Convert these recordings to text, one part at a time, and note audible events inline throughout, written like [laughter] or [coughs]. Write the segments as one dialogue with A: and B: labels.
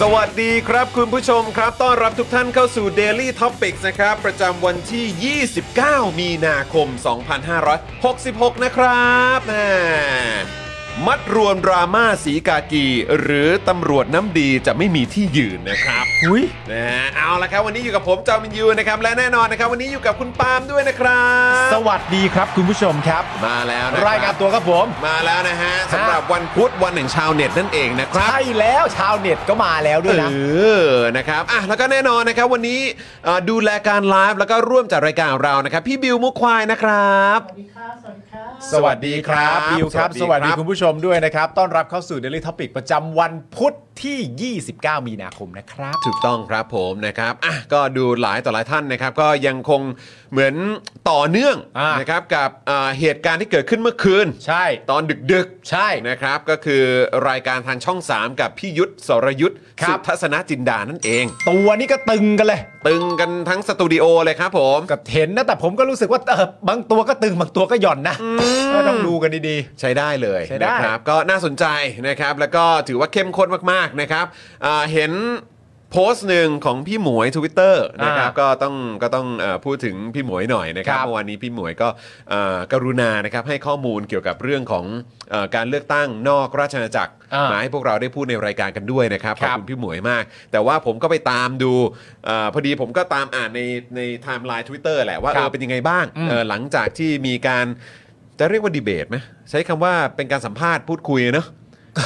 A: สวัสดีครับคุณผู้ชมครับ ต้อนรับทุกท่านเข้าสู่ Daily Topics นะครับ ประจำวันที่ 29 มีนาคม 2566 นะครับแหมมัดรวมดราม่าสีกากี หรือตำรวจน้ำดีจะไม่มีที่ยืนนะครับ
B: อุ้ย
A: นะฮะเอาละครับ วันนี้อยู่กับผมจอมินยูนะครับ และแน่นอนนะครับ วันนี้อยู่กับคุณปาล์มด้วยนะครับ
C: สวัสดีครับคุณผู้ชมครับ
A: มาแล้วนะคบ
C: รายการตัวครับผม
A: มาแล้วนะฮะสำหรับวันพุธวันแห่งชาวเน็ตนั่นเองนะครับ
C: ใช่แล้วชาวเน็ตก็มาแล้วด้วยนะ
A: เออ นะครับ อ่ะ แล้วก็แน่นอนนะครับ วันนี้เอ่อดูแลการไลฟ์แล้วก็ร่วมจัดรายการของเรานะครับ พี่บิวมุกควายนะครับ
C: สวัสดีครับบิวครับ
A: ส
C: ส
A: วั
C: วั
A: ส
C: ส
A: ดีค
C: ดี
A: รับ
C: คุณผู้ชมด้วยนะครับ ต้อนรับเข้าสู่ Daily Topic ประจำวันพุธที่ 29 มีนาคมนะครับ
A: ถูกต้องครับผมนะครับ อ่ะ ก็ดูหลายต่อหลายท่านนะครับ ก็ยังคงเหมือนต่อเนื่อง
C: อ่าน
A: นะครับกับอ่าเหตุการณ์ที่เกิดขึ้นเมื่อคืน
C: ใช่
A: ตอนดึกๆ
C: ใช่
A: นะครับ ก็คือรายการทางช่อง 3 กับพี่ยุทธสรยุทธ
C: ครั
A: สุ
C: บ
A: ทัศนจินดานั่นเอง
C: ตัวนี้ก็ตึงกันเลย
A: ตึงกันทั้งสตูดิโอเลยครับผม
C: กับเห็นนะแต่ผมก็รู้สึกว่าเออบางตัวก็ตึงบางตัวก็หย่อนนะก็ต้องดูกันดี
A: ใช้ได้เลย
C: ใช้ได้
A: นะครับก็น่าสนใจนะครับ แล้วก็ถือว่าเข้มข้นมากๆนะครับอ่าเห็นโพสต์หนึ่งของพี่หมวย Twitter นะครับ
C: อ่า
A: ก็ต้องก็ต้องเอ่อพูดถึงพี่หมวยหน่อยนะครับ
C: ครับ
A: เมื่อวานนี้พี่หมวยก็เอ่อกรุณานะครับให้ข้อมูลเกี่ยวกับเรื่องของเอ่อการเลือกตั้งนอกราชอาณาจักร
C: อ่าม
A: มาให้พวกเราได้พูดในรายการกันด้วยนะครับขอ
C: ครั
A: บบ คุณพี่หมวยมาก แต่ว่าผมก็ไปตามดูเออพอดีผมก็ตามอ่านในในไทม์ไลน์ Twitter แหละว่า
C: ครั
A: เอบ อเป็นยังไงบ้าง
C: อืม
A: เออหลังจากที่มีการ จะเรียกว่าดีเบตไหมใช้คำว่าเป็นการสัมภาษณ์พูดคุย
C: [laughs]
A: เนอะ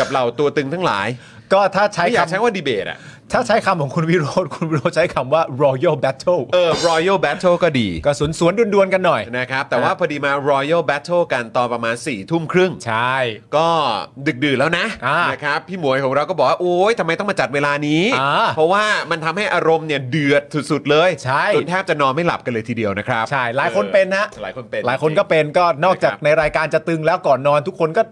A: กับเหล่าตัวตึงทั้งหลาย
C: ๆ ก็ถ้าใช้
A: ไม่อยาก
C: คำ
A: ใช้ว่าดีเบตอ่ะ
C: ถ้าใช้คำของคุณวิโรจน์ [laughs] คุณวิโรจน์ใช้คำว่า Royal Battle
A: เออ Royal Battle ก็ดี
C: ก็สวนสวนๆดวนๆกันหน่อย
A: นะครับ แต่ว่าพอดีมา Royal Battle กันตอนประมาณ4ี่ทุ่มครึ่ง
C: ใช่
A: ก็ดึกดื่นแล้วนะ
C: อ่าน
A: นะครับพี่หมวยของเราก็บอกว่า โอ๊ยทำไมต้องมาจัดเวลานี้
C: อ่า
A: เพราะว่ามันทำให้อารมณ์เนี่ยเดือดสุดๆเลย
C: ใช่
A: จนแทบจะนอนไม่หลับกันเลยทีเดียวนะครับ
C: ใช่ หลายคนเป็นนะ
A: หลายคนเป็น
C: หลายคนก็เป็นก็นอกจากในรายการจะตึงแล้วก่อนนอนทุกคนก็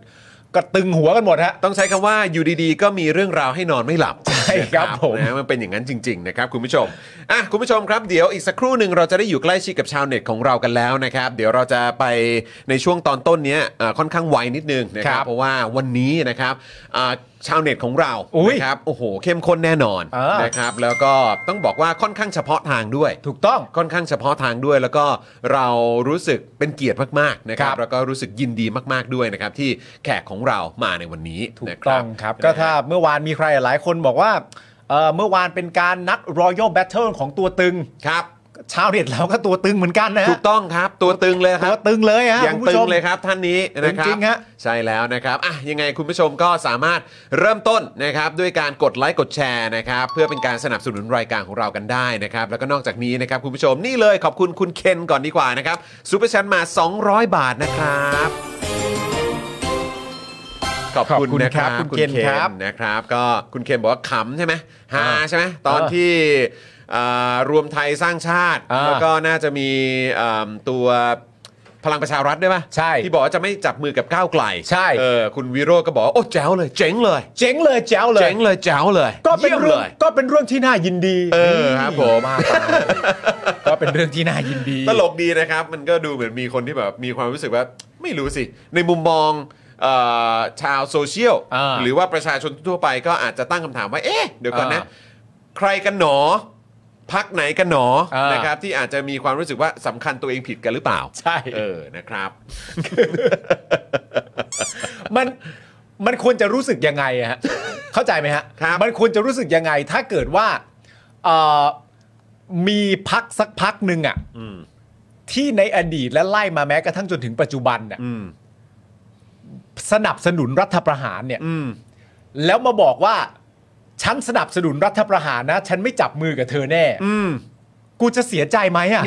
C: ก็ตึงหัวกันหมดฮะ
A: ต้องใช้คำว่าอยู่ดีๆ ก็มีเรื่องราวให้นอนไม่หลับ
C: ใช่ครับผม
A: นะมันเป็นอย่างนั้นจริง ๆ นะครับ คุณผู้ชมอ่ะคุณผู้ชมครับเดี๋ยวอีกสักครู่หนึ่งเราจะได้อยู่ใกล้ชิดกับชาวเน็ตของเรากันแล้วนะครับ เดี๋ยวเราจะไปในช่วงตอนต้นเนี้ยเอ่อค่อนข้างไวนิดนึงนะครั
C: ครับ บ
A: เพราะว่าวันนี้นะครับอ่าชาวเน็ตของเรา
C: อุ๊ย
A: นะครับโอ้โหเข้มข้นแน่นอน
C: เออ
A: นะครับ แล้วก็ต้องบอกว่าค่อนข้างเฉพาะทางด้วย
C: ถูกต้อง
A: ค่อนข้างเฉพาะทางด้วยแล้วก็เรารู้สึกเป็นเกียรติมากๆนะครับ
C: ครับ
A: แล้วก็รู้สึกยินดีมากๆด้วยนะครับที่แขกของเรามาในวันนี้
C: ถู
A: นะ
C: กต้องครับ ก็ถ้าเมื่อวานมีใครหลายคนบอกว่าเอ่อเมื่อวานเป็นการนัด Royal Battle ของตัวตึง
A: ครับ
C: ชาวเน็ตเราก็ตัวตึงเหมือนกันนะฮะ
A: ถูกต้องครับตัวตึงเลยค
C: ตั
A: รั
C: ว
A: บ
C: ตึงเลยฮะ
A: ยัง
C: คุณผู้
A: ตึ
C: ช
A: ง
C: ม
A: เลยครับท่านนี้นะครับ
C: จริงๆฮะ
A: ใช่แล้วนะครับอ่ะยังไงคุณผู้ชมก็สามารถเริ่มต้นนะครับด้วยการกดไลค์กดแชร์นะครับเพื่อเป็นการสนับสนุนรายการของเรากันได้นะครับแล้วก็นอกจากนี้นะครับคุณผู้ชมนี่เลยขอบคุณคุณเคนก่อนดีกว่านะครับซูเปอร์แชทมา 200 บาทนะครับขอบคุณ
C: ขอบคุณ
A: นะค
C: ค
A: รั
C: รั
A: บบ
C: คุณเคนครับ
A: นะครับก็คุณเคนบอกว่าขำใช่ไหมฮา
C: อ่า
A: ใช่ไหมตอน
C: เออ
A: ที่อ่ารวมไทยสร้างชาติ
C: อ่า
A: แล้วก็น่าจะมีอ่าตัว พลังประชารัฐด้วยป่ะ
C: ใช่
A: ที่บอกว่าจะไม่จับมือกับก้าวไกล
C: ใช่
A: เออคุณวิโรจน์ก็บอกว่าโอ้แจ๋วเลยเจ๋งเลย
C: เจ๋งเลยแจ๋วเลย
A: เจ๋งเลยแจ๋วเลย
C: ก็เป็น
A: ยี่ยม
C: เรื่
A: เล
C: อง
A: ย
C: ก็เป็นเรื่องที่น่ายินดี
A: เออครับผม
C: มากครับก็เป็นเรื่องที่น่ายินดี
A: ตลกดีนะครับ มันก็ดูเหมือนมีคนที่แบบมีความรู้สึกว่าไม่รู้สิ ในมุมมองเอ่อชาวโซเชียล
C: อ่า
A: หรือว่าประชาชนทั่วไปก็อาจจะตั้งคำถามว่า เอ๊ะ เดี๋ยวก่อนนะ
C: อ่า
A: ใครกันหนอ พักไหนกันหนอ
C: อ่าน
A: นะครับ ที่อาจจะมีความรู้สึกว่าสำคัญตัวเองผิดกันหรือเปล่า
C: ใช่
A: เออนะครับ
C: มันมันควรจะรู้สึกยังไงอะฮะ เข้าใจไหมฮะ
A: ครับ
C: มันควรจะรู้สึกยังไง ถ้าเกิดว่าเอ่อมีพักสักพักหนึ่งอะที่ในอดีตและไล่มาแม้กระทั่งจนถึงปัจจุบันเนี่ย
A: อืม
C: สนับสนุนรัฐประหารเนี่ย
A: อืม
C: แล้วมาบอกว่า ฉันสนับสนุนรัฐประหารนะ ฉันไม่จับมือกับเธอแน่
A: อืม
C: กูจะเสียใจไหมอ่ะ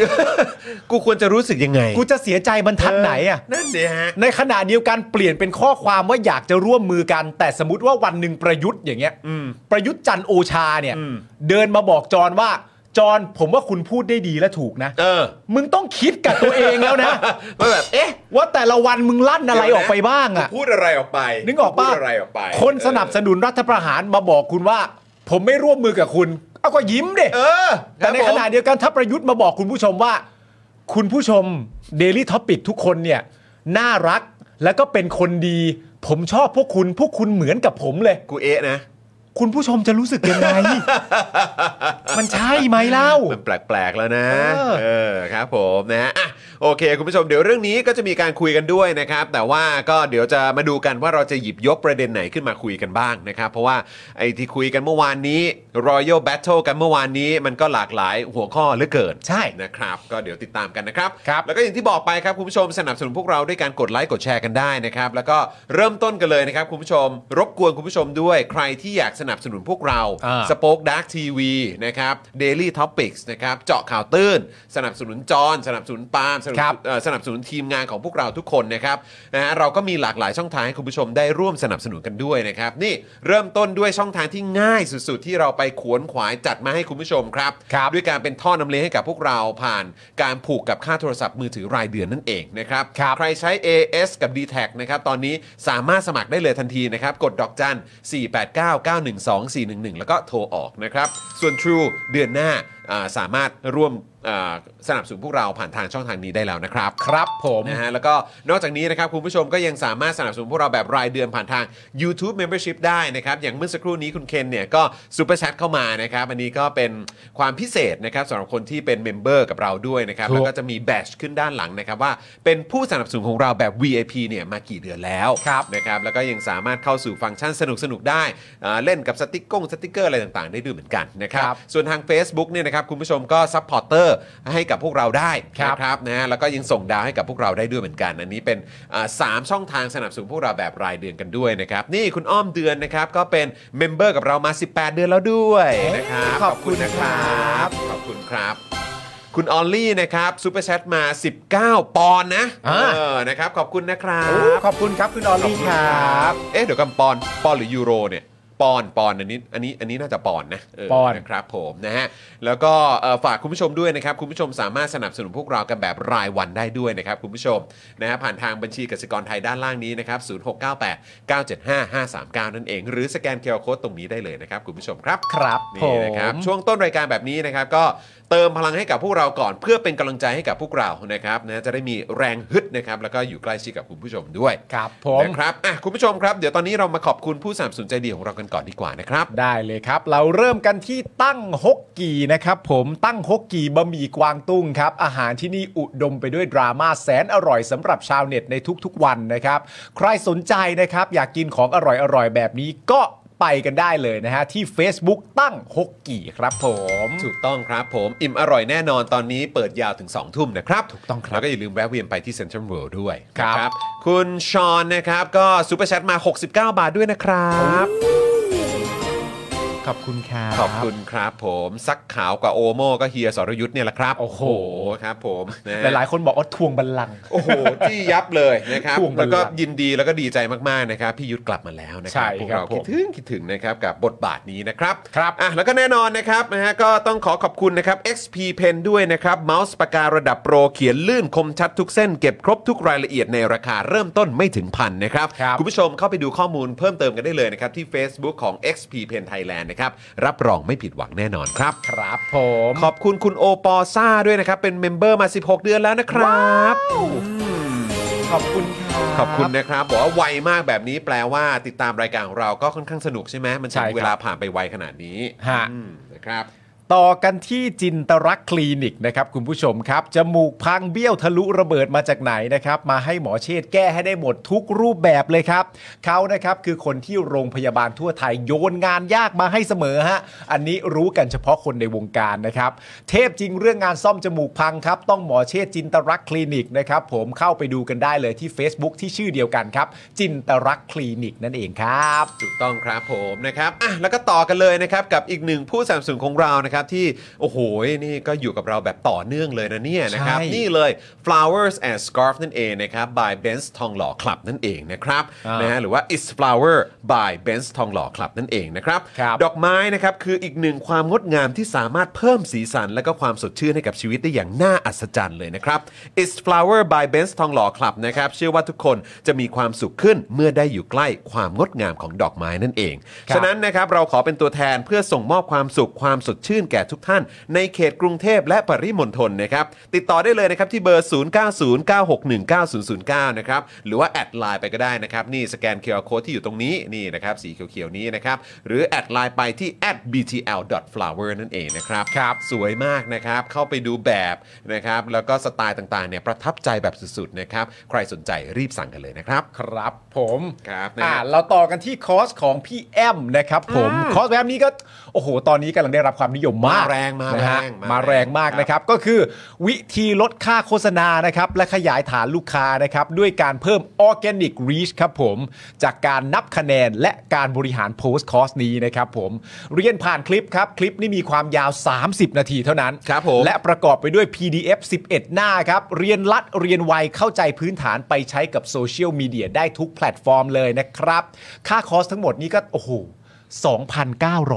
A: กูควรจะรู้สึกยังไง
C: กูจะเสียใจบรรทัดไหนอ่ะ
A: นั่นเดียฮะ
C: ในขณะเดียวกันเปลี่ยนเป็นข้อความว่าอยากจะร่วมมือกัน แต่สมมติว่าวันหนึ่งประยุทธ์อย่างเงี้ย
A: อืม
C: ประยุทธ์จันทร์โอชาเนี่ย
A: อืม
C: เดินมาบอกจรว่าจรผมว่าคุณพูดได้ดีและถูกนะ
A: เออ
C: มึงต้องคิดกับตัวเองแล้วนะ
A: ว่าแบบเอ๊ะ
C: ว่าแต่ละวันมึงลั่นอะไรออกไปบ้างอะ
A: พูดอะไรออกไป
C: นึกออกปะ
A: พูดอะไรออกไป
C: คนสนับสนุนรัฐประหารมาบอกคุณว่า ผมไม่ร่วมมือกับคุณเอาก็ยิ้มดิ
A: เออ
C: แต่ใน
A: ครับผม
C: ขณะเดียวกันถ้าประยุทธ์มาบอกคุณผู้ชมว่า คุณผู้ชม Daily Topic ทุกคนเนี่ย น่ารักแล้วก็เป็นคนดี ผมชอบพวกคุณ พวกคุณเหมือนกับผมเลย
A: กูเอ๊ะนะ
C: คุณผู้ชมจะรู้สึกยังไง มันใช่ไหมเล่า
A: มันแปลก ๆ แล้วนะ
C: เออ
A: เออครับผมนะอ่ะโอเค คุณผู้ชมเดี๋ยวเรื่องนี้ก็จะมีการคุยกันด้วยนะครับ แต่ว่าก็เดี๋ยวจะมาดูกันว่าเราจะหยิบยกประเด็นไหนขึ้นมาคุยกันบ้างนะครับ เพราะว่าไอ้ที่คุยกันเมื่อวานนี้ Royal Battle กันเมื่อวานนี้มันก็หลากหลายหัวข้อเหลือเกิน
C: ใช่
A: นะครับก็เดี๋ยวติดตามกันนะครับ
C: ครับ
A: แล้วก็อย่างที่บอกไปครับคุณผู้ชมสนับสนุนพวกเราด้วยการกดไลค์กดแชร์กันได้นะครับ แล้วก็เริ่มต้นกันเลยนะครับคุณผู้ชม รบกวนคุณผู้ชมด้วย ใครที่อยากสนับสนุนพวกเรา
C: อ่า
A: สป็อคดักทีวีนะครับเดลี่ท็อปิกส์นะครับเจาะข่าวตื้น สนับสนุนจอนสนับสนุนปาล์มสนับส
C: ครั
A: นุ
C: บ
A: น เอ่อสนับสนุนทีมงานของพวกเราทุกคนนะครับนะฮะเราก็มีหลากหลายช่องทางให้คุณผู้ชมได้ร่วมสนับสนุนกันด้วยนะครับ นี่เริ่มต้นด้วยช่องทางที่ง่ายสุดๆ ที่เราไปขวนขวายจัดมาให้คุณผู้ชมครับ
C: ครับ
A: ด้วยการเป็นท่อนำเลี้ยงให้กับพวกเราผ่านการผูกกับค่าโทรศัพท์มือถือรายเดือนนั่นเองนะครับ
C: ครับ
A: ใครใช้ AS กับ d t แทนะครับ ตอนนี้สามารถสมัครได้เลยทันทีนะครับ กดดอกจัน 489-912-411 แล้วก็โทรออกนะครับ ส่วน True เดือนหน้าอ่าสามารถร่วมอ่าสนับสนุนพวกเราผ่านทางช่องทางนี้ได้แล้วนะครับ
C: ครับผม
A: นะฮะแล้วก็นอกจากนี้นะครับคุณผู้ชมก็ยังสามารถสนับสนุนพวกเราแบบรายเดือนผ่านทาง YouTube Membership ได้นะครับ อย่างเมื่อสักครู่นี้คุณเคนเนี่ยก็ซูเปอร์แชทเข้ามานะครับ อันนี้ก็เป็นความพิเศษนะครับสำหรับคนที่เป็นเมมเบอร์กับเราด้วยนะครับ
C: ถูก
A: แล้วก็จะมีแบชขึ้นด้านหลังนะครับ ว่าเป็นผู้สนับสนุนของเราแบบ VIP เนี่ยมากี่เดือนแล้ว
C: ครับ
A: นะครับแล้วก็ยังสามารถเข้าสู่ฟังก์ชันสนุกสนุกๆได้อ่าเล่นกับสติ๊กกงสติ๊กเกอร์อะไรต่างๆ ได้ด้วยเหมือนกันนะครับ
C: ครับ
A: ส่วนทาง Facebook เนี่ยนะครับคุณผู้ชมก็ซัพพอร์เตอร์ให้กับพวกเราได้
C: ครับ
A: นะ ครับนะฮะแล้วก็ยังส่งดาวให้กับพวกเราได้ด้วยเหมือนกัน อันนี้เป็นอ่าสามช่องทางสนับสนุนพวกเราแบบรายเดือนกันด้วยนะครับ นี่คุณอ้อมเดือนนะครับ ก็เป็นเมมเบอร์กับเรามา 18 เดือนแล้วด้วยนะครับ
C: ขอบคุณครับ
A: ขอบคุณครับ คุณออลลี่นะครับซูเปอร์แชทมา 19 ปอนด์นะ
C: อ่า
A: เออนะครับ ขอบคุณนะครับ
C: โอ้ขอบคุณครับคุณออลลี่ครับ
A: เอ๊ะเดี๋ยวกันปอนด์ปอนด์หรือยูโรเนี่ยปอนด์ปอนด์อันนี้อันนี้อันนี้น่าจะปอนด์นะเ
C: ปอนด์
A: นะครับผมนะฮะแล้วก็เอ่อฝากคุณผู้ชมด้วยนะครับ คุณผู้ชมสามารถสนับสนุนพวกเรากันแบบรายวันได้ด้วยนะครับ คุณผู้ชมนะฮะผ่านทางบัญชีกสิกรไทยด้านล่างนี้นะครับ 0698 975 539 นั่นเอง หรือสแกนเคอร์โคดตรงนี้ได้เลยนะครับ คุณผู้ชมครับ
C: ครับ
A: นี่นะครับ
C: ผม
A: ช่วงต้นรายการแบบนี้นะครับ ก็เติมพลังให้กับพวกเราก่อน เพื่อเป็นกำลังใจให้กับพวกเรานะครับนะจะได้มีแรงฮึดนะครับแล้วก็อยู่ใกล้ชิดกับคุณผู้ชมด้วย
C: ครับผม
A: นะครับอ่ะคุณผู้ชมครับ เดี๋ยวตอนนี้เรามาขอบคุณผู้สนับสนุนใจดีของเรากันก่อนดีกว่านะครับ
C: ได้เลยครับ เราเริ่มกันที่ตั้งฮกกีนะครับผมตั้งฮกกีบะหมี่กวางตุ้งครับ อาหารที่นี่อุดมไปด้วยดราม่าแสนอร่อยสำหรับชาวเน็ตในทุกๆวันนะครับ ใครสนใจนะครับ อยากกินของอร่อยๆ แบบนี้ก็ไปกันได้เลยนะฮะ ที่ Facebook ตั้งฮกกีครับผม
A: ถูกต้องครับผม อิ่มอร่อยแน่นอนตอนนี้เปิดยาวถึง 2 ทุ่มนะครับ
C: ถูกต้องครับ
A: แล้วก็อย่าลืมแวะเวียนไปที่เซ็นทรัลเวิลด์ด้วย
C: ครั
A: นะ
C: บ
A: คุณชอนนะครับ ก็ซูเปอร์แชทมา 69 บาทด้วยนะครับ
C: ขอบคุณครับ
A: ขอบคุณครับผมซักขาวกว่าโอโมก็เฮียสรยุทธ์เนี่ยแหละครับ
C: โอ้โห
A: ครับผมนะ
C: หลายๆ คนบอกว่าทวงบัลลังก์
A: โอ้โหจี้ยับเลยนะครับ
C: ท่วงบั
A: แล้ว
C: ลลั
A: ก็
C: งก์
A: ยินดีแล้วก็ดีใจมากๆนะครับพี่ยุทธกลับมาแล้วนะค
C: ใช่
A: รับพวก
C: ครับ
A: เราคิด
C: ผม
A: ถึงคิดถึงนะครับกับบทบาทนี้นะครับ
C: ครับ
A: อ่ะแล้วก็แน่นอนนะครับนะฮะก็ต้องขอขอบคุณนะครับ XP Pen ด้วยนะครับเมาส์ปากการะดับโปรเขียนลื่นคมชัดทุกเส้นเก็บครบทุกรายละเอียดในราคาเริ่มต้นไม่ถึงพันนะครับ
C: ครับ
A: คุณผู้ชมเข้าไปดูข้อมูลเพิ่มเติมกันได้เลยนะครับที่ Facebook ของ XP Pen Thailand นะครับรับรองไม่ผิดหวังแน่นอนครับ
C: ครับผม
A: ขอบคุณคุณโอปอซ่าด้วยนะครับ เป็นเมมเบอร์มา 16 เดือนแล้วนะครับ
C: ขอบคุณครับ
A: ขอบคุณนะครับบอกว่าไวมากแบบนี้แปลว่าติดตามรายการของเราก็ค่อนข้างสนุกใช่ไหมมัน
C: ใช่
A: ใช้
C: ครับ
A: เวลาผ่านไปไวขนาดนี้
C: ฮะ
A: อืมนะครับ
C: ต่อกันที่จินตรักษณ์คลินิกนะครับคุณผู้ชมครับ จมูกพังเบี้ยวทะลุระเบิดมาจากไหนนะครับ มาให้หมอเชษฐ์แก้ให้ได้หมดทุกรูปแบบเลยครับเขานะครับคือคนที่โรงพยาบาลทั่วไทยโยนงานยากมาให้เสมอฮะอันนี้รู้กันเฉพาะคนในวงการนะครับ เทพจริงเรื่องงานซ่อมจมูกพังครับ ต้องหมอเชษฐ์จินตรักษณ์คลินิกนะครับผมเข้าไปดูกันได้เลยที่ Facebook ที่ชื่อเดียวกันครับ จินตรักษณ์คลินิกนั่นเองครับ
A: ถูกต้องครับผมนะครับอ่ะแล้วก็ต่อกันเลยนะครับกับอีกหนึ่งผู้สนับสนุนของเรานะครับที่โอ้โหนี่ก็อยู่กับเราแบบต่อเนื่องเลยนะเนี่ยนะครับ
C: ใช่
A: นี่เลย flowers and scarf นั่นเองนะครับ by Benz ทองหล่อ club นั่นเองนะครับ
C: อ่าน
A: นะฮะหรือว่า is flower by Benz ทองหล่อ club นั่นเองนะครับ
C: ครับ
A: ดอกไม้นะครับคืออีกหนึ่งความงดงามที่สามารถเพิ่มสีสัน และก็ความสดชื่นให้กับชีวิตได้อย่างน่าอัศจรรย์เลยนะครับ is flower by Benz ทองหล่อ club นะครับเชื่อว่าทุกคนจะมีความสุขขึ้นเมื่อได้อยู่ใกล้ความงดงามของดอกไม้นั่นเอง
C: ครับ
A: ฉะนั้นนะครับเราขอเป็นตัวแทนเพื่อส่งมอบความสุขความสดชื่นแก่ทุกท่าน ในเขตกรุงเทพและปริมณฑลนะครับติดต่อได้เลยนะครับที่เบอร์ 0909619009 นะครับหรือว่า แอดไลน์ไปก็ได้นะครับ นี่สแกน QR Code ที่อยู่ตรงนี้นี่นะครับสีเขียวๆนี้นะครับ หรือ แอดไลน์ไปที่ @btl.flower นั่นเองนะครับครับสวยมากนะครับ เข้าไปดูแบบนะครับ แล้วก็สไตล์ต่างๆเนี่ยประทับใจแบบสุดๆนะครับใครสนใจรีบสั่งกันเลยนะครับ
C: ครับผม
A: ครับนะฮะ
C: อ่าเราต่อกันที่คอร์สของพี่แอมนะครับผม คอร์สแอมนี้ก็ โอ้โห ตอนนี้กำลังได้รับความนิยมมาก
A: มาแรงมา
C: นะฮะ
A: แรงมา
C: มาแรงมาก
A: ครับ
C: นะครับ ก็คือวิธีลดค่าโฆษณานะครับ และขยายฐานลูกค้านะครับ ด้วยการเพิ่ม Organic Reach ครับผม จากการนับคะแนนและการบริหารโพสต์คอร์สนี้นะครับผม เรียนผ่านคลิปครับ คลิปนี้มีความยาว 30 นาทีเท่านั้น
A: ครับผม
C: และประกอบไปด้วย PDF 11 หน้าครับ เรียนรัดเรียนไวเข้าใจพื้นฐานไปใช้กับโซเชียลมีเดียได้ทุกแพลตฟอร์มเลยนะครับ ค่าคอร์สทั้งหมดนี้ก็ โอ้โห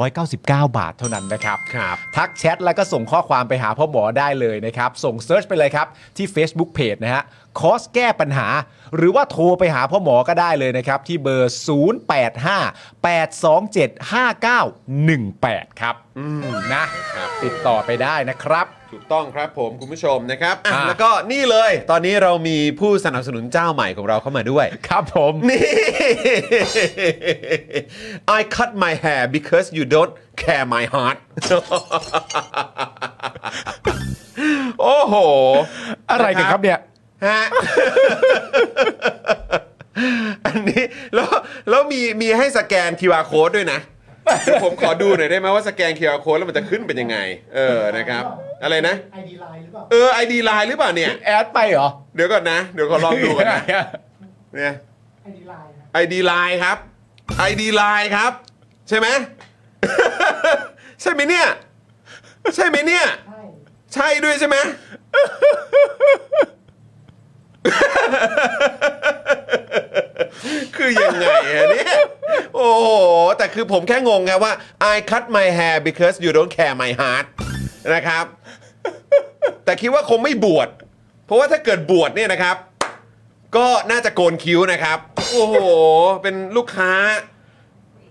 C: 2,999 บาทเท่านั้นนะครับ
A: ครับ
C: ทักแชทแล้วก็ส่งข้อความไปหาพ่อหมอได้เลยนะครับ ส่งเซิร์ชไปเลยครับ ที่ Facebook Page นะฮะคอร์สแก้ปัญหา หรือว่าโทรไปหาพ่อหมอก็ได้เลยนะครับ ที่เบอร์ 0858275918 ครับนะติดต่อไปได้นะครับ
A: ถูกต้องครับผมคุณผู้ชมนะครับอ่ะ
C: อ่ะ
A: แล้วก็นี่เลยตอนนี้เรามีผู้สนับสนุนเจ้าใหม่ของเราเข้ามาด้วย
C: ครับผม
A: นี่ I cut my hair because you don't care my heart [laughs] โอ้โห
C: อะไรกันครับเนี่ย
A: ฮะ อันนี้แล้วแล้วมีมีให้สแกน QR code ด้วยนะเดี๋ยวผมขอดูหน่อยได้ไหมว่าสแกน QR code แล้วมันจะขึ้นเป็นยังไง เออนะครับ อะไรนะ
D: ไอดีไลน์หรือเปล่า
A: เออ ID Line หรือเปล่าเนี่ย
C: แอดไปเหรอ
A: เดี๋ยวก่อนนะ เดี๋ยวขอลองดูก่อนนะเนี่ย
D: ไอดีไลน์นะ
A: ID Line ครับ ID Line ครับ ใช่ไหม [laughs] ใช่ไหมเนี่ย ใช่ไหมเนี่ย
D: ใช่
A: ใช่ด้วยใช่ไหม [laughs] คือยังไงอะเนี่ย โอ้โห แต่คือผมแค่งงไงว่า I cut my hair because you don't care my heart นะครับ แต่คิดว่าคงไม่บวช เพราะว่าถ้าเกิดบวชเนี่ยนะครับ ก็น่าจะโกนคิ้วนะครับ โอ้โห เป็นลูกค้า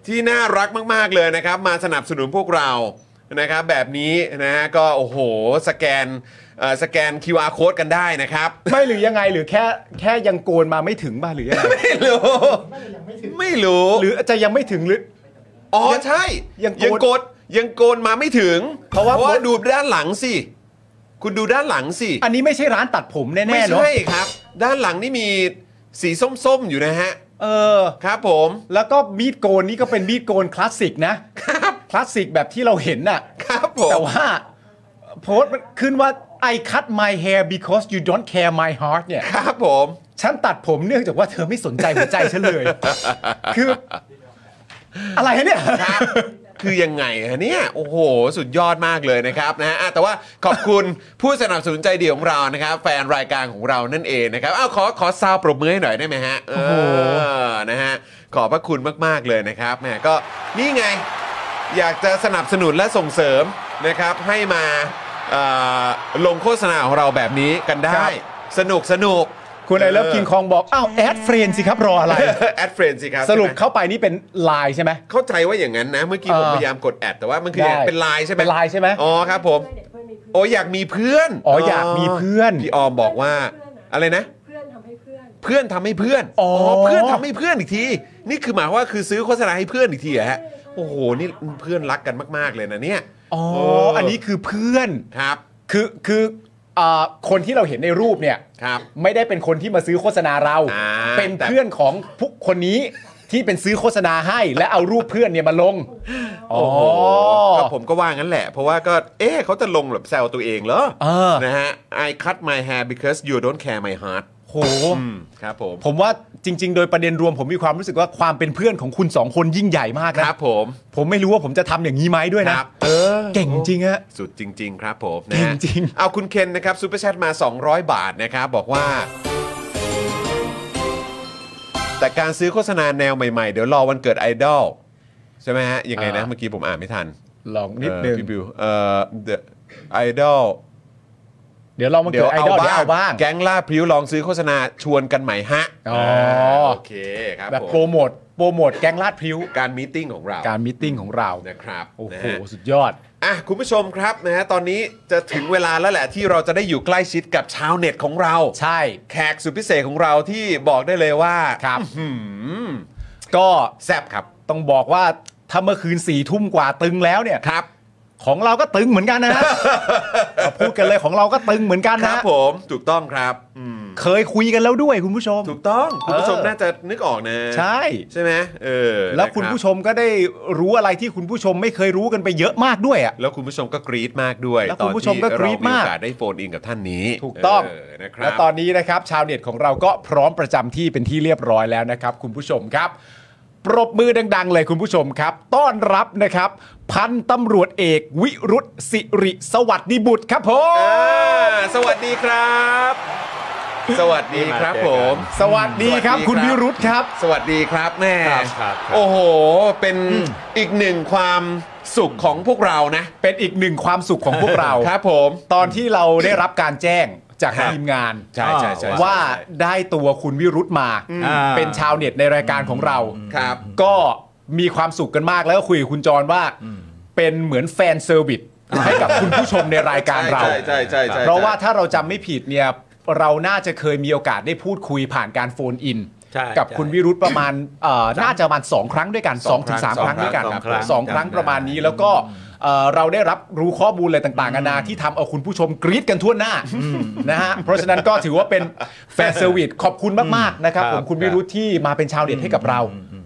A: ที่น่ารักมาก ๆ เลยนะครับ มาสนับสนุนพวกเรานะครับ แบบนี้นะฮะก็โอ้โห สแกนเอ่อสแกน QR code กันได้นะครับ
C: [laughs] ไม่หรือยังไงหรือแค่แค่ยังโกนมาไม่ถึงบ้าหรือยังไง
A: ไม่รู้
D: น่าจะยังไม่ถึง
A: ไม่รู้
C: หรืออาจจะยังไม่ถึงหรือ
A: อ๋อ ใช่
C: ยังโกน
A: ยังโกนยังโกนมาไม่ถึง
C: เพราะว่า
A: ดูด้านหลังสิ คุณดูด้านหลังสิ
C: อันนี้ไม่ใช่ร้านตัดผมแน่
A: ไม่
C: ๆเนาะ
A: ใช่ครับ ด้านหลังนี่มีสีส้ม ๆ อยู่นะฮะ
C: เออ
A: ครับผม
C: แล้วก็มีดโกนนี่ก็เป็นมีดโกนคลาสสิกนะคลาสสิกแบบที่เราเห็นน่ะ
A: ครับผม
C: แต่ว่าโพสต์มันขึ้นว่า I cut my hair because you don't care my heart เนี่ย
A: ครับผม
C: ฉันตัดผมเนื่องจากว่าเธอ [laughs] ไม่สนใจหัวใจฉันเลย คือ อะไรเนี่ย
A: ครับ คือยังไงฮะเนี่ยโอ้โห สุดยอดมากเลยนะครับนะฮะอ่ะแต่ว่าขอบคุณ ผู้สนับสนุนใจดีของเรานะครับแฟนรายการของเรานั่นเองนะครับอ้าวขอขอซาวปรบมือให้หน่อยได้ไหมฮะเออนะฮะขอบพระคุณมากๆเลยนะครับแหมก็นี่ไง อยากจะสนับสนุนและส่งเสริมนะครับให้มาเอ่อลงโฆษณาของเราแบบนี้กัน
C: ครั
A: ได้
C: บ
A: สนุกสนุก
C: คุณไอเลิฟ
A: เออ
C: กิงคองบอกอ้าวแอดเฟรนสิครับรออะไร
A: แอดเฟรนสิครับ
C: สรุป
A: ใช่ไหม
C: เข้าไปนี่เป็นไลน์ใช่ไหม
A: เข้าใจว่าอย่างนั้นนะ เมื่อกี้
C: เออ
A: ผมพยายามกดแอดแต่ว่ามันคือ
C: ได้
A: เป็นไลน์ใช่ไหม
C: เป็นไลน์ใช่ไหม
A: อ๋อครับผม โอ้อยากมีเพื่อน
C: อ๋ออยากมีเพื่อน
A: พี่ออมบอกว่าอะไรนะ
E: เพื่อนทำให้เพื่อน
A: เพื่อนทำให้เพื่อน
C: อ๋ออ๋
A: เพื่อนทำให้เพื่อนอีกที นี่คือหมายความว่าคือซื้อโฆษณาให้เพื่อนอีกทีเหรอฮะโอ้โหนี่เพื่อนรักกันมาก ๆเลยนะเนี่ย
C: อ๋อ
A: เ
C: อันนี้คือเพื่อน
A: ครับ
C: คือคืออ่าคนที่เราเห็นในรูปเนี่ย
A: ครับ
C: ไม่ได้เป็นคนที่มาซื้อโฆษณาเรา
A: อ่า
C: เป็น
A: แต่
C: เพื่อนของผู้คนนี้ที่เป็นซื้อโฆษณาให้ และเอารูปเพื่อนเนี่ยมาลง
A: โอ้โห
C: ค
A: ก็
C: รับผ
A: ผม มก็ว่างั้นแหละ เพราะว่าก็ เอ๊ะเขาจะลงแบบแซวตัวเองเหรอ
C: เออ
A: นะฮะ I cut my hair because you don't care my heart
C: โห
A: อืมครับผม
C: ผมว่าจริง ๆ โดยประเด็นรวมผมมีความรู้สึกว่าความเป็นเพื่อนของคุณสองคนยิ่งใหญ่มาก
A: ค
C: นะ
A: รับผม
C: ผมไม่รู้ว่าผมจะทำอย่างนี้ไหมด้วยนะครับ
A: เออ
C: เก่งจริงๆอะ
A: สุดจริง ๆ ครับผมนะฮะ
C: จริง
A: เอาคุณเคนนะครับซูเปอร์แชทมา 200 บาทนะครับ บอกว่า แต่การซื้อโฆษณาแนวใหม่ ๆ เดี๋ยวรอวันเกิดไอดอลใช่ไหมฮะ ยังไงนะ เมื่อกี้ผมอ่านไม่ทัน
C: ลองนิดนึง
A: เออพี่บิวเอ่อไอดอล
C: เดี๋ยวเรามาเกิดไอดอลเดี๋ยวเอาบ้าง
A: แก๊งล่าพริ้วลองซื้อโฆษณาชวนกันใหม่ฮะ
C: อ๋ออ่
A: าโอเคครับ
C: แบบ
A: ผม
C: โปรโมทโปรโมทแก๊งลาดพริ้ว
A: การมีตติ้งของเรา
C: การมิทติ้งของเรา
A: นะครับ
C: โอ้โห
A: นะฮะ
C: สุดยอด
A: อ่ะคุณผู้ชมครับนะฮะตอนนี้จะถึงเวลาแล้วแหละที่เราจะได้อยู่ใกล้ชิดกับชาวเน็ตของเรา
C: ใช่
A: แขกสุดพิเศษของเราที่บอกได้เลยว่า
C: ครับ
A: อื้อหือ
C: ก็
A: แซบครับ
C: ต้องบอกว่าถ้าเมื่อคืนสี่ทุ่มกว่าตึงแล้วเนี่ย
A: ครับ
C: ของเราก็ตึงเหมือนกัน [laughs] นะฮะ เอาพูดกันเลยของเราก็ตึงเหมือนกัน
A: ค
C: นะ
A: รับ
C: ฮะ
A: ผมถูกต้องครับอืม
C: เคยคุยกันแล้วด้วยคุณผู้ชม
A: ถูกต้องคุณผู้ชม
C: เออ
A: น่าจะนึกออกนะ
C: ใช่
A: ใช่ไหมเออ
C: แล้ว
A: นะ
C: คุณ
A: รับ
C: ผู้ชมก็ได้รู้อะไรที่คุณผู้ชมไม่เคยรู้กันไปเยอะมากด้วยอ่ะ
A: แล้วคุณผู้ชมก็กรี๊ดมากด้วย
C: แล้วคุณผู้ชมก็กรี๊ดมาก
A: ตอนที่เโอกาสได้โฟนอินกับท่านนี้
C: ถูกต้อง
A: เนะครั
C: และ
A: บ
C: ตอนนี้นะครับ ชาวเน็ตของเราก็พร้อมประจำที่เป็นที่เรียบร้อยแล้วนะครับ คุณผู้ชมครับ ปรบมือดัง ๆ เลยคุณผู้ชมครับ ต้อนรับนะครับ พันตำรวจเอกวิรุษสิริสวัสดิบุตรครับผ
A: อ่าม สวัสดีครับ สวัสดีครับผม
C: สวัสดี
A: สวัสดีค
C: ครับ
A: รับ
C: คุณวิรุษครับ
A: สวัสดีครับแม่
F: ครับครับครับ
A: โอ้โห เป็นอีกหนึ่งความสุขของพวกเรานะ
C: เป็นอีกหนึ่งความสุขของพวกเรา
A: ครับผม
C: ตอนที่เราได้รับการแจ้งจาก
A: ครับ
C: ทีมงาน
A: ใช่ใช่ใช่ใช่
C: ว่าได้ตัวคุณวิรุธมา
F: อ่า
C: เป็นชาวเน็ตในรายการของเรา
A: ครับ
C: ก็มีความสุขกันมากแล้วก็คุยกับคุณจรว่า เป็นเหมือนแฟนเซอร์วิสให้กับคุณผู้ชมในรายการเรา
A: ใช่ใช่ใช่ใช่ใช่
C: เพราะว่าถ้าเราจำไม่ผิดเนี่ยเราน่าจะเคยมีโอกาสได้พูดคุยผ่านการโฟนอิน
F: ใช่
C: กับคุณวิรุธประมาณเอ่อน่าจะประมาณ2ครั้งด้วยกัน
A: ส
C: ส
A: อ
C: อง ง
A: ครั้ง
C: ถึงสามครั้งด้วยกัน
F: สองครั้ง
C: สองครั้ง
F: จำได้
C: ประมาณนี้แล้วก็เอ่อเราได้รับรู้ข้อมูลอะไรต่างๆนานาที่ทำเอาคุณผู้ชมกรี๊ดกันทั่วหน้านะฮะเพราะฉะนั้นก็ถือว่าเป็นแฟนเซอร์วิสขอบคุณมากๆนะครับผมคุณวิรุธที่มาเป็นชาวเด็ดให้กับเรา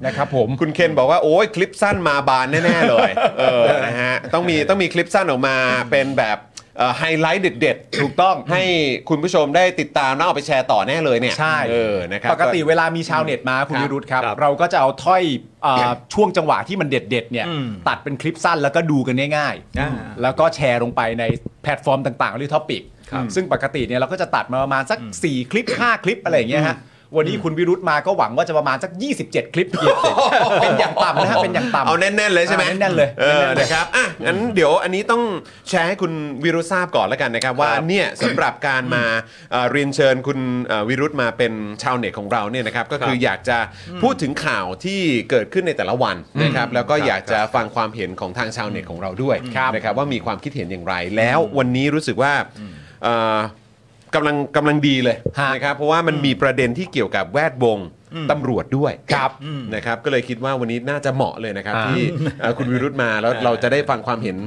C: นะครับผม
A: คุณเคนบอกว่าโอ้ยคลิปสั้นมาบานแน่ ๆ เลยเออนะฮะต้องมีต้องมีคลิปสั้นออกมาเป็นแบบเอ่อไฮไลท์เด็ดๆ
C: ถูกต้อง
A: ให้คุณผู้ชมได้ติดตามแล้วเอาไปแชร์ต่อแน่เลยเนี่ย
C: ใช่
A: เออนะครับ
C: ปกติเวลามีชาวเน็ตมาคุณ
A: ครับ
C: วิรุธครับ
F: ครับ
C: เราก็จะเอาถ้อยเอ่อช่วงจังหวะที่มันเด็ดๆเนี่ย
F: อืม
C: ตัดเป็นคลิปสั้นแล้วก็ดูกันง่าย
F: อ่า
C: ๆ แล้วก็แชร์ลงไปในแพลตฟอร์มต่างๆหรือท็อปิก
F: ครับ
C: ซึ่งปกติเนี่ยเราก็จะตัดมาประมาณสัก 4 คลิป 5 คลิปอะไรอย่างเงี้ยฮะวันนี้คุณวิรุธมาก็หวังว่าจะประมาณสัก 27 คลิปเป็นอย่างต่ำนะฮะเป็นอย่างต่ำ
A: เอาแน่นๆเลยใช่ไหม
C: เอาแน่นๆเลย
A: เออ
C: แน่นๆเลย
A: นะครับอ่ะงั้นเดี๋ยวอันนี้ต้องแชร์ให้คุณวิรุธทราบก่อนแล้วกันนะครับ ว่าเนี่ยสำหรับการมา [coughs] เอ่อเรียนเชิญคุณเอ่อวิรุธมาเป็นชาวเน็ตของเราเนี่ยนะครับก็คือ
F: ครับ
A: อยากจะพูดถึงข่าวที่เกิดขึ้นในแต่ละวันนะครับแล้วก็อยากจะฟังความเห็นของทางชาวเน็ตของเราด้วยนะครับว่ามีความคิดเห็นอย่างไร แล้ววันนี้รู้สึกว่าเอ่อกำลังกำลังดีเลย
C: ฮะ
A: นะครับเพราะว่ามันมีประเด็นที่เกี่ยวกับแวดวงตำรวจด้วย
C: ครับ
A: นะครับก็เลยคิดว่าวันนี้น่าจะเหมาะเลยนะครับ
C: อ่า
A: ที่เอ่อคุณวิรุธมาแล้วเราจะได้ฟังความเห็น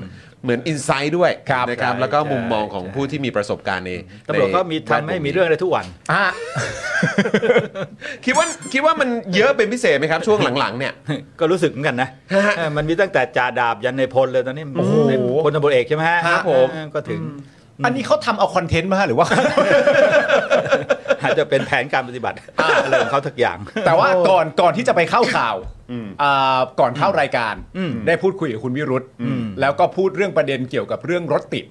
A: เหมือนอินไซต์ด้วย
C: ครับ
A: นะครับ
F: ใช่
A: แล้วก็มุม
F: ใช่
A: มองของ
F: ใช่
A: ผู้ที่มีประสบการณ์ใน
F: ตำรวจก็มี
A: ในแด
F: ทำ
A: ว
F: ให้มีเรื่องอะไรทุกวัน
C: อ่ะ
A: [laughs] คิดว่าคิดว่ามันเยอะเป็นพิเศษไหมครับช่วงหลังๆเนี่ย
F: ก็รู้สึกเหมือนกันนะเออมันมีตั้งแต่จ่าดาบยันในพลเลยตอนนี้
C: โอ้โห
F: ในพลตำรวจเอกใช่ไหมฮะ
A: ครับผม
F: เออก็ถึง
C: อันนี้เขาทำเอาคอนเทนต์มาฮะหรือว่า
F: อาจจะเป็นแผนการปฏิบัติอะไรของเขาทักอย่าง
C: [laughs] แต่ว่าก่อนก่อนที่จะไปเข้าข่าวอ่าก่อนเข้ารายการ
F: อืม
C: ได้พูดคุยกับคุณวิรุธ
F: อืม
C: แล้วก็พูดเรื่องประเด็นเกี่ยวกับเรื่องรถติด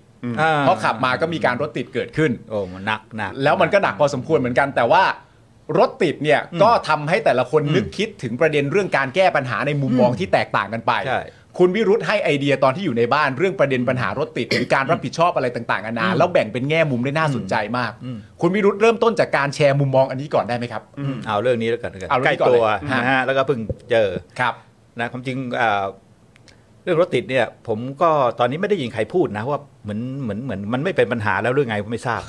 C: เพราะขับมาก็มีการรถติดเกิดขึ้น
F: โอ้มันหนักหนัก
C: แล้วมันก็หนักพอสมควรเหมือนกัน แต่ว่ารถติดเนี่ย
F: อืม
C: ก็ทำให้แต่ละคนนึกคิดถึงประเด็นเรื่องการแก้ปัญหาในมุมมองที่แตกต่างกันไป
F: ใช่
C: คุณวิรุธให้ไอเดียตอนที่อยู่ในบ้านเรื่องประเด็นปัญหารถติดหรือการรับผิดชอบอะไรต่างๆนานาแล้วแบ่งเป็นแง่มุมได้น่าสนใจมาก
F: อืม
C: คุณวิรุธเริ่มต้นจากการแชร์มุมมองอันนี้ก่อนได้ไหมครับ
F: อืมเอาเรื่องนี้แล้วกันแล้วกัน
C: เอาเรื่
F: ใก
C: อง
F: ล้
C: นี้ก่อน
F: ตัว
C: เลยฮะ
F: นะฮะแล้วก็เพิ่งเจอ
C: ครับ
F: นะความจริงเอ่อเรื่องรถติดเนี่ย ผมก็ตอนนี้ไม่ได้ยินใครพูดนะว่าเหมือนเหมือนเหมือนมันไม่เป็นปัญหาแล้วหรือไงผมไม่ทราบ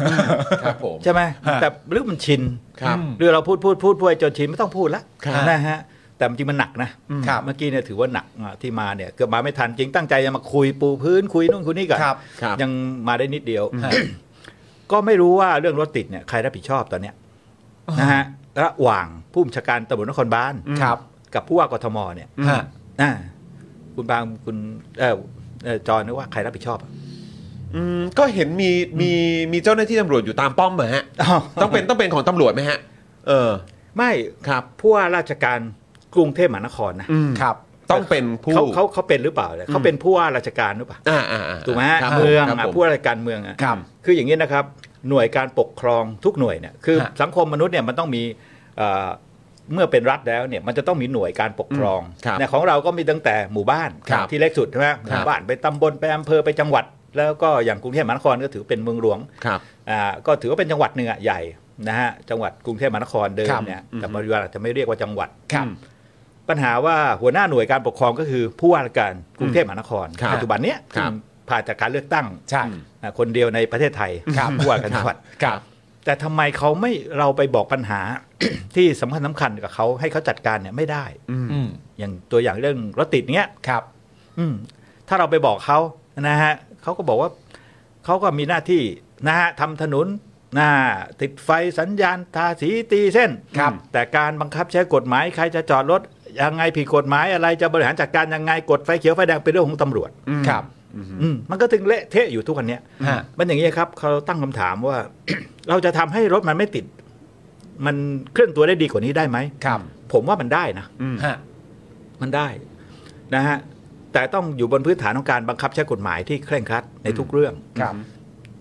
C: ครับผม
F: ใช่ไหม
C: ฮะ
F: แต่เรื่องมันชิน
C: ครับ
F: เรื่องเราพูดพูดพูดพูดจนชินไม่ต้องพูดละ
C: ครับ
F: นะฮะแต่จริงมันหนักนะครับ เมื่อกี้เนี่ยถือว่าหนักอ่ะที่มาเนี่ยเกือบมาไม่ทันจริงตั้งใจจะมาคุยปูพื้นคุยนู่นคุยนี่ก่อน
C: ครับครับ
F: ยังมาได้นิดเดียว
C: ฮะ
F: ก็ไม่รู้ว่าเรื่องรถติดเนี่ยใครรับผิดชอบตอนเนี้ยนะฮะระหว่างผู้บัญชาการตำรวจนครบาล
C: ครับ
F: กับผู้ว่ากทมเนี่ย
C: ฮะ
F: อ่าคุณบางคุณเออเอ่อจอนึกว่าใครรับผิดชอบอะ
A: อืมก็เห็นมีมีมีเจ้าหน้าที่ตำรวจอยู่ตามป้อมเหรอฮะ ต้องเป็นต้องเป็นของตำรวจไหมฮะ เออ
F: ไม่
A: ครับ
F: ผู้ว่าราชการกรุงเทพมหานครนะ
C: รับ
A: ต้องเป็นผู้
F: เขาเขาเขาเป็นหรือเปล่าเนี่ยเขาเป็นผู้ว่าราชการหรือเปล่า
A: อ่าอ่าอ่า
F: ถูกไหมฮะ
A: ครับ
F: เมือง
A: ครับ
F: อ่ะ
A: ผม
F: ผู้ว่าราชการเมืองอ่ะ
C: ครับ
F: คืออย่างนี้นะครับ หน่วยการปกครองทุกหน่วยเนี่ยคือ
C: ฮะ
F: สังคมมนุษย์เนี่ยมันต้องมีเอ่อเมื่อเป็นรัฐแล้วเนี่ยมันจะต้องมีหน่วยการปกครอง
A: ครับ
F: เนี่ยของเราก็มีตั้งแต่หมู่บ้าน
A: ครับ
F: ที่เล็กสุดใช่ไหมห
A: ครั
F: มู่
A: บ
F: บ้านไปตำบลไปอำเภอไปจังหวัด แล้วก็อย่างกรุงเทพมหานครก็ถือเป็นเมืองหลวง
A: ครับ
F: อ่าก็ถือว่าเป็นจังหวัดหนึ่งอ่ะใหญ่นะฮะจังหวัดกรุงเทพมหานครเดิม
C: ครับ
F: เนี่ยแต่ปัจจุบันอาจจะไม่เรียกว่าจังหวัด
C: ครับ
F: ปัญหาว่าหัวหน้าหน่วยการปกครองก็คือผู้ว่าราชการกรุงเทพมหานคร
A: ครับ
F: ปัจจุบันเนี้ย
A: ครับ
F: ผ่านจากการเลือกตั้ง
C: ใช่
F: อ่าคนเดียวในประเทศไทย
C: ครับ
F: ผู้ว่าการจังหวัด
C: ครับ
F: แต่ทำไมเขาไม่เราไปบอกปัญหา [coughs] ที่สำคัญสำคัญกับเขาให้เขาจัดการเนี่ยไม่ได้
C: อืม
F: อย่างตัวอย่างเรื่องรถติดเนี้ย
C: ครับ
F: อืมถ้าเราไปบอกเขานะฮะเขาก็บอกว่าเขาก็มีหน้าที่นะฮะทำถนนนะติดไฟสัญญาณทาสีตีเส้น
A: ครับ
F: แต่การบังคับใช้กฎหมายใครจะจอดรถยังไงผิดกฎหมายอะไรจะบริหารจัดการยังไงกฎไฟเขียวไฟแดงเป็นเรื่องของตำรวจ
C: ครับ
F: อืมมันก็ถึงเละเทะอยู่ทุกวันเนี้ย
C: ฮะ
F: มันอย่างนี้ยครับเขาตั้งคำถามว่า [coughs] เราจะทำให้รถมันไม่ติด มันเคลื่อนตัวได้ดีกว่านี้ได้ไหม
C: ครับ
F: ผมว่ามันได้นะ
C: ฮะ
F: มันได้นะฮะแต่ต้องอยู่บนพื้นฐานของการบังคับใช้กฎหมายที่เคร่งครัดในทุกเรื่อง
C: ครับ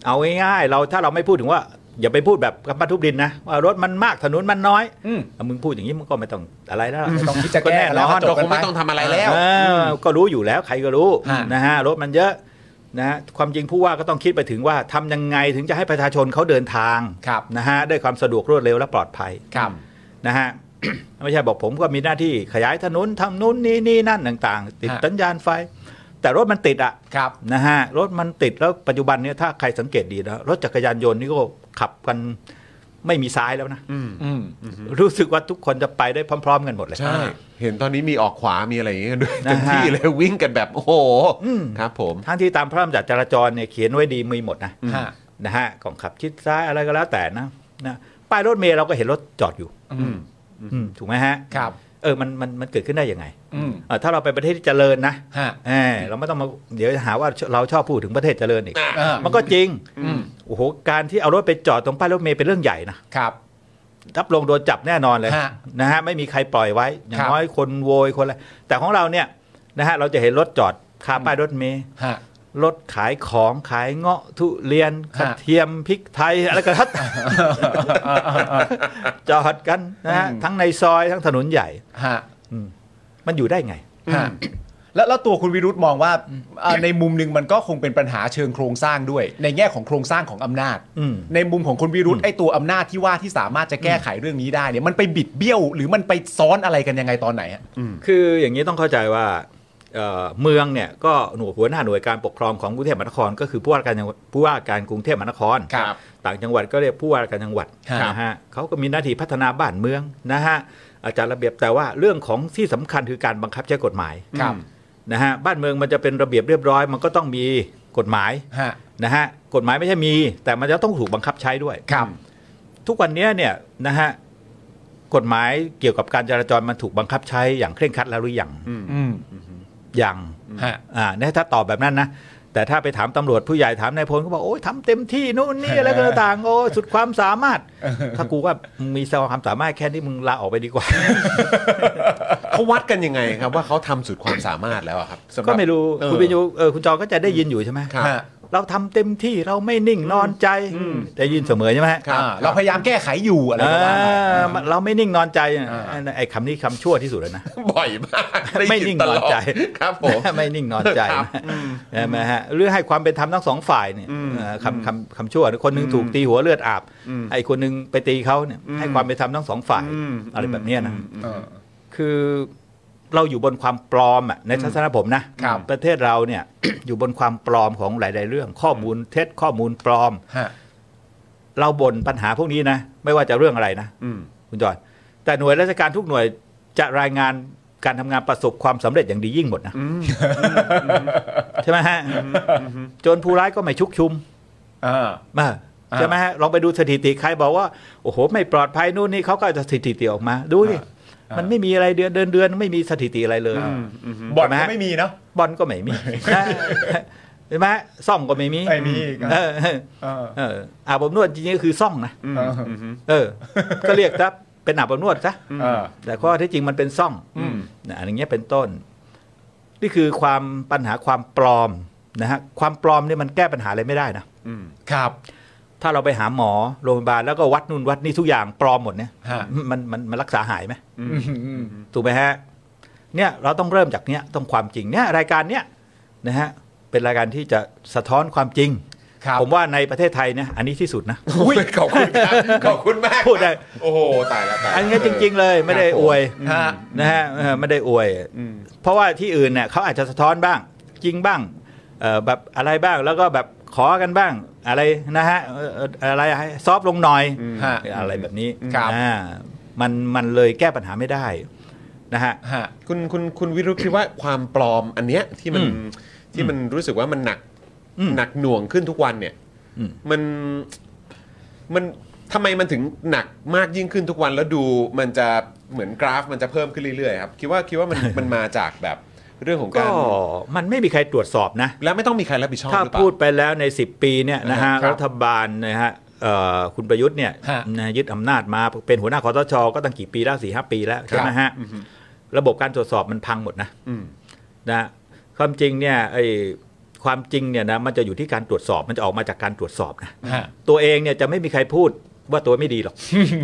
F: เอาง่ายๆเราถ้าเราไม่พูดถึงว่า อย่าไปพูดแบบกำปั้นทุบดินนะว่ารถมันมากถนนมันน้อย
C: อืม
F: อ่ะมึงพูดอย่างนี้มันก็ไม่ต้องอะไรแล้วล่ะ
C: ไม่ต้องคิดจะแก้
F: น่นอน
C: แล้วก็จบ
A: ก็คงไม่ต้องทำอะไรแล้ว
F: เออก็รู้อยู่แล้วใครก็รู้
C: ฮะ
F: นะฮะรถมันเยอะนะฮะความจริงผู้ว่าก็ต้องคิดไปถึงว่าทำยังไงถึงจะให้ประชาชนเขาเดินทาง
C: ครับ
F: นะฮะด้วยความสะดวกรวดเร็วและปลอดภัย
C: ครับ
F: นะ [coughs] ฮะ ไม่ใช่บอกผมก็มีหน้าที่ขยายถนนทำนู้นนี่นี่นั่นต่างๆ ติด
C: ฮะ
F: สัญญาณไฟ แต่รถมันติดอะ
C: ครับ
F: นะฮะรถมันติดแล้วปัจจุบันเนี่ยถ้าใครสังเกตดีนะรถจักรยานยนต์นี่ก็ขับกันไม่มีซ้ายแล้วนะ
C: อืม
F: รู้สึกว่าทุกคนจะไปได้พร้อม ๆ กันหมดเลย
A: ใช่ เห็นตอนนี้มีออกขวามีอะไรอย่างเงี้ยกันด้วย
F: นะฮะ
A: เต็มที่เลยวิ่งกันแบบ โอ้โหครับผม
F: ทั้งที่ตามพระราชบัญญัติจราจรเนี่ยเขียนไว้ดีมีหมดนะ
C: ฮะ
F: นะฮะของขับชิดซ้ายอะไรก็แล้วแต่นะนะป้ายรถเมล์เราก็เห็นรถจอดอยู่
C: อืม
F: อืมถูกไหมฮะ
C: ครับ
F: เออมันมันมันเกิดขึ้นได้ยังไง
C: อืม
F: เออถ้าเราไปประเทศที่เจริญนะ
C: ฮะ
F: เออเราไม่ต้องมาเดี๋ยวหาว่าเราชอบพูดถึงประเทศเจริญอีก
C: เออ
F: มันก็จริง
C: อืม
F: โอ้โหการที่เอารถไปจอดตรงป้ายรถเมล์เป็นเรื่องใหญ่นะครับ รับรองโดนจับแน่นอนเลย
C: ฮะ
F: นะฮะไม่มีใครปล่อยไว้ อย่าง
C: ครับ
F: น้อยคนโวยคนอะไรแต่ของเราเนี่ยนะฮะเราจะเห็นรถจอดคาป้ายรถเมล์
C: ฮะ
F: รถขายของขายเงาะทุเรียนก
C: ฮะ
F: ระเทียมพริกไทยอะไรก็แล้วแต่จอดกันนะฮะทั้งในซอยทั้งถนนใหญ่
C: ฮะ
F: มันอยู่ได้ไง
C: ฮะแล้วแล้วตัวคุณวิรุธมองว่าเอ่อใน [coughs] มุมหนึ่งมันก็คงเป็นปัญหาเชิงโครงสร้างด้วย ในแง่ของโครงสร้างของอำนาจ
F: อืม
C: ในมุมของคุณวิรุธไอ้ตัวอำนาจที่ว่าที่สามารถจะแก้ไขเรื่องนี้ได้เนี่ยมันไปบิดเบี้ยว หรือมันไปซ้อนอะไรกันยังไงตอนไหนฮะ
F: คืออย่างนี้ต้องเข้าใจว่าเอ่อเมืองเนี่ยก็หน่วยหัวหน้าหน่วยการปกครองของกรุงเทพมหานคร ก็คือผู้ว่าการจังหวัดผู้ว่าการกรุงเทพมหานคร
A: ครับ
F: ต่างจังหวัดก็เรียกผู้ว่าการจังหวัด
C: ครับ
F: นะฮะเขาก็มีหน้าที่พัฒนาบ้านเมืองนะฮะอาจารย์ระเบียบแต่ว่าเรื่องของที่สำคัญคือการบังคับใช้กฎหมาย
C: ครับ
F: นะฮะบ้านเมืองมันจะเป็นระเบียบเรียบร้อย มันก็ต้องมีกฎหมาย
C: ฮะ
F: นะฮะกฎหมายไม่ใช่มี แต่มันจะต้องถูกบังคับใช้ด้วย
C: ครับ
F: ทุกวันเนี้ยเนี่ยนะฮะกฎหมายเกี่ยวกับการจราจรมันถูกบังคับใช้อย่างเคร่งครัดแล้วหรือยัง
C: อืม
F: อย่าง
C: ฮะ
F: อ่าเนี่ยถ้าตอบแบบนั้นนะ แต่ถ้าไปถามตำรวจผู้ใหญ่ถามนายพลก็บอกโอ้ยทำเต็มที่นู่นนี่อะไรก็ต่างๆโอ้ยสุดความสามารถ ถ้ากูว่ามึงมีความสามารถแค่นี้มึงลาออกไปดีกว่า
A: เขาวัดกันยังไงครับว่าเขาทำสุดความสามารถแล้วอะครับสำหบ
F: ก็ไม่รู้
A: เออ
F: คุณวินยูเออคุณจอก็จะได้ยินอยู่ใช่ไหม
A: ครับ
C: ฮะ
F: เราทำเต็มที่เราไม่นิ่งนอนใจได้ยินเสมอใช่ไหมฮะ
A: ครับ
C: อ่าเราพยายามแก้ไขอยู่อะไรประมาณนั้น
F: เออเราไม่นิ่งนอนใจ
C: อ่า
F: ไอ้คำนี้คำชั่วที่สุดเลยนะ
A: บ่อยมากด้
F: ไม่
A: ยิ
F: นิ่ง
A: ต
F: นอน
A: ลด
F: ใจ
A: ครับผม
F: ไม่นิ่งนอนใจ
A: ครับ
F: ใช่ไหมฮะหรือให้ความเป็นธรรมทั้งสองฝ่ายเนี่ยเอ่อคำคำคำชั่วคนหนึงถูกตีหัวเลือดอาบไอ้คนหนึงไปตีเขาเนี่ยให้ความเป็นธรรมทั้งสองฝ่าย
A: อืม
F: อะไรแบบเนี้ยนะ
C: เออ
F: คือเราอยู่บนความปลอมอะในทัศนะผมนะครับ ประเทศเราเนี่ย [coughs] อยู่บนความปลอมของหลาย ๆ เรื่อง ข้อมูลเท็จข้อมูลปลอม
C: ฮะ
F: เราบ่นปัญหาพวกนี้นะ ไม่ว่าจะเรื่องอะไรนะ
A: อืม
F: คุณจอยแต่หน่วยราชการทุกหน่วยจะรายงานการทำงานประสบความสำเร็จอย่างดียิ่งหมดนะใช่ไหมฮะโจนผู้ร้ายก็ไม่ชุกชุม
C: อ่า
F: มา
C: อ่า
F: ใช่ไหมฮะลองไปดูสถิติใครบอกว่า โอ้โห ไม่ปลอดภัยนู่นนี่เขาก็เอาสถิติออกมา ดูดิมันไม่มีอะไรเดือนเดือนเดือนไม่มีสถิติอะไรเลย
C: บอด
F: ใช่ไหม
C: ก็
F: ฮะ
C: ไม่มีเนาะ
F: บอลก็ไม่มีนะ [laughs] ใช่ไหมซ่องก็ไม่มี
C: ไม่มีครับ
F: เออเออ
C: เออ
F: เอออาบอบนวดจริงๆก็คือซ่องนะ
C: เออ
F: เออ ก็เรียกซะเป็นอาบอบนวดซะ
C: เออ
F: แต่ข้อที่จริงมันเป็นซ่อง
C: อืม
F: นะอันอย่างเงี้ยเป็นต้น นี่คือความปัญหาความปลอมนะฮะความปลอมเนี่ยมันแก้ปัญหาอะไรไม่ได้นะครับ ถ้าเราไปหาหมอโรงพยาบาลแล้วก็วัดนู่นวัดนี่ทุกอย่างปลอมหมดเนี่ย
C: ฮะ
F: มันมันมันรักษาหายไหม
C: อืม
F: ถูกไหมฮะเนี่ยเราต้องเริ่มจากเนี้ยต้องความจริงเนี่ยรายการเนี้ยนะฮะเป็นรายการที่จะสะท้อนความจริง
C: ครับ
F: ผมว่าในประเทศไทยเนี่ยอันนี้ที่สุดนะ
A: อุ้ยขอบคุณครับ ขอบคุณมาก
F: พูดได้
A: โอ้โห ตายแล้วตายแล้ว
F: อันเนี้ยจริง ๆ เลยไม่ได้อวย
C: ฮะ
F: นะฮะเออไม่ได้อวย เพราะว่าที่อื่นเนี่ยเขาอาจจะสะท้อนบ้าง จริงบ้างเอ่อแบบอะไรบ้างแล้วก็แบบขอกันบ้าง อะไรนะฮะเอ่อเอ่ออะไรให้ซอฟต์ลงหน่อย
C: ฮะ
F: อะไรแบบนี้
C: ครับ
F: อ่ามันมันเลยแก้ปัญหาไม่ได้นะฮะ
C: ฮะ
A: คุณคุณคุณวิรุธคิดว่าความปลอมอันเนี้ยที่มันที่มันรู้สึกว่ามันหนัก
F: อืม
A: หนักหน่วงขึ้นทุกวันเนี่ย
F: อืม
A: มันมันทำไมมันถึงหนักมากยิ่งขึ้นทุกวันแล้วดูมันจะเหมือนกราฟมันจะเพิ่มขึ้นเรื่อยๆครับคิดว่าคิดว่ามัน
F: [laughs]
A: มันมาจากแบบเรื่องของกา
F: ก็
A: ร
F: มันไม่มีใครตรวจสอบนะ
A: แล้วไม่ต้องมีใครรับผิดชอบ
F: ถ้า
A: หรือเปล่า
F: พูดไปแล้วใน 10 ปีเนี่ยนะฮะ
A: ครับ
F: รัฐบาลนะฮะเอ่อคุณประยุทธ์เนี่ย
C: ฮะ
F: นะยึดอำนาจมาเป็นหัวหน้าคอสชก็ตั้งกี่ปีแล้วสี่ห้าปีแล้วใช่ไหมฮะระบบการตรวจสอบมันพังหมดนะ
A: อืม
F: นะความจริงเนี่ยไอ้ความจริงเนี่ยนะมันจะอยู่ที่การตรวจสอบมันจะออกมาจากการตรวจสอบนะ
C: ฮะ
F: ตัวเองเนี่ยจะไม่มีใครพูดว่าตัวไม่ดีหรอก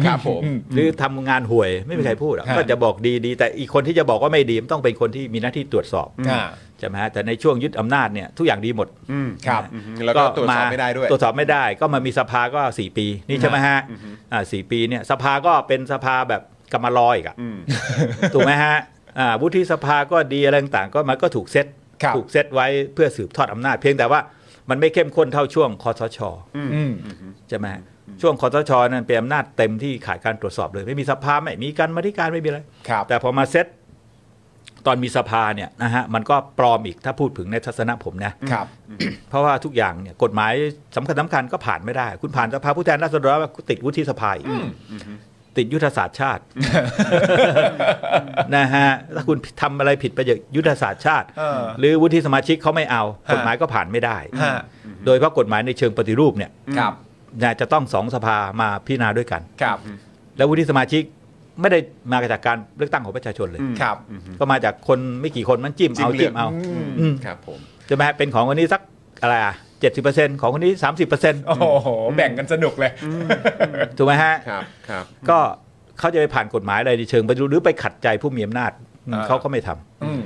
A: ครับผม
F: หรือทำงานห่วยไม่มีใครพูดหรอก
C: ฮะ
F: ก็จะบอกดีดีแต่อีกคนที่จะบอกว่าไม่ดีมันต้องเป็นคนที่มีหน้าที่ตรวจสอบ
C: อ่า
F: ใช่ไหมฮะแต่ในช่วงยึดอำนาจเนี่ยทุกอย่างดีหมด
A: อืม
C: ครับ
A: อืมแล้วก็ตรวจสอบไม่ได้ด้วย
F: ตรวจสอบไม่ได้ก็มามีสภาก็ 4 ปีนี่ใช่ไหมฮะอ่าสี่ปีเนี่ยสภาก็เป็นสภาแบบกรรมลอยอีกอะ
A: อืม
F: [laughs] ถูกไหมฮะอ่าวุฒิสภาก็ดีอะไรต่างๆก็มันก็ถูกเซต
C: ครับ
F: ถูกเซตไว้เพื่อสืบทอดอำนาจ เพียงแต่ว่ามันไม่เข้มข้นเท่าช่วงคอสช
C: อืม
F: ใช่ไหมฮะช่วงคอสชนั่นเป็นอำนาจเต็มที่ขาดการตรวจสอบเลย ไม่มีสภาไม่มีการมาธิการไม่มีอะไร
C: ครับ
F: แต่พอมาเซตตอนมีสภาเนี่ยนะฮะมันก็ปลอมอีกถ้าพูดถึงในทัศนะผมนะ
C: ครับ
F: เพราะว่าทุกอย่างเนี่ยกฎหมายสำคัญสำคัญก็ผ่านไม่ได้ คุณผ่านสภาผู้แทนราษฎรแล้วติดวุฒิสภาอีกติดยุทธศาสตร์ชาติ นะฮะถ้าคุณทำอะไรผิดไปจากยุทธศาสตร์ชาติ
C: เออ
F: หรือวุฒิสมาชิกเขาไม่เอา
C: ฮะ
F: กฎหมายก็ผ่านไม่ได้
C: ฮะ
F: โดยเฉพาะกฎหมายในเชิงปฏิรูปเนี่ย
C: ครับ
F: นะจะต้องสองสภามาพิจารณาด้วยกัน
C: ครับ
F: แล้ววุฒิสมาชิกไม่ได้มาจากการเลือกตั้งของประชาชนเลย
C: ครับ
F: ก็มาจากคนไม่กี่คนมันจิ้มเอา
A: จิ้มเลือก
F: จิ้มเอาอืม
A: ครับผม
F: จะมาเป็นของคนนี้สักอะไรอ่ะเจ็ดสิบเปอร์เซ็นต์ของคนนี้สามสิบเปอร์เซ็นต์
C: โอ้โห แบ่งกันสนุกเลย
F: ถูกไหมฮะ
A: ครับ ครับ
F: ก็เขาจะไปผ่านกฎหมายอะไรในเชิงปฏิรูปหรือไปขัดใจผู้มีอำนาจอืม
C: อ่า
F: เขาก็ไม่ทำ
C: อืม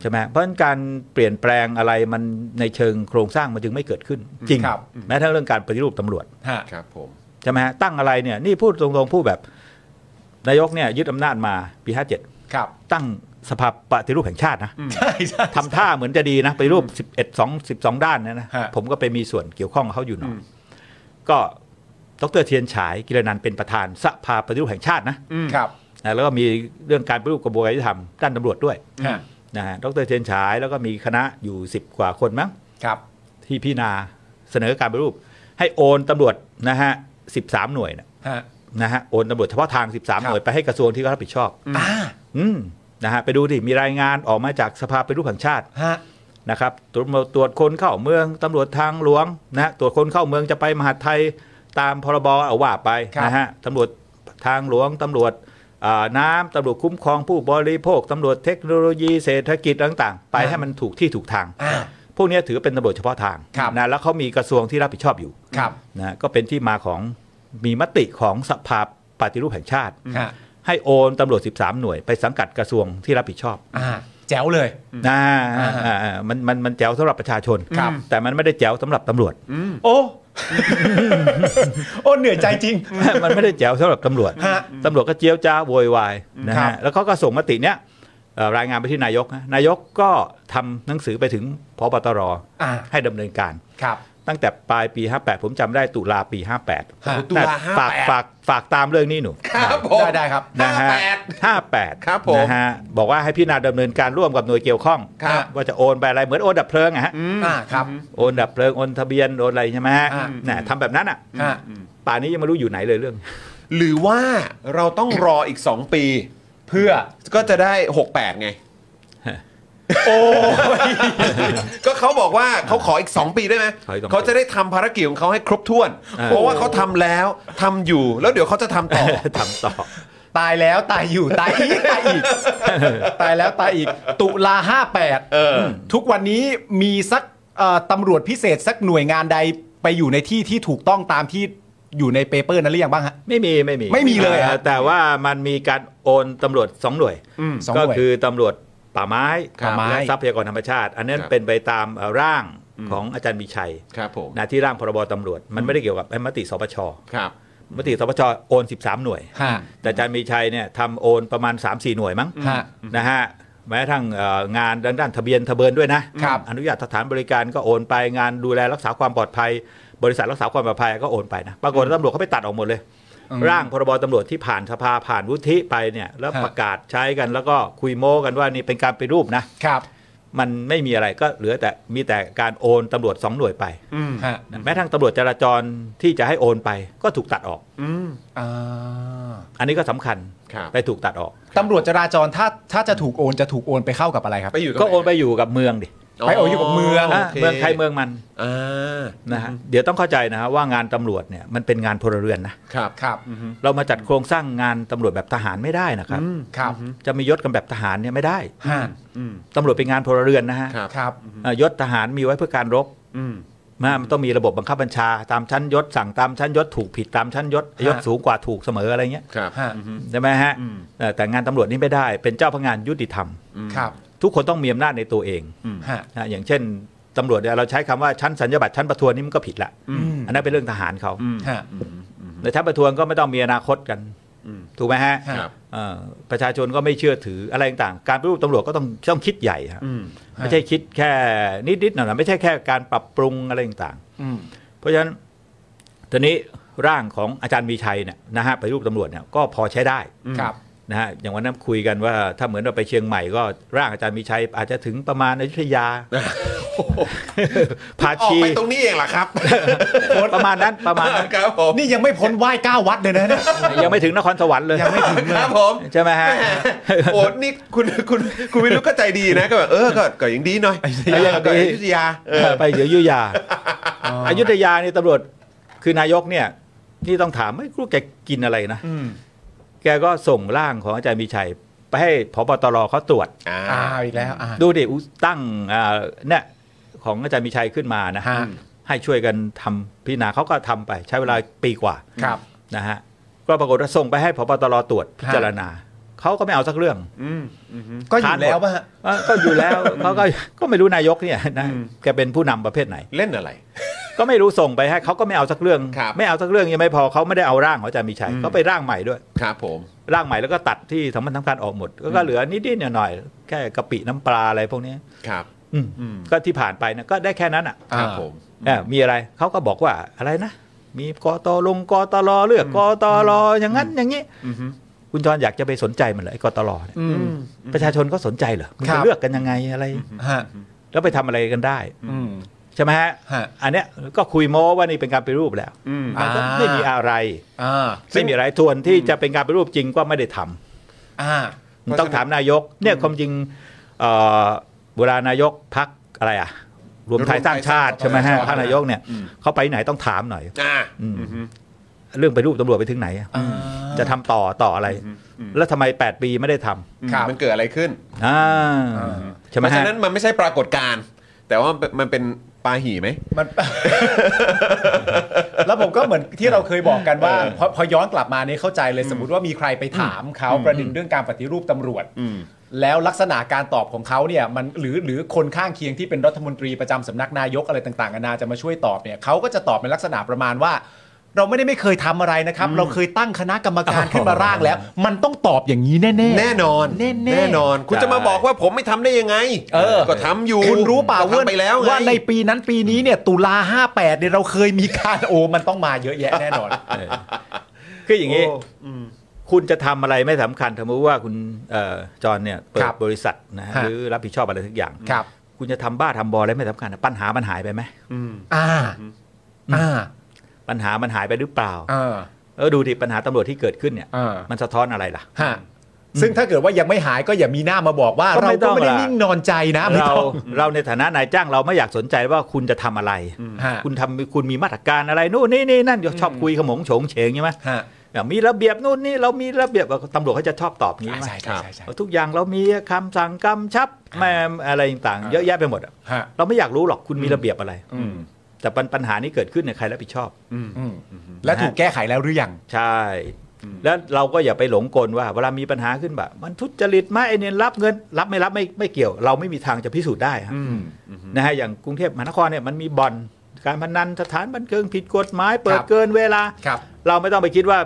F: ใช่ไหมเพราะฉะนั้นการเปลี่ยนแปลงอะไรมันในเชิงโครงสร้างมันจึงไม่เกิดขึ้น จริง
C: ครับ
F: แม้ทั้งเรื่องการปฏิรูปตำรวจ
C: ฮะ
A: ครับผม
F: ใช่ไหมฮะตั้งอะไรเนี่ยนี่พูดตรงๆพูดแบบ นายกเนี่ยยึดอำนาจมาปี57
C: ครับ
F: ตั้งสภาปฏิรูปแห่งชาตินะ
C: ใช่ใช่
F: ทำท่าเหมือนจะดีนะปฏิรูป 11 2 12 ด้านเนะนะ
C: ฮะ
F: ผมก็ไปมีส่วนเกี่ยวข้องกับเขาอยู่หน่อยก็ดรเทียนฉายกิรนันท์เป็นประธานสภาปฏิรูปแห่งชาตินะ
C: ครับ
F: นะแล้วก็มีเรื่องการปฏิรูปกระบวนการยุติธรรมด้านตำรวจด้วย
C: ฮะ
F: นะฮะดรเชนฉายแล้วก็มีคณะอยู่ 10 กว่าคนมั้ง
C: ครับ
F: ที่พิจารณาเสนอการปฏิรูป ให้โอนตำรวจนะฮะ13 หน่วยนะ
C: ฮะ
F: นะฮะโอนตำรวจเฉพาะทาง 13 หน่วยไปให้กระทรวงที่เขารับผิดชอบ
C: อ่า
F: อืมนะฮะไปดูดิมีรายงานออกมาจากสภาปฏิรูปแห่งชาติ
C: ฮะ
F: นะครับตรวจตรวจคนเข้าเมืองตำรวจทางหลวงนะฮะตรวจคนเข้าเมืองจะไปมหาดไทยตามพรบเอาว่าไป
C: ครับ
F: นะฮะตำรวจทางหลวงตำรวจอ่าน้ำตำรวจคุ้มครองผู้บริโภคตำรวจเทคโนโลยีเศรษฐกิจต่างๆ ไปให้มันถูกที่ถูกทาง
C: อ่า
F: พวกเนี้ยถือเป็นตำรวจเฉพาะทาง
C: ครับ
F: นะแล้วเขามีกระทรวงที่รับผิดชอบอยู่
C: ครับ
F: นะก็เป็นที่มาของมีมติของสภาปฏิรูปแห่งชาติ
C: ฮะ
F: ให้โอนตำรวจ 13 หน่วย ไปสังกัดกระทรวงที่รับผิดชอบ
C: อ่าแจ๋วเลย
F: นะ
C: อ่า
F: อ่าอ่ามันมันมันแจ๋วสำหรับประชาชน
C: ครับ
F: แต่มันไม่ได้แจ๋วสำหรับตำรวจ
C: โอ้ โอ้เหนื่อยใจจริง
F: [laughs] มันไม่ได้แจ๋วสำหรับตำรวจ
C: ฮะ
F: ตำรวจก็เจียวจ้าโวยวายนะ
C: ครั
F: ฮะ
C: บ
F: แล้วเขาก็ส่งมติเนี้ยเอ่อรายงานไปที่นายกนะนายกก็ทำหนังสือไปถึงพบตร
C: อ่า
F: ให้ดำเนินการ
C: ครับ
F: ตั้งแต่ปลายปี 58 ผมจำได้ตุลาปี 58
C: ฮะ
A: ตุลา
F: ฝาก
A: 58
F: ฝากฝากตามเรื่องนี้หนู
A: ครับผม
C: ได้ได้ครับ
F: นะฮะ
A: ห้าแปด
F: 58
A: ครับผม
F: นะฮะบอกว่าให้พี่นาดำเนินการร่วมกับหน่วยเกี่ยวข้อง
A: ครับ
F: ว่าจะโอนไปอะไรเหมือนโอนดับเพลิงอะฮะ
C: อ่าครับ
F: โอนดับเพลิงโอนทะเบียนโอนอะไรใช่ไหมฮะ
C: อ่า
F: น่ะทำแบบนั้นอ่ะ
C: ฮะ
F: ป่านนี้ยังไม่รู้อยู่ไหนเลยเรื่อง
A: หรือว่าเราต้องรออีก 2 ปี เพื่อ [coughs] ก็จะได้ 68 ไง โอ้ย [laughs] ก็เขาบอกว่าเขาขออีก 2 ปีได้ไหม
F: ขออีกสองปี
A: เขาจะได้ทำภารกิจของเขาให้ครบถ้วน
F: อ่า
A: เพราะว่าเขาทำแล้วทำอยู่แล้วเดี๋ยวเขาจะทำ
F: [coughs]
A: ต่อ
F: [laughs] ทำต่อ
C: ตายแล้วตายอยู่ตายอีกตายอีก ตายแล้วตายอีก ตุลาห้าแปด
A: เออ
C: ทุกวันนี้มีสักเอ่อตำรวจพิเศษสักหน่วยงานใดไปอยู่ในที่ที่ถูกต้องตามที่อยู่ในเปเปอร์นั้นหรือยังบ้างฮะ
F: ไม่มีไม่มี
C: ไม่มีเลยอะ
F: อ่อแต่ว่ามันมีการโอนตำรวจสองหน่วย
C: สองหน่
F: ก็
C: วย
F: คือตำรวจป่าไม้
C: ป่าไม้
F: และทรัพยากรธรรมชาติ อันนั้น
A: ครับ
F: เป็นไปตามเอ่อร่างของอาจารย์มีชัย
A: ครับผม
F: นะที่ร่างพรบตำรวจ มันไม่ได้เกี่ยวกับมติสปช
A: ครับ
F: มติสปชโอน 13 หน่วย
C: ฮะ
F: แต่อาจารย์มีชัยเนี่ยทำโอนประมาณ 3-4 หน่วยมั้ง
C: ฮะ
F: นะฮะแม้กระทั่งเอ่องานด้านด้านทะเบียนทะเบินด้วยนะครับ อนุญาตสถานบริการก็โอนไปงานดูแลรักษาความปลอดภัย บริษัทรักษาความปลอดภัยก็โอนไปนะปรากฏว่าตำรวจเขาไปตัดออกหมดเลย ร่างพรบตำรวจที่ผ่านสภาผ่านวุฒิไปเนี่ยแล้ว
C: ฮะ
F: ประกาศใช้กันแล้วก็คุยโม้กันว่านี่เป็นการไปรูปนะครับมันไม่มีอะไรก็เหลือแต่มีแต่การโอนตำรวจสองหน่วยไป
C: ฮะ
F: แม้กระทั่งตำรวจจราจรที่จะให้โอนไปก็ถูกตัดออก
C: อ่า
F: อันนี้ก็สำคัญ
A: ครับ
F: ไปถูกตัดออก
C: ตำรวจจราจรถ้าถ้าจะถูกโอนจะถูกโอนไปเข้ากับอะไรครับ
A: ไปอยู่ตรงห
F: ก็โอนไปอยู่กับเมืองดิ
C: ไปโอนอยู่กับเมือง
A: โ
F: อ่ะ
A: ค
F: เมืองใครเมืองมัน
A: อ่า
F: นะฮะเดี๋ยวต้องเข้าใจนะฮะว่างานตำรวจเนี่ยมันเป็นงานพลเรือนนะครับ
C: ครับ
F: เรามาจัดโครงสร้างงานตำรวจแบบทหารไม่ได้นะครับ
C: ครับ
F: จะมียศกันแบบทหารเนี่ยไม่ได้
C: ฮะ
F: ตำรวจเป็นงานพลเรือนนะฮะ
A: ครับ
C: ครับ
F: เอ่อยศทหารมีไว้เพื่อการรบ
A: อืม
F: นะฮะมันต้องมีระบบบังคับบัญชา ตามชั้นยศสั่งตามชั้นยศถูกผิดตามชั้นยศยศสูงกว่าถูกเสมออะไรเงี้ย
A: ครับ
C: ฮะ
F: ใช่ไหมฮะเอ่อแต่งานตำรวจนี่ไม่ได้ เป็นเจ้าพนักงานยุติธรรม
C: ครับ
F: ทุกคนต้องมีอำนาจในตัวเอง
C: ฮะ
F: นะอย่างเช่นตำรวจเนี่ยเราใช้คำว่าชั้นสัญญาบัตรชั้นประทวนนี่มันก็ผิดละอันนั้นเป็นเรื่องทหารเขา
C: ฮะ
F: ในชั้นประทวนก็ไม่ต้องมีอนาคตกันถูกไหมฮะ
C: ครับ
F: เอ่อประชาชนก็ไม่เชื่อถืออะไรต่างๆการปฏิรูปตำรวจก็ต้องต้องคิดใหญ่ฮะไม่ใช่คิดแค่นิดๆหน่อยๆไม่ใช่แค่การปรับปรุงอะไรต่าง
C: อืม
F: ๆ เพราะฉะนั้นตอนนี้ร่างของอาจารย์มีชัยเนี่ยนะฮะปฏิรูปตำรวจเนี่ยก็พอใช้ได้
C: ครับ
F: นะฮะอย่างวันนั้นคุยกันว่าถ้าเหมือนเราไปเชียงใหม่ก็ร่างอาจารย์มีชัยอาจจะถึงประมาณอยุธยาพา
A: ออก
F: ชี
A: ไปตรงนี้เองเหรอครับ
F: ประมาณนั้นประมาณนั้น
A: ครับผม
C: นี่ยังไม่พ้นไหว้เก้าวัดเลยนะเนี่ย
F: ยังไม่ถึงนครสวรรค์เลย
C: ยังไม่ถึงเล
A: ค
C: ย
A: รับผม
F: ใช่ไหมฮะ
A: โอ้นี่คุณคุณคุณวิรุธก็ใจดีนะก็แบบเออก็ก็ยังดีหน่อยเออก็อยุธยาเออ
F: ไปเดี๋ยวอยุธยาอยุธยานี่ตำรวจคือนายกเนี่ยที่ต้องถามไม่รู้แกกินอะไรนะ
C: อืม
F: แกก็ส่งร่างของอาจารย์มีชัย ไปให้พบตรเขาตรวจ
A: อ่า
C: อ้าวอีกแล้วอ่า
F: ดูดิอุตั้งอ่าเนี่ยของอาจารย์มีชัยขึ้นมานะ
C: ฮะ
F: ให้ช่วยกันทำพิจารณาเขาก็ทำไปใช้เวลาปีกว่า
C: ครับ
F: นะฮะก็ปรากฏว่าส่งไปให้พบตรตรวจพิจารณาเขาก็ไม่เอาสักเรื่อง
A: อืม
C: ก็อยู่แล้วป่ะฮะ
F: เอ้าก็อยู่แล้ว เขาก็ก็ไม่รู้นายกเนี่ยนะ
A: อืม
F: แกเป็นผู้นำประเภทไหน
A: เล่นอะไร
F: ก็ไม่รู้ส่งไปให้เขาก็ไม่เอาสักเรื่อง
A: ครับ
F: ไม่เอาสักเรื่องยังไม่พอเขาไม่ได้เอาร่างของอาจารย์มีชัย
A: อืม
F: เขาไปร่างใหม่ด้วย
A: ครับผม
F: ร่างใหม่แล้วก็ตัดที่สำคัญสำคัญออกหมด ก็เหลือนิดๆหน่อยๆแค่กะปิน้ำปลาอะไรพวกเนี้ย
A: ครับ
F: อืม
A: อืม
F: ก็ที่ผ่านไปนะก็ได้แค่นั้นอ่ะ
A: ครับ
C: อ่า
A: ผม
F: เอ่อมีอะไรเขาก็บอกว่าอะไรนะ มีกตลงกตลเลือกกตลอย่างนั้นอย่างนี้
A: อือฮึ
F: คุณจรอยากจะไปสนใจมันเหรอไอ้กตลเนี่ย
C: อืม
F: ประชาชนก็สนใจเหรอมัน
C: ครั
F: จะ
C: บ
F: เลือกกันยังไงอะไร
C: ฮะ
F: แล้วไปทำอะไรกันได้
C: อืม
F: ใช่ไหมฮะ
C: ฮะ
F: อันเนี้ยก็คุยโม้ว่านี่เป็นการไปรูปแล้ว
A: อืม
C: อ่ามั
F: มันก็ไม่มีอะไร
C: อ่า
F: ไม่มีอะไรทวนที่จะเป็นการไปรูปจริงก็ไม่ได้ทำ
C: อ่า
F: ต้องถามนายกเนี่ยความจริงเอ่อเวลานายกพัก อะไรอ่ะ รวมไทยสร้างชาติใช่ไหมฮะท่านนายกเนี่ย
A: อืม
F: เขาไปไหนต้องถามหน่อย
A: อ่า
F: อืม
A: อือฮึ
F: เรื่องไปรูปตำรวจไปถึงไหนอะจะทำต่อต่ออะไร
A: อืมอืม
F: แล้วทำไม 8 ปีไม่ได้ทำ
C: ครับ
A: มันเกิดอะไรขึ้น
F: อ่าใช่ไห
A: เพ
F: ม
A: ราะ
F: ฮะ
A: ฉะนั้นมันไม่ใช่ปรากฏการณ์แต่ว่ามันเป็นมันเป็นปาหี่ไหม
C: มัน [laughs] แล้วผมก็เหมือนที่เราเคยบอกกันว่า
A: เออ
C: พอพอย้อนกลับมาเนี่ยเข้าใจเลยสมมติว่ามีใครไปถามเขาประเด็นเรื่องการปฏิรูปตำรวจ
A: อืม
C: แล้วลักษณะการตอบของเขาเนี่ยมันหรือหรือคนข้างเคียงที่เป็นรัฐมนตรีประจำสำนักนายกอะไรต่างๆนานาจะมาช่วยตอบเนี่ยเขาก็จะตอบเป็นลักษณะประมาณว่า เราไม่ได้ไม่เคยทำอะไรนะครับ เราเคยตั้งคณะกรรมการขึ้นมาร่าง
A: [laughs]
C: แล้ว มันต้องตอบอย่างนี้แน่ๆ
A: แน่นอน
C: แน่ๆ
A: นอน คุณจะมาบอกว่าผมไม่ทำได้ยังไง
C: เออ
A: ก็ทำอยู่
C: คุณรู้เปล่า
A: ก็
C: ว่า
A: ทำไปแล้วไง
C: ว่าในปีนั้นปีนี้เนี่ยตุลา58เนี่ยเราเคยมีการ [laughs] โอมันต้องมาเยอะแยะแน่นอน
F: คืออย่างนี้
A: โอ้อืม
F: คุณจะทำอะไรไม่สำคัญสมมติว่าคุณเอ่อจอห์นเนี่ยเปิ
C: ค
F: ด
C: รับบ
F: ริษัทนะฮะ
C: ฮะ
F: หรือรับผิดชอบอะไรทุกอย่าง
C: ครับ
F: คุณจะทำบ้าทำบออะไรไม่สำคัญนะปัญหามันหายไปไหม
A: อืม
C: อ่า อ่า
F: ปัญหามันหายไปหรือเปล่า
C: เออ
F: เออดูดิปัญหาตำรวจที่เกิดขึ้นเนี่ย
C: เออ
F: มันสะท้อนอะไรล่ะ
C: ฮะ ซึ่งถ้าเกิดว่ายังไม่หายก็อย่ามีหน้ามาบอกว่า
F: ก็
C: เรา
F: ไม่ต้
C: ก็
F: อง
C: ไม่ได้
F: ล่ะ
C: นิ่งนอนใจนะไม่
F: เรา
C: ต้อง
F: เราในฐานะนายจ้างเราไม่อยากสนใจว่าคุณจะทำอะไร
C: ฮะ
F: คุณทำคุณมีมาตรการอะไรนู่นนี่นี่นั่นชอบคุยขมงโฉงเฉงใช่ไหม
C: ฮะ
F: อ่ะมีระเบียบนู่นนี่เรามีระเบียบตำรวจเขาจะชอบตอบนี้ไหม
C: ใช่ใช่ใช่ใช่
F: ทุกอย่างเรามีคำสั่งกำชับแม่อะไรต่างๆเยอะแยะไปหมดอ่ะ
C: ฮะ
F: เราไม่อยากรู้หรอกคุณมีระเบียบอะไร
A: อืม
F: แต่ปัญปัญหานี้เกิดขึ้นเนี่ยใครรับผิดชอบ
A: อืม
C: อืมและถูกแก้ไขแล้วหรือยัง
F: ใช่ แล้วเราก็อย่าไปหลงกลว่าเวลามีปัญหาขึ้นแบบมันทุจริตไหมไอเนี่ยรับเงิน รับไม่รับไม่ไม่เกี่ยว เราไม่มีทางจะพิสูจน์ได้ฮะนะฮะอย่างกรุงเทพมหานครเนี่ยมันมีบ่อนการพนันสถานบันเทิงผิดกฎหมาย เปิ
C: ค
F: ด
C: รับ
F: เกินเวลา
C: ครับ
F: เราไม่ต้องไปคิดว่า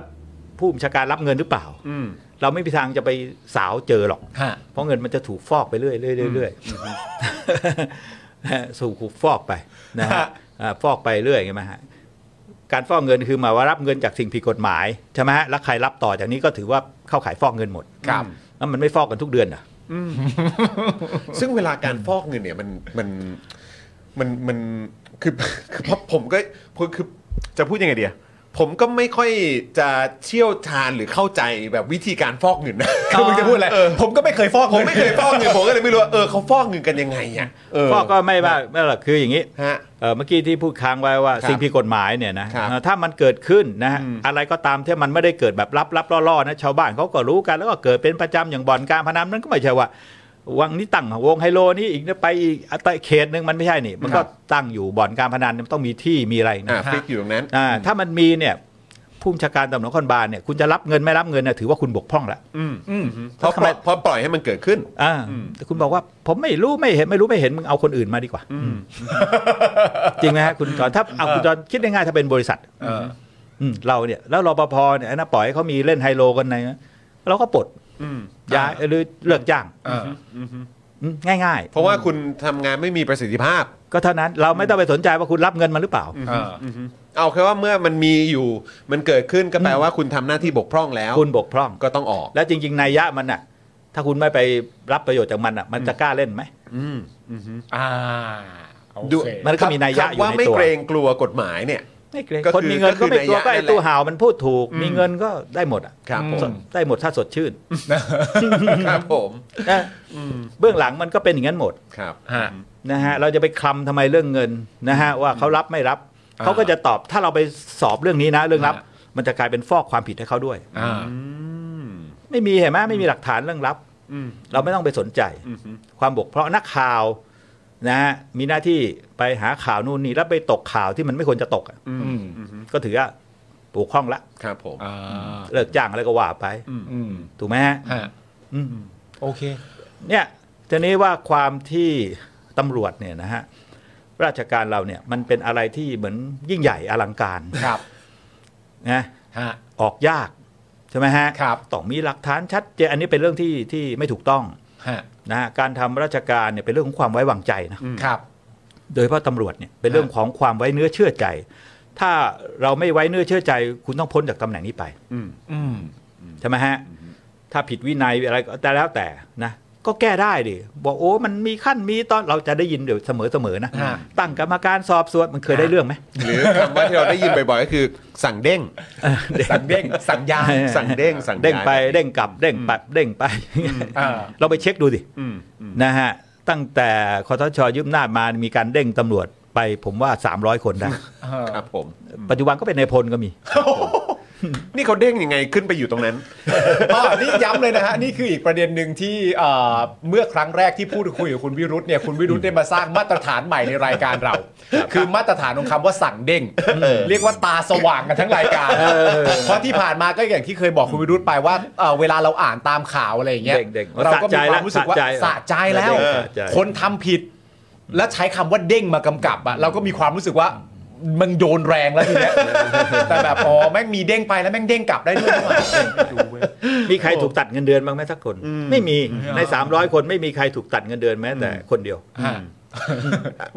F: ผู้บัญชาการรับเงินหรือเปล่า
A: อืม
F: เราไม่มีทางจะไปสาวเจอหรอก
C: ฮะ
F: เพราะเงินมันจะถูกฟอกไปเรื่อยเรื่อยเรื่อย [laughs] ถูกฟอกไปนะ
C: ฮะ
F: ฮะอ่าฟอกไปเรื่อยใช่ไหมฮะการฟอกเงินคือหมายว่ารับเงินจากสิ่งผิดกฎหมายใช่ไหมฮะแล้วใครรับต่อจากนี้ก็ถือว่าเข้าขายฟอกเงินหมด
A: ครับ
F: แล้วมันไม่ฟอกกันทุกเดือนอ่ะ
A: ซึ่งเวลาการฟอกเงินเนี่ยมันมันมันมันคือคือ [laughs] เพราะผมก็คือคือจะพูดยังไงเดียผมก็ไม่ค่อยจะเชี่ยวชาญหรือเข้าใจแบบวิธีการฟอกเงินนะ [laughs]
C: คือมึงจะพูดอะไร
A: เ
C: ผมก็ไม่เคยฟอก
A: ผมไม่เคยฟอกเงินผมก็เลยไม่รู้ว่าเออเขาฟอกเงินกันยังไงอ่ะเ
F: ฟอกก็ไม่ว่าไม่หรอกคืออย่างนี้
A: ฮะ
F: เอ่อเมื่อกี้ที่พูดค้างไว้ว่า
A: ครับ
F: สิ่งผิดกฎหมายเนี่ยนะครับ เอ่อถ้ามันเกิดขึ้นนะฮะอะไรก็ตามที่มันไม่ได้เกิดแบบลับๆล่อๆนะชาวบ้านเขาก็รู้กันแล้วก็เกิดเป็นประจำอย่างบ่อนการพนันนั้นก็ไม่ใช่ว่า วังนี้ตั้งวงไฮโลนี่อีกนะไปอีกอ่ะแต่เขตหนึ่งมันไม่ใช่นี่ มัน
A: ครั
F: ก็
A: บ
F: ตั้งอยู่บ่อนการพนันมันต้องมีที่มีอะไรนะ
A: อ่ะฟิกอยู่ตรงนั้น
F: อ่าถ้ามันมีเนี่ยผู้บัญชาการตำรวจนครบาลเนี่ยคุณจะรับเงินไม่รับเงินนะถือว่าคุณบกพร่องแล้ว
A: อืมอืมเพราะ
F: ทำไม
A: เพราะปล่อยให้มันเกิดขึ้น
F: อ่าแต่คุณบอกว่าผมไม่รู้ไม่เห็นไม่รู้ไม่เห็นมึงเอาคนอื่นมาดีกว่า จริงไหมฮะคุณจอนถ้าเอาคุณจอนคิดง่ายๆถ้าเป็นบริษัท
C: เออ
F: อืมเราเนี่ย แล้วรปภเนี่ยนะปล่อยให้เขามีเล่นไฮโลกันในนะเราก็ปลด
A: อืม
F: ย้ายหรือเลิกจ้าง
C: เออ
F: อืมง่าย
A: เพราะว่าคุณทำงานไม่มีประสิทธิภาพ
F: ๆ ก็เท่านั้นเราไม่ต้องไปสนใจว่าคุณรับเงินมาหรือเปล่า
C: เออ
A: เอาแค่ว่าเมื่อมันมีอยู่มันเกิดขึ้นก็แปลว่าคุณทำหน้าที่บกพร่องแล้ว
F: คุณบกพร่อง
A: ก็ต้องออก
F: แล้วจริง ๆนัยยะมันอ่ะ ถ้าคุณไม่ไปรับประโยชน์จากมันอ่ะ มันจะกล้าเล่นไหม
A: อืม
C: อ่าโอ
A: ดู
C: เค
F: มันก็มีนัยยะอยู่ในตัว
A: ว่าไม่เกรงกลัวกฎหมายเนี่ย [laughs]
F: ไม่เกรง
A: ก็คือ
F: คนมีเงิน
A: ก็คือ
F: ก็ไม่กลั
A: นัย
F: ว
A: ยะ
F: ก็ไอ้
A: นั่นแหละ
F: ตู้ห่าวมันพูดถูก
A: อืม
F: มีเงินก็ได้หมดอ่ะ
A: ครับผ
C: อื
A: ม
F: ได้หมดถ้าสดชื่น
A: ครับผม
F: นะเบื้องหลังมันก็เป็นอย่างนั้นหมด
A: ครับ
C: ฮะ
F: นะฮะเราจะไปคลำทำไมเรื่องเงินนะฮะว่าเขารับไม่รับ
C: อ่า
F: เขาก็จะตอบถ้าเราไปสอบเรื่องนี้นะเรื่องรับ
C: อ่า
F: มันจะกลายเป็นฟอกความผิดให้เขาด้วย
C: อ่า
F: ไม่มีเห็นไหมไม่มีหลักฐานเรื่องรับ
A: อืม
F: เราไม่ต้องไปสนใจ ความบกพร่องนักข่าวนะฮะมีหน้าที่ไปหาข่าวนู่นนี่แล้วไปตกข่าวที่มันไม่ควรจะตกอะ
A: อื
C: อื
A: ม
C: ม
F: ก็ถือว่าปกคล้องละ
A: ครับผม
C: อ่า
F: เลิกจ้างอะไรก็ว่าไป
C: อืม
F: ถูกไหมฮะ
C: ฮะ
F: อืม
C: โอเค
F: เนี่ยทีนี้ว่าความที่ตำรวจเนี่ยนะฮะราชการเราเนี่ยมันเป็นอะไรที่เหมือนยิ่งใหญ่อลังการ
C: ครับ
F: นะ
C: ฮะ
F: ออกยากใช่ไหมฮะ
C: ครับ
F: ต้องมีหลักฐานชัดเจนอันนี้เป็นเรื่องที่ที่ไม่ถูกต้อง
C: ฮะ
F: นะฮะการทำราชการเนี่ยเป็นเรื่องของความไว้วางใจนะครับ โดยเฉพาะตำรวจเนี่ยเป็นเรื่องของความไว้เนื้อเชื่อใจ ถ้าเราไม่ไว้เนื้อเชื่อใจ คุณต้องพ้นจากตำแหน่งนี้ไป
A: อืม
C: อืม
F: ใช่ไหมฮะถ้าผิดวินัยอะไรก็แต่แล้วแต่นะก็แก้ได้ดิบอกโอ้มันมีขั้นมีตอนเราจะได้ยินเดี๋ยวเสมอเสมอๆนะ
C: ฮะ
F: ตั้งกรรมการสอบสวนมันเคยได้เรื่องไหม
A: หรือคำว่าที่เราได้ยินบ่อยๆก็คือสั่งเด้ง
C: สั่งเด้ง สั่งยา
F: เออ
A: สั่งเด้งสั่งย้าย
F: เด้งไปเด้งกลับเด้งปัดเด้งไป
C: เออ
F: เราไปเช็คดูสิ
A: อืมอืม
F: นะฮะ ตั้งแต่คอทชยึดอำนาจมามีการเด้งตำรวจไปผมว่า 300 คนได้
C: เออ
A: ครับผม
F: ปัจจุบันก็เป็นนายพลก็มี
A: นี่เขาเด้งยังไงขึ้นไปอยู่ตรงนั้น
C: อ๋อนี่ย้ำเลยนะฮะ นี่คืออีกประเด็นหนึ่งที่เอ่อเมื่อครั้งแรกที่พูดคุยกับคุณวิรุธเนี่ยคุณวิรุธได้มาสร้างมาตรฐานใหม่ในรายการเรา คือมาตรฐานของคำว่าสั่งเด้งเรียกว่าตาสว่างกันทั้งรายการเพราะที่ผ่านมาก็อย่างที่เคยบอกคุณวิรุธไปว่าเอ่อเวลาเราอ่านตามข่าวอะไรอย่างเงี้ย
F: เด้งเด้ง
C: เราก็มีความรู้สึกว่า
F: สะใจแล้
C: สะใจแล้ว
F: วเออสะใจ
C: คนทำผิด และใช้คำว่าเด้งมากำกับอะเราก็มีความรู้สึกว่ามันโยนแรงแล้วทีเนี้ยแต่แบบอ๋อแม่งมีเด้งไปแล้วแม่งเด้งกลับได้ด้วยนี่หว่า
F: มีใครถูกตัดเงินเดือนบ้างไหมสักคน ไม่มีใน 300 คนไม่มีใครถูกตัดเงินเดือนแม้แต่คนเดียว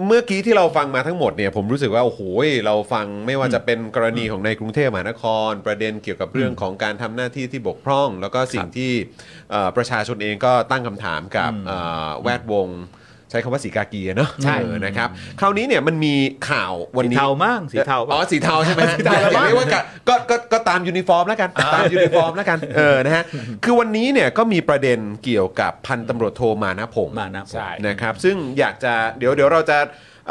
A: เมื่อกี้ที่เราฟังมาทั้งหมดเนี่ยผมรู้สึกว่าโอ้โหเราฟังไม่ว่าจะเป็นกรณีของในกรุงเทพมหานคร ประเด็นเกี่ยวกับเรื่องของการทำหน้าที่ที่บกพร่อง แล้วก็สิ่งที่เอ่อประชาชนเองก็ตั้งคำถามกับเอ่อแวดวง ใช้คำว่าสีกากีอะเนาะ
C: ใช่
A: เออนะครับ คราวนี้เนี่ยมันมีข่าววันนี้
F: สีเทามั้งสีเทาปะ
A: อ๋อสีเทาใช่ไหมฮะอย่าเรียกว่ากะก็ก็ก็ตามยูนิฟอร์มแล้วกันตามยูนิฟอร์มแล้วกันเออนะฮะคือวันนี้เนี่ยก็มีประเด็นเกี่ยวกับพันตำรวจโทมานะพงษ์
F: มานะผม
C: ใช่
A: นะครับซึ่งอยากจะเดี๋ยวเดี๋ยวเราจะ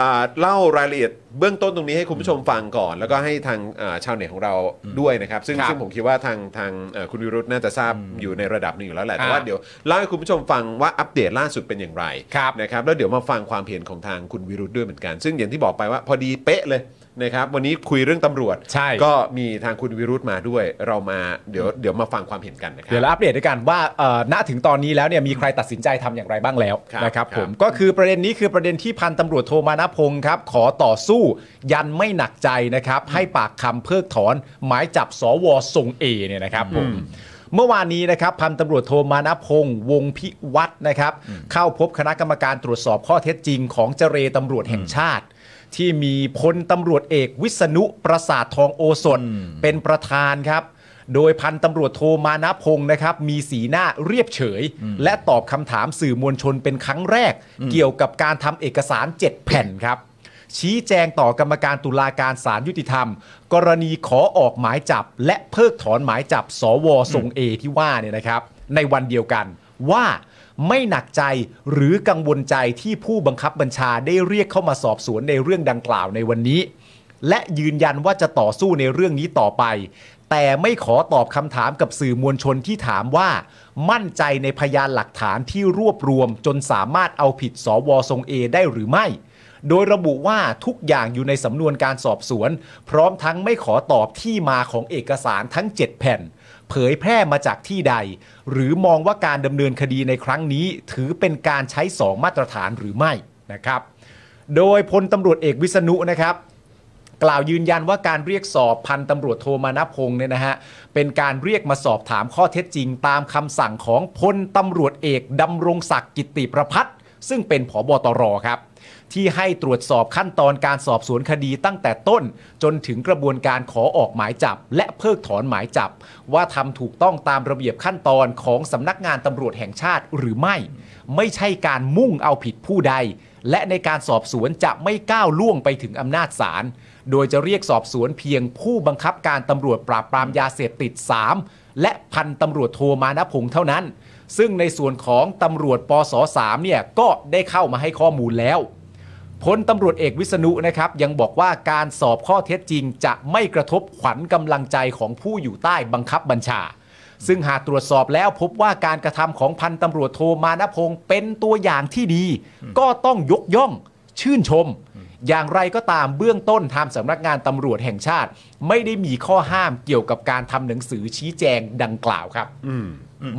A: อ่าเล่ารายละเอียดเบื้องต้นตรงนี้ให้คุณผู้ชมฟังก่อน แล้วก็ให้ทางอ่าชาวเน็ตของเราด้วยนะครับ ซึ่ง
C: ครับ
A: ซึ่งผมคิดว่าทางทางเอ่อคุณวิรุธน่าจะทราบอยู่ในระดับหนึ่งอยู่แล้วแหละแต่ว่า
C: อ่า
A: เดี๋ยวเล่าให้คุณผู้ชมฟังว่าอัปเดตล่าสุดเป็นอย่างไร
C: ครับ
A: นะครับแล้วเดี๋ยวมาฟังความเห็นของทางคุณวิรุธด้วยเหมือนกัน ซึ่งอย่างที่บอกไปว่าพอดีเป๊ะเลยนะครับวันนี้คุยเรื่องตำรวจ
C: ใช่
A: ก็มีทางคุณวิรุธมาด้วย เรามาเดี๋ยวเดี๋ยวมาฟังความเห็นกันนะครั
C: เดี๋ยวเราอัปเดตด้วยกันว่าเอ่อณถึงตอนนี้แล้วเนี่ยมีใครตัดสินใจทำอย่างไรบ้างแล้ว
A: ครับ
C: นะครับ
A: ครับ
C: ผมก็คือประเด็นนี้คือประเด็นที่พันตำรวจโทมานะพงศ์ครับขอต่อสู้ ยันไม่หนักใจนะครับ ให้ปากคำเพิกถอน หมายจับสวทรงเอเนี่ยนะครับผมเมื่อวานนี้นะครับพันตำรวจโทมานะพงศ์วงพิวัตรนะครับ เข้าพบคณะกรรมการตรวจสอบข้อเท็จจริงของเจรตำรวจแห่งชาติ ที่มีพลตำรวจเอกวิษณุประสาททองโอสถเป็นประธานครับ โดยพันตำรวจโทมานะพงศ์นะครับ มีสีหน้าเรียบเฉย และตอบคำถามสื่อมวลชนเป็นครั้งแรก เกี่ยวกับการทำเอกสาร 7 แผ่นครับ ชี้แจงต่อกรรมการตุลาการศาลยุติธรรม กรณีขอออกหมายจับ และเพิกถอนหมายจับ สวทรงเอที่ว่าเนี่ยนะครับ ในวันเดียวกันว่าไม่หนักใจหรือกังวลใจที่ผู้บังคับบัญชาได้เรียกเข้ามาสอบสวนในเรื่องดังกล่าวในวันนี้ และยืนยันว่าจะต่อสู้ในเรื่องนี้ต่อไป แต่ไม่ขอตอบคำถามกับสื่อมวลชนที่ถามว่า มั่นใจในพยานหลักฐานที่รวบรวมจนสามารถเอาผิดสวทรงเอได้หรือไม่ โดยระบุว่าทุกอย่างอยู่ในสำนวนการสอบสวน พร้อมทั้งไม่ขอตอบที่มาของเอกสารทั้ง 7 แผ่น เผยแพร่มาจากที่ใด หรือมองว่าการดำเนินคดีในครั้งนี้ ถือเป็นการใช้สองมาตรฐานหรือไม่นะครับ โดยพลตำรวจเอกวิษณุนะครับ กล่าวยืนยันว่าการเรียกสอบพันตำรวจโทมานะพงศ์เนี่ยนะฮะเป็นการเรียกมาสอบถามข้อเท็จจริง ตามคำสั่งของพลตำรวจเอกดำรงศักดิ์กิตติประพัฒน์ซึ่งเป็นผบตรครับ ที่ให้ตรวจสอบขั้นตอนการสอบสวนคดีตั้งแต่ต้น จนถึงกระบวนการขอออกหมายจับ และเพิกถอนหมายจับ ว่าทำถูกต้องตามระเบียบขั้นตอนของสำนักงานตำรวจแห่งชาติหรือไม่ ไม่ใช่การมุ่งเอาผิดผู้ใด และในการสอบสวนจะไม่ก้าวล่วงไปถึงอำนาจศาล โดยจะเรียกสอบสวนเพียงผู้บังคับการตำรวจปราบปรามยาเสพติด 3 และพันตำรวจโทมานะพงษ์เท่านั้น ซึ่งในส่วนของตำรวจปส3เนี่ยก็ได้เข้ามาให้ข้อมูลแล้ว พลตำรวจเอกวิษณุนะครับ ยังบอกว่าการสอบข้อเท็จจริง จะไม่กระทบขวัญกำลังใจของผู้อยู่ใต้บังคับบัญชา ซึ่งหากตรวจสอบแล้วพบว่าการกระทำของพันตำรวจโทมานพงศ์เป็นตัวอย่างที่ดี ก็ต้องยกย่อง ชื่นชม อย่างไรก็ตามเบื้องต้นทางสำนักงานตำรวจแห่งชาติ ไม่ได้มีข้อห้ามเกี่ยวกับการทำหนังสือชี้แจงดังกล่าวครับ
A: อืม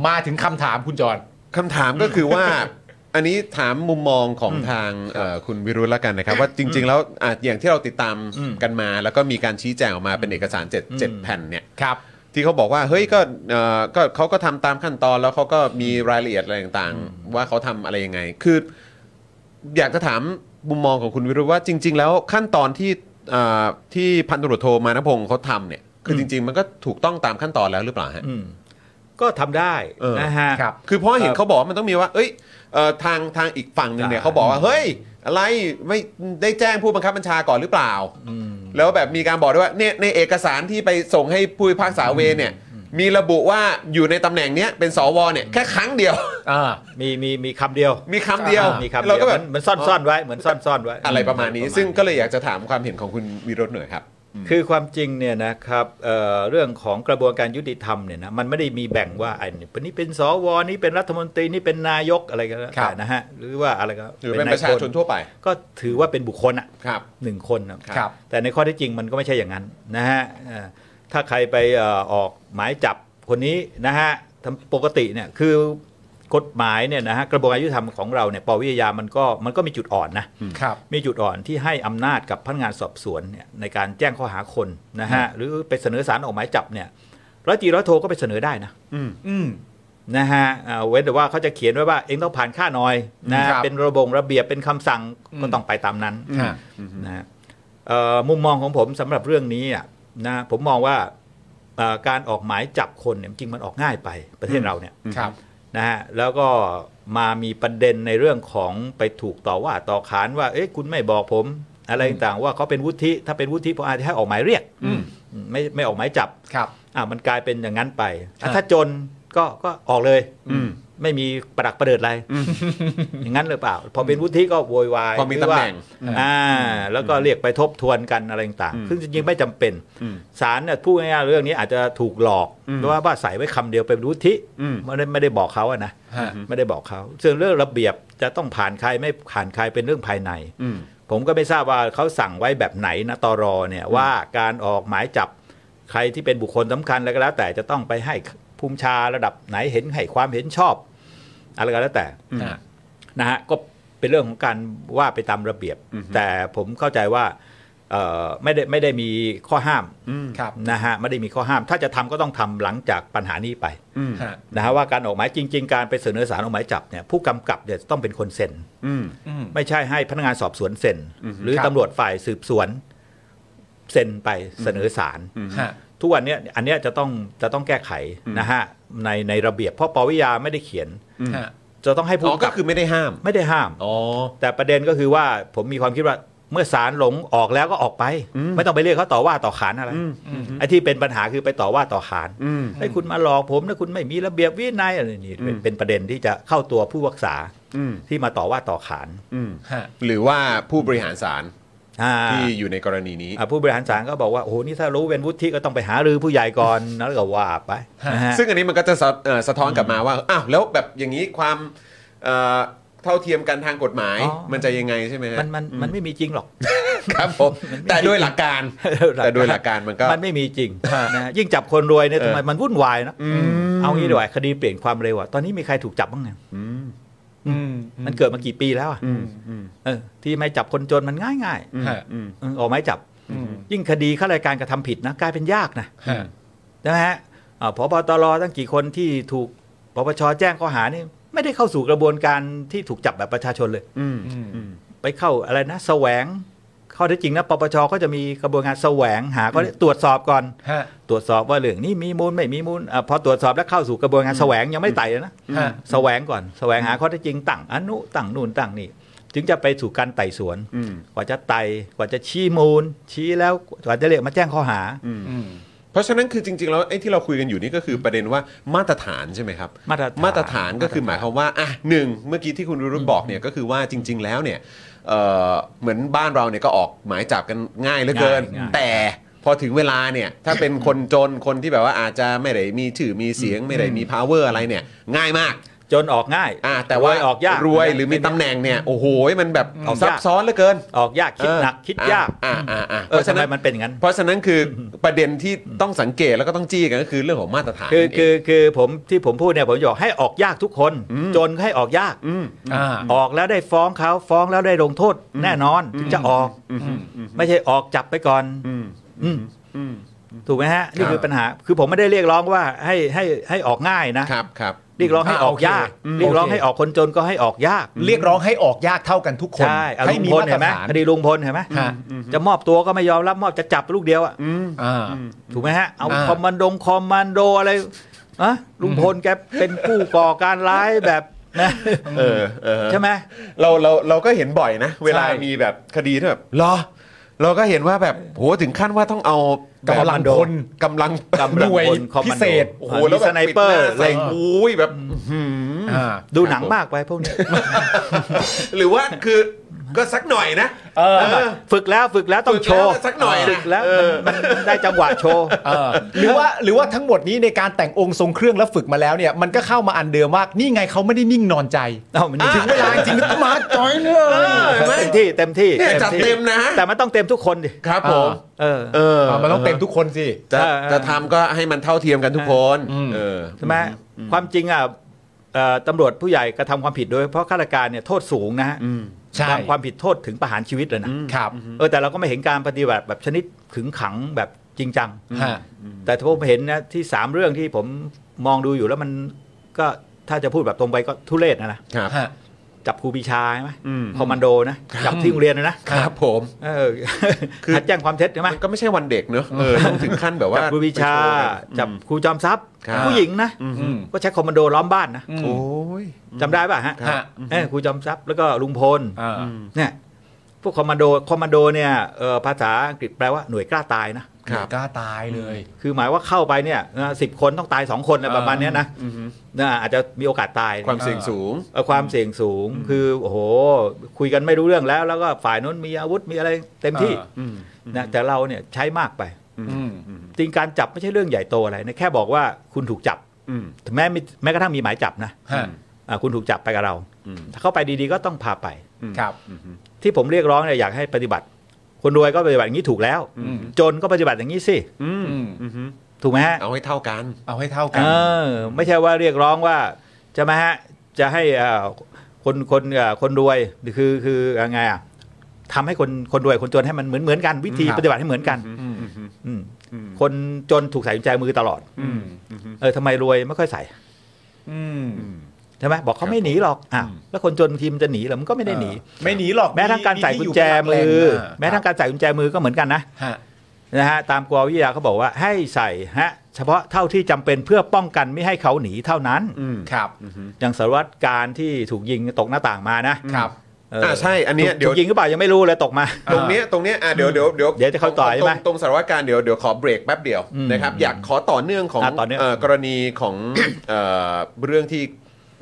C: มาถึงคำถามคุณจร
A: คำถามก็คือว่า [coughs] อันนี้ถามมุมมองของทางเอ่อคุณวิรุธแล้วกันนะครับ ว่าจริง ๆ แล้วอ่ะอย่างที่เราติดตามกันมา แล้วก็มีการชี้แจงออกมาเป็นเอกสาร 7 7 แผ่นเนี่ย
C: ครับ
A: ที่เขาบอกว่าเฮ้ยก็เอ่อก็เขาก็ทำตามขั้นตอนแล้วเขาก็มีรายละเอียดอะไรต่างๆ ว่าเขาทำอะไรยังไง คือ อยากจะถามมุมมองของคุณวิรุธว่าจริง ๆ แล้วขั้นตอนที่เอ่อที่พันตำรวจโทมานพงศ์เขาทำเนี่ยคือจริง ๆ มันก็ถูกต้องตามขั้นตอนแล้วหรือเปล่าฮะ
F: อืมก็ทำได้
A: เออ
F: นะฮะ
C: ครับ
A: คือเพราะเห็นเขาบอกว่ามันต้องมีว่า เอ้ยเอ่อทางทางอีกฝั่งหนึ่งเนี่ยเขาบอกว่าเฮ้ย อะไรไม่ได้แจ้งผู้บังคับบัญชาก่อนหรือเปล่า แล้วแบบมีการบอกด้วยว่าเนี่ยในเอกสารที่ไปส่งให้ผู้พิพากษาเวรเนี่ย มีระบุว่าอยู่ในตำแหน่งเนี้ยเป็นสวเนี่ยแค่ครั้งเดียว [laughs]
C: อ่า
F: มีมีมีคำเดียว
A: มีคำเดียว
C: อ่า
F: มีคำ
A: เรา
F: เดียว
A: ก็แบ
F: มั
A: บ
F: นมันซ่อนซ่อนไว้เหมือนซ่อนซ่อนไว้
A: อะไรประมาณนี้
F: อื
A: ซึ่งก็เลยอยากจะถามความเห็นของคุณวีรสหน่อยครับ
F: คือความจริงเนี่ยนะครับเอ่อเรื่องของกระบวนการยุติธรรมเนี่ยนะมันไม่ได้มีแบ่งว่าไอ้นี่เป็นสวนี่เป็นรัฐมนตรีนี่เป็นนายกอะไรก็แล้ว
C: ครั
F: แต่
C: บ
F: นะฮะหรือว่าอะไรก็
A: หรือเป็นประชาชนทั่วไป
F: ก็ถือว่าเป็นบุคคลอ่ะ
A: ครับ
F: หนึ่งคนนะครับ แต่ในข้อเท็จจริงมันก็ไม่ใช่อย่างนั้นนะฮะเอ่อถ้าใครไปเอ่อออกหมายจับคนนี้นะฮะทำปกติเนี่ยคือกฎหมายเนี่ยนะฮะกระบวนการยุติธรรมของเราเนี่ยปวิทยามันก็มันก็มีจุดอ่อนนะ
C: ครับ
F: มีจุดอ่อนที่ให้อำนาจกับพนักงานสอบสวนเนี่ยในการแจ้งข้อหาคนนะฮะหรือไปเสนอสารออกหมายจับเนี่ยร้อยจีร้อยโทก็ไปเสนอได้นะ
C: อืม
F: นะฮะอ่าเว้นแต่ว่าเขาจะเขียนไว้ว่าเองต้องผ่านค่าหน่อยนะครับ เป็นระบงระเบียบเป็นคำสั่ง
C: อืม
F: ก็ต้องไปตามนั้น
C: ฮะ
F: นะฮะเอ่อมุมมองของผมสำหรับเรื่องนี้อ่ะนะผมมองว่าเอ่อการออกหมายจับคนเนี่ยจริงมันออกง่ายไปประเทศเราเนี่ย
C: ครับ
F: นะฮะแล้วก็มามีประเด็นในเรื่องของไปถูกต่อว่าต่อขานว่าเอ๊ะคุณไม่บอกผม อะไรต่างๆว่าเขาเป็นวุฒิถ้าเป็นวุฒิผมอาจจะให้ออกหมายเรียก
C: อืม
F: ไม่ไม่ออกหมายจับ
C: ครับ
F: อ่ะมันกลายเป็นอย่างนั้นไป
C: อ่ะ
F: ถ้าจนก็ก็ออกเลยไม่มีประดักประเดิดอะไร อย่างนั้นหรือเปล่า พอเป็นวุฒิก็โวยวาย
A: พอมี
F: รืว่า
A: ตำแหน่ง
F: อ่า แล้วก็เรียกไปทบทวนกันอะไรต่างๆซึ่งจริงๆไม่จำเป็นศาลเนี่ยพูดง่ายๆเรื่องนี้อาจจะถูกหลอกเพราะว่าว่าใส่ไว้คำเดียวเป็นวุฒิ
A: อืม
F: ไม่ได้ไม่ได้บอกเขาอะนะ
C: ฮะ
F: ไม่ได้บอกเขาส่วนเรื่องระเบียบจะต้องผ่านใครไม่ผ่านใครเป็นเรื่องภายใน
A: อืม
F: ผมก็ไม่ทราบว่าเขาสั่งไว้แบบไหนนะตอรอเนี่ยว่าการออกหมายจับใครที่เป็นบุคคลสำคัญอะไรก็แล้ว แต่จะต้องไปให้ภูมิชาระดับไหนเห็นให้ความเห็นชอบอะไรก็แล้วแต่
C: อ่า
F: นะฮะก็เป็นเรื่องของการว่าไปตามระเบียบ แต่ผมเข้าใจว่าเอ่อไม่ได้ไม่ได้มีข้อห้าม
C: ครับ
F: นะฮะไม่ได้มีข้อห้าม ถ้าจะทำก็ต้องทำหลังจากปัญหานี้ไป
C: ฮะ
F: นะฮะว่าการออกหมายจริง ๆ การไปเสนอสารออกหมายจับเนี่ยผู้กำกับเนี่ยต้องเป็นคนเซ็น
A: อืม
C: อืม
F: ไม่ใช่ให้พนักงานสอบสวนเซ็น หรือ
C: ครับ
F: ตำรวจฝ่ายสืบสวนเซ็นไปเสนอสาร
C: ฮะ
F: ทุกวันเนี้ยอันเนี้ยจะต้องจะต้องแก้ไขนะฮะในในระเบียบเพราะปวิยาไม่ได้เขียน
C: ฮะ
F: จะต้องให้ผู้
A: อ๋อ ก็
F: กำ
A: คือไม่ได้ห้าม
F: ไม่ได้ห้าม
A: อ๋อ
F: แต่ประเด็นก็คือว่าผมมีความคิดว่าเมื่อสารหลงออกแล้วก็ออกไป ไม่ต้องไปเรียกเขาต่อว่าต่อขานอะไรไอ้ที่เป็นปัญหาคือไปต่อว่าต่อขานไอ้คุณมาหลอกผมนะคุณไม่มีระเบียบวินัยอะไรนี่เป็นเป็นประเด็นที่จะเข้าตัวผู้รักษา
A: อืม
F: ที่มาต่อว่าต่อขาน
C: ฮะ
A: หรือว่าผู้บริหารศาล
F: อ่า
A: ที่อยู่ในกรณีนี้
F: อ่ะผู้บริหารศาลก็บอกว่า โอ้โห นี่ถ้ารู้เป็นวุฒิก็ต้องไปหารือผู้ใหญ่ก่
A: [laughs]
F: อนแล้วก็ว่าไปนะฮะ
A: ซึ่งอันนี้มันก็จะสะเอ่อสะท้อนกลับมาว่า อ้าว แล้วแบบอย่างนี้ความเอ่อเท่าเทียมกันทางกฎหมาย
F: อ๋อ
A: มันจะยังไงใช่ไหมฮะ
F: มันมันมันไม่มีจริงหรอก
A: ครับผม แต่ด้วยหลักการ แต่ด้วยหลักการมันก็
F: มันไม่มีจริงนะฮะยิ่งจับคนรวยเนี่ย
A: เออ
F: ทำไมมันวุ่นวายนะเอางี้ดีกว่าคดีเปลี่ยนความเร็วอะตอนนี้มีใครถูกจับบ้างเนี่ย
C: อืม
F: มันเกิดมากี่ปีแล้วอะเออ ที่ไม่จับคนจนมันง่ายง่าย
C: ฮะ
F: ๆเออออกไม้จับ
C: อืม
F: ยิ่งคดีข้ารายการกระทำผิดนะกลายเป็นยากนะ
C: ฮะ
F: ใช่ไหมฮะอ่าพบตรตั้งกี่คนที่ถูกปปชแจ้งข้อหานี่ไม่ได้เข้าสู่กระบวนการที่ถูกจับแบบประชาชนเลย ไปเข้าอะไรนะ แสวง ข้อเท็จจริงนะปปชก็จะมีกระบวนการแสวงหาก็ตรวจสอบก่อน
C: ฮะ
F: ตรวจสอบว่าเรื่องนี้มีมูลไม่มีมูลอาพอตรวจสอบแล้วเข้าสู่กระบวนการแสวงยังไม่ไต่เลยนะ
C: ฮะ
F: แสวงก่อน แสวงหาข้อเท็จจริงตั้งอนุตั้งนู่นตั้งนี่จึงจะไปสู่การไต่สวนกว่าจะไต่กว่าจะชี้มูล ชี้แล้วกว่าจะเรียกมาแจ้งข้อหา
C: อืม
A: เพราะฉะนั้นคือจริง ๆ แล้วไอ้ที่เราคุยกันอยู่นี่ก็คือประเด็นว่ามาตรฐานใช่ไหมครับ
F: มาตรฐาน
A: มาตรฐานก็คือหมายความว่าอ่ะหนึ่งเมื่อกี้ที่คุณรุรุ่นบอกเนี่ยก็คือว่าจริง ๆ แล้วเนี่ยเอ่อเหมือนบ้านเราเนี่ยก็ออกหมายจับกันง่ายเหลือเกิน
F: ง่ายๆ
A: แต่พอถึงเวลาเนี่ยถ้าเป็นคนจนคนที่แบบว่าอาจจะไม่ได้มีชื่อมีเสียงไม่ได้มี power อะไรเนี่ยง่ายมาก
F: จนออกง่าย
A: อ่ะแต่ว่าร
F: ยออกยาก
A: รวยหรือมีตำแหน่งเนี่ยโอ้โหมันแบบ
F: ออกยาก
A: ซับซ้อนเหลือเกิน
F: ออกยากคิดหนัก
A: เออ
F: คิดยาก
A: อ่ะอ่ะอ่ะ
F: เอ
A: เพ
F: อ
A: ราะฉะ
F: ทำไม
A: นั้น
F: มันเป็นอย่างนั้น
A: เพราะฉะนั้นคือประเด็นที่ต้องสังเกตแล้วก็ต้องจี้กันก็คือเรื่องของมาตรฐาน
F: คือ
A: นั่นเง
F: คือคือผมที่ผมพูดเนี่ยผมบอกให้ออกยากทุกคน จนให้ออกยาก
A: ม
C: อ่า
F: ออกแล้วได้ฟ้องเขาฟ้องแล้วได้ลงโทษ แน่นอนถึงจะออก ไม่ใช่ออกจับไปก่อนอืมถูกไหมฮะ นี่คือปัญหา คือผมไม่ได้เรียกร้องว่าให้ให้ให้ออกง่ายนะครับ
A: ครับ
F: เรียกร้องให้ออ
C: อ่า
F: ก
C: โอเค
F: ยาก
C: อืม
F: เรียกร้อง
C: โอเค
F: ให้ออกคนจนก็ให้ออกยาก
C: เรียกร้องให้ออกยากเท่ากันทุกคน
F: ใช่เอา
C: ให้
F: ลุง
C: มี
F: พล
C: มาต
F: เห็
C: ร
F: นไหม
C: ฐาน
F: คดีลุงพลเห็นไหม
C: ฮะ
F: จะมอบตัวก็ไม่ยอมรับมอบจะจับลูกเดียวอ่ะ
C: อ่า
F: ถูกไหมฮะ เอา
C: อ่า
F: คอมมานโดงคอมมานโดอะไรอะลุงพลแกเป็นผู้ก่อการร้ายแบบ [laughs] นะ
A: เออเออ
F: ใช่ไหม
A: เราเราเราก็เห็นบ่อยนะ เวลา
C: ใช่
A: มีแบบคดีที่แบบเหรอ เราก็เห็นว่าแบบโหถึงขั้นว่าต้องเอา
C: กำลังคน
A: กำลัง
F: กำลัง
C: หน่วย
F: คนคอม
C: พิ
F: มานโด
C: เศษ
A: โอ้
F: โอ้
A: โห
F: โห
A: แล้วแบบ
F: มีสไนเปอร์
A: เล็
F: เล็
A: ง
F: ง
A: อุ้ยแบบ
C: อ่า
F: ดูหนังมากไปพวกนี้
A: หรือว่าคือก็สักหน่อยนะ
C: เออ
F: ฝึกแล้วฝึกแล้วต้องโชว์
A: ฝึกแล้วสักหน่อยนะ
F: ฝึกแล้ว
A: เออ
F: มันมันได้จังหวะโชว์
C: เออหรือว่าหรือว่าทั้งหมดนี้ในการแต่งองค์ทรงเครื่องแล้วฝึกมาแล้วเนี่ยมันก็เข้ามาอันเดิมว่านี่ไงเขาไม่ได้นิ่งนอนใจ
F: เอ้ามัน
C: ถึงเวลาจริงๆมาจอยเลย
A: เห็นไหม
F: เต็มที่เต็มที่
A: เนี่ยจัดเต็มนะ
F: แต่มันต้องเต็มทุกคนดิ
A: ครับผม
C: อ่า
F: เออ
A: เออ
C: อ่ะมันต้องเต็มทุกคนสิ
A: จะ
F: เออเออ
A: จะทำก็ให้มันเท่าเทียมกันทุกคน
C: อืม
A: เออ
F: ใช่ไหมความจริงอ่ะเอ่อตำรวจผู้ใหญ่กระทำความผิดโดยเฉพราะข้าราชการเนี่ยโทษสูงนะฮะ
C: ใช่
F: ทำความผิดโทษถึงประหารชีวิตเลยนะครับ เออแต่เราก็ไม่เห็นการปฏิบัติแบบชนิดขึงขังแบบจริงจัง
C: ฮะ
F: แต่ถ้าผมเห็นนะที่สามเรื่องที่ผมมองดูอยู่แล้วมันก็ถ้าจะพูดแบบตรงไปก็ทุเรศนะนะครับ
C: ฮะ
F: จับครูปีชาใช่ไหม
A: อืม
F: คอมมานโดนะจับที่โรงเรียนเลยนะครับ
C: ผม
F: เออคือแจ้งความเท็จใช่ไหม
A: มันก็ไม่ใช่วันเด็กเนอะเออต้องถึงขั้นแบบว่า
F: จับครูปีชา
A: ไปโว์กัน
F: จับครูจอมทรัพย์
A: ครับ
F: ผู้หญิงนะ
A: อืม
C: อืม
F: ก็ใช้คอมมานโดล้อมบ้านนะ
A: โอ้ย
F: จำได้ป่ะฮะ
C: ฮะ
F: เออครูจอมทรัพย์แล้วก็ลุงพล
C: อ่า
F: เนี่ยพวกคอมมานโดคอมมานโดเนี่ยเอ่อภาษาอังกฤษแปลว่าหน่วยกล้าตายนะ
A: ครับ
C: กล้าตายเลย
F: คือหมายว่าเข้าไปเนี่ยสิบคนต้องตายสองคนนะ
C: อ่า
F: ประมาณเนี้ยนะนะอาจจะมีโอกาสตาย
A: ความเสี่ยงสูง
F: เอ่อความเสี่ยงสูงคือโอ้โห คุยกันไม่รู้เรื่องแล้ว แล้วก็ฝ่ายโน้นมีอาวุธมีอะไรเต็มที่นะแต่เราเนี่ยใช้มากไป
C: อืม
F: จริงการจับไม่ใช่เรื่องใหญ่โตอะไรนะแค่บอกว่าคุณถูกจับ
A: อืม
F: แม้มีแม้กระทั่งมีหมายจับนะ
C: ฮะ
F: อ่าคุณถูกจับไปกับเรา
A: อืม
F: ถ้าเข้าไปดีๆก็ต้องพาไป
C: ครับ
F: ที่ผมเรียกร้องเนี่ยอยากให้ปฏิบัติ คนรวยก็ปฏิบัติอย่างนี้ถูกแล้ว
C: อืม
F: จนก็ปฏิบัติอย่างนี้สิ
A: อืม
C: อืม
F: ถูกไหมฮะ
A: เอาให้เท่ากัน
C: เอาให้เท่ากั
F: เอน อไม่ใช่ว่าเรียกร้องว่าใช่ไหมฮะจะให้เอ่อคนคนเอ่อคนรวยคือคือยังไงอ่ะทำให้คนคนรวยคนจนให้มันเหมือนเหมือนกัน วิธี
C: ครับ
F: ปฏิบัติให้เหมือนกันอืมคนจนถูกใส่กุญแจมือตลอด
C: อืม
F: เออทำไมรวยไม่ค่อยใส่
C: อืม
F: ใช่ไหมบอกเขาไม่หนีหรอกอ่ะแล้วคนจนทีมนจะหนีเหรอมันก็ไม่ได้หนี
C: ไม่หนีหรอก
F: แม้ทั้งการใส่กุญแจมือ แม้ทั้งการใส่กุญแจมือก็เหมือนกันนะ
C: ฮะ
F: นะฮะตามกววิทยาเขาบอกว่าให้ใส่ฮะเฉพาะเท่าที่จำเป็นเพื่อป้องกันไม่ให้เขาหนีเท่านั้น
C: ครับ
F: อย่างสารวัตรการที่ถูกยิงตกหน้าต่างมานะครับ เ
A: อ่าใช่อันเนี้ย
F: ถูก
A: เดี๋ยว
F: ถูกยิงหรือเปล่ายังไม่รู้เลยตกมา
A: ตรงเนี้ยตรงเนี้ยอ่ะเดี๋ยวเดี๋ยวเดี๋ยว
F: เดี๋ยวจะเข้าต่อใช่ไหม
A: ตรงตรงสารวัตรการเดี๋ยวเดี๋ยวขอเบรกแป๊บเดียว
F: อืม
A: นะครับอยากขอต่อเนื่องของ
F: อ่ะต่อเนื่อง
A: กรณีของ [coughs] เอ่อเรื่องที่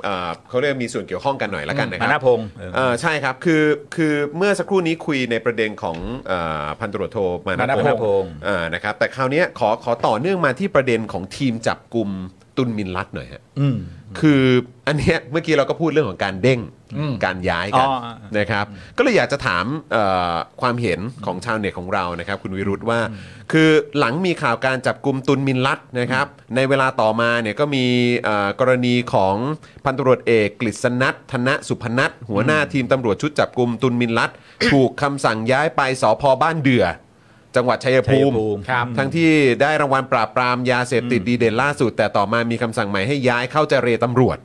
A: เอ่อเขาเรียกมีส่วนเกี่ยวข้องกันหน่อยละกันนะค
F: มา
A: รั
F: นาพงศ์เออ
A: เอ่อใช่ครับคือคือเมื่อสักครู่นี้คุยในประเด็นของเอ่อพันตำรวจโทมา
F: มา
A: นะ
F: นา
A: พงศ์
F: พงศ์
A: เอ่อนะครับแต่คราวเนี้ยขอขอต่อเนื่องมาที่ประเด็นของทีมจับกลุ่มตุนมินลัดหน่อยฮะ
F: อืม
A: คืออันเนี้ยเมื่อกี้เราก็พูดเรื่องของการเด้ง
C: อืม
A: การย้ายกั
F: อ๋ออ่า
A: นะครับ ก็เลยอยากจะถามเอ่อความเห็นของชาวเน็ตของเรานะครับ คุณวิรุธว่า คือหลังมีข่าวการจับกลุ่มตุนมินลัดนะครับ ในเวลาต่อมาเนี่ยก็มีเอ่อกรณีของพันตำรวจเอกกฤษณัทธนสุพนัทหัวหน้าทีมตำรวจชุดจับกลุ่มตุนมินลัด ถูกคำสั่งย้ายไปสพบ้านเดือ จังหวัดชัยภูมิ
F: ชัยภูมิครับ
A: ทั้งที่ได้รางวัลปราบปรามยาเสพติดดีเด่นล่าสุด แต่ต่อมามีคำสั่งใหม่ให้ย้ายเข้าเจรตำรวจ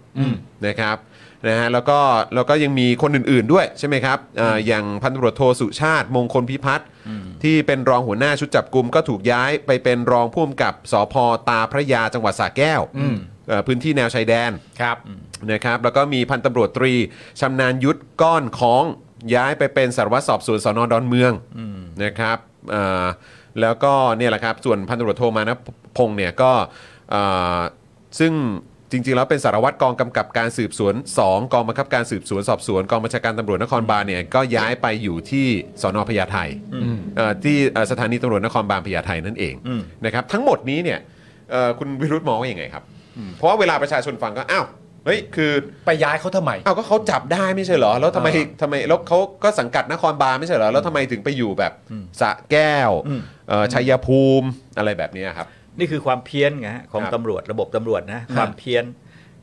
A: นะครับนะฮะแล้วก็แล้วก็ยังมีคนอื่นๆด้วยใช่ไหมครับเอ่ออย่างพันตำรวจโทสุชาติมงคลพิพัฒน์ที่เป็นรองหัวหน้าชุดจับกลุ่มก็ถูกย้ายไปเป็นรองผู้กำกับสพตาพระยาจังหวัดสระแก้ว
C: อืม
A: เอ่อพื้นที่แนวชายแดน
C: ครับ
A: นะครับแล้วก็มีพันตำรวจตรีชำนาญยุทธก้อนค้องย้ายไปเป็นสารวัตรสอบสวนสอนอดอนเมืองนะครับเอ่อแล้วก็เนี่ยแหละครับส่วนพันตำรวจโทมานะพงษ์เนี่ยก็เอ่อซึ่งจริงๆ แล้วเป็นสารวัตรกองกำกับการสืบสวน 2 กองบังคับการสืบสวนสอบสวนกองบัญชาการตำรวจนครบาลเนี่ยก็ย้ายไปอยู่ที่สอนอพญาไทเอ่อที่เอ่อสถานีตำรวจนครบาลพญาไทนั่นเอง
F: อืม
A: นะครับทั้งหมดนี้เนี่ยเอ่อคุณวิรุธมองว่ายังไงครับเพราะว่าเวลาประชาชนฟังก็อ้าวเฮ้ยคือ
C: ไปย้ายเขาทำไม
A: เอาก็เขาจับได้ไม่ใช่เหรอ แล้วทำไม
C: อ่า
A: ทำไมแล้วเขาก็สังกัดนครบาลไม่ใช่เหรอ แล้วทำไมถึงไปอยู่แบบสระแก้วเอ่อชัยภูมิอะไรแบบเนี้ยครับ
F: นี่คือความเพี้ยนไงฮะของ
A: ครับ
F: ตำรวจระบบตำรวจนะความเพี้ยน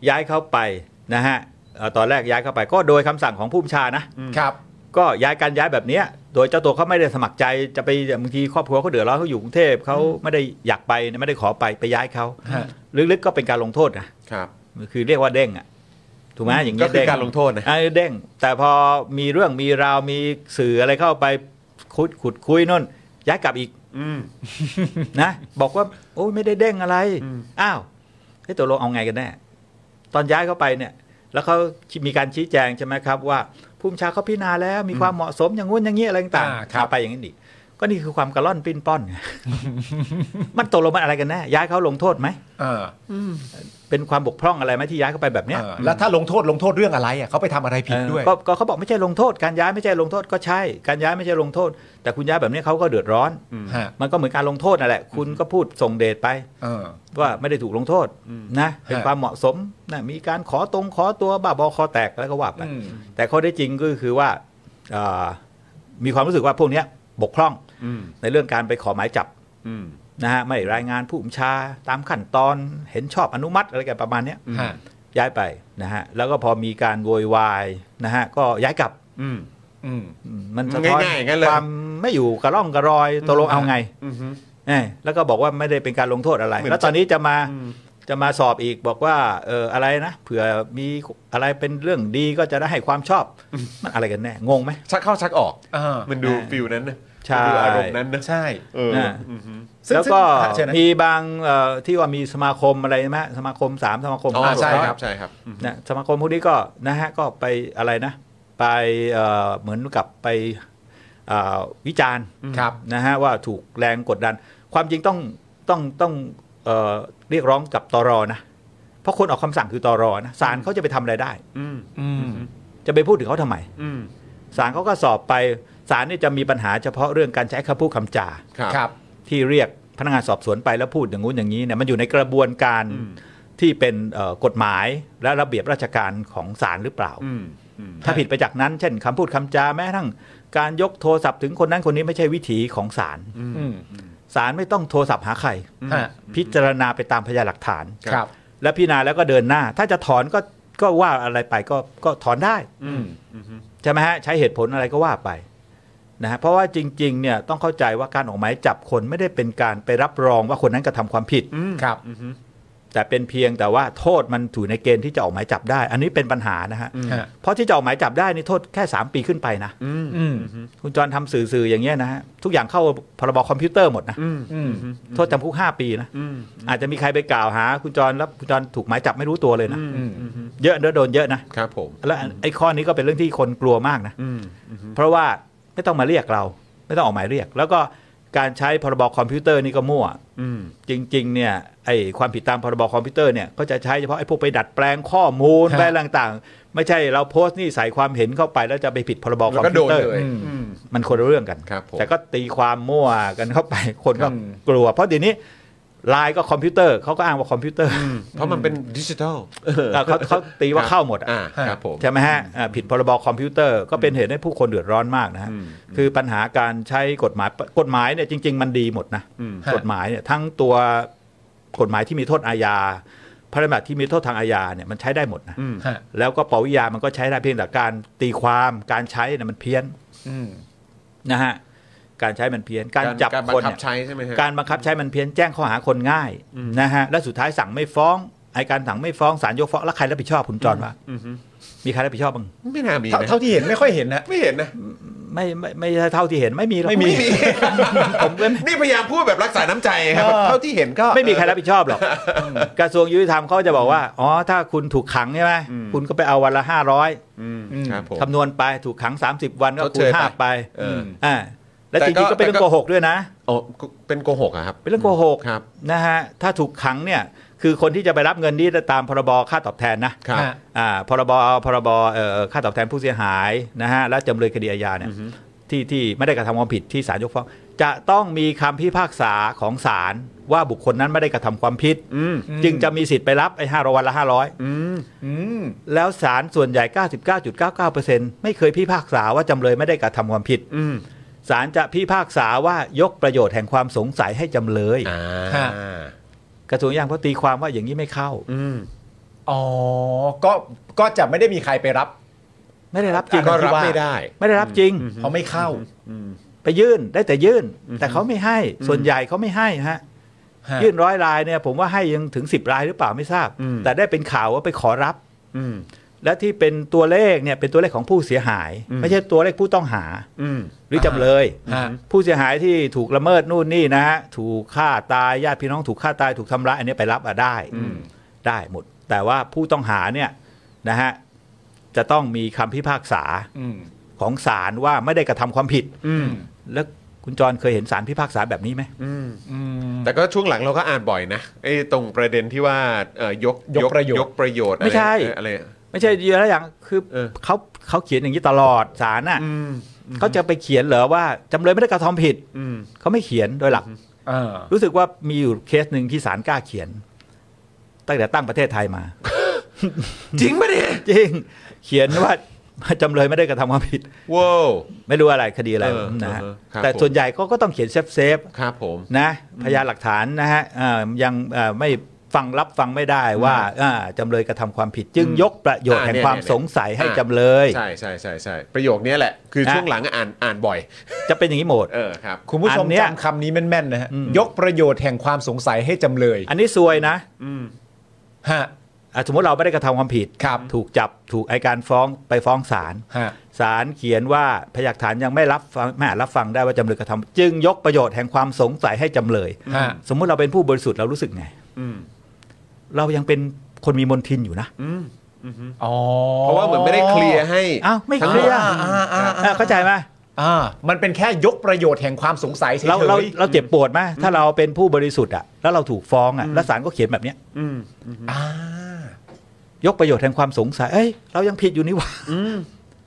F: ย้ายเข้าไปนะฮะเอ่อตอนแรกย้ายเข้าไปก็โดยคำสั่งของผู้บัญชานะ
C: ครับ
F: ก็ย้ายการย้ายแบบเนี้ยโดยเจ้าตัวเขาไม่ได้สมัครใจจะไปบางทีครอบครัวเขาเดือดร้อนเขาอยู่กรุงเทพเขาไม่ได้อยากไปไม่ได้ขอไปไปย้ายเขา
C: ฮะ
F: ลึกๆก็เป็นการลงโทษนะครับ คือเรียกว่าเด้งอ่ะถูกไหมอย่างเงี้
A: ก็
F: ย
A: คือ
F: เด้ง
A: การลงโทษนะ
F: อ่าเด้ง แต่พอมีเรื่องมีราวมีสื่ออะไรเข้าไปขุดขุดคุยนู่นย้ายกลับอีกนะบอกว่าโอ้ยไม่ได้เด้งอะไรอ้าวเฮ้ยตกลงเอาไงกันแน่ตอนย้ายเข้าไปเนี่ย แล้วเขามีการชี้แจงใช่ไหมครับว่าผู้บัญชาเขาพิจารณาแล้วมีความเหมาะสมอย่างงู้นอย่างนี้อะไรต่าง
C: อ่า
F: ๆ
C: ครับ
F: เอาไปอย่างนี้นอีก ก็นี่คือความกระล่อนปิ้นป้อนไง [laughs] มันตกลงมันอะไรกันแน่ย้ายเขาลงโทษไหม
C: เออ
F: เป็นความบกพร่องอะไรไหมที่ย้ายเขาไปแบบเนี้ย
C: เออแล้วถ้าลงโทษลงโทษเรื่องอะไรอ่ะเขาไปทำอะไรผิดด้วย
F: เออก็ก็เขาบอกไม่ใช่ลงโทษ การย้ายไม่ใช่ลงโทษก็ใช่ การย้ายไม่ใช่ลงโทษ แต่คุณย้ายแบบเนี้ยเขาก็เดือดร้อน
C: ฮะ
F: มันก็เหมือนการลงโทษนั่นแหละคุณก็พูดส่งเดชไป
C: เออ
F: ว่าไม่ได้ถูกลงโทษนะเป็น
C: ฮะ
F: ความเหมาะสมนะมีการขอตรงขอตัวบ้าบอคอแตกแล้วก็ว่าไป
C: อืม
F: แต่ข้อได้จริงก็คือว่าเอ่อมีความรู้สึกว่าพวกเนี้ยบกพร่อง
A: อืม
F: ในเรื่องการไปขอหมายจับ
A: อืม
F: นะฮะไม่รายงานผู้บัญชาตามขั้นตอนเห็นชอบอนุมัติอะไรกันประมาณเนี้ย
C: ฮะ
F: ย้ายไปนะฮะแล้วก็พอมีการโวยวายนะฮะก็ย้ายกลับ
A: อืม
C: อืม
F: มันสะท้อน
A: ง่ายๆอย่างนั้นเลย
F: ความไม่อยู่กระร่องกระรอยตกลงเอาไง
A: อืม
F: เอ้ยแล้วก็บอกว่าไม่ได้เป็นการลงโทษอะไร
A: เหมือน
F: แล้วตอนนี้จะมา
A: อืม
F: จะมาสอบอีกบอกว่าเอออะไรนะเผื่อมีอะไรเป็นเรื่องดีก็จะได้ให้ความชอบ มันอะไรกันแน่งงไหม
A: ชักเข้าชักออก
C: เออ
A: มันดู
F: อ่า
A: ฟิลนั้นนะ
F: ใช่
A: มันดูอารมณ์นั้นนะ
C: ใช่
A: เออ
F: นะ
A: อืมฮึ
C: ซึ่ง
F: แล้วก็
C: ซึ่งฮะเชิญนะ
F: มีบางเอ่อที่ว่ามีสมาคมอะไรไหมฮะสมาคมสามสมาคม
A: อ๋อ
F: ห้า
A: ใช่
F: หก
A: ครับใช่ครับอืม
F: นะสมาคมพวกนี้ก็นะฮะก็ไปอะไรนะ ไปเอ่อเหมือนกับไปเอ่อวิจารณ์
C: ครับ
F: นะฮะว่าถูกแรงกดดัน ความจริงต้องต้องต้องเอ่อเรียกร้องกับตรนะ เพราะคนออกคำสั่งคือตรนะศาลเขาจะไปทำอะไรได้
A: อืม
C: อืม
F: จะไปพูดถึงเขาทำไม
A: อืม
F: ศาลเขาก็สอบไปศาลเนี่ยจะมีปัญหาเฉพาะเรื่องการใช้คำพูดคำจา
A: ครับ
C: ครับ
F: ที่เรียกพนักงานสอบสวนไปแล้วพูดอย่างงู้นอย่างนี้เนี่ยมันอยู่ในกระบวนการ
A: อืม
F: ที่เป็นเอ่อกฎหมายและระเบียบราชการของศาลหรือเปล่า
A: อืมอืม
F: ถ้าผิดไปจากนั้น เช่นคำพูดคำจาแม้กระทั่งการยกโทรศัพท์ถึงคนนั้นคนนี้ไม่ใช่วิถีของศาล
A: อืม
C: อืม
F: ศาลไม่ต้องโทรศัพท์หาใคร
C: ฮะ
F: พิจารณาไปตามพยานหลักฐาน
C: ครับ
F: และพิจารณาแล้วก็เดินหน้า ถ้าจะถอนก็ก็ว่าอะไรไปก็ก็ถอนได้
A: อืมอืมฮึ
F: ใช่ไหมฮะ ใช้เหตุผลอะไรก็ว่าไปนะฮะเพราะว่าจริงๆเนี่ยต้องเข้าใจว่าการออกหมายจับคนไม่ได้เป็นการไปรับรองว่าคนนั้นกระทำความผิด
A: อืม
C: ครับ
A: อืมฮึ
F: แต่เป็นเพียงแต่ว่าโทษมันถูกในเกณฑ์ที่จะออกหมายจับได้ อันนี้เป็นปัญหานะฮะ
A: อืม
C: ฮะ
F: เพราะที่จะออกหมายจับได้นี่โทษแค่ 3 ปีขึ้นไปนะ
A: อืม
C: อืม
F: คุณจรทำสื่อสื่ออย่างเงี้ยนะฮะทุกอย่างเข้าพรบคอมพิวเตอร์หมดนะ
A: อืม
C: อืม
F: โทษจำคุกห้าปีนะ
A: อืม
F: อาจจะมีใครไปกล่าวหา คุณจรแล้วคุณจรถูกหมายจับไม่รู้ตัวเลยนะ
A: อืมอืมอืมฮึ
F: เยอะเนอะโดนเยอะนะ
A: ครับผม
F: แล้วอันไอ้ข้อนี้ก็เป็นเรื่องที่คนกลัวมากนะ
A: อืมอืมฮึ
F: เพราะว่าไม่ต้องมาเรียกเรา ไม่ต้องออกหมายเรียก แล้วก็การใช้พรบคอมพิวเตอร์นี่ก็มั่ว
A: อืม
F: จริงๆเนี่ยไอ้ความผิดตามพรบคอมพิวเตอร์เนี่ยก็จะใช้เฉพาะไอ้พวกไปดัดแปลงข้อมูล
C: ฮะ
F: ไปอะไรต่างๆ ไม่ใช่เราโพสต์นี่ใส่ความเห็นเข้าไปแล้วจะไปผิดพรบคอ
A: แล้ว
F: ม
A: ก็
F: พิ
A: โด
F: วน เตอร์
A: เลย
C: อืม
A: อืม
F: มันคนละเรื่องกัน
A: ครับผม
F: แต่ก็ตีความมั่วกันเข้าไปคนก็
C: อืม
F: กลัว เพราะเดี๋ยวนี้ไลน์ก็คอมพิวเตอร์เขาก็อ้างว่าคอมพิวเตอร์
A: เพราะมันเป็นดิจิทัล
F: [laughs] เออเขาเขาตีว่าเข้าหมดอะ
A: อ่าครับผม
F: ใช่ไหมฮะอ่าผิดพรบคอมพิวเตอร์ก็เป็นเหตุให้ผู้คนเดือดร้อนมากนะฮะ
A: อืม
F: คือปัญหาการใช้กฎหมายกฎหมายเนี่ยจริง ๆ มันดีหมดนะ
A: อืม
C: ฮะ
F: กฎหมายเนี่ยทั้งตัวกฎหมายที่มีโทษอาญาพระราชบัญญัติที่มีโทษทางอาญาเนี่ยมันใช้ได้หมดนะ
A: อืม
C: ฮะ
F: แล้วก็ปวิยามันก็ใช้ได้เพียงแต่การตีความการใช้เนี่ยมันเพี้ยน
C: อืม
F: นะฮะ การใช้มันเพี้ยน การจับ
A: การบั
F: ค
A: ง
F: น
A: คับ
F: เนี่ย
A: ใช้ใช่ไหมฮะ
F: [laughs] การบังคับใช้มันเพี้ยนแจ้งข้อหาคนง่าย
A: อืม
F: นะฮะ และสุดท้ายสั่งไม่ฟ้องไอการสั่งไม่ฟ้องศาลยกฟ้องแล้วใครรับผิดชอบคุณจรวะ
A: อืมฮึ
F: มีใครรับผิดชอบบ้าง
A: ไม่น่ามี
C: เท่า
A: นะ
C: เท่าที่เห็นไม่ค่อยเห็นนะ
A: ไม่เห็นนะ
F: ไม่ไม่ไม่ใช่เท่าที่เห็นไม่มีหรอก
C: ไม่มี
F: ผมก็ไม่
A: นี่พยายามพูดแบบรักษาน้ำใจครับแบบเท่าที่เห็นก็
F: ไม่มีใครรับผิดชอบหรอกกระทรวงยุติธรรมเขาจะบอกว่าอ๋อถ้าคุณถูกขังใช่ไหม
A: อืม
F: คุณก็ไปเอาวันละห้าร้อย
A: อืม
C: อืม
A: ครับผม
F: คำนวณไปถูกขัง 30 วันก็
A: ชด
F: คู
A: เชยไป
F: ณห้าไป
A: เออ
F: อ่าและ
A: แต่
F: จ
A: ก็
F: ริงๆก็เป็นเรื่อง
A: แต่ก็
F: โกหกด้วยนะ
A: โอ้เป็นโกหกอะครับ
F: เป็นเรื่องโกหก
A: ครับ
F: นะฮะถ้าถูกขังเนี่ยคือคนที่จะไปรับเงินนี่ตามพรบค่าตอบแทนนะครับ
C: ฮะ
F: อ่าพรบพรบเอ่อค่าตอบแทนผู้เสียหายนะฮะและจำเลยคดีอาญาเนี่ยที่ที่ไม่ได้กระทำความผิดที่ศาลยกฟ้องจะต้องมีคำพิพากษาของศาลว่าบุคคลนั้นไม่ได้กระทำความผิด
A: อืม
F: จึงจะมีสิทธิ์ไปรับไอ้ห้าร้อยวันละห้าร้อย
A: อืม
C: อืม
F: แล้วศาลส่วนใหญ่ 99.99%ไม่เคยพิพากษาว่าจำเลยไม่ได้กระทำความผิด
A: อืม
F: ศาลจะพิพากษาว่ายกประโยชน์แห่งความสงสัยให้จำเลย
A: อ่า
C: ฮะ
F: กระทรวงยุติธรรมเขาตีความว่าอย่างนี้ไม่เข้า
A: อืม
C: อ๋อ ก็ก็จะไม่ได้มีใครไปรับ
F: ไม่ได้รับจริง
A: ก็
C: อ่ะ
A: รับไม่ได้
F: ไม่ได้รับจริง
C: เพราะไม่เข้า
F: ไปยื่นได้แต่ยื่น แต่เขาไม่ให้ส่วนใหญ่เขาไม่ให้ฮะ
C: ฮะ
F: ยื่นร้อยรายเนี่ยผมว่าให้ยังถึง 10รายหรือเปล่าไม่ทราบ
A: อืม
F: แต่ได้เป็นข่าวว่าไปขอรับ
A: อืม
F: และที่เป็นตัวเลขเนี่ยเป็นตัวเลขของผู้เสียหาย
A: อืม
F: ไม่ใช่ตัวเลขผู้ต้องหา
A: อืม
F: หรือจำเลย
C: ฮะ
F: ผู้เสียหายที่ถูกละเมิดนู่นนี่นะฮะถูกฆ่าตายญาติพี่น้องถูกฆ่าตายถูกทำร้ายอันนี้ไปรับอะได้
A: อืม
F: ได้หมด แต่ว่าผู้ต้องหาเนี่ยนะฮะจะต้องมีคำพิพากษา
C: อืม
F: ของศาลว่าไม่ได้กระทำความผิด
A: อืม
F: แล้ว คุณจรเคยเห็นสารพิพากษาแบบนี้ไหม
A: แต่ก็ช่วงหลังเราก็อ่านบ่อยนะไอ้ตรงประเด็นที่ว่าเอ่อยก
C: ยกประโยชน์
A: ยกประโยชน์อะร
F: ไม่ใช่
A: อะไร
F: ไม่ใช่เยอะแล้วอย่างคือ
A: เออ
F: เขาเขาเขียนอย่างนี้ตลอดสารน่ะ
A: อืม
F: เขาจะไปเขียนเหรอว่าจำเลยไม่ได้กระทำผิด
A: อืม
F: เขาไม่เขียนโดยหลัก
C: เออ
F: รู้สึกว่ามีอยู่เคสหนึ่งที่ศาลกล้าเขียน ตั้งแต่ตั้งประเทศไทยมา [laughs]
A: จริงปะเนี่ย
F: จริง เขียนว่า จำเลยไม่ได้กระทำความผิด
A: ว้าว
F: ไม่รู้อะไรคดีอะไร
A: เออ
F: นะฮะ
A: เออครับ
F: แต่
A: ผม
F: ส่วนใหญ่ก็ก็ต้องเขียนเซฟเซฟ
A: ครับผม
F: ๆนะ พยานหลักฐานนะฮะอ่ายังอ่าไม่ฟังรับฟังไม่ได้ว่าอ่าจำเลยกระทำความผิด จึงยกประโยชน์
A: อ่า
F: แห่ง
A: เนี่ย
F: ความ
A: เนี่ย
F: สงสัยให้จำเลย
A: ใช่ใช่ใช่ใช่ประโยคเนี้ยแหละ คือ
F: นะ
A: ช่วงหลังอ่านอ่านบ่อย
F: จะเป็นอย่างนี้หมด
A: เออครับ
C: คุณผู้ชม
F: อันเนี้ย
C: จำคำนี้แม่นๆนะฮะยกประโยชน์แห่งความสงสัยให้จำเลย
F: อันนี้ซวยนะ
C: ฮะ
F: อ่ะสมมติเราไม่ได้กระทำความผิด
C: ครับ
F: ถูกจับถูกไอยการฟ้องไปฟ้องศาล
C: ฮะ
F: ศาลเขียนว่าพยานหลักฐานยังไม่รับฟังไม่อาจรับฟังได้ว่าจำเลยกระทำจึงยกประโยชน์แห่งความสงสัยให้จำเลย
C: ฮะ
F: สมมุติเราเป็นผู้บริสุทธิ์เรารู้สึกไง
A: อืม
F: เรายังเป็นคนมีมนทินอยู่นะ
A: อืมอืม
C: อ๋อ
A: เพราะว่าเหมือนไม่ได้เคลียร์ให้
F: อ้าวไม่
A: ทั้งห
F: เคลียร์
A: มดอ่าอ่า
F: อ่ะเข้าใจไหม
C: อ่ามันเป็นแค่ยกประโยชน์แห่งความสงสัยเฉยๆ
F: เราเราเราเจ็บปวดไหมถ้าเราเป็นผู้บริสุทธิ์อ่ะแล้วเราถูกฟ้องอ่ะแล้วศาลก็เขียนแบบเนี้ย
A: อืม
C: อ่าย
F: กประโยชน์แห่งความสงสัยเอ้ยเรายังผิดอยู่นี่หว่า
A: อืม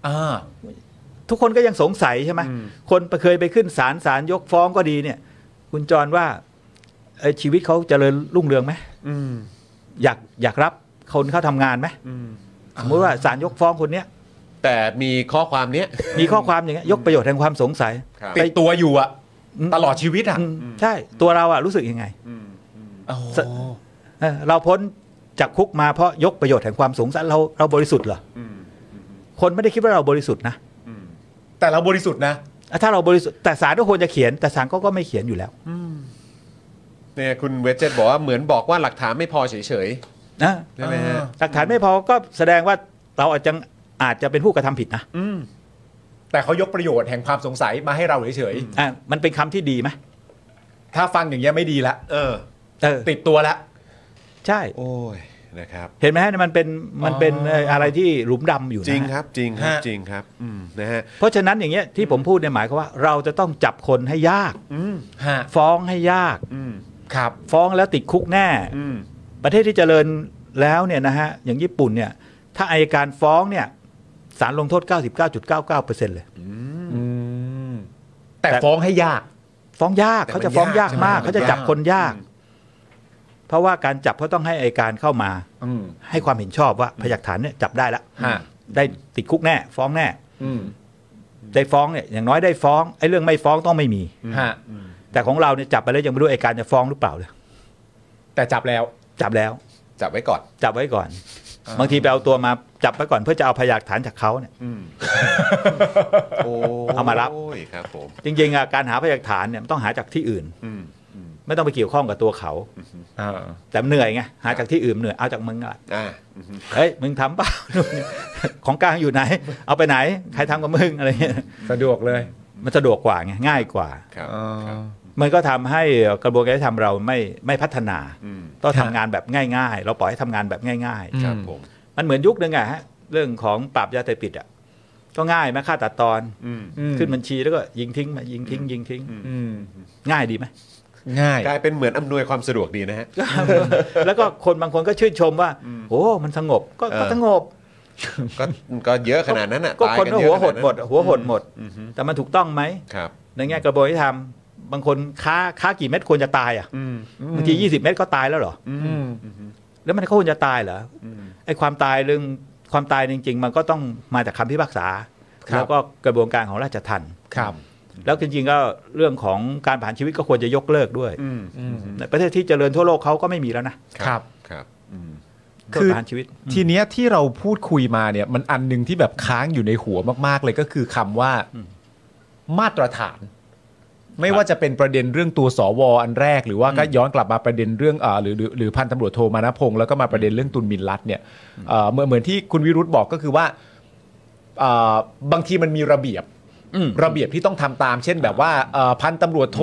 C: อ่า
F: ทุกคนก็ยังสงสัยใช่ไหม
A: อืม
F: คนเคยไปขึ้นศาลศาลยกฟ้องก็ดีเนี่ย คุณจรว่าเอ้ยชีวิตเขาเจริญรุ่งเรืองไหม
A: อืม
F: อยากอยากรับคนเข้าทำงานไหม
A: อืม
F: สมมติว่าศาลยกฟ้องคนเนี้ย
A: แต่มีข้อความเนี้ย
F: มีข้อความอย่างเงี้ยยกประโยชน์แห่งความสงสัย
A: ครับ
C: ติดตัวอยู่อะ
F: อืม
C: ตลอดชีวิตอะ
F: อืมใช่ ตัวเราอะรู้สึกยังไง
A: อืมอืม
C: โอ้โห
F: เออเราพ้นจากคุกมาเพราะยกประโยชน์แห่งความสงสัยเราเราบริสุทธิ์เหรอ
A: อืม
F: คนไม่ได้คิดว่าเราบริสุทธิ์นะ
A: อืม
C: แต่เราบริสุทธิ์นะ
F: อ่ะถ้าเราบริสุทธิ์แต่ศาลก็ควรจะเขียน แต่ศาลก็ก็ไม่เขียนอยู่แล้ว
A: เนี่ยคุณเวจเจตบอกว่าเหมือนบอกว่าหลักฐานไม่พอเฉย
F: นะ
A: ๆใช่ไหมฮะ
C: อ่า
F: หลักฐานไม่พอก็แสดงว่าเราอาจจะอาจจะเป็นผู้กระทำผิดนะ
A: อืม
C: แต่เขายกประโยชน์แห่งความสงสัยมาให้เราเฉย
F: อ่ะมันเป็นคำที่ดีไหม
C: ๆถ้าฟังอย่างเงี้ยไม่ดีละ
A: เออ
F: เออ
C: ติดตัวละ
F: ใช่
A: โอ้ยนะครับ
F: เห็นไหมฮะเนี่ยมันเป็นมันเป็นเอ่ออะไรที่หลุมดำอยู่นะ
A: จริง
F: ฮะ
A: ครับจริงครับ
C: ฮะ
A: จริงครับอืมนะฮะ
F: เพราะฉะนั้นอย่างเงี้ยที่ผมพูดเนี่ยหมายความว่าเราจะต้องจับคนให้ยาก
A: อืม
C: ฮะ
F: ฟ้องให้ยาก
A: อืม
C: ครับ
F: ฟ้องแล้วติดคุกแน่
A: อืม
F: ประเทศที่เจริญแล้วเนี่ยนะฮะอย่างญี่ปุ่นเนี่ยถ้าอายการฟ้องเนี่ยศาลลงโทษ 99.99%เลย
C: แต่
F: แต่
C: ฟ้องให้ยาก
F: ฟ้องยากเขาจะฟ้องยากมาก เขาจะจับคนยาก เพราะว่าการจับเขาต้องให้อายการเข้ามา
C: อืม
F: ให้ความเห็นชอบว่าพยานหลักฐานเนี่ยจับได้ละ
C: ฮะ
F: ได้ติดคุกแน่ ฟ้องแน่
C: อืม
F: ได้ฟ้องเนี่ยอย่างน้อยได้ฟ้องไอ้เรื่องไม่ฟ้องต้องไม่มี
C: ฮะ
F: แต่ของเราเนี่ยจับไปแล้วยังไม่รู้อายการจะฟ้องหรือเปล่าเลย
C: แต่จับแล้ว
F: จับแล้ว
A: จับไว้ก่อน
F: จับไว้ก่อน บางทีไปเอาตัวมาจับไว้ก่อนเพื่อจะเอาพยานหลักฐานจากเขาเนี่ย
A: อืมโอ้
F: เอามารับ
A: โอ้ยครับผม
F: จริงๆอ่ะการหาพยานหลักฐานเนี่ยมันต้องหาจากที่อื่น
A: อืม
F: ไม่ต้องไปเกี่ยวข้องกับตัวเขา แต่เหนื่อยไงหาจากที่อื่นเหนื่อยเอาจากมึงอ่ะ
A: อ่าอืม
F: เฮ้ยมึงทำเปล่า [laughs] ของกลางอยู่ไหน เอาไปไหนใครทำกับมึงอะไรเงี้ย
C: สะดวกเลย
F: มันสะดวกกว่าไงง่ายกว่า
A: ครับครับ
F: มันก็ทำให้กระบวนการยุติธรรมเราไม่ไม่พัฒนา
A: อืม
F: ต้อง
C: ครั
F: ทำ
C: บ
F: งานแบบง่ายๆ เราปล่อยให้ทำงานแบบง่าย
A: ครับผม
F: ๆ มันเหมือนยุคนึงอะฮะเรื่องของปราบยาเสพติดอ่ะก็ง่ายไหมฆ่าตัดตอน
A: อืม
C: อืม
F: ขึ้นบัญชีแล้วก็ยิงทิ้งมายิงทิ้ง ยิงทิ้ง
C: อืม
F: ง่ายดีไหม
C: ง่าย
A: กลายเป็นเหมือนอำนวยความสะดวกดีนะฮะ
F: แล้วก็คนบางคนก็ชื่นชมว่าโอ้มันสงบก็
A: เออ
F: ก็สงบ
A: ก็ก็เยอะขนาดนั้นอ่ะ
F: ก็
A: ตาย
F: คน
A: กั
F: ก็
A: เย
F: หัว
A: อะ
F: ห
A: ขา
F: ด
A: นานั้น
F: หมด หัวหดหมด
A: อืม
F: แต่มันถูกต้องไหม
A: ครับ
F: ในแง่กระบวนการยุติธรรมบางคนค้าค้ากี่เม็ดควรจะตายอ่ะ
A: อืม
F: บางทียี่สิบเม็ดก็ตายแล้วเหรอ
A: อืม
F: แล้วมันก็ควรจะตายเหรอ
A: อืม
F: ไอ้ความตายเรื่องความตายจริง ๆ มันก็ต้องมาจากคำพิพากษา
C: ครับ
F: แล้วก็กระบวนการของราชทัณฑ์
C: ครับ
F: แล้วจริงๆก็เรื่องของการผ่านชีวิตก็ควรจะยกเลิกด้วย
A: อืมอืม
F: ในประเทศที่เจริญทั่วโลกเขาก็ไม่มีแล้วนะครับ
A: ครับอืม
F: โทษประหารชีวิต
C: ทีเนี้ยที่เราพูดคุยมาเนี่ย มันอันหนึ่งที่แบบค้างอยู่ในหัวมาก ๆ เลยก็คือคำว่ามาตรฐาน ไม่ว่าจะเป็นประเด็นเรื่องตัวสวอันแรก หรือว่าก็ย้อนกลับมาประเด็นเรื่องเอ่อหรือหรือหรือพันตำรวจโทมานะพงศ์แล้วก็มาประเด็นเรื่องตุนมินลัดเนี่ยเอ่อเหมือนเหมือนที่คุณวิรุธบอกก็คือว่าเอ่อบางทีมันมีระเบียบ
F: อืม
C: ระเบียบที่ต้องทำตาม เช่นแบบว่าเอ่อพันตำรวจโท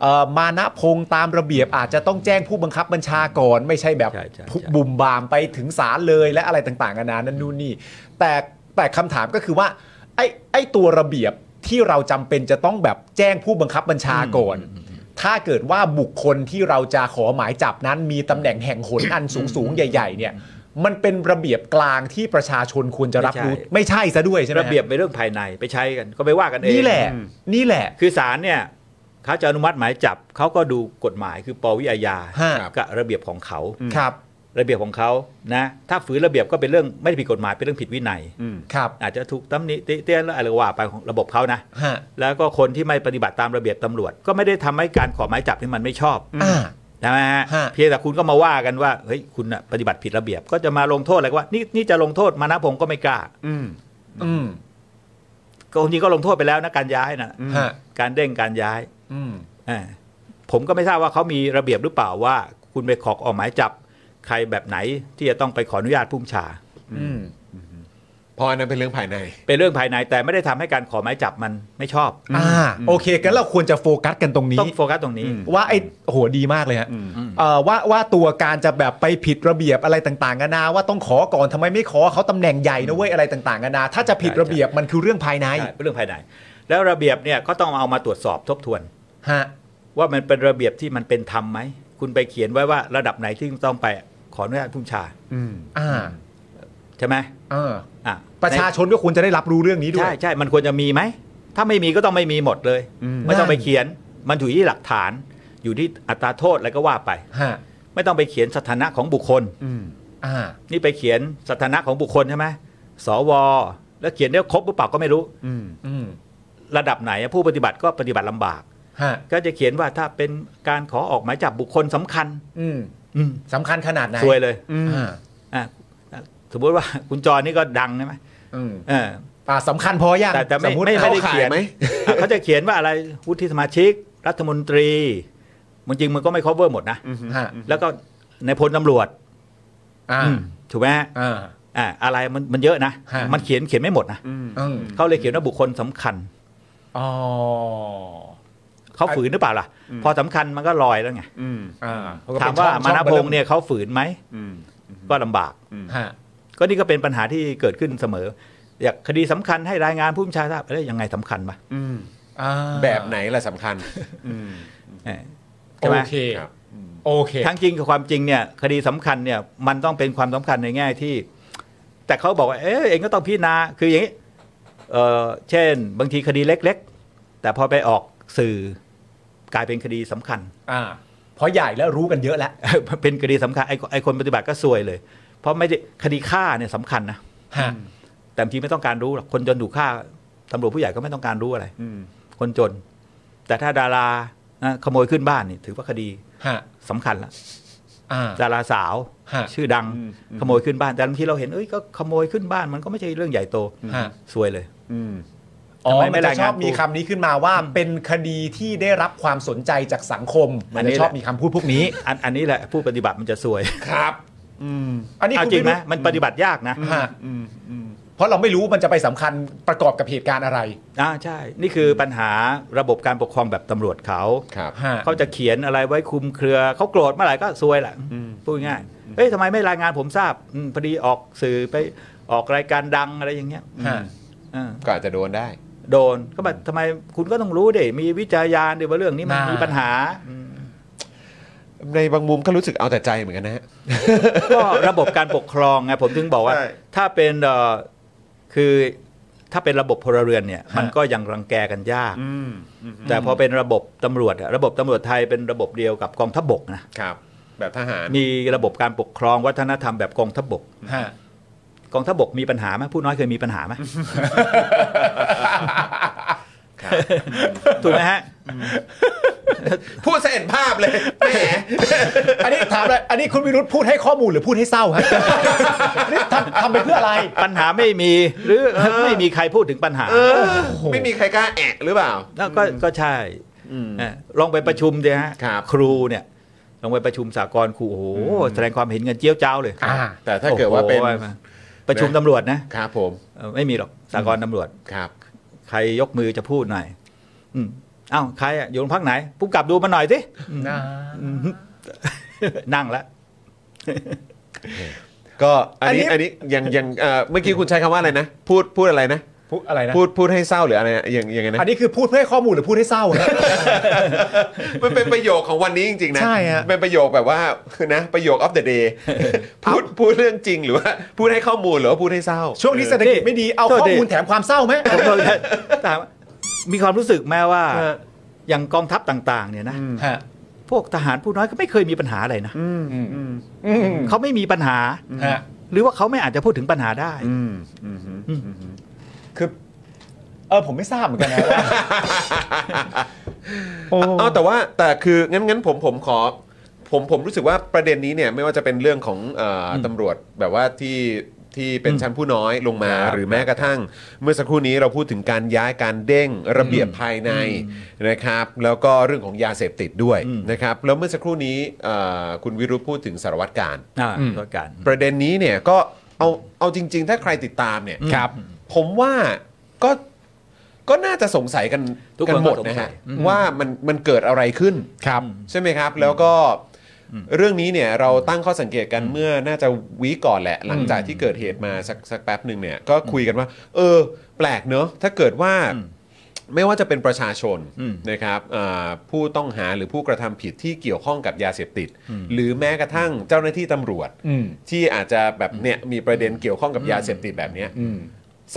C: เอ่อมานะพงศ์ตามระเบียบอาจจะต้องแจ้งผู้บังคับบัญชาก่อนไม่ใช่แบบ
F: ใช่ใช่ใช่
C: บุ่มบามไปถึงศาลเลยและอะไรต่างๆนานานั่นนู่นนี่ แต่แต่คำถามก็คือว่า ไอ้ไอ้ตัวระเบียบ ที่เราจำเป็นจะต้องแบบแจ้งผู้บังคับบัญชาก่อน ถ้าเกิดว่าบุคคลที่เราจะขอหมายจับนั้น มีตำแหน่งแห่งหนอันสูงสูงๆใหญ่ ๆ เนี่ย มันเป็นระเบียบกลางที่ประชาชนควรจะรับรู้ ไม่ใช่ซะด้วยใช่ไหม
F: ระเบียบเป็นเรื่องภายในไปใช้กันก็ไปว่ากันเอง
C: นี่แหละ นี่แหละ
F: คือศาลเนี่ยเขาจะอนุมัติหมายจับเขาก็ดูกฎหมายคือปวิอาญา
C: ฮะ
F: กับระเบียบของเขา
C: ครับ
F: ระเบียบของเขานะถ้าฝืนระเบียบก็เป็นเรื่องไม่ได้ผิดกฎหมายเป็นเรื่องผิดวินัย
C: ครับ
F: อาจจะถูกตำหนิติเตียนแล้วอะไรก็ว่าไปของระบบเขานะ
C: ฮะ
F: แล้วก็คนที่ไม่ปฏิบัติตามระเบียบตำรวจ ก็ไม่ได้ทำให้การขอหมายจับนี่มันไม่ชอบ
C: อ่า
F: ใช่ไหมฮะ
C: ฮะ
F: เพียงแต่คุณก็มาว่ากันว่าเฮ้ยคุณน่ะปฏิบัติผิดระเบียบก็จะมาลงโทษอะไรก็ว่านี่นี่จะลงโทษมานะผมก็ไม่กล้า
A: อืม
C: อืม
F: ก็คนนี้ก็ลงโทษไปแล้วนะการย้ายนะ
C: ฮะ
F: การเด้งการย้าย
C: อืม
F: อ่าผมก็ไม่ทราบว่าเขามีระเบียบหรือเปล่าว่า คุณไปขอออกหมายจับใครแบบไหนที่จะต้องไปขออนุญาตผู้บัญชา
C: อืม
A: เพราะอันนั้นเป็นเรื่องภายใน
F: เป็นเรื่องภายในแต่ไม่ได้ทำให้การขอหมายจับมันไม่ชอบ
C: อ่า โอเคกันเราควรจะโฟกัสกันตรงนี้
F: ต้องโฟกัสตรงนี้
C: ว่าไอ้โหดีมากเลยฮะเอ่อว่าว่าตัวการจะแบบไปผิดระเบียบอะไรต่างๆนานาว่าต้องขอก่อนทำไมไม่ขอเขาตำแหน่งใหญ่นะเว้ยอะไรต่างๆนานาถ้าจะผิดระเบียบมันคือเรื่องภายใน
F: ใช่เป็นเรื่องภายใน แล้วระเบียบเนี่ยก็ต้องเอามาตรวจสอบทบทวน
C: ฮะ
F: ว่ามันเป็นระเบียบที่มันเป็นธรรมไหม คุณไปเขียนไว้ว่าระดับไหนที่ต้องไปขออนุญาตผู้บัญชา
C: อ่า
F: ใช่ไหม
C: เออ
F: อ่ะ
C: ประชาชนก็ควรจะได้รับรู้เรื่องนี้ด้ว
F: ใช่
C: ย
F: ใช่มันควรจะมีไหม ถ้าไม่มีก็ต้องไม่มีหมดเลย ไม่ต้องไปเขียนมันอยู่ที่หลักฐาน อยู่ที่อัตราโทษอะไรก็ว่าไป
C: ฮะ
F: ไม่ต้องไปเขียนสถานะของบุคคล
C: อ่า
F: นี่ไปเขียนสถานะของบุคคลใช่ไหมสว แล้วเขียนได้ครบหรือเปล่าก็ไม่รู้
C: อืม
F: ระดับไหนผู้ปฏิบัติก็ปฏิบัติลำบาก
C: ฮะ
F: ก็จะเขียนว่าถ้าเป็นการขอออกหมายจับบุคคลสำคัญ
C: อืม
F: อืม
C: สำคัญขนาดไหน
F: ซวยเลย
C: อ่า
F: อ่ะสมมติว่า [laughs] คุณจอนี่ก็ดังใช่ไหม
C: อืม
F: เออ
C: อ่าสำคัญพอยัง
F: แต่แต่ไม่
C: สติ
F: ไม่ไม่ได้
A: เข้าข่าย
F: เขียน
A: ไหม
F: อ่ะเขาจะเขียนว่าอะไรวุฒิสมาชิก รัฐมนตรีมันจริงมันก็ไม่ cover หมดนะ
C: ฮะ
F: แล้วก็ในพลตำรวจ
C: อ่า
F: อืมถูกไหมฮะ
C: อ่า
F: อ่ะอะไรมันมันเยอะนะ
C: ฮะ
F: มันเขียนเขียนไม่หมดนะ
C: อืม
F: เขาเลยเขียนว่าบุคคลสำคัญ
C: อ๋อ
F: เขาฝืนหรือเปล่าล่ะ พอสำคัญมันก็ลอยแล้วไง
A: อืม
C: อ่า
F: ถามว่ามานะพงษ์เนี่ยเขาฝืนไหม
A: อืม
F: ก็ลำบาก
C: ฮะ
F: ก็นี่ก็เป็นปัญหาที่เกิดขึ้นเสมอ อยากคดีสำคัญให้รายงานผู้บัญชาทราบเอ้ยยังไงสำคัญปะ
A: อืม
C: อ่า
A: แบบไหนล่ะสำคัญ อืม
F: เออ
C: โอ
F: ใช่ไหม
C: เค
A: ครับ
C: โอเค
F: ทั้งจริงกับความจริงเนี่ยคดีสำคัญเนี่ยมันต้องเป็นความสำคัญในแง่ที่ แต่เขาบอกว่าเอยเองก็ต้องพิจารณาคืออย่างนี้เออเช่น บางทีคดีเล็ก ๆ แต่พอไปออกสื่อกลายเป็นคดีสำคัญ [laughs]
C: อ่าเพราะใหญ่แล้วรู้กันเยอะแล้ว
F: เป็นคดีสำคัญไอ้ไอคนปฏิบัติก็ซวยเลย เพราะไม่ได้คดีฆ่าเนี่ยสำคัญนะ
C: ฮะ
F: แต่บางทีไม่ต้องการรู้หรอกคนจนถูกฆ่าตำรวจผู้ใหญ่ก็ไม่ต้องการรู้อะไร
A: อืม
F: คนจน แต่ถ้าดารานะขโมยขึ้นบ้านนี่ถือว่าคดี
C: ฮะ
F: สำคัญละ
C: อ่า
F: ดาราสาว
C: ฮะ
F: ชื่อดัง
A: อืมอืม
F: ขโมยขึ้นบ้าน แต่บางทีเราเห็นเอ้ยก็ขโมยขึ้นบ้านมันก็ไม่ใช่เรื่องใหญ่โต
C: ฮะ
F: ซวยเลย
A: อืม
C: อ๋อ
F: ทำไมไม่
C: มันจะ
F: ราย
C: ช
F: งา
C: อ
F: น
C: บมี
F: กู
C: คำนี้ขึ้นมาว่าเป็นคดีที่ได้รับความสนใจจากสังคม มัน
F: อันนี้
C: จะชอบ
F: แหละ
C: มีคำพูดพวกนี้
F: อันอันนี้แหละผู้ปฏิบัติมันจะซวย
A: ครับ อืม
C: อันนี้
F: เอา
C: คุณ
F: จริงไหม
C: ไม่
F: มันปฏิบัติยากนะ
C: ฮะ
A: อืม อืม
C: เพราะเราไม่รู้มันจะไปสำคัญประกอบกับเหตุการณ์อะไร
F: อ่าใช่ นี่คือปัญหาระบบการปกครองแบบตำรวจเขา
A: ครับ
C: ฮะ
F: เขาจะเขียนอะไรไว้คลุมเครือเขาโกรธเมื่อไหร่ก็ซวยแหละพูดง่ายๆเอ้ยทำไมไม่รายงานผมทราบอืมพอดีออกสื่อไปออกรายการดังอะไรอย่างเงี้ย
C: ฮะ
F: อ่า
A: ก็อาจจะโดนได้
F: โดนก็แบบทำไมคุณก็ต้องรู้ดิมีวิจัยยานดิว่าเรื่องนี้มันมีปัญหาอืม
A: ในบางมุมก็รู้สึกเอาแต่ใจเหมือนกันนะฮะ
F: ก็ระบบการปกครองไงผมถึงบอกว่า
A: ใช่
F: ถ้าเป็นเอ่อคือถ้าเป็นระบบพลเรือนเนี่ย มันก็ยังรังแกกันยาก
A: อืม
F: แต่พอเป็นระบบตำรวจอะระบบตำรวจไทยเป็นระบบเดียวกับกองทัพบกนะครับ
A: แบบทหาร
F: มีระบบการปกครองวัฒนธรรมแบบกองทัพบก
C: ฮะ
F: กองทัพบกมีปัญหาไหมผู้น้อยเคยมีปัญหาไหม
A: [laughs] ครับ
F: [laughs] ถูกไหมฮะ
A: พูดเสร็จภาพเลยแหม
C: อันนี้ถามเลยอันนี้คุณวิรุธพูดให้ข้อมูลหรือพูดให้เศร้าฮะ [laughs] นี่ทำทำไปเพื่ออะไร
F: ปัญหาไม่มี
A: [laughs]
F: หรือไม่มีใครพูดถึงปัญหา
A: เออ ไม่มีใครกล้าแอะหรือเปล่า
F: แล้วก็ก็ใช่เออลองไปประชุมดีฮะ
A: ครับ
F: ครูเนี่ยลองไปประชุมสากลครูโอ้โหแสดงความเห็นกันเจี๊ยวเจ้าเลย
C: อ่า
A: แต่ถ้าเกิดว่าเป็น
F: โอ้โหประชุมตำรวจนะครับ
A: ผม
F: เออไม่มีหรอกสากลตำรวจ
A: ครับ
F: ใครยกมือจะพูดหน่อย อืมเอ้าวใครอะอยู่โรงพักไหนผู้กำกับดูมาหน่อยสิ
C: นะ
F: นั่งแล้ว
A: ก็อันนี้อันนี้ยังยังเอ่อเมื่อกี้คุณใช้คำว่าอะไรนะ พูดพูดอะไรนะ
C: พูดอะไรนะ
A: พูดพูดให้เศร้าหรืออะไรนะอย่างอย่างไงนะ
C: อันนี้คือพูดเพื่อให้ข้อมูลหรือพูดให้เศร้านะ
A: มันเป็นประโยคของวันนี้จริงๆนะ
C: ใช่ฮะ
A: เป็นประโยคแบบว่า [laughs] นะประโยค of the day พูดพูดเรื่องจริงหรือว่าพูดให้ข้อมูลหรือว่าพูดให้เศร้า
C: ช่วงนี้เศรษฐกิจไม่ดีเอา
F: โทษ
C: ข้อ
F: ดิ
C: มูลแถมความเศร้าไหม
F: ผมบอกเลย [laughs] ถามว่ามีความรู้สึกแม้ว่า
C: ฮะ
F: อย่างกองทัพต่าง ๆ เนี่ยนะ
C: ฮะ
F: พวกทหารผู้น้อยก็ไม่เคยมีปัญหาอะไรนะ
C: อืม
F: เขาไม่มีปัญหา
C: ฮะ
F: หรือว่าเขาไม่อาจจะพูดถึงปัญหาได้
A: อืมอืมอืม
C: คือเออผมไม่ทราบเหมือนกันนะว่า โอ้
A: เอ้าแต่ว่าแต่คืองั้นงั้นผมผมขอ ผมผมรู้สึกว่าประเด็นนี้เนี่ยไม่ว่าจะเป็นเรื่องของเอ่ออตำรวจแบบว่าที่ที่เป็นชั้นผู้น้อยลงมา
C: ครับ
A: หรือแม้กระทั่ง เมื่อสักครู่นี้เราพูดถึงการย้ายการเด้งระเบียบภายในนะครับ แล้วก็เรื่องของยาเสพติดด้วยนะครับแล้วเมื่อสักครู่นี้เอ่อคุณวิรุธพูดถึงสารวัตรการ
F: อ่า
C: อืม
F: ตัวการ
A: ประเด็นนี้เนี่ยก็เอาเอาจริง ๆ ถ้าใครติดตามเนี่ย
C: ครับ
A: ผมว่าก็ก็น่าจะสงสัยกัน
F: ทุกคน
A: กัหมด
F: ก็สง
A: นะ
F: สั
A: ฮะ
F: ย
A: ว่ามันมันเกิดอะไรขึ้น
C: ครับ
A: ใช่ไหมครับ แล้วก็เรื่องนี้เนี่ยเราตั้งข้อสังเกตกันเมื่อน่าจะวีคก่อนแหละ หลังจากที่เกิดเหตุมาสักสักแป๊บหนึ่งเนี่ยก็คุยกันว่า เออ แปลกเนอะถ้าเกิดว่า ไม่ว่าจะเป็นประชาชน
F: อืม
A: นะครับอ่าผู้ต้องหาหรือผู้กระทำผิดที่เกี่ยวข้องกับยาเสพติด หรือแม้กระทั่งเจ้าหน้าที่ตำรวจ
C: อืม
A: ที่อาจจะแบบเนี่ยมีประเด็นเกี่ยวข้องกับยาเสพติดแบบเนี้ย
C: อืม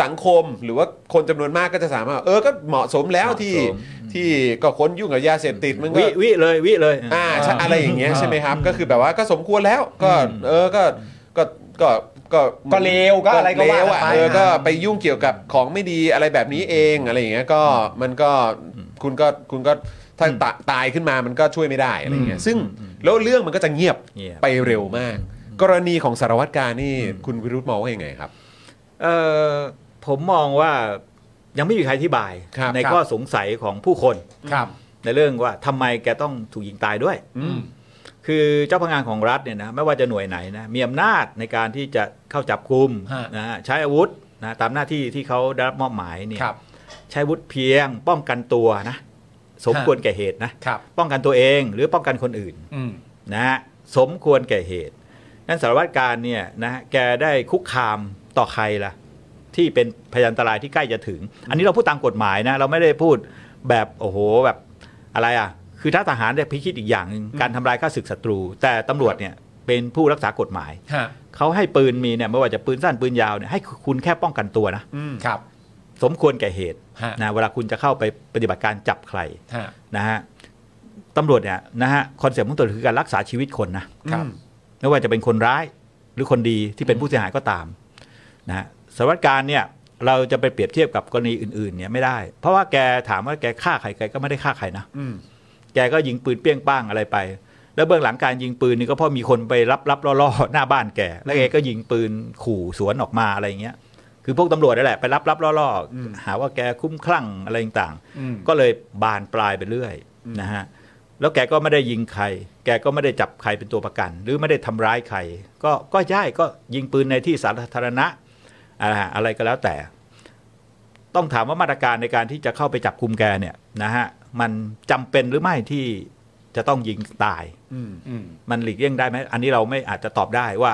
A: สังคมหรือว่าคนจำนวนมากก็จะสามารถ เออก็เหมาะสมแล้ว
F: เหมาะสม
A: ที่ที่ก็ค้นยุ่งกับยาเสพติดมันก็
F: วิวิเลยวิเลย
A: อ่าใช่
C: อ่า
A: อะไรอย่างเงี้ย
C: อ่า
A: ใช่ไหมครับ ก็คือแบบว่าก็สมควรแล้วก็เออก็ก็ก็ก็
C: ก็เลวก็อะไรก็
A: เล
C: ว่าว กั
A: อ่ะ
C: นไป
A: เออก็ไปยุ่งเกี่ยวกับของไม่ดีอะไรแบบนี้เองอะไรอย่างเงี้ยก็มันก็คุณก็คุณก็ถ้าตาตายขึ้นมามันก็ช่วยไม่ได้อะไรอย่างเงี้ยซึ่งแล้วเรื่องมันก็จะเงียบ
F: เงียบ
A: ไปเร็วมาก กรณีของสารวัตรการนี่คุณวิรุธมองว่ายังไงครับ
F: เอ่อผมมองว่ายังไม่มีใครอธิบาย
A: ครับ
F: ในข้อสงสัยของผู้ [laughs] คน
C: ครับ
F: ในเรื่องว่าทำไมแกต้องถูกยิงตายด้วย
A: อืม
F: คือเจ้าพนักงานของรัฐเนี่ยนะไม่ว่าจะหน่วยไหนนะมีอำนาจในการที่จะเข้าจับกุม
C: ฮะ
F: นะฮะใช้อาวุธนะตามหน้าที่ที่เขาได้รับมอบหมายเนี่ย
C: ครับ
F: ใช้อาวุธเพียงป้องกันตัวนะสมควรแก่เหตุนะครับ ป้องกันตัวเองหรือป้องกันคนอื่น
C: อืม
F: นะฮะสมควรแก่เหตุนั้นสารวัตรการเนี่ยนะแกได้คุกคามต่อใครล่ะที่เป็นพยานอันตรายที่ใกล้จะถึง อันนี้เราพูดตามกฎหมายนะเราไม่ได้พูดแบบโอ้โหแบบอะไรอ่ะคือถ้าทหารเนี่ยพิคิดอีกอย่างหนึ่งการทำลายข้าศึกศัตรู แต่ตำรวจเนี่ยเป็นผู้รักษากฎหมาย
C: ฮะ
F: เขาให้ปืนมีเนี่ยไม่ว่าจะปืนสั้นปืนยาวเนี่ยให้คุณแค่ป้องกันตัวนะ
C: รับ
F: สมควรแก่เหตุ
C: ฮะ
F: นะเวลาคุณจะเข้าไปปฏิบัติการจับใคร
C: ฮะ
F: นะฮะตำรวจเนี่ยนะฮะคอนเซ็ปต์ของตำรวจคือการรักษาชีวิตคนนะครับ ไม่ว่าจะเป็นคนร้ายหรือคนดีที่เป็นผู้เสียหายก็ตามนะฮะสารวัตรการเนี่ยเราจะไปเปรียบเทียบกับกรณีอื่นๆเนี่ยไม่ได้ เพราะว่าแกถามว่าแกฆ่าใครแกก็ไม่ได้ฆ่าใครนะแกก็ยิงปืนเปี้ยงป้างอะไรไป แล้วเบื้องหลังการยิงปืนนี่ก็เพราะมีคนไปรับรับล่อๆหน้าบ้านแกแล้วแกก็ยิงปืนขู่สวนออกมาอะไรอย่างเงี้ย คือพวกตำรวจนั่นแหละไปรับรับล่อๆหาว่าแกคุ้มคลั่งอะไรต่าง
C: อืม
F: ๆ ก็เลยบานปลายไปเรื่อยนะฮะแล้วแกก็ไม่ได้ยิงใคร แกก็ไม่ได้จับใครเป็นตัวประกัน หรือไม่ได้ทำร้ายใคร ก็ก็ใช่ก็ยิงปืนในที่สาธารณะอะไรอะไรก็แล้วแต่ ต้องถามว่ามาตรการในการที่จะเข้าไปจับคุมแกเนี่ยนะฮะมันจำเป็นหรือไม่ที่จะต้องยิงตาย
C: อืม
F: มันหลีกเลี่ยงได้ไหมอันนี้เราไม่อาจจะตอบได้ว่า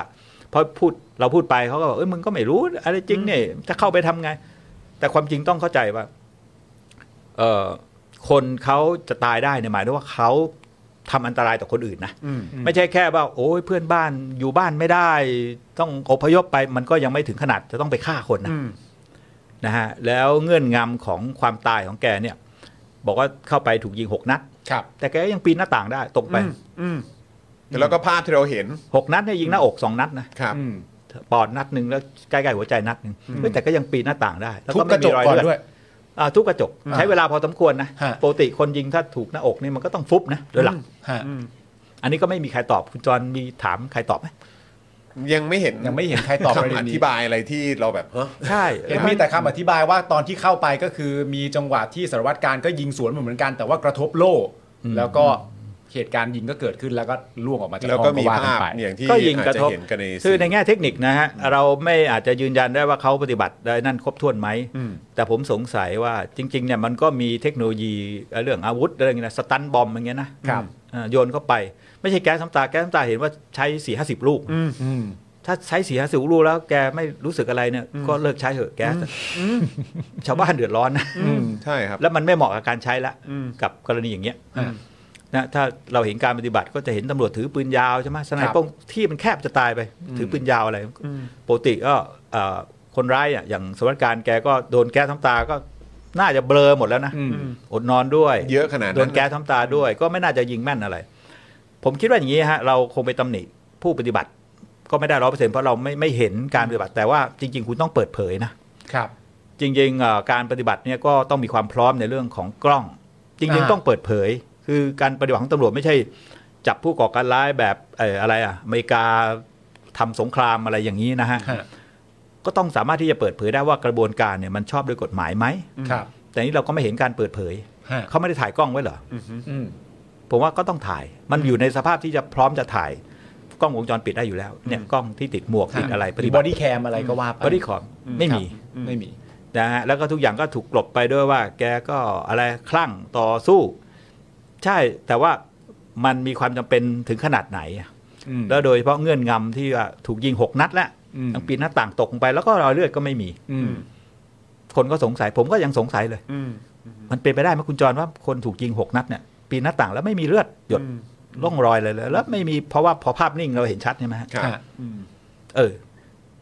F: เพราะพูดเราพูดไปเขาก็บอกเอ้ยมึงก็ไม่รู้อะไรจริงเนี่ยจะเข้าไปทำไง แต่ความจริงต้องเข้าใจว่าเออคนเขาจะตายได้เนี่ยหมายถึงว่าเขาทำอันตรายต่อคนอื่นนะไม่ใช่แค่ว่า โอ้ยเพื่อนบ้านอยู่บ้านไม่ได้ ต้องอพยพไปมันก็ยังไม่ถึงขนาดจะต้องไปฆ่าคนนะนะฮะแล้วเงื่อนงำของความตายของแกเนี่ย บอกว่าเข้าไปถูกยิงหกนัด
C: ครับ
F: แต่แกก็ยังปีนหน้าต่างได้ตกไป
A: แล้วก็ภาพที่เราเห็น
F: หกนัดเนี่ยยิงหน้าอกสองนัดนะครับ
C: อืม
F: ปอดนัดหนึ่งแล้วใกล้ๆหัวใจนัดหนึ่งเฮ้ยแต่ก็ยังปีนหน้าต่างได้แล้ว
C: ทุบก
F: ไม่
C: ระจ
F: มี
C: ก
F: ย
C: ก่อน
F: เลื
C: ด้วย
F: อ่าทุบกระจก ใช้เวลาพอสมควรนะ
C: ฮะ
F: ปกติคนยิงถ้าถูกหน้าอกนี่มันก็ต้องฟุบนะโดยหลัก
C: ฮะ
F: อันนี้ก็ไม่มีใครตอบคุณจรมีถามใครตอบไหม
A: ยังไม่เห็น
C: ยังไม่เห็นใครตอบประเด็
A: คำอน
C: นี้
A: ธิบายอะไรที่เราแบบฮะ
F: ใช่
C: เห็นมีแต่คำอธิบายว่าตอนที่เข้าไปก็คือมีจังหวะที่สารวัตรการก็ยิงสวนเหมือนกัน แต่ว่ากระทบโล่ แล้วก็เหตุการณ์ยิงก็เกิดขึ้นแล้วก็ล่วงออกมาจาก
A: แล้วก็มี
C: ห้อง
A: ภาพ
C: นไป
A: อย่างที่
F: ก็
A: อา
F: ยิงก
A: จ
F: ระ
A: จะ
F: ทบ
A: เห็นกันใน
F: คือใน
A: สื่
F: แง่เทคนิคนะฮะเราไม่อาจจะยืนยันได้ว่าเขาปฏิบัติได้นั่นครบถ้วนไหม
A: อืม
F: แต่ผมสงสัยว่าจริงๆเนี่ยมันก็มีเทคโนโลยีเอ่อเรื่องอาวุธอะไรเงี้ยนะสตันบอมอย่างเงี้ยนะครับ อ่าโยนเข้าไป ไม่ใช่แก๊สน้ำตาแก๊สน้ำตาเห็นว่าใช้สี่ห้าสิบลูก
C: อืม
F: ถ้าใช้สีห้าสิบลูกแล้วแกไม่รู้สึกอะไรเนี่ย ก็เลิกใช้เถอะแก๊สชาวบ้านเดือดร้อนนะ
A: อืมใช่ครับ
F: แล้วมันไม่เหมาะกับการใช้ละ
A: อืม
F: กับกรณีอย่างเงี้ย
A: อืม
F: นะถ้าเราเห็นการปฏิบัติก็จะเห็นตำรวจถือปืนยาวใช่ไหมสนา
C: ค
F: ย
C: รับ
F: ป้องที่มันแคบจะตายไป ถือปืนยาวอะไรปกติก็เอ่อคนร้ายอ่ะอย่างสวัสดิการแกก็โดนแก๊สท้ำตาก็น่าจะเบลอหมดแล้วนะ
C: อืม
F: อดนอนด้วย
A: เยอะขนาด
F: โด
A: นั้น น
F: แก๊สท้ำตาด้วย ก็ไม่น่าจะยิงแม่นอะไร ผมคิดว่าอย่างนี้ฮะ เราคงไปตำหนิผู้ปฏิบัติ ก็ไม่ได้ร้อเปอร์เซ็นต์เพราะเราไม่ไม่เห็นการปฏิบัติ แต่ว่าจริง ๆ คุณต้องเปิดเผยนะ
C: ครับ
F: จริงๆเอ่อการปฏิบัติเนี่ยก็ต้องมีความพร้อมในเรื่องของกล้อง จริง
C: อ่า
F: ๆต้องเปิดเผย คือการปฏิบัติของตำรวจไม่ใช่ จับผู้ก่อการร้ายแบบเอ่ออะไรอ่ะอเมริกาทำสงครามอะไรอย่างนี้นะฮะ
C: ฮะ
F: ก็ต้องสามารถที่จะเปิดเผยได้ว่ากระบวนการเนี่ยมันชอบด้วยกฎหมายไหม
C: ครับ
F: แต่นี้เราก็ไม่เห็นการเปิดเผย
C: ฮะ
F: เขาไม่ได้ถ่ายกล้องไว้เหรอ
C: อืม
F: ผมว่าก็ต้องถ่าย มันอยู่ในสภาพที่จะพร้อมจะถ่าย กล้องวงจรปิดได้อยู่แล้ว เนี่ยกล้องที่ติดหมวกติดอะไร
C: หรือบอดี้แคมอะไรก็ว่าไป
F: บอดี้คอมไม่มี
C: ครับไม่มี
F: นะฮะ แล้วก็ทุกอย่างก็ถูกกลบไปด้วยว่า แกก็อะไรคลั่งต่อสู้ ใช่ แต่ว่ามันมีความจำเป็นถึงขนาดไหน
C: อืม
F: แล้วโดยเฉพาะเงื่อนงำที่ว่าถูกยิงหกนัดแล้ว
C: อืม
F: ทั้งปีนหน้าต่างตกลงไป แล้วก็รอยเลือดก็ไม่มี
C: อืม
F: คนก็สงสัย ผมก็ยังสงสัยเลย
A: อืม
F: มันเป็นไปได้ไหมคุณจรว่าคนถูกยิงหกนัดเนี่ยปีนหน้าต่างแล้วไม่มีเลือดหยด
A: อืม
F: ร่องรอยเลยเลยแล้วไม่มีเพราะว่าพอภาพนิ่งเราเห็นชัดใช่ไหมฮะ
A: ครับ
C: ฮะ
A: อืม
F: เออ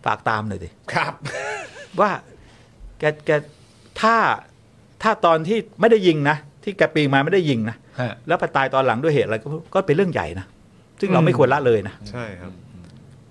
F: ฝากตามหน่อยดิ
A: ครับ
F: ว่าแกแกถ้าถ้าตอนที่ไม่ได้ยิงนะที่แกปีนมาไม่ได้ยิงนะ
C: ฮะ
F: แล้วไปตายตอนหลังด้วยเหตุอะไรก็ก็เป็นเรื่องใหญ่นะซึ่งเรา
C: อืม
F: ไม่ควรละเลยนะ
A: ใช่ครับ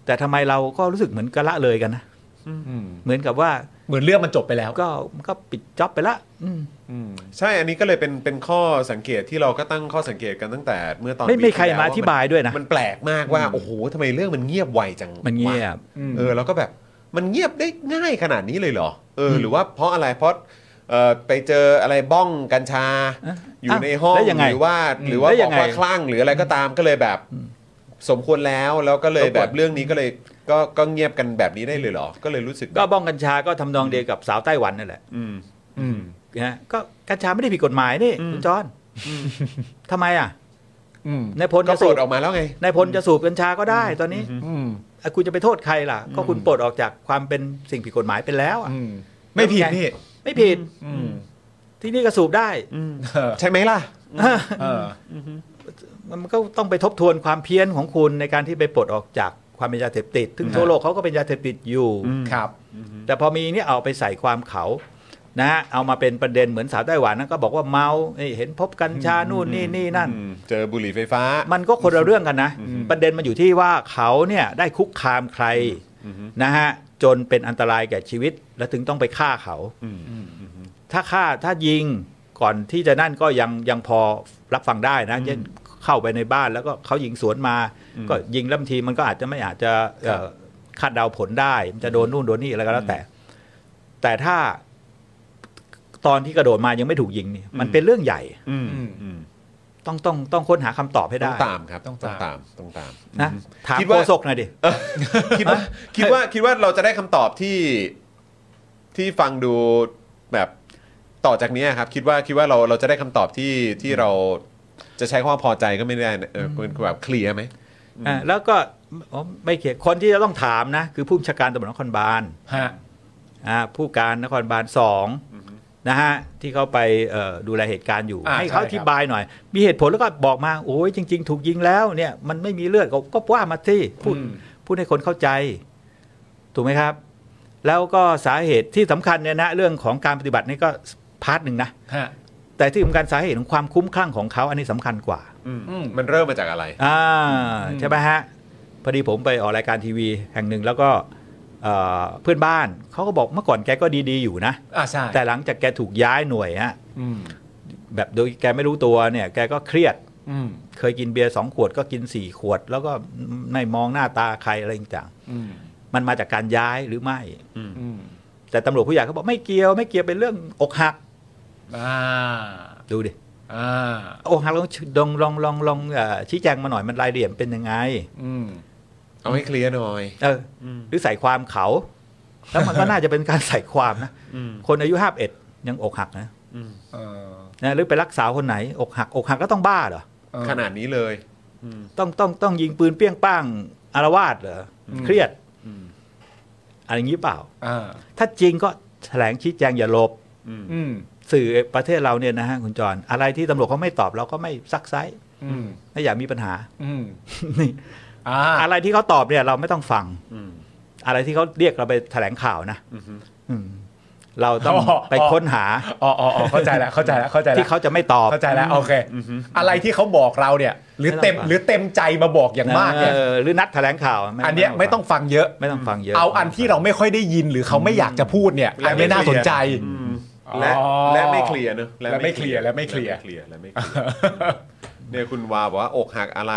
F: แต่ทำไมเราก็รู้สึกเหมือนกับละเลยกันนะ
C: อืม
F: เหมือนกับว่า
C: เหมือนเรื่องมันจบไปแล้ว
F: ก็ก็ปิดจ็อบไปละอืม
A: อืมใช่อันนี้ก็เลยเป็นเป็นข้อสังเกตที่เราก็ตั้งข้อสังเกตกันตั้งแต่เมื่อตอน
F: ไม่ไม่
A: ปีที่
F: ใคร
A: แล้ว
F: มา
A: ว่
F: อธิบายด้วยนะ
A: มันแปลกมากว่าโอ้โหทำไมเรื่องมันเงียบไวจัง
F: มันเงียว
A: ะ
F: บ
A: เออแล้วก็แบบมันเงียบได้ง่ายขนาดนี้เลยเหรอเอออหรือว่าเพราะอะไรเพราะเอ่อไปเจออะไรบ้องกัญชา
F: เอ๊ะ
A: อยู่ในห้อง
F: แล้วยังไง
A: หรือว่าหรือว่า
F: แล้ว
A: บ
F: ยั
A: อก
F: งไง
A: ว่าคลั่งหรืออะไรก็ตามก็เลยแบบสมควรแล้วแล้วก็เลย
F: ปรากฏ
A: แบบเรื่องนี้ก็เลยก็ก็เงียบกันแบบนี้ได้เลยเหรอ ก็เลยรู้สึกแบ
F: ก็
A: บ
F: บ้องกัญชาก็ทำนองเดียวกับสาวไต้หวันนั่นแหละ
A: อืม
C: อืม
F: นะฮะก็กัญชาไม่ได้ผิดกฎหมายนี่คุณจอนทำไมอ่ะ
C: อืม
F: นายพล
A: ก็
F: จะ
A: โปล
F: สูบ
A: ดออกมาแล้วไง
F: นายพลจะสูบกัญชาก็ได้ตอนนี้
C: อืม
F: เอ้ยคุณจะไปโทษใครล่ะ ก็คุณปลดออกจากความเป็นสิ่งผิดกฎหมายไปแล้วอ่ะ
C: อืมไม่ผิดนี่
F: ไม่ผิด
C: อืม
F: ที่นี่ก็สูบได้
C: เออ
A: ใช่ไหมล่ะ
C: เออ
F: มันก็ต้องไปทบทวนความเพี้ยนของคุณในการที่ไปปลดออกจากความเป็นยาเสพติดซึ่ง
C: อืม
F: ทั่วโลกเขาก็เป็นยาเสพติดอยู่
C: ครับ
F: แต่พอมีเนี่ยเอาไปใส่ความเขานะฮะเอามาเป็นประเด็นเหมือนสาวไต้หวันนะก็บอกว่าเมาเอ้ยเห็นพบกัญชานู่นนี่นี่นั่น
A: อืมเจอบุหรี่ไฟฟ้า
F: มันก็คนละเรื่องกันนะ ประเด็นมันอยู่ที่ว่าเขาเนี่ยได้คุกคามใครนะฮะจนเป็นอันตรายแก่ชีวิต และถึงต้องไปฆ่าเขาถ้าฆ่าถ้ายิงก่อนที่จะนั่นก็ยังยังพอรับฟังได้นะเช่นเข้าไปในบ้านแล้วก็เขายิงสวนมา ก็ยิงแล้วบางทีมันก็อาจจะไม่อาจจะเอ่อคาดเดาผลได้ มันจะโดนนู่นโดนนี่อะไรก็แล้วแต่ แต่ถ้าตอนที่กระโดดมายังไม่ถูกยิงเนี่ยมันเป็นเรื่องใหญ่
A: อืม
C: อืม
A: อืม
F: ต้องต้องต้องค้นหาคำตอบให้
A: ต้อ
F: ได้
A: งตามครับ ต้องตาม ต้องตาม
F: นะถาม
A: คิด
F: โฆ
A: ว่า
F: ษกหน่อยดิ
A: คิดว่าคิดว่าคิดว่าเราจะได้คำตอบที่ที่ฟังดูแบบต่อจากเนี้ยครับ คิดว่าคิดว่าเราเราจะได้คำตอบที่ที่เราจะใช้คำว่าพอใจก็ไม่ได้นะเออเป็นแบบเคลียร์ไหม
F: อ่าแล้วก็อ๋อไม่เขียนคนที่จะต้องถามนะ คือผู้บัญชาการตำรวจนครบาล
C: ฮะ
F: อ่าผู้การนครบาลสองนะฮะที่เขาไปเอ่อดูแลเหตุการณ์อยู่
C: อ่า
F: ให้เขา
C: ใช่ครับ
F: อธิบายหน่อย มีเหตุผลแล้วก็บอกมา โอ้ยจริง ๆ ถูกยิงแล้วเนี่ยมันไม่มีเลือดก็ก็ว่ามาที่พูดพูดให้คนเข้าใจ ถูกไหมครับ แล้วก็สาเหตุที่สำคัญเนี่ยนะเรื่องของการปฏิบัตินี่ก็พาร์ทหนึ่งนะ
C: ฮะ
F: แต่ที่สำคัญสาเหตุของความคุ้มคลั่งของเขาอันนี้สำคัญกว่า
C: อืม
A: มันเริ่มมาจากอะไร
F: อ่าใช่ไหมฮะ พอดีผมไปออกรายการทีวีแห่งหนึ่งแล้วก็เอ่อเพื่อนบ้านเขาก็บอกเมื่อก่อนแกก็ดีๆอยู่นะ
C: อ่าใช่
F: แต่หลังจากแกถูกย้ายหน่วยฮะ
C: อืม
F: แบบโดยแกไม่รู้ตัวเนี่ย แกก็เครียด
C: อืม
F: เคยกินเบียร์สองขวดก็กินสี่ขวด แล้วก็ไม่มองหน้าตาใครอะไรต่าง
C: อืม
F: ๆมันมาจากการย้ายหรือไม่
C: อืม
F: แต่ตำรวจผู้ใหญ่เขาบอกไม่เกี่ยวไม่เกี่ยวเป็นเรื่องอกหัก
C: อ่า
F: ดูดิ
C: อ่า
F: อกหักลองลองลองลองลองเอ่อชี้แจงมาหน่อยมันรายละเอียดเป็นยังไง
C: อืม
A: เอาให้เคลียร์หน่อย
F: เอออหรือใส่ความเขา แล้วมันก็น่าจะเป็นการใส่ความนะ คนอายุห้าเอ็ดยังอกหักนะ
C: เออ
F: นะหรือไปรักษาคนไหน อกหัก อกหักก็ต้องบ้าเหรอ
C: เออ
A: ขนาดนี้เลย
F: ต้องต้องต้องยิงปืนเปรี้ยงป้างอารวาสเหรอ เครียด อะไรอย่างนี้เปล่า
C: อ่า
F: ถ้าจริงก็แถลงชี้แจงอย่าหลบ
C: อืม
F: สื่อประเทศเราเนี่ยนะฮะคุณจรอะไรที่ตำรวจเขาไม่ตอบเราก็ไม่ซักไซส์
C: อืม
F: ไม่อยากมีปัญ
C: [laughs]
F: หา
C: อืม
F: นี่
C: อ่า
F: อะไรที่เขาตอบเนี่ยเราไม่ต้องฟัง อะไรที่เขาเรียกเราไปแถลงข่าวนะอืมเราต้องไปค้นหา
C: อ๋ออ๋ออ๋อเข้าใจแล้วเข้าใจแล้วเข้าใจแล้ว
F: ที่เขาจะไม่ตอบ
C: เข้าใจแล้วโอเค อะไรที่เขาบอกเราเนี่ย หรือเต็ม
F: ไม่ต้
C: ห
F: องฟัง
C: รือเต็มใจมาบอกอย่างมากเนี่ย
F: เออหรือนัดแถลงข่าว
C: อันเนี้ยไม่ต้องฟังเยอะ
F: ไม่ต้องฟังเยอะ
C: เอาอันที่เราไม่ค่อยได้ยินหรือเขาไม่อยากจะพูดเนี่ย
A: และ
C: อันเนี้ยน่าสนใจ
A: อืมและ
C: อ๋อ
A: และไม่เคลียร์เนอะ
C: และไม่เคลียร์
A: และไม่เคลียร์และไม่เคลียร์เนี่ยคุณวาบอกว่าอกหักอะไร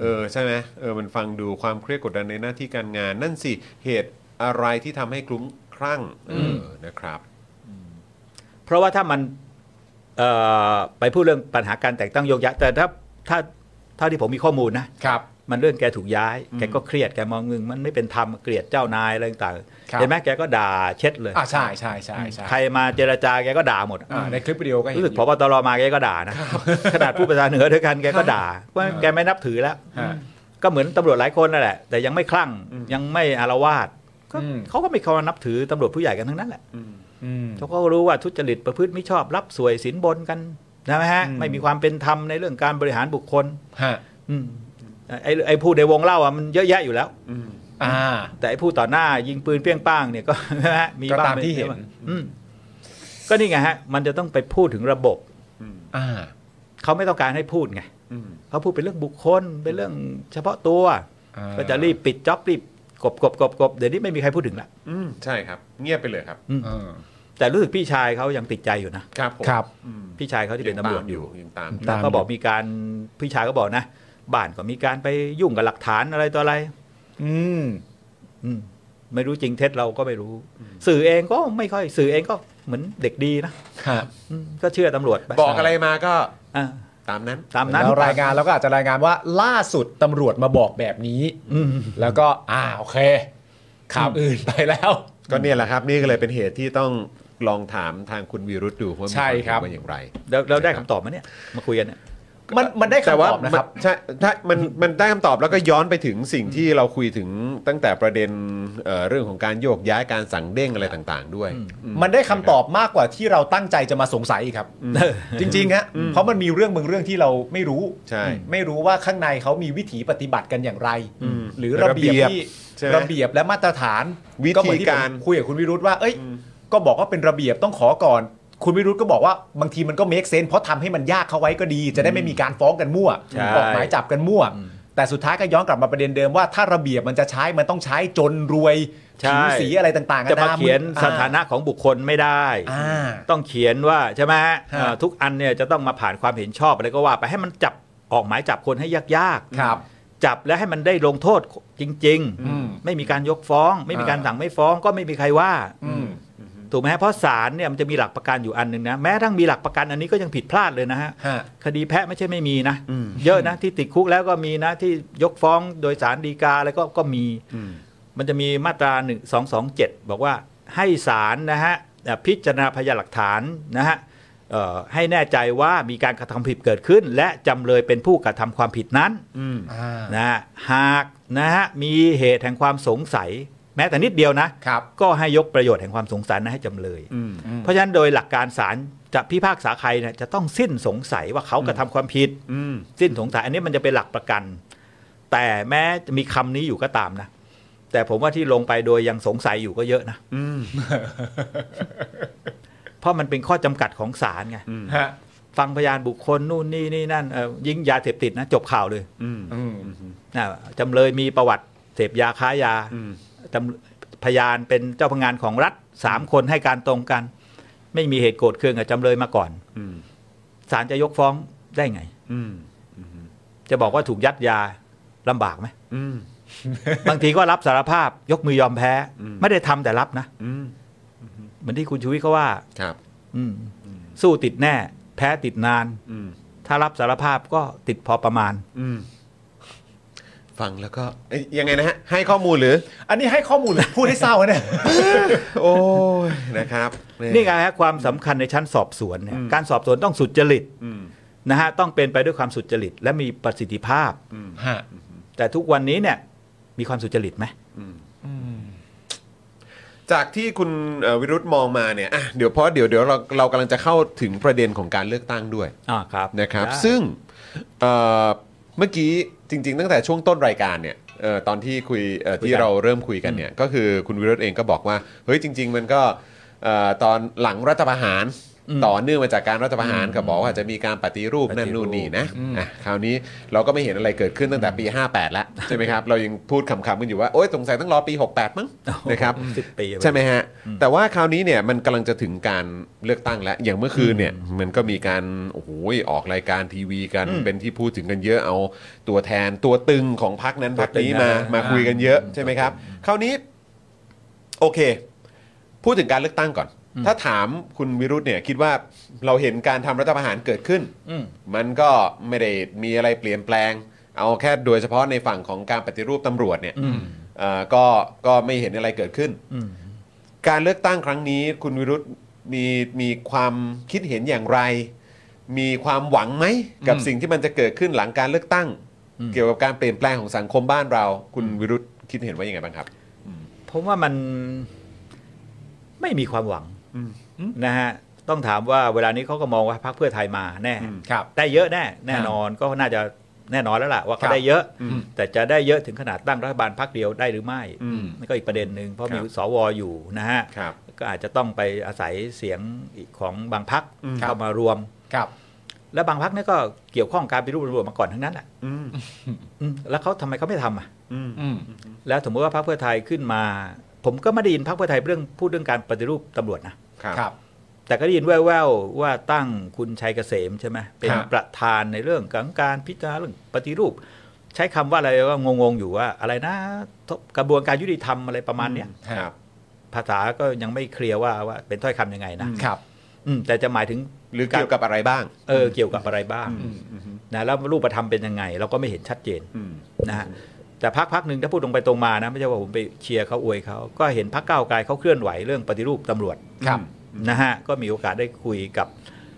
A: เออใช่ไหมเออมันฟังดูความเครียดกดดันในหน้าที่การงาน นั่นสิเหตุอะไรที่ทำให้คลุ้มคลั่งเอออนะครับ
F: เพราะว่าถ้ามันเอ่อไปพูดเรื่องปัญหาการแต่งตั้งโยกย้ายแต่ถ้าถ้าเท่าที่ผมมีข้อมูลนะ
C: ครับ
F: มันเรื่องแกถูกย้าย แกก็เครียด แกมองมึงมันไม่เป็นธรรม เกลียดเจ้านายอะไรต่าง
C: ครับ
F: ๆ เห็นไหมแกก็ด่าเช็ดเลย
C: อ่าใช่ใช่ใช่ใช่
F: ใครมาเจรจาแกก็ด่าหมด
C: อ่าในคลิปวิดีโอก็เห็น
F: รู้สึก
C: อ
F: พ
C: ยู่
F: บตรมาแกก็ด่านะ ขนาดผู้ประชาเหนือด้วยกันแกก็ด่าว่าแกไม่นับถือแล้ว
C: ฮะ
F: ก็เหมือนตำรวจหลายคนนั่นแหละ แต่ยังไม่คลั่ง ยังไม่อารวาสก็
C: อืม
F: เขาก็ไม่เคารพนับถือตำรวจผู้ใหญ่กันทั้งนั้นแหละ
C: อืม
F: เขาก็รู้ว่าทุจริตประพฤติไม่ชอบรับสวยสินบนกันนะฮะ
C: อืม
F: ไม่มีความเป็นธรรมในเรื่องการบริหารบุคคล
C: ฮะ
F: อืมไอ้ไอ้พูดในวงเล่าอะมันเยอะแยะอยู่แล้ว
C: อ่า
F: แต่ไอ้ผู้ต่อหน้ายิงปืนเปี้ยงป้างเนี่ยก็ [laughs] นะฮะมี
C: ก็
F: บ้าง
C: ตามที่เห็น
F: ไบ้างอืมก็นี่ไงฮะ มันจะต้องไปพูดถึงระบบ
C: อ่า
F: เขาไม่ต้องการให้พูดไงเขาพูดเป็นเรื่องบุคคลเป็นเรื่องเฉพาะตัว
C: อ่า
F: ก็จะรีบปิดจ็อบรีบกบกบกบกบเดี๋ยวนี้ไม่มีใครพูดถึงละ
A: อืมใช่ครับ เงียบไปเลยครับ
F: อืม
C: อ่า
F: แต่รู้สึกพี่ชายเขายังติดใจอยู่นะครับ
A: ผม
C: ครับ
A: อืม
F: พี่ชายเขาที่เป็นตำรวจอยู่
A: ยังตาม
C: ตามอยู่
F: ก็บอกมีการพี่ชายก็บอกนะบ้านก็มีการไปยุ่งกับหลักฐานอะไรต่ออะไร
C: อืม
F: อืมไม่รู้จริงเท็จเราก็ไม่รู้ สื่อเองก็ไม่ค่อยสื่อเองก็เหมือนเด็กดีนะ
C: ครับ
F: อืมก็เชื่อตำรวจป
A: บอกอะไรมาก็
F: อ่า
A: ตามนั้น
F: ตามนั้น
C: แล้วรายงานเราก็อาจจะรายงานว่าล่าสุดตำรวจมาบอกแบบนี้
F: อืม
C: แล้วก็อ่าโอเคข่าวอื่นไปแล้ว
A: ก็เนี่ยแหละครับนี่ก็เลยเป็นเหตุที่ต้องลองถามทางคุณวีรุธดูว่ามี
C: ใช่
A: วาม
C: ครับ
A: ว่าอย่างไร
F: แล้วแล้วได้คำตอบมาเนี่ย มาคุยกันเนี่ย
C: มันมันได้
A: แต่
C: คำต
A: ว่า
C: อบนะครับ
A: มันใช่ถ้ามันมันได้คำตอบแล้วก็ย้อนไปถึงสิ่งที่เราคุยถึงตั้งแต่ประเด็นเอ่อเรื่องของการโยกย้ายการสั่งเด้งอะไรต่างๆ ด้วยอื
C: มันได้คำตอบมากกว่าที่เราตั้งใจจะมาสงสัยอีกครับ จริงๆฮะเพราะมันมีเรื่องบางเรื่องที่เราไม่รู้
A: ใช่
C: ไม่รู้ว่าข้างในเขามีวิถีปฏิบัติกันอย่างไร
A: อืม
C: หรือระเบีย
A: ระเบียบ
C: บที่
A: ใช่ไหม
C: ระเบียบและมาตรฐาน
A: วิธี
C: เหมือนที่ผม
A: การ
C: คุยกับคุณวิรุธว่า เอ้ย ก็บอกว่าเป็นระเบียบต้องขอก่อน คุณวิรุธก็บอกว่าบางทีมันก็เมคเซนเพราะทำให้มันยากเข้าไว้ก็ดี จะได้ไม่มีการฟ้องกันมั่ว
F: ใช่
C: ออกหมายจับกันมั่ว แต่สุดท้ายก็ย้อนกลับมาประเด็นเดิมว่าถ้าระเบียบมันจะใช้มันต้องใช้จนรวยผิวสีอะไรต่างๆ
F: จะมา
C: อ
F: เขียนสถานะของบุคคลไม่ได้
C: อ่า
F: ต้องเขียนว่าใช่ไหมฮะ
C: ฮะ
F: เอ่อทุกอันเนี่ยจะต้องมาผ่านความเห็นชอบอะไรก็ว่าไปให้มันจับออกหมายจับคนให้ยาก
C: ครับ
F: ๆ จับแล้วให้มันได้ลงโทษจริง
C: อืม
F: ๆ ไม่มีการยกฟ้อง ไม่มีการ
C: อ่า
F: สั่งไม่ฟ้องก็ไม่มีใครว่า
C: อืม
F: ถูกไหมฮะเพราะศาลเนี่ยมันจะมีหลักประกันอยู่อันหนึ่งนะแม้กระทั้งมีหลักประกันอันนี้ก็ยังผิดพลาดเลยนะฮะ
C: ฮะ
F: คดีแพะไม่ใช่ไม่มีนะ เยอะนะที่ติดคุกแล้วก็มีนะที่ยกฟ้องโดยสารดีกาอะไรก็ก็มี มันจะมีมาตรา1 2 2 7 บอกว่าให้ศาลนะฮะเอ่อพิจารณาพยานหลักฐานนะฮะเอ่อให้แน่ใจว่ามีการกระทำผิดเกิดขึ้น และจำเลยเป็นผู้กระทำความผิดนั้น
C: อ่า
F: นะฮะหากนะฮะมีเหตุแห่งความสงสัย แม้แต่นิดเดียวนะ
C: ครับ
F: ก็ให้ยกประโยชน์แห่งความสงสัยนะให้จำเลย เพราะฉะนั้นโดยหลักการศาลจะพิพากษาใครเนี่ยจะต้องสิ้นสงสัยว่าเขากระทำความผิด สิ้นสงสัย อันนี้มันจะเป็นหลักประกัน แต่แม้จะมีคำนี้อยู่ก็ตามนะ แต่ผมว่าที่ลงไปโดยยังสงสัยอยู่ก็เยอะนะเพราะมันเป็นข้อจำกัดของศาลไง
C: ฮะ
F: ฟังพยานบุคคลนู่นนี่นี่นั่นเอ่อยิงยาเสพติดนะจบข่าวเลย
C: อืม
F: นะจำเลยมีประวัติเสพยาค้ายา จำพยานเป็นเจ้าพนักงานของรัฐสามคนให้การตรงกัน ไม่มีเหตุโกรธเคืองกับจำเลยมาก่อนศาลจะยกฟ้องได้ไงจะบอกว่าถูกยัดยาลำบากไหมบางทีก็รับสารภาพยกมือยอมแพ้ ไม่ได้ทำแต่รับนะเหมือนที่คุณชูวิทย์เขาว่า
A: ครับ
F: อืมสู้ติดแน่ แพ้ติดนาน ถ้ารับสารภาพก็ติดพอประมาณ
A: ฟังแล้วก็เอ้ยยังไงนะฮะให้ข้อมูลหรือ
C: อันนี้ให้ข้อมูลหรือพูดให้เศร้าเนี่ย
A: โอ้ยนะครับ
C: [laughs]
F: นี่ไงฮะความสำคัญในชั้นสอบสวนเนี่ยการสอบสวนต้องสุจริตนะฮะต้องเป็นไปด้วยความสุจริต และมีประสิทธิภาพ
C: ฮะ
F: แต่ทุกวันนี้เนี่ยมีความสุจริตไหม
A: จากที่คุณเอ่อวิรุธมองมาเนี่ยอ่ะเดี๋ยวเพราะเดี๋ยวเดี๋ยวเราเรากำลังจะเข้าถึงประเด็นของการเลือกตั้งด้วย
F: อ่าครับ
A: นะครับ
F: ได้
A: ซึ่งเอ่อเมื่อกี้จริง ๆ ตั้งแต่ช่วงต้นรายการเนี่ยเอ่อตอนที่คุยเอ่อ
F: คุยกัน
A: ที่เราเริ่มคุยกันเนี่ยก็คือคุณวิโรธเองก็บอกว่าเฮ้ยจริง ๆ มันก็เอ่อตอนหลังรัฐประหารต่อเนื่องมาจากการรัฐประหารก็บอกว่าจะมีการปฏิรูปนั่นนู่นนี่นะอ่ะคราวนี้เราก็ไม่เห็นอะไรเกิดขึ้นตั้งแต่ปี 58 แล้วใช่ไหมครับเรายังพูดคำๆกันอยู่ว่าโอ๊ยสงสัยต้องรอปี 68 มั้งนะครับ
F: สิบปี
A: ใช่ไหมฮะ แต่ว่าคราวนี้เนี่ยมันกำลังจะถึงการเลือกตั้งแล้ว อย่างเมื่อคืนเนี่ยมันก็มีการโอ้โหออกรายการทีวีกันเป็นที่พูดถึงกันเยอะเอาตัวแทนตัวตึงของพักนั้นพักนี้มามาคุยกันเยอะใช่ไหมครับ คราวนี้โอเค พูดถึงการเลือกตั้งก่อน ถ้าถามคุณวิรุธเนี่ยคิดว่าเราเห็นการทำรัฐประหารเกิดขึ้น
F: อืม
A: มันก็ไม่ได้มีอะไรเปลี่ยนแปลง เอาแค่โดยเฉพาะในฝั่งของการปฏิรูปตำรวจเนี่ยเอ่อก็ก็ไม่เห็นอะไรเกิดขึ้น การเลือกตั้งครั้งนี้คุณวิรุธมีมีความคิดเห็นอย่างไร มีความหวังไหมกับสิ่งที่มันจะเกิดขึ้นหลังการเลือกตั้ง เกี่ยวกับการเปลี่ยนแปลงของสังคมบ้านเรา คุณวิรุธคิดเห็นว่ายังไงบ้างครับ
F: ผมว่ามันไม่มีความหวังนะฮะต้องถามว่าเวลานี้เขาก็มองว่าพรรคเพื่อไทยมาแน่
C: ครับ
F: ได้เยอะแน่ แน่นอนก็น่าจะแน่นอนแล้วล่ะว่า
C: ครั
F: เขา
C: บ
F: ได้เยอะ แต่จะได้เยอะถึงขนาดตั้งรัฐบาลพรรคเดียวได้หรือไม่
A: อืม
F: นี่ก็อีกประเด็นหนึ่งเพ
A: ค
F: ราะ
A: รั
F: มี
A: บ
F: สวอยู่นะฮะ
A: ครับ
F: ก็อาจจะต้องไปอาศัยเสียงอีกของบางพรรค
A: อืม
F: เข้ามารวม
C: ครับ
F: และบางพรรคเนี่ยก็เกี่ยวข้องการปฏิรูปตำรวจมาก่อนทั้งนั้นแหละ
A: อืม
F: อืมแล้วเขาทำไมเขาไม่ทำอ่ะ
A: อืม
C: อืม
F: แล้วสมมติว่าพรรคเพื่อไทยขึ้นมา ผมก็ไม่ได้ยินพรรคเพื่อไทยเรื่องพูดเรื่องการปฏิรูปตำรวจนะ
A: ครับ
C: ครับ
F: แต่ก็ได้ยินแว่วๆว่าตั้งคุณชัยเกษมใช่ไหมเป็น
A: ครับ
F: ประธานในเรื่องของการพิจารณาเรื่องปฏิรูป ใช้คำว่าอะไรว่างงๆอยู่ว่า อะไรนะทบกระบวนการยุติธรรมอะไรประมาณเนี้ย
A: ครับ
F: ภาษาก็ยังไม่เคลียร์ว่าว่าเป็นถ้อยคำยังไงนะครับ อืมแต่จะหมายถึง
A: หรือเกี่ยวกับอะไรบ้าง
F: เออเกี่ยวกับอะไรบ้างนะแล้วรูปธรรมเป็นยังไง เราก็ไม่เห็นชัดเจน
A: อืม
F: นะฮะแต่พักพักหนึ่งถ้าพูดตรงไปตรงมานะไม่ใช่ว่าผมไปเชียร์เขาอวยเขาก็เห็นพักก้าวไกลเขาเคลื่อนไหวเรื่องปฏิรูปตำรวจ
C: ครับ
F: นะฮะก็มีโอกาสได้คุยกับ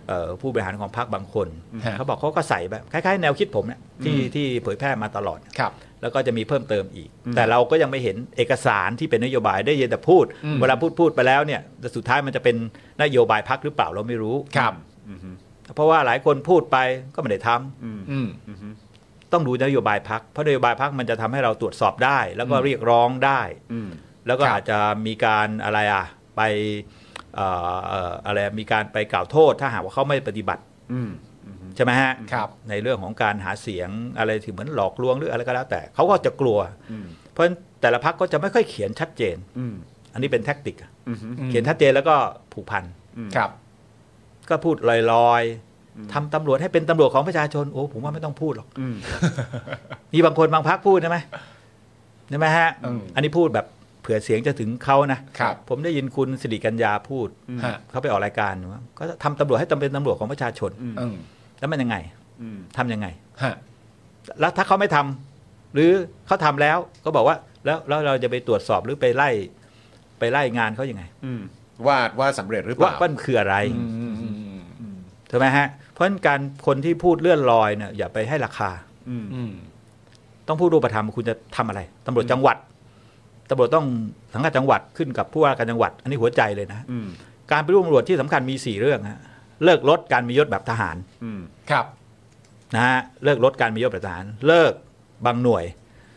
F: เอ่อผู้บริหารของพักบางคน
C: ฮะ
F: เขาบอกเขาก็ใส่แบบคล้ายๆ แนวคิดผมเนี่ยที่ที่เผยแพร่มาตลอด
C: ครับ
F: แล้วก็จะมีเพิ่มเติมอีก แต่เราก็ยังไม่เห็นเอกสารที่เป็นนโยบายได้ยินแต่พูด
C: อืม
F: เวลาพูดพูดไปแล้วเนี่ยแต่สุดท้ายมันจะเป็นนโยบายพักหรือเปล่าเราไม่รู้
C: ครับ
F: เพราะว่าหลายคนพูดไปก็ไม่ได้ทำ
C: อืม
F: ต้องดูนโยบายพัก เพราะนโยบายพักมันจะทำให้เราตรวจสอบได้ แล้วก็เรียกร้องได้
A: อืม
F: แล้วก็
C: ครับ
F: อาจจะมีการอะไรอ่ะไปเอ่อเอ่ออะไรมีการไปกล่าวโทษ ถ้าหากว่าเขาไม่ปฏิบัติ
A: อืม
F: ใช่ไหมฮะ
C: ครับ
F: ในเรื่องของการหาเสียงอะไรถือเหมือนหลอกลวงหรืออะไรก็แล้วแต่เขาก็จะกลัว
A: อืม
F: เพราะฉะนั้นแต่ละพักก็จะไม่ค่อยเขียนชัดเจน
A: อืม
F: อันนี้เป็นแท็กติกอะ
A: อืม
F: เขียนชัดเจนแล้วก็ผูกพัน
C: ครับ
F: ก็พูดลอยๆทำตำรวจให้เป็นตำรวจของประชาชนโอ้ผมว่าไม่ต้องพูดหรอก
A: อืม
F: [laughs] มีบางคนบางพักพูดใช่ไหมใช่ไหมฮะ
C: อืม
F: อันนี้พูดแบบเผื่อเสียงจะถึงเขานะครับ ผมได้ยินคุณสิริกัญญาพูด
C: ฮะ
F: เขาไปออกรายการว่าก็ทำตำรวจให้ตำเป็นตำรวจของประชาชน
C: อืม
F: แล้วมันยังไง
A: อืม
F: ทำยังไง
C: ฮะ
F: แล้วถ้าเขาไม่ทำหรือเขาทำแล้วก็บอกว่า แล้วแล้วเราจะไปตรวจสอบหรือไปไล่ ไปไล่งานเขายังไง
A: อืมว่าว่าสำเร็จหรือเป
F: ว่า
A: ล่า
F: ว่ามันคืออะไร
C: อืมอืมอืมอืม
F: ใช่ไหมฮะ เพราะฉะนั้นการคนที่พูดเลื่อนลอยเนี่ยอย่าไปให้ราคา
A: อืม
C: อืม
F: ต้องพูดรูปธรรมคุณจะทำอะไรตำรวจจังหวัดตำรวจต้องสังกัดจังหวัดขึ้นกับผู้ว่าการจังหวัด อันนี้หัวใจเลยนะ
A: อืม
F: การปฏิรูปตำรวจที่สำคัญมี 4 เรื่องฮะเลิกลดการมียศแบบทหาร
A: อืม
C: ครับ
F: นะฮะเลิกลดการมียศแบบทหาร เลิกบางหน่วย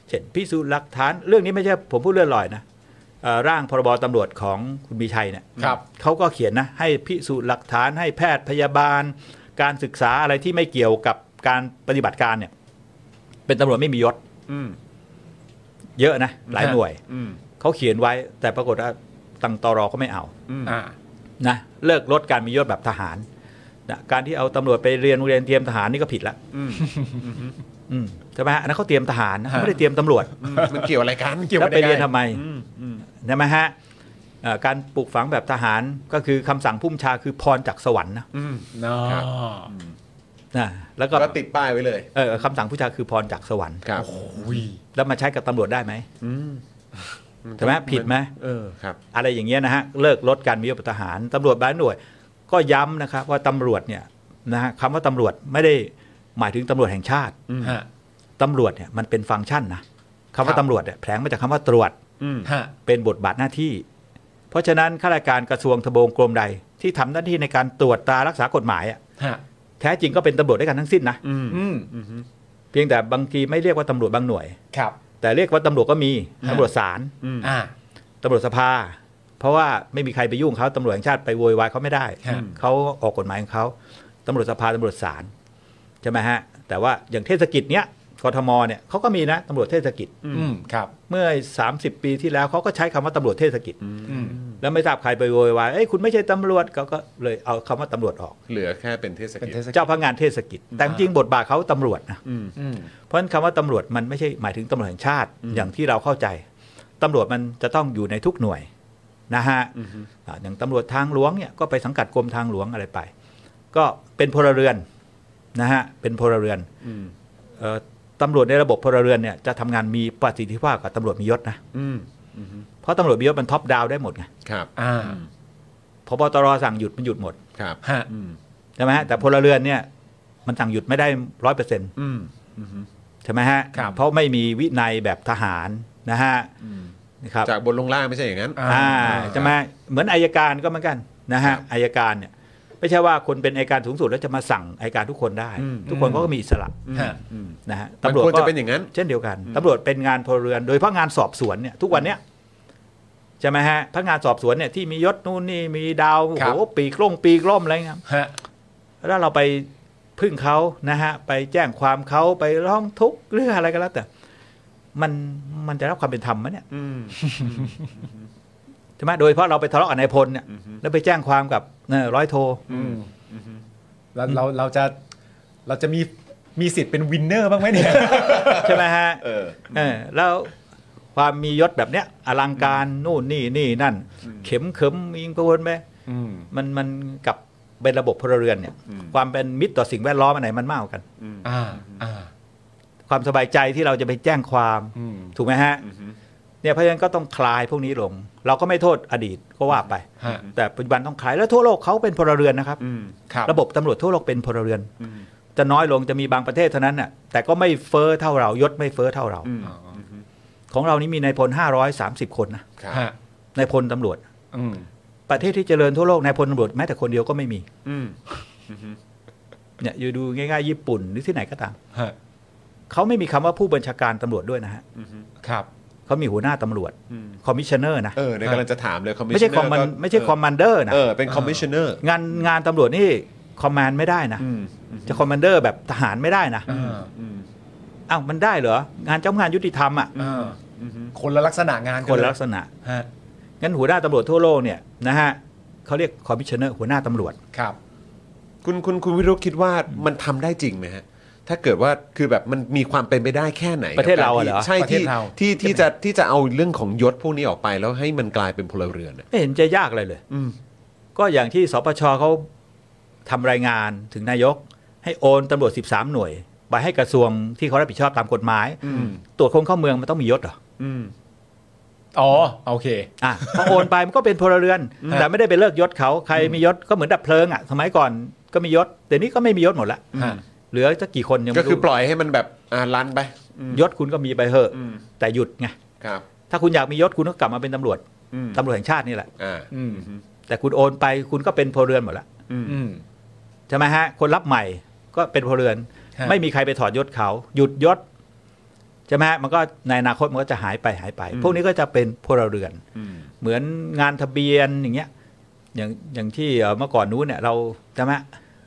F: เช่นพิสูจน์หลักฐานเรื่องนี้ไม่ใช่ผมพูดเลื่อนลอยนะเอ่อร่างพรบตำรวจของคุณมีชัยเนี่ย
C: ครับ
F: เขาก็เขียนนะให้พิสูจน์หลักฐานให้แพทย์พยาบาล การศึกษาอะไรที่ไม่เกี่ยวกับการปฏิบัติการเนี่ยเป็นตำรวจไม่มียศ
A: อืม
F: เยอะนะหลายหน่วย
A: อืม
F: เขาเขียนไว้แต่ปรากฏว่าตังตอรอก็ไม่เอา
C: อ่า
F: นะเลิกลดการมียศแบบทหารนะการที่เอาตำรวจไปเรียนโรงเรียนเตรียมทหารนี่ก็ผิดละ
A: อืม
F: [laughs] อืมใช่ไหมฮะอันนั้นเขาเตรียมทหารนะ
C: ฮะ
F: ไม่ได้เตรียมตำรวจ
A: อืมมันเกี่ยวอะไรกัน
C: เกี่ยว
F: แล้ว
C: กับ
F: ไปเรียนทำไม
A: อืมอืม
F: ใช่ไหมฮะเอ่อการปลูกฝังแบบทหารก็คือคำสั่งผู้บัญชาคือพรจากสวรรค์นะ
A: อืม
C: เนาะ
A: ครับ
F: นะแล้วก็
A: ก็ติดป้ายไว้เลย
F: เออคำสั่งผู้บัญชาคือพรจากสวรรค์
A: ครับ
C: อุ้ย
F: แล้วมาใช้กับตำรวจได้ไหม
A: อืม
F: ใช่ไหมผิดไหม
A: เออ ครับ
F: อะไรอย่างเงี้ยนะฮะเลิกลดการมียศทหารตำรวจบางหน่วย ก็ย้ำนะครับว่าตำรวจเนี่ยนะฮะคำว่าตำรวจไม่ได้หมายถึงตำรวจแห่งชาติ
C: ฮะ
F: ตำรวจเนี่ยมันเป็นฟังก์ชันนะคำว่า
C: ครับ
F: ตำรวจเนี่ยแผลงมาจากคำว่าตรวจ
A: อืม
C: ฮะ
F: เป็นบทบาทหน้าที่ เพราะฉะนั้นข้าราชการกระทรวงทบวงกรมใด ที่ทำหน้าที่ในการตรวจตรารักษากฎหมายอะ
C: ฮะ
F: แท้จริงก็เป็นตำรวจด้วยกันทั้งสิ้นนะ
A: อืม
C: อืม
F: เพียงแต่บางทีไม่เรียกว่าตำรวจบางหน่วย
C: ครับ
F: แต่เรียกว่าตำรวจก็มี
C: ฮะ
F: ตำรวจศาล
A: อืม
C: อ่า
F: ตำรวจสภา เพราะว่าไม่มีใครไปยุ่งเขาตำรวจแห่งชาติไปโวยวายเขาไม่ได้
C: ฮะ
F: เขาออกกฎหมายของเขาตำรวจสภาตำรวจศาลใช่ไหมฮะแต่ว่าอย่างเทศกิจเนี้ยกทมเนี่ยเขาก็มีนะตำรวจเทศกิจ
C: อืมครับ
F: เมื่อ 30 ปีที่แล้วเขาก็ใช้คำว่าตำรวจเทศกิจ
C: อืม
F: แล้วไม่ทราบใครไปโวยวายเอ้ยคุณไม่ใช่ตำรวจเขาก็เลยเอาคำว่าตำรวจออก
A: เหลือแค่เป็นเทศ
C: เป็น
A: กิจ
C: เทศกิจ
F: เจ้าพนักงานเทศกิจ แต่จริงๆบทบาทเขาตำรวจนะ
A: อืม
C: อืม
F: เพราะฉะนั้นคำว่าตำรวจมันไม่ใช่หมายถึงตำรวจแห่งชาติอย่างที่เราเข้าใจตำรวจมันจะต้องอยู่ในทุกหน่วยนะฮะอ่าอย่างตำรวจทางหลวงเนี่ยก็ไปสังกัดกรมทางหลวงอะไรไป ก็เป็นพลเรือนนะฮะเป็นพลเรือน
A: อืม
F: เอ่อตำรวจในระบบพลเรือนเนี่ยจะทำงานมีประสิทธิภาพกับตำรวจมียศนะ
A: อืม
F: เพราะตำรวจมียศมันท็อปดาวน์ได้หมดไง
A: ครับ
C: อ่า
F: พบตรสั่งหยุดมันหยุดหมด
A: ครับ
C: ฮะ
A: อืม
F: ใช่ไหมฮะแต่พลเรือนเนี่ยมันสั่งหยุดไม่ได้ร้อยเปอร์เซ็นต์
A: อืม
F: ใช่ไหมฮะ
A: ครับ
F: เพราะไม่มีวินัยแบบทหารนะฮะนะครับ
A: จากบนลงล่างไม่ใช่อย่างนั้น
F: อ่าใช่ไหมเหมือนอายการก็เหมือนกันนะ
A: ครั
F: ฮะ
A: บ
F: อายการเนี่ยไม่ใช่ว่าคนเป็นอายการสูงสุดแล้วจะมาสั่งอายการทุกคนได้
A: อืม
F: ทุกคนเขาก็มีอิสระ
C: ฮะ
A: อืม
F: นะฮะ
A: มัน
F: ตำรวจ
A: ควร
F: ก็
A: จะเป็นอย่างนั้น
F: เช่นเดียวกันตำรวจเป็นงานพลเรือน โดยเฉพาะงานสอบสวนเนี่ยทุกวันเนี้ยใช่ไหมฮะพนักงานสอบสวนเนี่ยที่มียศนู่นนี่มีดาวโอ้
C: ครับ
F: โหปีกล่งปีกล่อมอะไรเงี้ย
C: ฮะ
F: แล้วเราไปพึ่งเขานะฮะ ไปแจ้งความเขาไปร้องทุกข์หรืออะไรก็แล้วแต่ มันมันจะรับความเป็นธรรมไหมเนี่ย
A: อืม
F: ใช่ไหมโดยเฉพาะเราไปทะเลาะกับนายพลเนี่ย
A: อือฮึ
F: แล้วไปแจ้งความกับเอ่อร้อยโท
A: [laughs]
C: อืมแล้วเราเราจะเราจะมีมีสิทธิ์เป็นวินเนอร์บ้างไหมเนี่ย
F: ใช่ไหมฮะ
A: เออ
F: เออแล้วความมียศแบบเนี้ย อลังการนู่นนี่นี่นั่น เข็มเข็มยิงกระวนไป
C: อืม
F: มันมันกับเป็นระบบพลเรือนเนี่ย
A: อืม
F: ความเป็นมิตรต่อสิ่งแวดล้อมอันไหนมันมากกว่ากัน
A: อืม
C: อ่าอ่า
F: ความสบายใจที่เราจะไปแจ้งความ
C: อืม
F: ถูกไหมฮะ
A: อืม
F: เนี่ยเพราะฉะนั้นก็ต้องคลายพวกนี้ลง เราก็ไม่โทษอดีตก็ว่าไป
C: ฮะ
F: แต่ปัจจุบันต้องคลายแล้วทั่วโลกเขาเป็นพลเรือนนะครับ
A: อืม
C: ครับ
F: ระบบตำรวจทั่วโลกเป็นพลเรือน
A: อืม
F: จะน้อยลงจะมีบางประเทศเท่านั้นน่ะแต่ก็ไม่เฟ้อเท่าเรายศไม่เฟ้อเท่าเรา
A: อืม
F: ของเรานี่มีนายพล 530 คนนะครับ
C: ฮะ
F: นายพลตำรวจ
C: อืม
F: ประเทศที่เจริญทั่วโลกนายพลตำรวจแม้แต่คนเดียวก็ไม่มี
A: อืม
F: เนี่ยอยู่ดูง่ายๆญี่ปุ่นหรือที่ไหนก็ตาม
C: ฮะ
F: เขาไม่มีคำว่าผู้บัญชาการตำรวจด้วยนะฮะ
A: อืม
C: ครับ
F: เขามีหัวหน้าตำรวจ
A: อืม
F: คอมมิชเนอร์นะ
A: เออในกำลังจะถามเลยคอมมิช
F: ไม่ใช่คอมมันไม่ใช่คอมมานเดอร์นะ
A: เออเป็นคอมมิชเนอร์
F: งานงานตำรวจนี่คอมมานไม่ได้นะ
A: อืม
F: จะคอมมานเดอร์แบบทหารไม่ได้นะ
C: อ่า
A: อืม
F: อ้าวมันได้เหรองานเจ้างานยุติธรรมอ่ะ
C: อ่า
A: อืม
C: คนละลักษณะงานกั
F: คน
C: เย
F: ละลักษณะ
C: ฮะ
F: งั้นหัวหน้าตำรวจทั่วโลกเนี่ยนะฮะเขาเรียกคอมมิชเนอร์หัวหน้าตำรวจ
C: ครับ
A: คุณคุณคุณวิโรจน์คิดว่ามันทำได้จริงไหมฮะ ถ้าเกิดว่าคือแบบมันมีความเป็นไปได้แค่ไหน
F: ประเทศเราอะเหรอ
A: ใช่
C: ประเท
A: ที่
C: ศเรา
A: ที่ที่จะที่จะเอาเรื่องของยศพวกนี้ออกไปแล้วให้มันกลายเป็นพลเรือนอะ
F: ไม่เห็นจะยากเลยเลย
A: อืม
F: ก็อย่างที่สปชเขาทำรายงานถึงนายก ให้โอนตำรวจ 13 หน่วย ไปให้กระทรวงที่เขารับผิดชอบตามกฎหมาย
A: อืม
F: ตรวจคนเข้าเมืองมันต้องมียศเหรอ
A: อืม
C: อ๋อโอเค
F: อ่ะพอโอนไปมันก็เป็นพลเรือน
C: อืม
F: แต่ไม่ได้ไปเลิกยศเขาใครมียศก็เหมือนดับเพลิงอ่ะสมัยก่อนก็มียศแต่นี้ก็ไม่มียศหมดละ
C: ฮะ
F: เหลือจะกี่คนยัง
A: ก็
F: ไม่
A: คือ
F: รู้
A: ปล่อยให้มันแบบอ่าลันไป
F: ยศคุณก็มีไปเหอะ
A: อืม
F: แต่หยุดไง
A: ครับ
F: ถ้าคุณอยากมียศคุณก็กลับมาเป็นตำรวจ
A: อืม
F: ตำรวจแห่งชาตินี่แหละ
A: อ่า
C: อืม
F: แต่คุณโอนไปคุณก็เป็นพลเรือนหมดละ
A: อืม
C: อืม
F: ใช่ไหมฮะคนรับใหม่ก็เป็นพลเรือน
C: ฮะ
F: ไม่มีใครไปถอดยศเขาหยุดยศใช่ไหมฮะมันก็ในอนาคตมันก็จะหายไปหายไป พวกนี้ก็จะเป็นพลเรือน
A: อืม
F: เหมือนงานทะเบียนอย่างเงี้ยอย่างอย่างที่เอ่อเมื่อก่อนนู้นเนี่ยเราใช่ไหม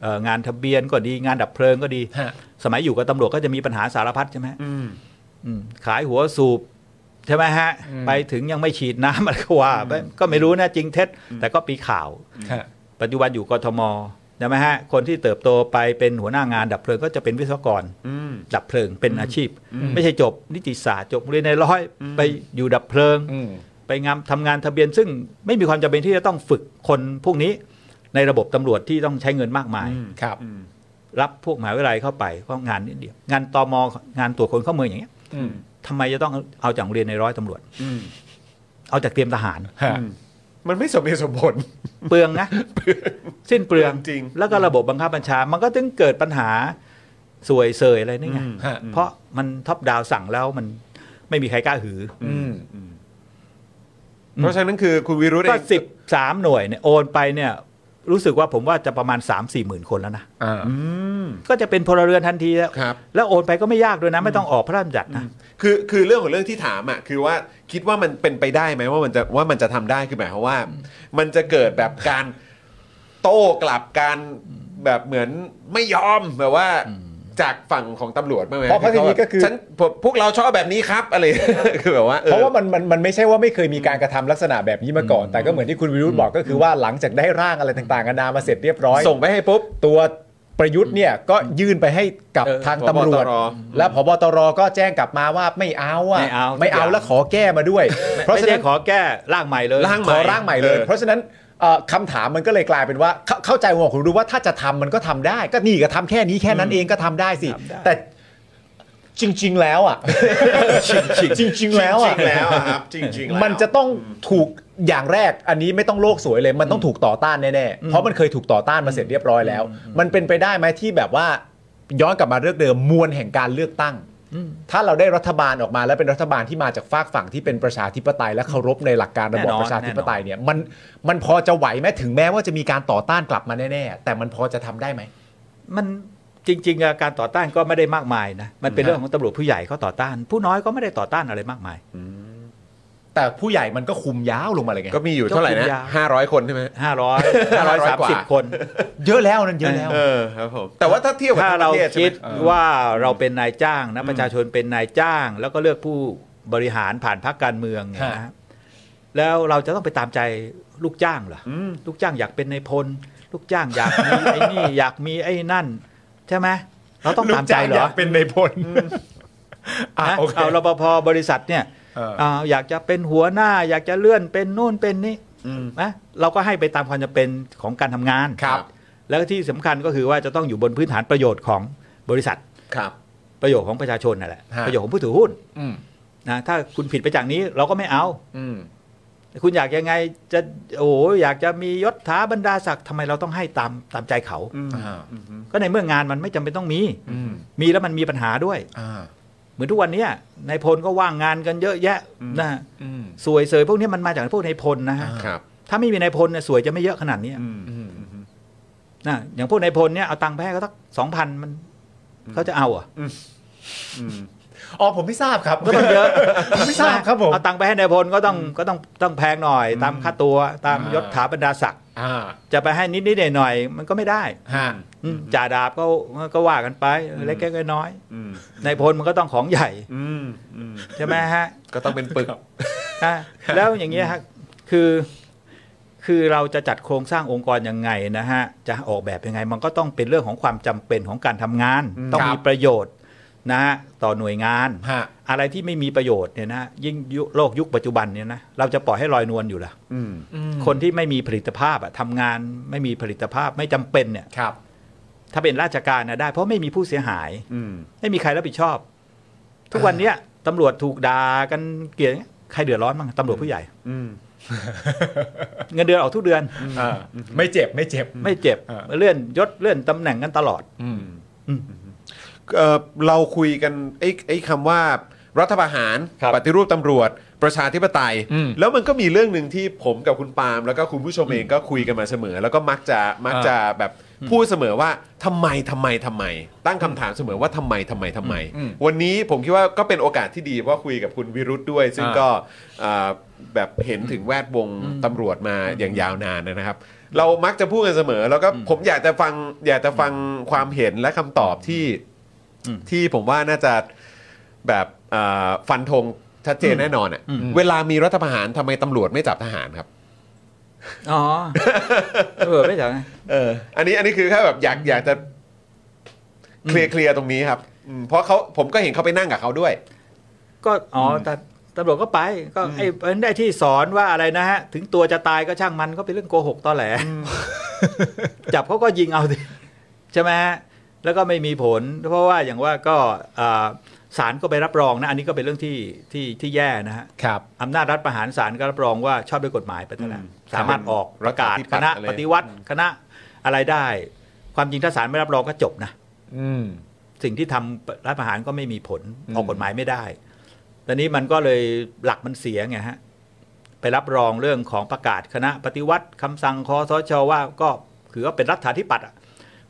F: เอ่องานทะเบียนก็ดีงานดับเพลิงก็ดี
C: ฮะ
F: สมัยอยู่กับตำรวจก็จะมีปัญหาสารพัดใช่ไหมฮะ
A: อืม
F: อืมขายหัวสูบใช่ไหมฮะไปถึงยังไม่ฉีดน้ำอะไรก็ว่าไปก็ไม่รู้นะจริงเท็จแต่ก็ปีข่าว
C: ฮะ
F: ปัจจุบันอยู่กทมใช่ไหมฮะ คนที่เติบโตไปเป็นหัวหน้างานดับเพลิงก็จะเป็นวิศวกร
A: อืม
F: ดับเพลิงเป็นอาชีพ ไม่ใช่จบนิติศาสตร์จบเรียนในร้อย ไปอยู่ดับเพลิง
C: อืม
F: ไปงานทำงานทะเบียน ซึ่งไม่มีความจำเป็นที่จะต้องฝึกคนพวกนี้ ในระบบตำรวจที่ต้องใช้เงินมากมาย
C: ครับ
F: รับพวกมหาวิทยาลัยเข้าไปก็งานนิดเดียวงานตมงานตรวจคนเข้าเมืองอย่างเงี้ย
C: อืม
F: ทำไมจะต้องเอาจากโรงเรียนในร้อยตำรวจเอาจากเตรียมทหาร
C: ฮะ
A: มันไม่สมเหตุสมผล
F: เปลืองนะ สิ้นเปลือง
A: เปลืองจริง
F: แล้วก็ระบบบังคับบัญชา มันก็ถึงเกิดปัญหาสวยเสยอะไรนี่ไง
C: ฮะ
F: เพราะมันท็อปดาวสั่งแล้วมันไม่มีใครกล้าหือ
C: อืม
A: เพราะฉะนั้นคือคุณวิรุธเอ
F: ก็
A: ง
F: สิบสามหน่วยเนี่ยโอนไปเนี่ยรู้สึกว่าผมว่าจะประมาณ 3 4มสี่หมื่นคนแล้วนะ
C: อ่า
A: อืม
F: ก็จะเป็นพลเรือนทันทีแล้ว
A: ครับ
F: แล้วโอนไปก็ไม่ยากด้วยนะ ไม่ต้องออกพระราชบัญญัตินะ
A: คือคือเรื่องของเรื่องที่ถามอ่ะคือว่าคิดว่ามันเป็นไปได้ไหมว่ามันจะว่ามันจะทำได้คือหมายความว่า มันจะเกิดแบบการโต้กลับการแบบเหมือนไม่ยอมแบบว่าจากฝั่งของตำรวจบ้างไหม
C: เพราะเพราะทีนี้ก็คือ
A: ฉันผมพวกเราชอบแบบนี้ครับ [laughs] อะไร คือแบบว่าออ
C: เพราะว่ามันมันมันไม่ใช่ว่าไม่เคยมีการกระทำลักษณะแบบนี้มาก่อน แต่ก็เหมือนที่คุณวิรุธบอกก็คือว่าหลังจากได้ร่างอะไรต่างๆกันานามาเสร็จเรียบร้อย
A: ส่งไปให้ปุ๊บ
C: ตัวประยุทธ์เนี่ยก็ยื่นไปให้กับ
A: เออ
C: ทางตำรวจ
A: ผบตร
C: และพบตรก็แจ้งกลับมาว่าไม่เอาอะ
F: ไม่เอา
C: ไม่เอาแล้วขอแก้มาด้วย เพราะ
F: ไม่
C: ฉะ
F: ได้
C: นั้น
F: ขอแก้ร่างใหม่เลย
A: ร่าง
C: ขอร่างใหม่เลย
A: เออ
C: เพราะฉะนั้นเอ่อคำถามมันก็เลยกลายเป็นว่าเข้าเข้าใจหัวของรู้ว่าถ้าจะทำมันก็ทำได้ ก็นี่ก็ทำแค่นี้แค่นั้นเองก็ทำได้สิ
F: ทำได้
C: แต่จริง ๆ แล้วอ่ะ จริง ๆ แล้วอ่ะ
A: จริงๆแล้วอะครับ จริงๆแล้ว
C: มันจะต้องถูกอย่างแรกอันนี้ไม่ต้องโลกสวยเลย มันต้องถูกต่อต้านแน่ๆเพราะมันเคยถูกต่อต้านมาเสร็จเรียบร้อยแล้ว มันเป็นไปได้ไหมที่แบบว่าย้อนกลับมาเรื่องเดิมมวลแห่งการเลือกตั้ง ถ้าเราได้รัฐบาลออกมาแล้วเป็นรัฐบาลที่มาจากฝากฝั่งที่เป็นประชาธิปไตยและเคารพในหลักการระบอบ
F: แน่นอน
C: ประชาธิปไตยเนี่ยมันมันพอจะไหวไหมถึงแม้ว่าจะมีการต่อต้านกลับมาแน่ๆแต่มันพอจะทำได้ไหม
F: มันจริงๆอะการต่อต้านก็ไม่ได้มากมายนะ มันเป็นเรื่องของตำรวจผู้ใหญ่เขาต่อต้าน ผู้น้อยก็ไม่ได้ต่อต้านอะไรมากมาย
C: แต่ผู้ใหญ่มันก็คุมยาวลงมาเลยไง
A: ก็มีอยู่เท่าไหร่นะ
F: ก็คุมยาว
A: ห้าร้อยคนใช่ไหม
F: 500
A: กว่า
C: [laughs]
F: 530 คน
C: เยอะแล้วนั่นเยอะแล้ว
A: เออครับผมแต่ว่าถ้าเทียบกับ
F: ถ้า
A: ทั้งป
F: เรา
A: ระเทศใช่ไห
F: คิ
A: ม
F: ดว่าเราเป็นนายจ้างนะประชาชนเป็นนายจ้าง แล้วก็เลือกผู้บริหารผ่านพรรคการเมืองเนี่ยนะ
C: ฮะ
F: แล้วเราจะต้องไปตามใจลูกจ้างเหรออลูกจ้างอยากเป็นนายพล ลูกจ้างอยากมี [laughs] ไอ้นี่อยากมีไอ้นั่น ใช่ไหมเราต้องตามใจเหร
C: ลูกย
F: อ
C: กเป็นในพล อ่ะ
F: นะ
C: โอเค
F: เอารปภบริษัทเนี่ย
C: เออ
F: เอ่ออยากจะเป็นหัวหน้า อยากจะเลื่อนเป็นนู่นเป็นนี่นะเราก็ให้ไปตามความจำเป็นของการทำงาน
C: ครับ
F: แล้วที่สำคัญก็คือว่าจะต้องอยู่บนพื้นฐานประโยชน์ของบริษัท
A: ครับ
F: ประโยชน์ของประชาชนนั่นแหละ
C: ฮะ
F: ประโยชน์ของผู้ถือหุ้น
C: อืม
F: นะถ้าคุณผิดไปจากนี้เราก็ไม่เอา
A: อืม
F: คุณอยากยังไงจะโอ้โหอยากจะมียศถาบรรดาศักดิ์ทำไมเราต้องให้ตามตามใจเขา
C: อ่า
F: ก็ในเมื่องานมันไม่จำเป็นต้องมี
C: อืม
F: มีแล้วมันมีปัญหาด้วย
C: อ่า
F: เหมือนทุกวันเนี้ยนายพลก็ว่างงานกันเยอะแยะนะฮะ สวยเสยพวกเนี้ยมันมาจากพวกนายพลนะฮะ
A: ครับ
F: ถ้าไม่มีนายพลเนี่ยสวยจะไม่เยอะขนาดเนี้ยนะอย่างพวกนายพลเนี่ยเอาตังค์ไปให้เขาสักสองพันมันเขาจะเอาเหรอ่ะ
C: อ๋อผมไม่ทราบครับ
F: ก็ต้องเยอะ
C: ไม่ทราบครับผม
F: เอาตังค์ไปให้นายพลก็ต้องก็ต้องต้องแพงหน่อย ตามค่าตัวตามยศถาบรรดาศักดิ์
C: อ่า
F: จะไปให้นิดนิดหน่อยหน่อยๆมันก็ไม่ได้
C: ฮะ
F: อืมจ่าดาบก็ก็ว่ากันไปเล็กๆน้อย
A: อืม
F: ๆนายพลมันก็ต้องของใหญ่
A: อืมอืม
F: ใช่ไหมฮะ
A: ก็ต้องเป็นปึก
F: อ่ะแล้วอย่างเงี้ยฮะคือคือเราจะจัดโครงสร้างองค์กรยังไงนะฮะ จะออกแบบยังไง มันก็ต้องเป็นเรื่องของความจำเป็นของการทำงาน ต้องมีประโยชน์นะฮะต่อหน่วยงาน
C: ฮะ
F: อะไรที่ไม่มีประโยชน์เนี่ยนะฮะยิ่งยุโลกยุคปัจจุบันเนี่ยนะเราจะปล่อยให้ลอยนวลอยู่ละ
A: อืม
F: คนที่ไม่มีผลิตภาพอะทำงานไม่มีผลิตภาพไม่จำเป็นเนี่ย
C: ครับ
F: ถ้าเป็นราชการนะได้ เพราะไม่มีผู้เสียหาย
A: อืม
F: ไม่มีใครรับผิดชอบ ทุกวันเนี้ยตำรวจถูกด่ากันเกลียดใครเดือดร้อนบ้างตำรวจผู้ใหญ่
A: อืม
F: เงินเดือนออกทุกเดือน
C: อ่าไม่เจ็บไม่เจ็บ
F: ไม่เจ็บ
C: อ่า
F: เลื่อนยศเลื่อนตำแหน่งกันตลอด
A: เอ่อเราคุยกันไอ้ไอ้คำว่ารัฐประหาร
F: ครับ
A: ปฏิรูปตำรวจ ประชาธิปไตย
C: อืม
A: แล้วมันก็มีเรื่องหนึ่งที่ผมกับคุณปาล์มแล้วก็คุณผู้ชมเองก็คุยกันมาเสมอ แล้วก็มักจะมักจะแบบพูดเสมอว่าทำไมทำไมทำไม ตั้งคำถามเสมอว่าทำไมทำไมทำไม
C: อืม
A: วันนี้ผมคิดว่าก็เป็นโอกาสที่ดีเพราะคุยกับคุณวิรุธด้วย ซึ่ง
C: อ่า
A: ก็เอ่อแบบเห็นถึงแวดวงตำรวจมาอย่างยาวนานนะครับ เรามักจะพูดกันเสมอ แล้วก็ผมอยากจะฟังอยากจะฟังความเห็นและคำตอบที่ ที่ผมว่าน่าจะแบบเอ่อฟันธงชัดเจนแน่นอนอะเวลามีรัฐประหารทำไมตำรวจไม่จับทหารครับ
F: [laughs] อ๋อตำรวจไม่จับไง
A: เอออันนี้อันนี้คือแค่แบบอยากอยากจะเคลียร์เคลียร์ตรงนี้ครับอืมเพราะเขาผมก็เห็นเขาไปนั่งกับเขาด้วย
F: ก็อ๋อแต่ตำรวจก็ไป ก็ไอ้มันได้ที่สอนว่าอะไรนะฮะ ถึงตัวจะตายก็ช่างมันก็เป็นเรื่องโกหกตอแหล [laughs] จับเขาก็ยิงเอาดิใช่ไหมฮะแล้วก็ไม่มีผล เพราะว่าอย่างว่าก็อ่าศาลก็ไปรับรองนะอันนี้ก็เป็นเรื่องที่ที่ที่แย่นะฮะ
C: ครับ
F: อำนาจรัฐประหารศาลก็รับรองว่าชอบด้วยกฎหมายไปเท่านั้น
A: อืม
F: สามารถออกประกาศ
A: รัฐปฏิปัติ
F: คณะ
A: อะไร
F: ปฏิวัติคณะอะไรได้ ความจริงถ้าศาลไม่รับรองก็จบนะ
C: อืม
F: สิ่งที่ทำรัฐประหารก็ไม่มีผลออกกฎหมายไม่ได้ ตอนนี้มันก็เลยหลักมันเสียไงฮะ ไปรับรองเรื่องของประกาศคณะปฏิวัติคำสั่งคอสชว่าก็คือว่าเป็นรัฐาธิปัตย์อะ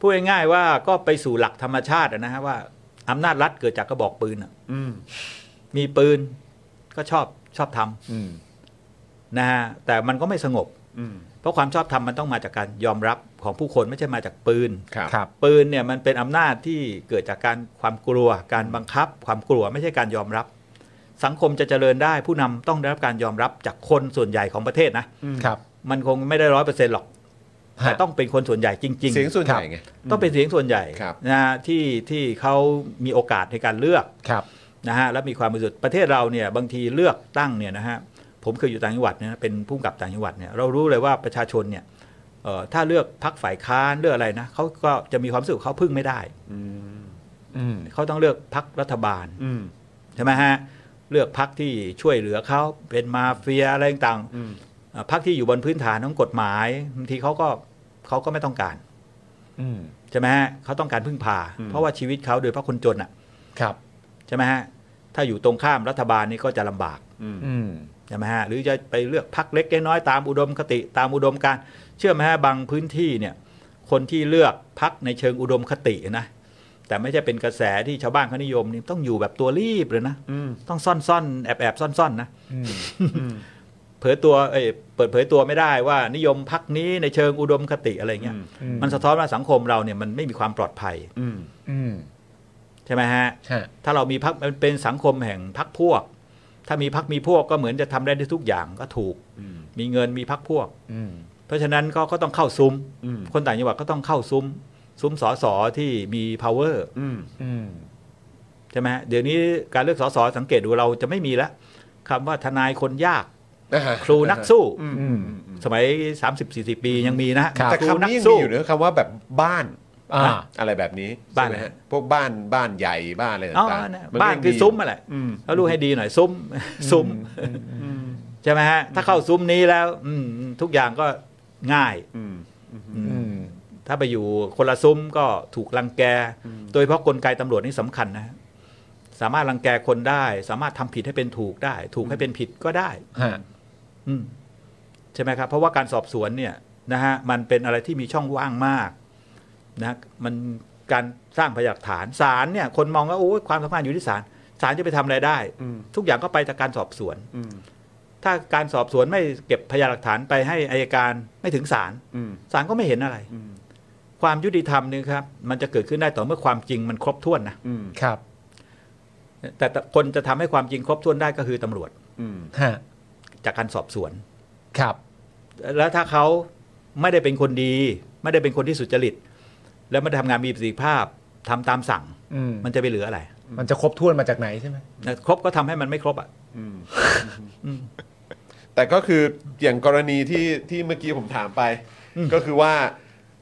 F: พูดง่ายๆว่าก็ไปสู่หลักธรรมชาติอะนะฮะว่าอำนาจรัฐเกิดจากกระบอกปืนอะ
A: อืม
F: มีปืนก็ชอบชอบท
A: อืม
F: ำนะฮะแต่มันก็ไม่สงบ
A: อืม
F: เพราะความชอบธรรมมันต้องมาจากการยอมรับของผู้คนไม่ใช่มาจากปืน
A: ครับ
C: ครับ
F: ปืนเนี่ยมันเป็นอำนาจที่เกิดจากการความกลัว การบังคับ ความกลัวไม่ใช่การยอมรับ สังคมจะเจริญได้ ผู้นำต้องได้รับการยอมรับจากคนส่วนใหญ่ของประเทศนะ
C: ครับ
F: มันคงไม่ได้ร้อยเปอร์เซ็นต์หรอก แต่ต้องเป็นคนส่วนใหญ่จริง ๆ
A: เสียงส่วนใหญ่ไง
F: ต้องเป็นเสียงส่วนใหญ่
A: ครับ
F: นะฮะที่ที่เขามีโอกาสในการเลือก
C: ครับ
F: นะฮะและมีความบริสุทธิ์ประเทศเราเนี่ยบางทีเลือกตั้งเนี่ยนะฮะผมเคยอยู่ต่างจังหวัดเนี่ยนะเป็นผู้กำกับต่างจังหวัดเนี่ยเรารู้เลยว่าประชาชนเนี่ยเอ่อถ้าเลือกพักฝ่ายค้านเลือกอะไรนะเขาก็จะมีความรู้สึกเขาพึ่งไม่ได้
A: อืม
C: อืม
F: เขาต้องเลือกพักรัฐบาล
A: อืม
F: ใช่ไหมฮะเลือกพักที่ช่วยเหลือเขาเป็นมาเฟียอะไรต่าง
A: อืม
F: ๆเอ่อพักที่อยู่บนพื้นฐานของกฎหมายบางทีเขาก็เขาก็ไม่ต้องการ
C: อืม
F: ใช่ไหมฮะเขาต้องการพึ่งพา เพราะว่าชีวิตเขาโดยเฉพาะคนจนอ่ะ
C: ครับ
F: ใช่ไหมฮะถ้าอยู่ตรงข้ามรัฐบาลนี่ก็จะลำบาก
A: อืม
C: อืม
F: ใช่ไหมฮะหรือจะไปเลือกพักเล็กน้อยๆตามอุดมคติตามอุดมการณ์เชื่อไหมฮะบางพื้นที่เนี่ยคนที่เลือกพักในเชิงอุดมคตินะแต่ไม่ใช่เป็นกระแสที่ชาวบ้านเขานิยมนี่ต้องอยู่แบบตัวรีบเลยนะ
A: อืม
F: ต้องซ่อนๆแอบๆซ่อนๆนะ
C: อืม
A: อืม
F: เผยตัวเอ้ยเปิดเผยตัวไม่ได้ว่านิยมพักนี้ในเชิงอุดมคติอะไรเงี้ย
A: อืม
C: อื
F: มันสะท้อนว่าสังคมเราเนี่ยมันไม่มีความปลอดภัย
A: อืม
C: อืม
F: ใช่ไหมฮะ
C: ฮะ
F: ถ้าเรามีพักมันเป็นสังคมแห่งพักพวก ถ้ามีพักมีพวกก็เหมือนจะทำได้ทุกอย่างก็ถูก
A: อืม
F: มีเงินมีพักพวก
C: อืม
F: เพราะฉะนั้นก็ก็ต้องเข้าซุ้ม
A: อืม
F: คนต่างจังหวัดก็ต้องเข้าซุ้ม ซุ้มสอสอที่มี power
A: อืม
C: อืม
F: ใช่ไหมฮะเดี๋ยวนี้การเลือกสอสอสังเกตดูเราจะไม่มีแล้วคำว่าทนายคนยาก ครูนักสู้
A: อืมอืมอืม
F: สมัย 30-40 ปียังมีนะฮะ
A: แต่
F: ครู
A: คำ
F: นัก
A: นี้ยังมี
F: สู้
A: อยู่เนอะคำว่าแบบบ้าน
C: อ่า
A: อะไรแบบนี้
F: บ้าน
A: ใช่ไหม
F: อะไร
A: ฮะพวกบ้านบ้านใหญ่บ้านอะไร
F: อ๋อ
A: ต่าง
F: นะ
A: มัก็
F: บ้าน
A: ยัง
F: คือ
A: ดี
F: ซุ้มอะไร
A: อืม
F: แล้วรู้ให้ดีหน่อยซุ้ม ซุ้ม
A: อืม
F: ใช่ไหมฮะถ้าเข้าซุ้มนี้แล้วอืมทุกอย่างก็ง่าย
A: อืม
C: อืม
F: ถ้าไปอยู่คนละซุ้มก็ถูกรังแก โดยเฉพาะกลไกตำรวจนี่สำคัญนะฮะสามารถรังแกคนได้ สามารถทำผิดให้เป็นถูกได้ ถูกให้เป็นผิดก็ได้
C: ฮะ
F: อืมใช่ไหมครับ เพราะว่าการสอบสวนเนี่ยนะฮะมันเป็นอะไรที่มีช่องว่างมากนะมันการสร้างพยานหลักฐานศาลเนี่ย คนมองว่าโอ้ยความสำคัญอยู่ที่ศาลศาลจะไปทำอะไรได้
A: อืม
F: ทุกอย่างก็ไปจากการสอบสวน
A: อืม
F: ถ้าการสอบสวนไม่เก็บพยานหลักฐานไปให้อายการไม่ถึงศาล
A: อืม
F: ศาลก็ไม่เห็นอะไร
A: อืม
F: ความยุติธรรมเนี่ยครับมันจะเกิดขึ้นได้ต่อเมื่อความจริงมันครบถ้วนนะ
A: อืม
C: ครับ
F: แต่คนจะทำให้ความจริงครบถ้วนได้ก็คือตำรวจ
A: อืม
C: ฮะ
F: จากการสอบสวน
C: ครับ
F: แล้วถ้าเขาไม่ได้เป็นคนดี ไม่ได้เป็นคนที่สุจริต แล้วไม่ได้ทำงานมีประสิทธิภาพทำตามสั่ง
C: อืม
F: มันจะไปเหลืออะไร
C: มันจะครบถ้วนมาจากไหนใช่ไหม
F: นะครบก็ทำให้มันไม่ครบอ่ะ
A: อืม
F: อืม
A: แต่ก็คืออย่างกรณีที่ที่เมื่อกี้ผมถามไป
F: อืม
A: ก็คือว่า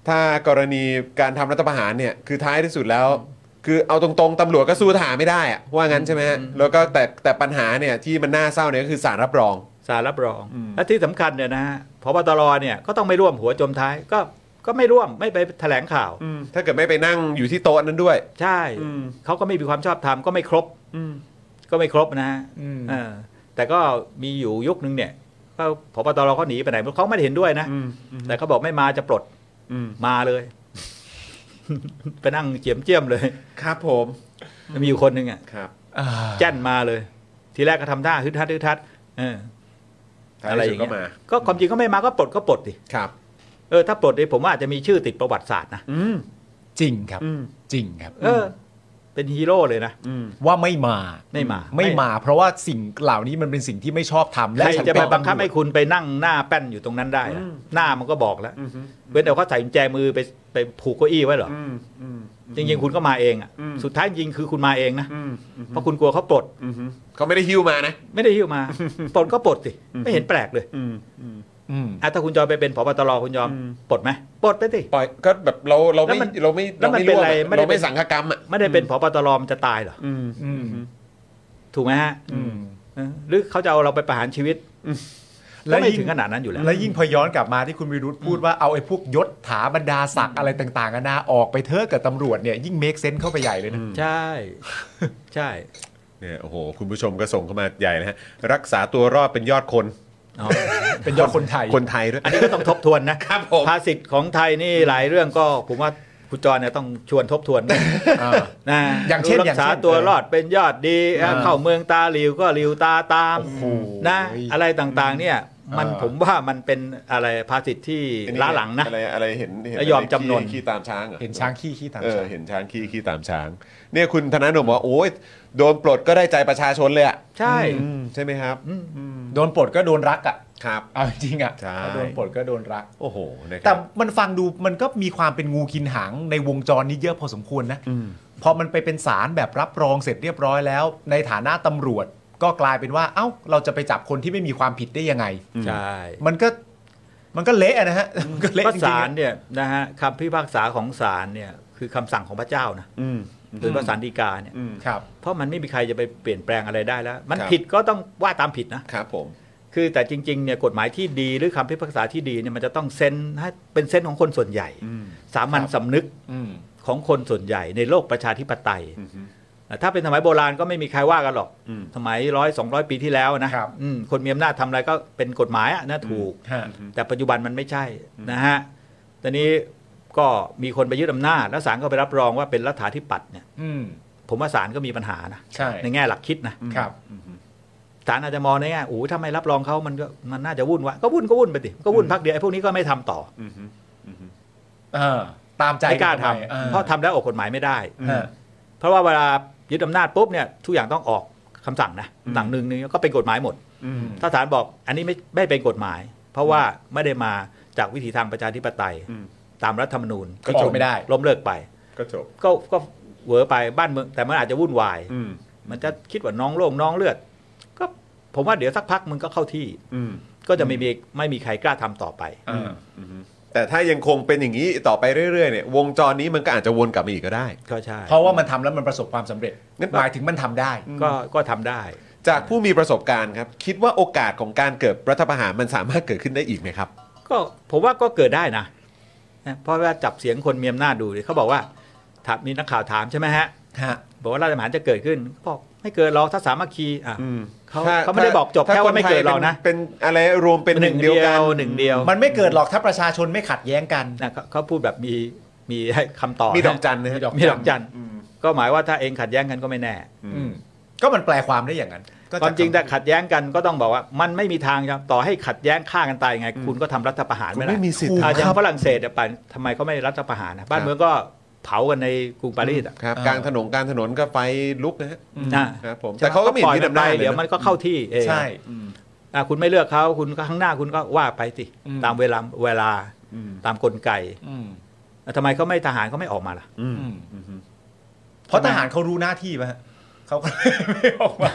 A: ถ้ากรณีการทำรัฐประหารเนี่ยคือท้ายที่สุดแล้ว คือเอาตรงๆตำรวจก็สู้ทหารไม่ได้อะว่างั้นใช่ไหมฮะแล้วก็แต่แต่ปัญหาเนี่ยที่มันน่าเศร้าเนี่ยก็คือสารรับรอง
F: สารรับรอง
A: อืม
F: และที่สำคัญเนี่ยนะฮะพบตรเนี่ยก็ต้องไม่ร่วมหัวจมท้ายก็ก็ไม่ร่วมไม่ไปแถลงข่าว
A: ถ้าเกิดไม่ไปนั่งอยู่ที่โต๊ะนั้นด้วย
F: ใช่
A: อืม
F: เขาก็ไม่มีความชอบธรรมก็ไม่ครบ
A: อืม
F: ก็ไม่ครบนะฮะ
C: อืม
F: เออแต่ก็มีอยู่ยุคนึงเนี่ยก็พบตรเขาหนีไปไหนเขาไม่ได้เห็นด้วยนะ
A: อืม
F: แต่เขาบอกไม่มาจะปลด
A: อืม
F: มาเลย [laughs] ไปนั่งเจียมเจียมเลย
A: ครับผม
F: มีอยู่คนหนึ่งอ่ะ
A: ครับ
C: อ่า
F: แจ้นมาเลย ทีแรกก็ทำท่าฮึดทัดฮึดทัดเออ
A: ท้าย
F: อะไรอ
A: ที่สุ
F: ย่า
A: ด
F: ง
A: ก็
F: เงี้ย
A: มา
F: ก็ความจริงก็ไม่มาก็ปลดก็ปลดดิ
A: ครับ
F: เออถ้าปลดเนี่ยผมว่าอาจจะมีชื่อติดประวัติศาสตร์นะ
A: อืม
C: จริงครับ
A: อืม
C: จริงครับ
F: เออ เป็นฮีโร่เลยนะ
A: อืม
C: ว่าไม่มา
F: ไม่มา
C: ไม่มา เพราะว่าสิ่งเหล่านี้มันเป็นสิ่งที่ไม่ชอบทำและ
F: ใคร
C: ฉัน
F: จะไป
C: เป็น
F: บังคับ
C: ตำรวจ
F: ให้คุณไปนั่งหน้าแป้นอยู่ตรงนั้นได้ล่ะ
A: อืม
F: หน้ามันก็บอกแล้ว
A: อืม
F: เว้นแต่เขาใส่กุญแจมือไปไปผูกเก้าอี้ไว้เหรอ
A: อืมอืม
F: จริงๆคุณก็มาเองอ่ะ
A: อืม
F: สุดท้ายจริงๆคือคุณมาเองนะ
A: อืม
F: เพราะคุณกลัวเขาปลด
A: อืมเขาไม่ได้ฮิ้วมานะ
F: ไม่ได้หิ้วมา ปลดก็ปลดสิ ไม่เห็นแปลกเลย
A: อืมอืม
C: อืม
F: อ่ะถ้าคุณจอยไปเป็นผบตรคุณยอม
A: อืม
F: ปลดไหมปลดไปสิ
A: ปล่อยก็แบบเราเราไม่
F: แล้วมัน
A: เราไม่
F: แล้วมัน
A: เราไม่ร่วมอะ
F: เป็นอะไรไม่ได้
A: เราไม่
F: เป็น
A: สังฆกรรมอ่ะ
F: ไม่ได้เป็นผบตรมันจะตายเหรอ
A: อืม
C: อืม
F: ถูกไหมฮะ
C: อืม
F: เออหรือเขาจะเอาเราไปประหารชีวิต
C: แล้ว
F: ก็ไม่
C: ยิ่ง
F: ถึงขนาดนั้นอยู่แล้ว
C: แล้วยิ่งพอย้อนกลับมาที่คุณวิรุธพูดว่าเอาไอ้พวกยศถาบรรดาศักดิ์อะไรต่างๆกันานาออกไปเถอะกับตำรวจเนี่ยยิ่งเมคเซนส์เข้าไปใหญ่เลยนะ
F: ใช่ ใช่
A: เนี่ยโอ้โห คุณผู้ชมก็ส่งเข้ามาใหญ่นะฮะ รักษาตัวรอดเป็นยอดคน
F: อ๋อ
C: เป็นยอดคนไทย
A: คนไทยด้วย
F: อันนี้ก็ต้องทบทวนนะครับ
A: ผม
F: ภาษิตของไทยนี่หลายเรื่องก็ผมว่าคุณจรเนี่ยต้องชวนทบทวนนะ
C: อย่างเช่น
F: รั
C: อย่าง
F: กษา
C: เช่น
F: ตัวรอดเป็นยอดดี
C: อ่า
F: เข้าเมืองตาหลิวก็หลิวตาตาม
C: โอ้โห
F: นะอะไรต่างๆเนี่ยมัน
C: เออ
F: ผมว่ามันเป็นอะไรภาษิตที่
A: อันนี้
F: ล้าหลังนะ
A: อะไรอะไรเห็นเห็น
F: แล้วยอมจำนน
A: ขี้ขี้ตามช้างเหรอ
C: เห็นช้างขี้ขี้ตาม
A: เออ
C: ช้าง
A: เห็นช้างขี้ขี้ตามช้าง เนี่ยคุณธนาหนุ่มบอกว่าโอ้ยโดนปลดก็ได้ใจประชาชนเลยอ่ะ
F: ใช่
A: อืมใช่ไหมครับ
C: โดนปลดก็โดนรักอ่ะ
A: ครับ
C: เอาจริงๆอ่ะ
A: ใช่
C: โดนปลดก็โดนรัก
A: โอ้โหนะค
C: แต่
A: รับ
C: มันฟังดูมันก็มีความเป็นงูกินหางในวงจรนี้เยอะพอสมควรนะพอมันไปเป็นสารแบบรับรองเสร็จเรียบร้อยแล้ว ในฐานะตำรวจก็กลายเป็นว่า เอ้า เราจะไปจับคนที่ไม่มีความผิดได้ยังไง
F: ใช่
C: มันก็มันก็เละอะนะฮ [laughs] ะมันก็เละ
F: พระ
C: จริง
F: ศา
C: ๆ
F: ล
C: อะ
F: เนี่ยนะฮะคำพิพากษาของศาลเนี่ยคือคำสั่งของพระเจ้านะหรือว่าศาลฎีกาเนี่ย
C: ครับ
F: เพราะมันไม่มีใครจะไปเปลี่ยนแปลงอะไรได้แล้ว มัน
A: ครับ
F: ผิดก็ต้องว่าตามผิดนะครับ
A: ผม
F: คือแต่จริงๆเนี่ยกฎหมายที่ดีหรือคำพิพากษาที่ดีเนี่ยมันจะต้องเซนให้เป็นเซนของคนส่วนใหญ่ สามัญสำนึก
C: อืม
F: ของคนส่วนใหญ่ในโลกประชาธิปไตยนะถ้าเป็นสมัยโบราณก็ไม่มีใครว่ากันหรอก สมัยร้อยสองร้อยปีที่แล้วนะครับ อืมคนมีอำนาจทำอะไรก็เป็นกฎหมายอะนะถูก
C: ฮะ
F: แต่ปัจจุบันมันไม่ใช่นะฮะตอนนี้ก็มีคนไปยึดอำนาจ แล้วศาลก็ไปรับรองว่าเป็นรัฐาธิปัตย์เนี่ย
C: อืม
F: ผมว่าศาลก็มีปัญหานะ
C: ใช่
F: ในแง่หลักคิดนะครับ ศาลอาจจะมองในแง่โอ้โหถ้าไม่รับรองเขามันก็มันน่าจะวุ่นวะก็วุ่นก็วุ่นไปดิก็วุ่นพักเดียวไอ้พวกนี้ก็ไม่ทำต่อ
C: เออ ตามใจ
F: ไม่กล้าทำ
C: นไปออ
F: เพราะทำแล้วออกกฎหมายไม่ได้
C: ฮะ
F: เพราะว่าเวลายึดอำนาจปุ๊บเนี่ยทุกอย่างต้องออกคำสั่งนะคำสั่งหนึ่งหนึงก็เป็นกฎหมายหมด
C: อืม
F: ถ้าศาลบอกอันนี้ไม่ไม่เป็นกฎหมาย เพราะว่าไม่ได้มาจากวิถีทางประชาธิปไตย
A: อืม
F: ตามรัฐธรรมนูญ
C: ก็จบไม่ได้
F: ล้มเลิกไป
A: ก็จบ
F: ก็ก็เหวอไปบ้านเมืองแต่มันอาจจะวุ่นวาย
A: อืม
F: มันจะคิดว่าน้องโล่งน้องเลือด ก็ผมว่าเดี๋ยวสักพักมึงก็เข้าที่
A: อืม
F: ก็จะไม่มีไม่มีใครกล้าทำต่อไป
C: เออ
A: แต่ถ้ายังคงเป็นอย่างนี้ต่อไปเรื่อยๆเนี่ยวงจรนี้มันก็อาจจะวนกลับมาอีกก็ได้
F: ก็ใช่
C: เพราะว่ามันทำแล้วมันประสบความสำเร็จ
A: งั้น
C: หมายถึงมันทำได้
F: ก็ก็ทำได้
A: จากผู้มีประสบการณ์ครับ คิดว่าโอกาสของการเกิดรัฐประหารมันสามารถเกิดขึ้นได้อีกไหมครับ
F: ก็ผมว่าก็เกิดได้นะนะเพราะว่าจับเสียงคนมีอำนาจดูดิเขาบอกว่าถามมีนักข่าวถามใช่ไหมฮะ
C: ฮะ
F: บอกว่าราชประหารจะเกิดขึ้นเขาบอกไม่เกิดหรอกถ้าสามัคคีอ่ะ
A: อืม
F: เขา
A: ถ้
F: เขาไม่ได้บอกจบ
A: ถ้
F: แค่ว่าไม่เกิดหรอกนะ
A: คไทยเป็นเป็นอะไรรวมเป็นหนึ่งเดียวกัน
F: หนึ่งเดียว
C: มันไม่เกิดหรอกถ้าประชาชนไม่ขัดแย้งกัน
F: นะเขาเขาพูดแบบมีมี [laughs] ให้คำตอบ
A: มีดอกจันนะฮะ
F: มีดอกจัน
A: อืม
F: ก็หมายว่าถ้าเองขัดแย้งกันก็ไม่แน่
C: อืมก็มันแปลความได้อย่างนั้นก็ะ
F: ความจริงถ้าขัดแย้งกันก็ต้องบอกว่า มันไม่มีทางครับต่อให้ขัดแย้งฆ่ากันตายยังไง คุณก็ทำรัฐประหาร
A: คุณ
F: ไม่ได้
A: ไม่มีสิทธิ์
F: อาอย่าง
A: ทำ
F: ฝรั่งเศสเนี่ยปันทำไมเขาไม่รัฐประหารนะบ้านเมืองก็เผากันในกรุงปารีสอ่ะ
A: ครับกลางถนนกลางถนนก็ไฟลุกนะฮะ
F: นะครับ
A: ผมแต่เขาก็ไม่เห็นมี
F: ปล่อย
A: อำนาจ
F: ไป
A: เลยนะ
F: เดี๋ยวมันก็เข้าที่เอง
C: ใช่
F: อ่ะคุณไม่เลือกเขาคุณก็ข้างหน้าคุณก็ว่าไปสิ
C: อืม
F: ตามเวลาเวลา
A: อืม
F: ตามกลไก
C: อืม
F: อ่ะทำไมเขาไม่ทหารเขาไม่ออกมาล่ะ
A: อืม
C: อืมเพราะทหารเขารู้หน้าที่ป่ะฮะเขาก็ไม่ออกมา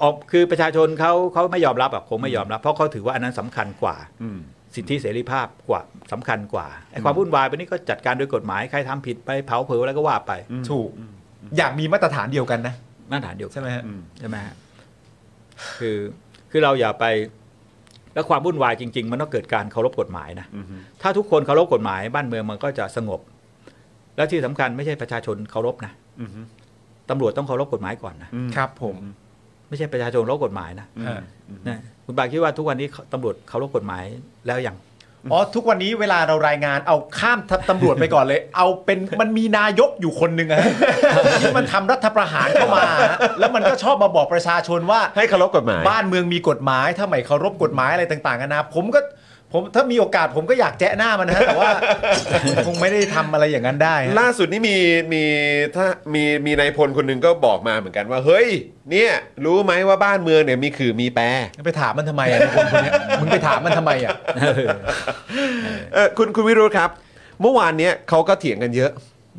F: ออกคือประชาชนเขาเขาไม่ยอมรับอ่ะคงไม่ยอมรับ เพราะเขาถือว่าอันนั้นสำคัญกว่า
A: อืม
F: สิทธิเสรีภาพกว่าสำคัญกว่าไอ้ความวุ่นวายไปนี่ก็จัดการโดยกฎหมายใครทำผิดไปเผาเผลอแล้วก็ว่าไป
C: ถูก อย่างมีมาตรฐานเดียวกันนะ
F: มาตรฐานเดียวกัน
C: ใช่ไหมฮะ
F: ใช่ไหมฮะคือคือเราอย่าไป แล้วความวุ่นวายจริง ๆ มันต้องเกิดการเคารพกฎหมายนะถ้าทุกคนเคารพกฎหมายบ้านเมืองมันก็จะสงบ แล้วที่สำคัญไม่ใช่ประชาชนเคารพนะ ตำรวจต้องเคารพกฎหมายก่อนนะ
C: ครับผม
F: ไม่ใช่ประชาชนเคารพกฎหมายนะ
C: ฮะ
F: นะคุณบาคิดว่าทุกวันนี้ตำรวจเคารพกฎหมายแล้วยัง [laughs]
C: อ๋อทุกวันนี้เวลาเรารายงานเอาข้ามตำรวจไปก่อนเลย เอาเป็นมันมีนายกอยู่คนหนึ่งอะที่มันทำรัฐประหารเข้ามาฮะแล้วมันก็ชอบมาบอกประชาชนว่า
A: ให้เคารพกฎหมาย
C: บ้านเมืองมีกฎหมาย ถ้าไม่เคารพกฎหมายอะไรต่างๆกันานะผมก็ผมถ้ามีโอกาสผมก็อยากแจ้หน้ามันนะฮะแต่ว่า [laughs] คงไม่ได้ทำอะไรอย่างนั้นได้ฮะ
A: ล่าสุดนี่มีมีถ้ามีมีนายพลคนหนึ่งก็บอกมาเหมือนกันว่า เฮ้ย เนี่ย รู้ไหมว่าบ้านเมืองเนี่ยมีขื่อมีแปร
C: ไปถามมันทำไมอ่ะคนคนเนี้ยมึงไปถามมันทำไมอ่ะ
A: เออคุณคุณวิโรจน์ครับ เมื่อวานเนี้ยเขาก็เถียงกันเยอะ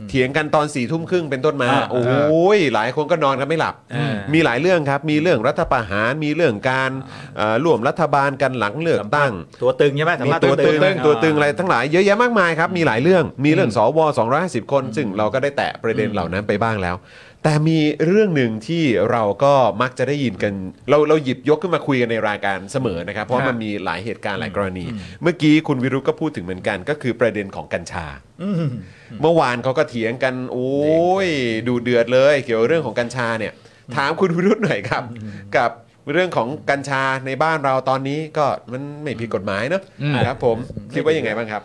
A: เถียงกันตอนสี่ทุ่มครึ่งเป็นต้นมา
F: อ่า
A: โอ้ยหลายคนก็นอนกันไม่หลับ
F: อ่ามี
A: มีหลายเรื่องครับ มีเรื่องรัฐประหารมีเรื่องการเอ่อร่วมรัฐบาลกันหลังเลือกตั้ง
F: ตัวตึงใช่ไหมสั
A: มี
F: ภาษณ์
A: ตัวตึงตัวตึงอะไร
F: อ่า
A: ทั้งหลายเยอะแยะมากมายครับ มีหลายเรื่องมีเรื่องสว250 คน ซึ่งเราก็ได้แตะประเด็นเหล่านั้นไปบ้างแล้ว แต่มีเรื่องหนึ่งที่เราก็มักจะได้ยินกัน เราเราหยิบยกขึ้นมาคุยกันในรายการเสมอนะครับ เพราะมันมีหลายเหตุการณ์หลายกรณี เมื่อกี้คุณวิรุธก็พูดถึงเหมือนกัน ก็คือประเด็นของกัญชา
F: อืม
A: เมื่อวานเขาก็เถียงกัน โอ้ย ดูเดือดเลยเกี่ยวกับเรื่องของกัญชาเนี่ย ถามคุณวิรุธหน่อยครับ กับ เรื่องของกัญชาในบ้านเราตอนนี้ก็มันไม่ผิดกฎหมายเนอะ
C: อืม
A: ครับผมคิดว่ายังไงบ้างครับ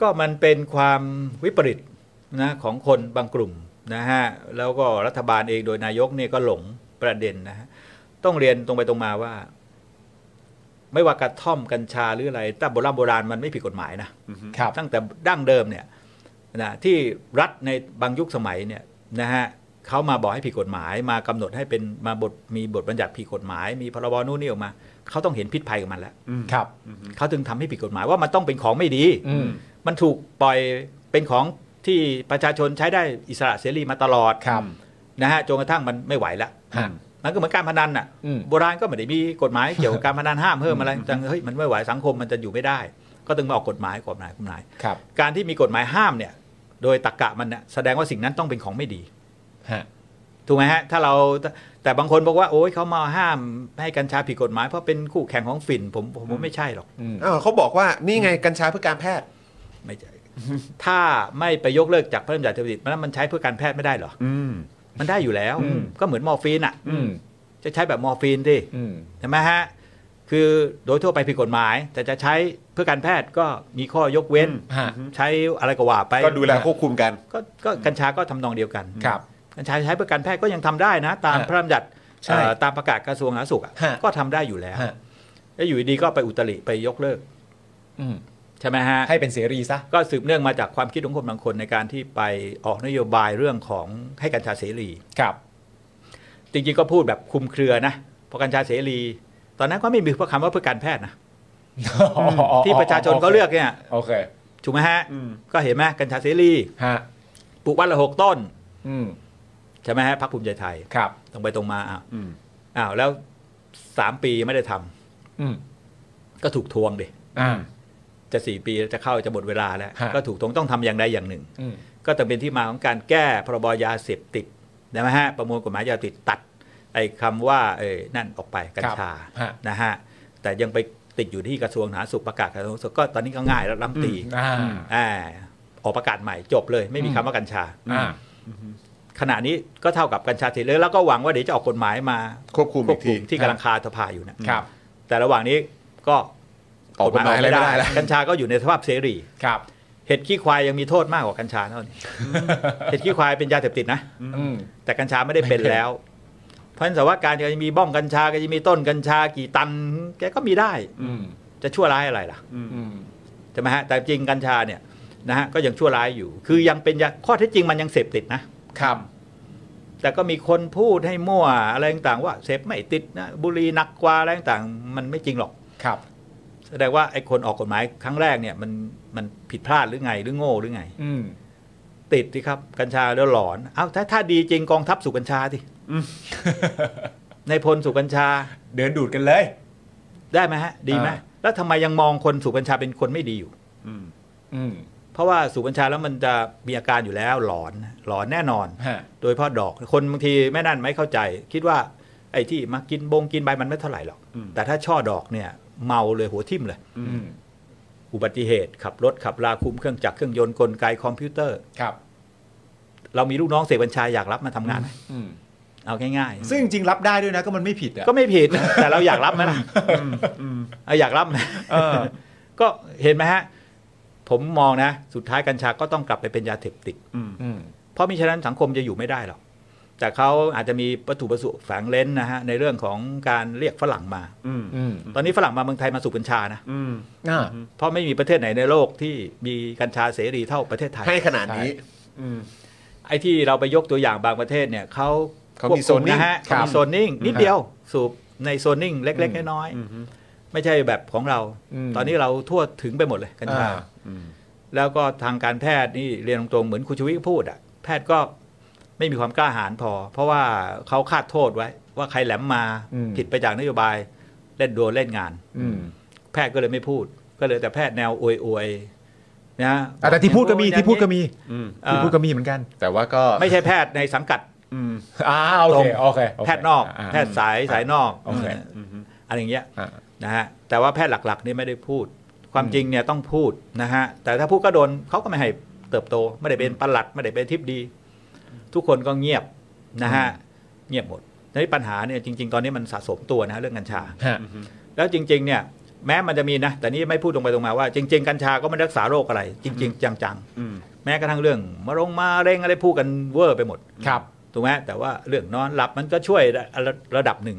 F: ก็มันเป็นความวิปริตนะของคนบางกลุ่มนะฮะแล้วก็รัฐบาลเองโดยนายกเนี่ยก็หลงประเด็นนะฮะต้องเรียนตรงไปตรงมาว่า ไม่ว่ากระท่อมกัญชาหรืออะไรแต่โบราณโบราณมันไม่ผิดกฎหมายนะ
C: ครับ
F: ตั้งแต่ดั้งเดิมเนี่ยนะที่รัฐในบางยุคสมัยเนี่ยนะฮะเขามาบอกให้ผิดกฎหมาย มากำหนดให้เป็นมาบทมีบทบัญญัติผิดกฎหมาย มีพรบนู่นนี่ออกมาเขาต้องเห็นพิษภัยกับมันแล้ว
C: ครับ
F: เขาถึงทำให้ผิดกฎหมายว่ามันต้องเป็นของไม่ดี
C: อืม
F: มันถูกปล่อยเป็นของที่ประชาชนใช้ได้อิสระเสรีมาตลอด
C: ครับ
F: นะฮะจนกระทั่งมันไม่ไหวแล้ว
C: ฮะ
F: มันก็เหมือนการพนันอ่ะ
C: อืม
F: โบราณก็ไม่ได้มีกฎหมายเกี่ยวกับการพนันห้ามเพิ่มอะไรแต่เฮ้ยมันไม่ไหวสังคมมันจะอยู่ไม่ได้ ก็ต้องมาออกกฎหมายกฎหมายกฎหมาย
C: ครับ
F: การที่มีกฎหมายห้ามเนี่ย โดยตรกกะมันเนี่ยแสดงว่าสิ่งนั้นต้องเป็นของไม่ดี
C: ฮะ
F: ถูกไหมฮะ ถ้าเราแต่บางคนบอกว่า โอ้ยเขามาห้ามไม่ให้กัญชาผิดกฎหมายเพราะเป็นคู่แข่งของฝิ่นผมผมว่าไม่ใช่หรอก
C: อืม
A: อ้าวเขาบอกว่านี่ไงกัญชาเพื่อการแพทย์
F: ไม่ใช่ [laughs] ถ้าไม่ไปยกเลิกจากพระราชบัญญัติยาเสพติดมันมันใช้เพื่อการแพทย์ไม่ได้เหรอ
A: อืม
F: มันได้อยู่แล้ว
C: อืม
F: ก็เหมือนมอร์ฟีนอ่ะ
C: อืม
F: จะใช้แบบมอร์ฟีนดิ
C: อืม
F: ใช่ไหมฮะ คือโดยทั่วไปผิดกฎหมาย แต่จะใช้เพื่อการแพทย์ก็มีข้อยกเว้น
C: ฮะ
F: ใช้อะไรก็ว่าไป
A: ก็ดูแลควบคุมกัน
F: ก็ก็กัญชาก็ทำนองเดียวกัน
C: ครับ
F: กัญชาใช้เพื่อการแพทย์ก็ยังทำได้นะ ตาม
C: ฮะ
F: พระราชบัญญัติ
C: ใช่
F: เอ่อตามประกาศกระทรวงสาธารณสุขอะ
C: ฮะ
F: ก็ทำได้อยู่แล้ว
C: ฮะ
F: แล้วอยู่ดีๆก็ไปอุตริไปยกเลิก
C: อืม
F: ใช่ไหมฮะ
C: ให้เป็นเสรีซะ
F: ก็สืบเนื่องมาจากความคิดของคนบางคนในการที่ไปออกนโยบายเรื่องของให้กัญชาเสรี
C: [laughs] ครับ
F: จริงๆก็พูดแบบคลุมเครือนะเพราะกัญชาเสรี ตอนนั้นก็ไม่มีเพื่อคำว่าเพื่อการแพทย์นะที่ประชาชนเขาเลือกเนี่ย
C: โอเค
F: ถูกไหมฮะ
A: อืม
F: ก็เห็นไหมกัญชาเสรี
C: ฮะ
F: ปลูกวันละหกต้น
C: อืม
F: ใช่ไหมฮะพรรคภูมิใจไทย
C: ครับ
F: ตรงไปตรงมาอ้าว
A: อืม
F: อ้าวแล้วสามปีไม่ได้ทำ
C: อืม
F: ก็ถูกทวงดิ
C: อ่า
F: จะสี่ปีจะเข้าจะหมดเวลาแล้ว
C: ฮะ
F: ก็ถูกทวงต้องทำอย่างใดอย่างหนึ่ง
C: อืม
F: ก็จะเป็นที่มาของการแก้พรบยาเสพติดนะฮะประมวลกฎหมายยาเสพติดตัดไอ้คำว่าเอ้ยนั่นออกไปกัญชา
C: ฮะ
F: นะฮะแต่ยังไปติดอยู่ที่กระทรวงสาธารณสุขประกาศกระทรวงสาธารณสุขก็ตอนนี้ก็ง่ายแล้วรัฐมนตรี
C: อ่า
F: อ่าออกประกาศใหม่จบเลย ไม่มีคำว่ากัญชา
C: อ่า
F: ขณะนี้ก็เท่ากับกัญชาเสรีแล้วก็หวังว่าเดี๋ยวจะออกกฎหมายมา
A: ควบคุม
F: คว
A: อี
F: บ
A: ก
F: คุ
A: ที
F: มที่กำลังคาสภาอยู่นะครับ แต่ระหว่างนี้ก็
A: ออกกฎหมายอะไรไม่ได้แล้ว
F: กัญชาก็อยู่ในสภาพเสรี
C: ครับ
F: เห็ดขี้ควายยังมีโทษมากกว่ากัญชาเท่านี้ เห็ดขี้ควายเป็นยาเสพติดนะ
C: อืม
F: แต่กัญชาไม่ได้เป็นแล้ว เพราะฉะนั้นสวัสดิการก็จะมีบ้องกัญชาก็จะมีต้นกัญชากี่ตัน แกก็มีได้
C: อืม
F: จะชั่วร้ายอะไรล่ะ
C: อืม
F: ใช่ไหมฮะแต่จริงกัญชาเนี่ยนะฮะก็ยังชั่วร้ายอยู่ คือยังเป็นยาข้อเท็จจริงมันยังเสพติดนะ
C: ครับ
F: แต่ก็มีคนพูดให้มั่วอะไรต่างๆว่าเสพไม่ติดนะบุหรี่หนักกว่าอะไรต่างๆมันไม่จริงหรอก
C: ครับ
F: แสดงว่าไอ้คนออกกฎหมายครั้งแรกเนี่ยมันมันผิดพลาดหรือไงหรือโง่หรือไง
C: อืม
F: ติดสิครับ กัญชาแล้วหลอน เอาถ้าถ้าดีจริงกองทัพสู่กัญชาสิ [laughs] ในพลสู่กัญชา
C: เดินดูดกันเลย
F: ได้ไหมฮะ ดีไหม
C: อ่า
F: แล้วทำไมยังมองคนสู่กัญชาเป็นคนไม่ดีอยู่
C: อืม
F: เพราะว่าสู่กัญชาแล้วมันจะมีอาการอยู่แล้วหลอนหลอนแน่นอน
C: ฮะ
F: โดยเฉพาะดอกคนบางทีไม่นั่นไม่เข้าใจ คิดว่าไอ้ที่มากินบงกินใบมันไม่เท่าไหร่หรอก แต่ถ้าช่อดอกเนี่ยเมาเลยหัวทิ่มเลย
C: อืม
F: อุบัติเหตุ ขับรถขับราคุมเครื่องจักรเครื่องยนต์กลไกคอมพิวเตอร์
C: ครับ
F: เรามีลูกน้องเสพกัญชาอยากรับมาทำงานไหม
C: อืม
F: เอาง่ายๆ
C: ซึ่งจริงๆรับได้ด้วยนะ ก็มันไม่ผิดอ่ะ
F: ก็ไม่ผิด แต่เราอยากรับไหมล่ะเอาอยากรับไหม
C: เออ
F: ก็เห็นไหมฮะ ผมมองนะ สุดท้ายกัญชาก็ต้องกลับไปเป็นยาเสพติด
C: อืม
F: เพราะมิฉะนั้นสังคมจะอยู่ไม่ได้หรอก แต่เขาอาจจะมีวัตถุประสงค์แฝงเล้นนะฮะ ในเรื่องของการเรียกฝรั่งมา
C: อืม
F: ตอนนี้ฝรั่งมาเมืองไทยมาสูบกัญชานะ
C: อ่า
F: เพราะไม่มีประเทศไหนในโลกที่มีกัญชาเสรีเท่าประเทศไทย
A: ให้ขนาดนี้
F: ไอ้ที่เราไปยกตัวอย่างบางประเทศเนี่ยเขา
A: เขามี
F: ควบ
A: zoning
F: คุนะฮะ
C: ครับ
F: เขามีโซนนิ่งนิดเดียวสูบในโซนนิ่งเล็ก ๆ น้อยๆไม่ใช่แบบของเรา
C: อืม
F: ตอนนี้เราทั่วถึงไปหมดเลยกัญชา
C: อ่า
F: แล้วก็ทางการแพทย์นี่เรียนตรงๆเหมือนคุณชูวิทย์พูดอะแพทย์ก็ไม่มีความกล้าหาญพอ เพราะว่าเขาคาดโทษไว้ ว่าใครแหลมมา
C: อืม
F: ผิดไปจากนโยบายเล่นโดนเล่นงาน
C: อืม
F: แพทย์ก็เลยไม่พูด ก็เลยแต่แพทย์แนวอวยๆนะ
C: อ่ะแต่ที่พูดก็มีที่พูดก็มี
F: เอ่
C: ที่
F: อ
C: พูดก็มีเหมือนกัน
A: แต่ว่าก็
F: ไม่ใช่แพทย์ในสังกัด
C: อ่าโอเคโอเคโเค
F: แพทย์นอก
C: า
F: แพทย์สายสายนอก
C: โอเค
F: เอออะไรอย่างเงี้ย
C: อ่า
F: นะฮะแต่ว่าแพทย์หลักๆนี่ไม่ได้พูด ความจริงเนี่ยต้องพูดนะฮะแต่ถ้าพูดก็โดนเขาก็ไม่ให้เติบโต ไม่ได้เป็นประหลัดไม่ได้เป็นทิพดี ทุกคนก็เงียบนะฮะเงียบหมด ทีนี้ปัญหาเนี่ยจริง ๆ ตอนนี้มันสะสมตัวนะฮะเรื่องกัญชา
C: ฮะ
F: แล้วจริง ๆ เนี่ยแม้มันจะมีนะ แต่นี่ไม่พูดตรงไปตรงมาว่า จริง ๆ กัญชาก็ไม่ได้รักษาโรคอะไร จริง ๆ จัง
A: อืม
F: ๆ แม้กระทั่งเรื่องมะรงมาเร่งอะไรพูดกันเวอร์ไปหมด
C: ครับ
F: ถูกไหมแต่ว่าเรื่องนอนหลับมันก็ช่วยระระดับหนึ่ง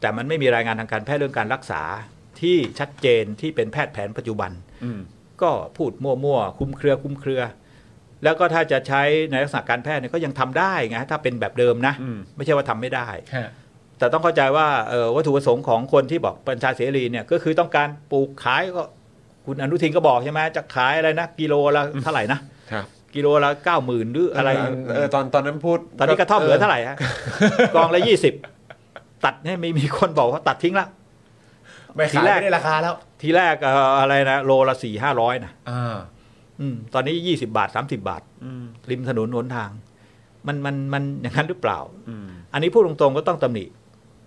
F: แต่มันไม่มีรายงานทางการแพทย์เรื่องการรักษาที่ชัดเจนที่เป็นแพทย์แผนปัจจุบัน
A: อืม
F: ก็พูดมั่วๆคุ้มเครือคุ้มเครือ แล้วก็ถ้าจะใช้ในลักษณะการแพทย์เนี่ยก็ยังทำได้ไงถ้าเป็นแบบเดิมนะ
A: อืม
F: ไม่ใช่ว่าทำไม่ได้
C: ฮะ
F: แต่ต้องเข้าใจว่าเอ่อวัตถุประสงค์ของคนที่บอกปัญชาเสรีเนี่ยก็คือต้องการปลูกขายก็คุณอนุทินก็บอกใช่ไหมจะขายอะไรนะกิโลละเท่าไหร่นะครับกิโลละเก้าหมื่นหรืออะไร
A: เออตอนตอนนั้นพูด
F: ตอนนี้กระท่อมเหลือเท่าไหร่ฮะกองละยี่สิบตัดเนี่ยมีมีคนบอกว่าตัดทิ้งละ
C: ไม่
F: ที
C: ขาย
F: แรก
C: ไม่ได้ราคาแล้ว
F: ทีแรกเอ่ออะไรนะโลละสี่ห้าร้อยนะ
C: อ่า
F: อืมตอนนี้ยี่สิบาทสามสิบาท
A: อืม
F: ริมถนนหนทาง มันมันมันอย่างนั้นหรือเปล่า
A: อืม
F: อันนี้พูดตรงๆก็ต้องตำหนิ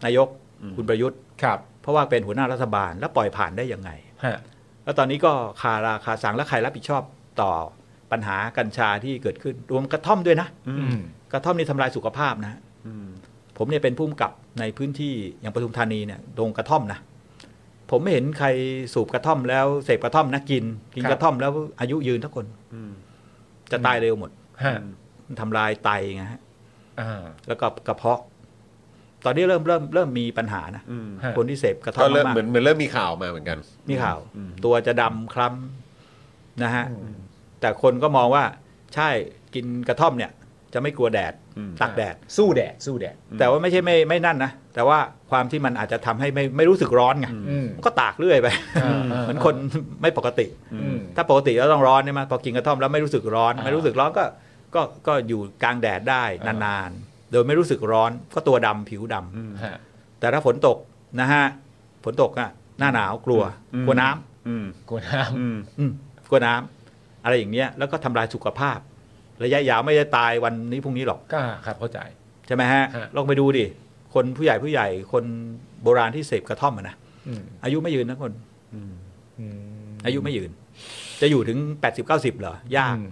F: นายก
A: อืม
F: คุณประยุทธ์
C: ครับ
F: เพราะว่าเป็นหัวหน้ารัฐบาลแล้วปล่อยผ่านได้ยังไง
C: ฮะ
F: แล้วตอนนี้ก็คาราคาสังและใครรับผิดชอบต่อปัญหากัญชาที่เกิดขึ้น รวมกระท่อมด้วยนะ
A: อื
C: อื
A: ม
C: ม
F: กระท่อมนี่ทำลายสุขภาพนะ
A: อืม
F: ผมเนี่ยเป็นผู้กำกับในพื้นที่อย่างปทุมธานีเนี่ยโรงกระท่อมนะ ผมไม่เห็นใครสูบกระท่อมแล้วเสพกระท่อมนะกิน กินกระท่อมแล้วอายุยืนทุกคน
A: อืม
F: จะตายเร็วหมด
C: ฮะ
F: มันทำลายไตไงฮะ
C: อ่า
F: แล้วก็กระเพาะ ตอนนี้เริ่มเริ่มเริ่มมีปัญหานะ
A: อืม
C: ฮะ
F: คนที่เสพกระท่อ
A: ก็
F: ม
A: เริ่ม
F: มาก
A: เหมือนเหมือนเริ่มมีข่าวมาเหมือนกัน
F: ๆมีข่าว
A: อืม
F: ตัวจะดำคล้ำนะฮะ แต่คนก็มองว่าใช่กินกระท่อมเนี่ย จะไม่กลัวแดด
A: อืม
F: ตากแดด
C: สู้แดดสู้แดด
F: แต่ว่าไม่ใช่ไม่ไม่นั่นนะแต่ว่าความที่มันอาจจะทำให้ไม่ไม่รู้สึกร้อนไง
C: อืม
F: มันก็ตากเรื่อยไป
C: อ่าอ่า
F: เหมือนคนไม่ปกติ
C: อืม
F: ถ้าปกติแล้วต้องร้อนใช่ไหมพอกินกระท่อมแล้วไม่รู้สึกร้อน
C: อ่า
F: ไม่รู้สึกร้อนก็ก็ก็อยู่กลางแดดได้นานๆโดยไม่รู้สึกร้อนก็ตัวดำผิวดำ
C: ฮะ
F: แต่ถ้าฝนตกนะฮะฝนตกอะหน้าหนาวกลัว
A: อืม
F: กลัวน้ำ
A: อืม
C: กลัวน้
A: อืม
F: อืมกลัวน้ำอะไรอย่างเงี้ยแล้วก็ทำลายสุขภาพ ระยะยาวไม่ได้ตายวันนี้พรุ่งนี้หรอก
C: ำก็ครับเข้าใจ
F: ใช่ไหมฮะ
C: ฮะ
F: ลองไปดูดิคนผู้ใหญ่ผู้ใหญ่คนโบราณที่เสพกระท่อมอะนะ
C: อืม
F: อายุไม่ยืนนะคน
C: อืม
F: อายุไม่ยืน จะอยู่ถึง 80 90เหรอยาก
C: อืม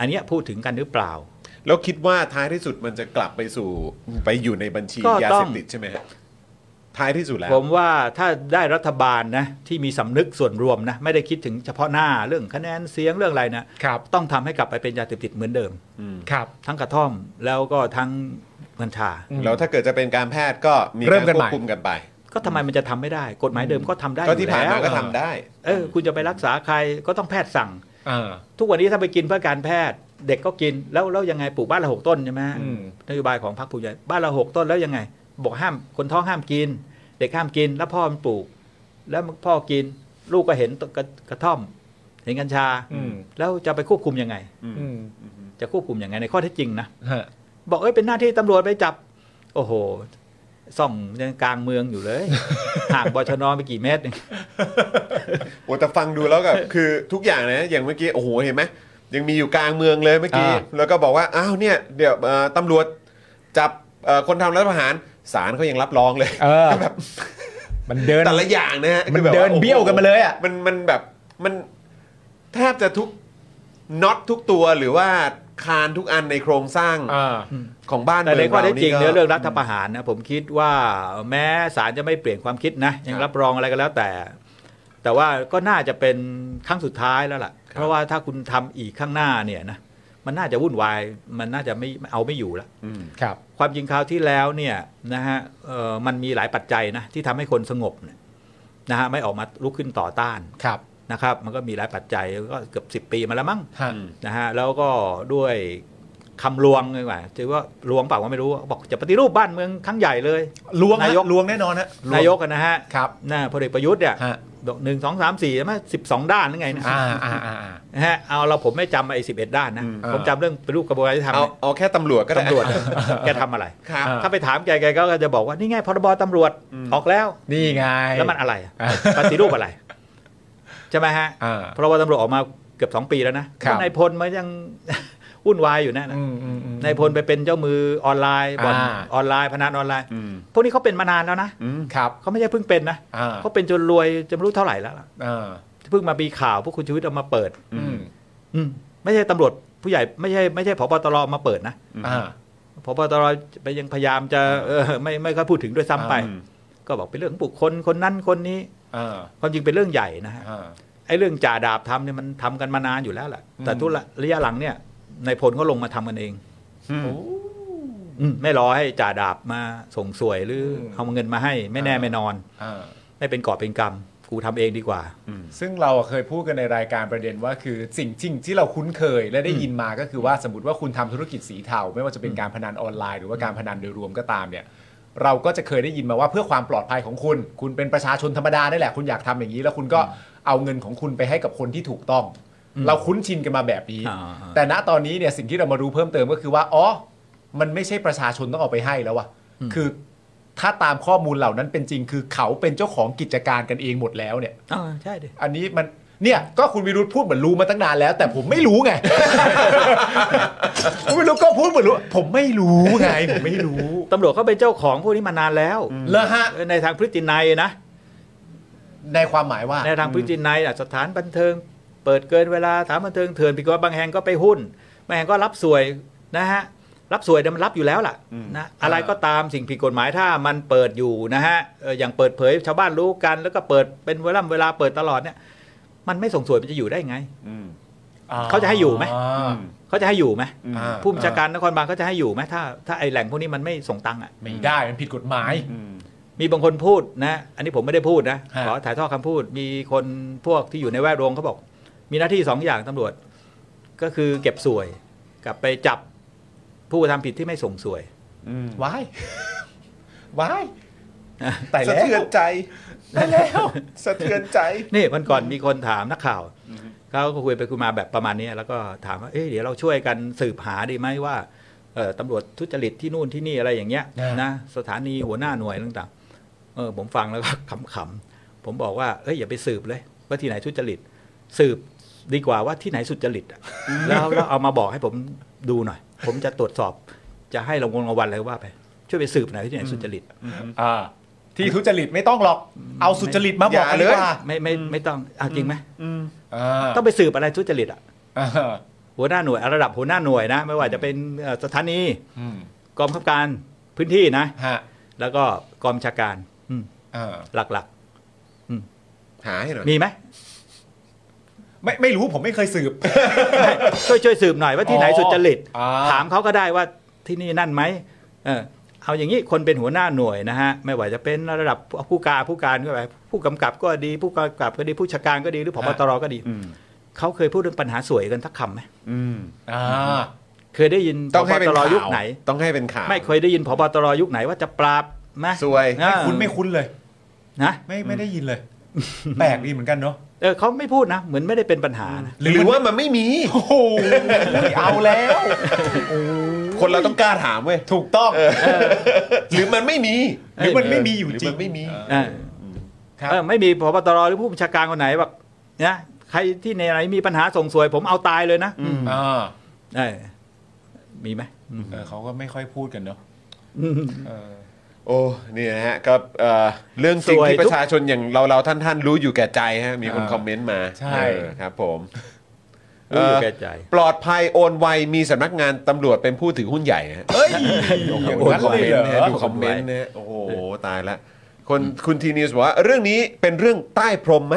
F: อันเนี้ยพูดถึงกันหรือเปล่า
A: แล้วคิดว่าท้ายที่สุดมันจะกลับไปสู่ไปอยู่ในบัญชี
F: ก็
A: ยา
F: ต้
A: เส
F: อง
A: พติดใช่ไหมฮะท้ายที่สุดแล้ว
F: ผมว่าถ้าได้รัฐบาลนะที่มีสำนึกส่วนรวมนะไม่ได้คิดถึงเฉพาะหน้าเรื่องคะแนนเสียงเรื่องอะไรนะครับ ต้องทำให้กลับไปเป็นยาเสพติดเหมือนเดิม
A: อืม
C: ครับ
F: ทั้งกระท่อมแล้วก็ทั้งกัญชา
A: แล้วถ้าเกิดจะเป็นการแพทย์ก็มี
C: เริ่มกัน
A: คว
C: ใหม่
A: บคุมกันไป
F: ก็ทำไมมันจะทำไม่ได้ กฎหมายเดิมก็ทำได้
A: ก็ที่
F: อยู่
A: ผ่าน
F: แล้ว
A: มาก็ทำได้
F: เออคุณจะไปรักษาใครก็ต้องแพทย์สั่ง
C: อ่า
F: ทุกวันนี้ถ้าไปกินเพื่อการแพทย์ เด็กก็กินแล้วแล้วยังไงปลูกบ้านละหกต้นใช่ไหม
C: อืม
F: นโยบายของพรรคภูมิใจบ้านละหกต้นแล้วยังไง บอกห้ามคนท้องห้ามกิน เด็กห้ามกินแล้วพ่อมันปลูก แล้วพ่อกิน ลูกก็เห็นกระกระท่อม เห็นกัญชา
C: อืม
F: แล้วจะไปควบคุมยังไง
C: อืม
F: จะควบคุมยังไงในข้อเท็จจริงนะ
C: ฮะ
F: บอกเอ้ยเป็นหน้าที่ตำรวจไปจับ โอ้โหส่องยังกลางเมืองอยู่เลย
C: [laughs]
F: ห่างบชนไปกี่เมตรเนี่ย
A: โอ้แต่ฟังดูแล้วก็ คือทุกอย่างนะ อย่างเมื่อกี้ โอ้โห เห็นไหมยังมีอยู่กลางเมืองเลยเมื่อกี้
C: อ่า
A: แล้วก็บอกว่า อ้าวเนี่ย เดี๋ยวเอ่อตำรวจจับเอ่อคนทำรัฐประหารศาลเขายังรับรองเลย
C: เออมันเดิน
A: แต่ละอย่างนะฮะ
C: มัน
A: คือแบบ
C: เดิน
A: ว่าโอ้โห
C: เบี้ยวกันมาเลยอะ
A: มันมันแบบมันแทบจะทุกน็อตทุกตัวหรือว่าคานทุกอันในโครงสร้าง
C: อ่า
A: ของบ้าน
F: แต่
A: เมื
F: ใน
A: อง
F: ข้อ
A: เรา
F: เท็จจริ
A: นี่
F: ง
A: ก็
F: เนื้อเรื่องรัฐประหารนะผมคิดว่าแม้ศาลจะไม่เปลี่ยนความคิดนะ ยั
A: ค
F: ง
A: รับ
F: รับรองอะไรก็แล้วแต่ แต่ว่าก็น่าจะเป็นครั้งสุดท้ายแล้วล่ะ เพราะว่าถ้าคุณทำอีกข้างหน้าเนี่ยนะมันน่าจะวุ่นวายมันน่าจะไม่เอาไม่อยู่ละ
A: อืม
C: ครับ
F: ความจริงคราวที่แล้วเนี่ยนะฮะเอ่อมันมีหลายปัจจัยนะที่ทำให้คนสงบเนี่ยนะฮะไม่ออกมาลุกขึ้นต่อต้าน
C: ครับ
F: นะครับมันก็มีหลายปัจจัยก็เกือบ 10 ปีมาแล้วมั้ง
C: ฮะ
F: นะฮะแล้วก็ด้วยคำลวงเลยว่าถือว่าลวงเปล่าก็ไม่รู้บอกจะปฏิรูปบ้านเมืองครั้งใหญ่เลย
C: ลวง
F: นายก
C: ลวงแน่นอนฮะลวง
F: นายกอะนะฮะ
C: ครับ
F: นะพลเอกประยุทธ์เนี่ย
C: ฮะ
F: บอกหนึ่งสองสามสี่ใช่ไหมสิบสองด้านหรือไงนะ
C: อ่าอ่าอ่าอ่า
F: นะฮะเอาเราผมไม่จำไอ้สิบเอ็ดด้านนะ
C: อืมอ่า
F: ผมจำเรื่องปฏิรูปกระบวนการยุติธรรม
A: เอา
F: เนี่ย
A: เอาแค่ตำรวจก็ได้
F: ตำรวจ แกทำอะไร
A: ครับ
C: อ่า
F: ถ้าไปถามแกแกก็จะบอกว่านี่ไงพรบตำรวจ
A: อืม
F: ออกแล้ว
C: นี่ไง
F: แล้วมันอะไรอะ
C: อ่า
F: ปฏิรูปอะไรใช่ไหมฮะ
C: อ่า
F: เพราะว่าตำรวจออกมาเกือบสองปีแล้วนะครับ นายพลมันยัง [laughs] วุ่นวายอยู่นะ
C: อืมอืมอืม
F: นายพลไปเป็นเจ้ามือออนไลน์บ่อน
C: อ่า
F: ออนไลน์พนันออนไลน์
A: อืม
F: พวกนี้เขาเป็นมานานแล้วนะครับ เขาไม่ใช่เพิ่งเป็นนะ
C: อ่า
F: เขาเป็นจนรวยจนไม่รู้เท่าไหร่แล้วล่ะ
C: อ่า
F: เพิ่งมาปีข่าวพวกคุณชูวิทย์เอามาเปิด
C: อืม
F: อืมไม่ใช่ตำรวจผู้ใหญ่ไม่ใช่ไม่ใช่ผบตรเอามาเปิดนะ
C: อ่า
F: พบตรไปยังพยายามจะเออไม่ไม่ค่อยพูดถึงด้วยซ้ำไป
A: อืม
F: ก็บอกเป็นเรื่องของบุคคลคนนั้นคนนี้
A: เออ
F: ความจริงเป็นเรื่องใหญ่นะฮะ
A: เออ
F: ไอ้เรื่องจ่าดาบทำเนี่ยมันทำกันมานานอยู่แล้วแหละแต่ทุกระระยะหลังเนี่ยในายพลก็ลงมาทำกันเองอืมไม่รอให้จ่าดาบมาส่งสวยหรืออเอาเงินมาให้ ไม่แน่
A: อ่า
F: ไม่นอน
A: เออ
F: ไม่เป็นก่อบเป็นกรรมกูทำเองดีกว่า
C: ซึ่งเราอะเคยพูดกันในรายการประเด็นว่าคือสิ่งจริงที่เราคุ้นเคยและได้ยินมาก็คือว่าสมมติว่าคุณทำธุรกิจสีเทาไม่ว่าจะเป็นการพนันออนไลน์หรือว่าการพนันโดยรวมก็ตามเนี่ย เราก็จะเคยได้ยินมาว่าเพื่อความปลอดภัยของคุณ คุณเป็นประชาชนธรรมดาได้แหละ คุณอยากทำอย่างนี้ แล้วคุณก็เอาเงินของคุณไปให้กับคนที่ถูกต้อง เราคุ้นชินกันมาแบบนี้
F: อ่าๆ
C: แต่ณตอนนี้เนี่ยสิ่งที่เรามารู้เพิ่มเติมก็คือว่าอ๋อมันไม่ใช่ประชาชนต้องเอาไปให้แล้วอะคือถ้าตามข้อมูลเหล่านั้นเป็นจริง คือเขาเป็นเจ้าของกิจการกันเองหมดแล้วเนี่ย
F: อ่าใช่ดิ
C: อันนี้มันเนี่ยก็คุณวิรุธพูดเหมือนรู้มาตั้งนานแล้ว แต่ผมไม่
F: [laughs]
C: รู้ไง คุณวิรุธก็พูดเหมือนรู้ ผมไม่รู้ไงผมไม่รู้
F: ตำรวจเขาเป็นเจ้าของพวกนี้มานานแล้ว
C: เหรอฮะ
F: ในทางพฤตินัยนะ
C: ในความหมายว่า
F: ในทางพฤตินัยน่ะสถานบันเทิง เปิดเกินเวลาสถานบันเทิงเถื่อนผิดกฎหมายบางแห่งก็ไปหุ้นบางแห่งก็รับสวยนะฮะรับสวยเนี่ยมันรับอยู่แล้วล่ะนะอะไรก็ตามสิ่งผิดกฎหมายถ้ามันเปิดอยู่นะฮะเอ่ออย่างเปิดเผยชาวบ้านรู้กันแล้วก็เปิดเป็นเวลาเวลาเปิดตลอดเนี่ย มันไม่ส่งสวยมันจะอยู่ได้ไง
A: อืม
F: เขาจะให้อยู่ไหม เขาจะให้อยู่ไหม
A: อืม
C: อ่า
F: ผู้บัญชาการนครบาลเขาจะให้อยู่ไหมถ้าถ้าไอแหล่งพวกนี้มันไม่ส่งตังค์อ่ะ
C: ไม่ได้มันผิดกฎหมาย
A: อืม
F: มีบางคนพูดนะ อันนี้ผมไม่ได้พูดนะ
C: ฮะ
F: ขอถ่ายทอดคำพูด มีคนพวกที่อยู่ในแวดวงเขาบอก มีหน้าที่สองอย่างตำรวจ ก็คือเก็บสวย กับไปจับผู้กระทำผิดที่ไม่ส่งสวย
C: ว้าย ว้ายแต่
A: สะ
C: แล้ว
A: เทือนใจแล้วสะเทือนใจ
F: นี่วันก่อนมีคนถามนักข่าวเขาก็คุยไปคุยมาแบบประมาณเนี้ยแล้วก็ถามว่าเอ๊ะเดี๋ยวเราช่วยกันสืบหาดีไหมว่าเอ่อตำรวจทุจริตที่นู่นที่นี่อะไรอย่างเงี้ย
C: อ่าน
F: นะสถานีหัวหน้าหน่วยต่างๆเออผมฟังแล้วก็ [laughs] ขำๆผมบอกว่าเอ้ยอย่าไปสืบเลย ว่าที่ไหนทุจริต สืบดีกว่าว่าที่ไหนสุจริตอะแล้วแล้วเอามาบอกให้ผมดูหน่อย ผมจะตรวจสอบจะให้รางวัลรางวัลอะไรก็ว่าไป ช่วยไปสืบหน่อยว่าที่ไหนสุจริต
C: อ่า ที่ทุจริตไม่ต้องหรอก เอาสุจริตมาบอกกัน
A: อ
C: ดี
A: ย่าเลย
C: กว่า
F: ไม่ไม่ไม่ต้องเอาจริงไหม
C: อ่า
F: ต้องไปสืบอะไรทุจริตอะ
C: อ่า
F: หัวหน้าหน่วยระดับหัวหน้าหน่วยนะ ไม่ว่าจะเป็นเอ่อสถานี
C: อืม
F: กองบังคับการพื้นที่นะ
C: ฮะ
F: แล้วก็กองบัญชาการอืม
C: อ่า
F: หลัก
A: หาให้หน่อย
F: ๆ มีไหม
C: ไม่ไม่รู้ผมไม่เคยสืบ
F: ไม่ช่วยช่วยสืบหน่อยว่าที่ไหน
C: อ๋อ
F: สุจริต
C: อ่า
F: ถามเขาก็ได้ว่าที่นี่นั่นไหมเออเอาอย่างนี้คนเป็นหัวหน้าหน่วยนะฮะ ไม่ว่าจะเป็นระดับผู้การผู้การก็ไปผู้กำกับก็ดี ผู้กำกับก็ดีผู้ชาการก็ดีหรือผบตรก็ดี
A: อืม
F: เขาเคยพูดเรื่องปัญหาสวยกันทักคำไหม
A: อืม
C: อ่า
F: เคยได้ยินพ
A: ต้อง
F: บ
A: ให้เป็น
F: ตร
A: ข่าว
F: ยุคไหน
A: ต้องให้เป็นข่าว
F: ไม่เคยได้ยินพบตรยุคไหนว่าจะปราบนะ
A: สวย
F: อ่า
C: ไม่คุ้นไม่คุ้นเลย
F: นะ
C: ไม่ไม่ได้ยินเลย แปลกดีเหมือนกันเนาะ
F: เออเขาไม่พูดนะ เหมือนไม่ได้เป็นปัญหานะ
A: หรือว่ามันไม่มี
C: โอ้โหเอาแล้ว
A: คนเราต้องกล้าถามเว้ย
C: ถูกต้อง
A: หรือมันไม่มี
C: หรือมันไม่มีอยู่
A: หรือ
C: จริ
A: มั
C: ง
A: นไม่มี
F: เออ
C: ครับ
F: เออไม่มีพบตรหรือผู้บัญชาการคนไหนแบบนะใครที่ในไหนมีปัญหาส่งสวย ผมเอาตายเลยนะ
C: อ่า
F: เออมีไหมอืม
C: เออเขาก็ไม่ค่อยพูดกันเนาะเออ
A: โอ้เนี่ยนะฮะก็เอ่อเรื่องจริงที่ประชาชนอย่างเราเราๆท่านท่านๆ รู้อยู่แก่ใจฮะมีคน
C: อ่า
A: คอมเมนต์มา
C: ใช่
A: เออครับผม
F: รู้อยู่แก่ใจ
A: ปลอดภัยโอนไวมีสำนักงานตำรวจเป็นผู้ถือหุ้นใหญ่ฮะ
C: เอ้ยอ
A: อา
C: ย่ย่าง ง
A: นั้
C: นั้น น
A: เล
C: เลย ย
A: เห
C: เห
A: ร
C: ร
A: อ
C: อ
A: ดูคอมเมนต์นะโอ้โห ตายละคนคุณทีนิวส์บอกว่า เรื่องนี้เป็นเรื่องใต้พรมไหม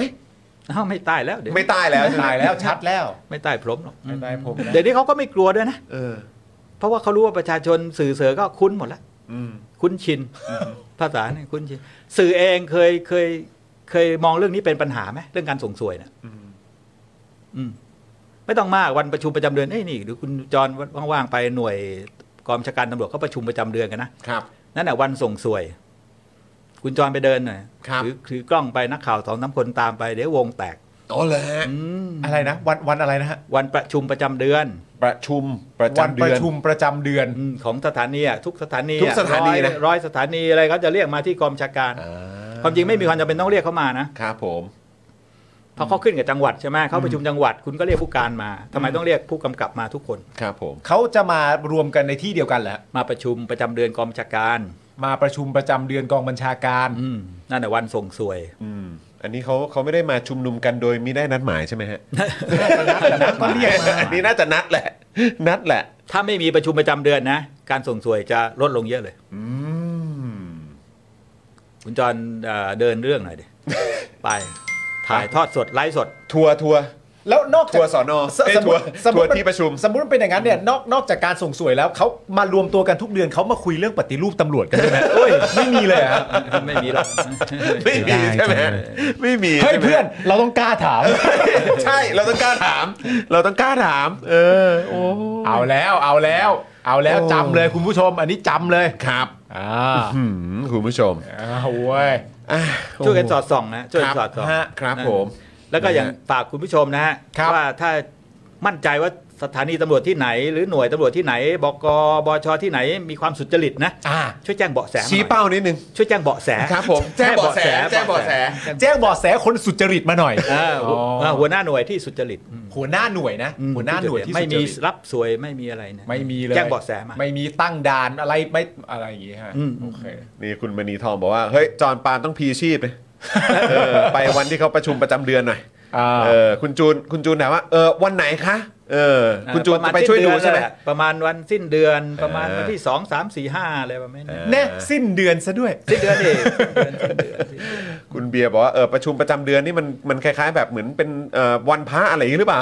F: อ้าวไม่ตายแล้วเดี๋ยว
A: ไม่ใต้แล้วใช่ไหม
C: ตายแล้วชัดแล้ว
F: ไม่ตายพร้อมหรอก
C: ไม่ตายผมนะ
F: เดี๋ยวนี้เขาก็ไม่กลัวด้วยนะ
A: เออ
F: เพราะว่าเขารู้ว่าประชาชนสื่อเสือก็คุ้นหมดแล้ว
A: อืม
F: คุ้นชิน ภาษาเนี่ยคุ้นชิน สื่อเองเคยเคย เคยมองเรื่องนี้เป็นปัญหาไหมเรื่องการส่งสวยเนี่ยอืม ไม่ต้องมากวันประชุมประจำเดือนเอ้ยนี่เดี๋ยวคุณจรว่างๆไปหน่วยกองบัญชาการตำรวจเขาประชุมประจำเดือนกันนะครับ นั่นแหละวันส่งสวย คุณจรไปเดินหน่อย
A: ครับ
F: ถือถือกล้องไปนักข่าวสองสามคนตามไปเดี๋ยววงแตก
A: โอ้เลยฮะ
F: อืม
C: อะไรนะ วันวันอะไรนะฮะ
F: วันประชุมประจำเดือน
A: ประชุมประ
C: วัน
A: จำเดื
C: ประ
A: อน
C: ชุมประจำเดือน
F: อืมของสถานีอะทุกสถานีอะ
A: ทุกสถานี
F: ร้อย
A: นะ
F: ร้อยสถานีอะไรเขาจะเรียกมาที่กองบัญชาการ
A: อ่า
F: ความจริงไม่มีความจำเป็นต้องเรียกเขามานะ
A: ครับผม
F: เพราะเขาขึ้นกับจังหวัดใช่ไหมเขาประชุมจังหวัดคุณก็เรียกผู้การมาทำไมต้องเรียกผู้กำกับมาทุกคน
A: ครับผม
C: เขาจะมารวมกันในที่เดียวกันแหละ
F: มาประชุมประจำเดือนกองบัญชาการ
C: มาประชุมประจำเดือนกองบัญชาการ
F: อืมนั่นแหละวันส่งสวย
A: อืมอันนี้เขาเขาไม่ได้มาชุมนุมกันโดยมิได้นัดหมายใช่ไหมฮะ
C: นัดหมาย
A: อันนี้น่าจะนัดแหละ นัดแหละ
F: ถ้าไม่มีประชุมประจำเดือนนะ การส่งสวยจะลดลงเยอะเลย
A: อืม
F: คุณจรเอ่อเดินเรื่องห
A: [laughs]
F: น่อยดิ ไป ถ่ายทอดสดไลฟ์สด
C: ทัวร์ทัวร์แล้วนอกจาก
A: ทัวร์สอนอ
C: ส
A: เอ้ย
C: สมม
A: ทัวร์
C: ติสมม
A: ทัว
C: ติ
A: ร์ที่ประชุม
C: สมมติมันเป็นอย่างนั้นเนี่ยนอกนอกจากการส่งสวยแล้วเขามารวมตัวกันทุกเดือนเขามาคุยเรื่องปฏิรูปตำรวจกันด้วยไหม โอ้ยไม่มีเลยอะ
F: ไม่มีหรอก
A: ไม่มีใช่ไหมไม่มี
C: เฮ้ย
A: ใช่ไหม
C: เพื่อนเราต้องกล้าถาม
A: ใช่เราต้องกล้าถาม เราต้องกล้าถาม เออโอ้
C: เอาแล้วเอาแล้ว เอาแล้วจำเลยคุณผู้ชม อันนี้จำเลย
A: ครับ
C: อ่า
A: หืมคุณผู้ชม
C: เอาเว้ย
A: อ่ะ
F: ช่วยกันสอดส่องนะช่วยกันสอดส่อง
A: ฮะครับผม
F: แล้วก็อย่าง
A: นะฮะ
F: ฝากคุณผู้ชมนะฮะ
C: ครับ
F: ว่าถ้ามั่นใจว่าสถานีตำรวจที่ไหน หรือหน่วยตำรวจที่ไหนบกบชที่ไหนมีความสุจริตนะ
C: อ่า
F: ช่วยแจ้งเบาะแสมาหน่อย
A: ชี้เป้านิดนึง
F: ช่วยแจ้งเบาะแส
A: ครับผมแจ้งเบาะแสแจ้งเบาะแส
C: แจ้งเบาะแสคนสุจริตมาหน่อย
F: เออหัว
C: อ๋อ
F: เออหัวหน้าหน่วยที่สุจริต
C: หัวหน้าหน่วยนะหัวหน้าหน่วยที่
F: ไม่
C: สุจ
F: มี
C: ริต
F: รับสวยไม่มีอะไรนะ
C: ไม่มีเลย
F: แจ้งเบาะแสมา
C: ไม่มีตั้งด่านอะไรไม่อะไรอย่างงี้ฮะ
F: อืม
C: โอเค
A: นี่คุณมณีทองบอกว่า เฮ้ย จอนปานต้องพีชีพเลยเออไปวันที่เขาประชุมประจำเดือนหน่อย
C: อ่า
A: เออคุณจูนคุณจูนถามว่าเออวันไหนคะเออ คุณจูนจะ
F: เออระาณ
A: ไปช่วยดู
F: สิ้นเอน
A: ใช่ไหม
F: และประมาณวันสิ้นเดือนประมาณ
A: เออ
F: วันที่สองสามสี่ห้าอะไรประมาณนี้
C: แน่สิ้นเดือนซะด้วย
F: สิ้นเดือนนี่สิ้นเดือนสิ้นเดือนสิ้นเดือน
A: คุณเบียร์บอกว่าเออประชุมประจำเดือนนี่มันมันคล้ายๆ แบบเหมือนเป็นเอ่อวันพระอะไรอย่างนี้หรือเปล่า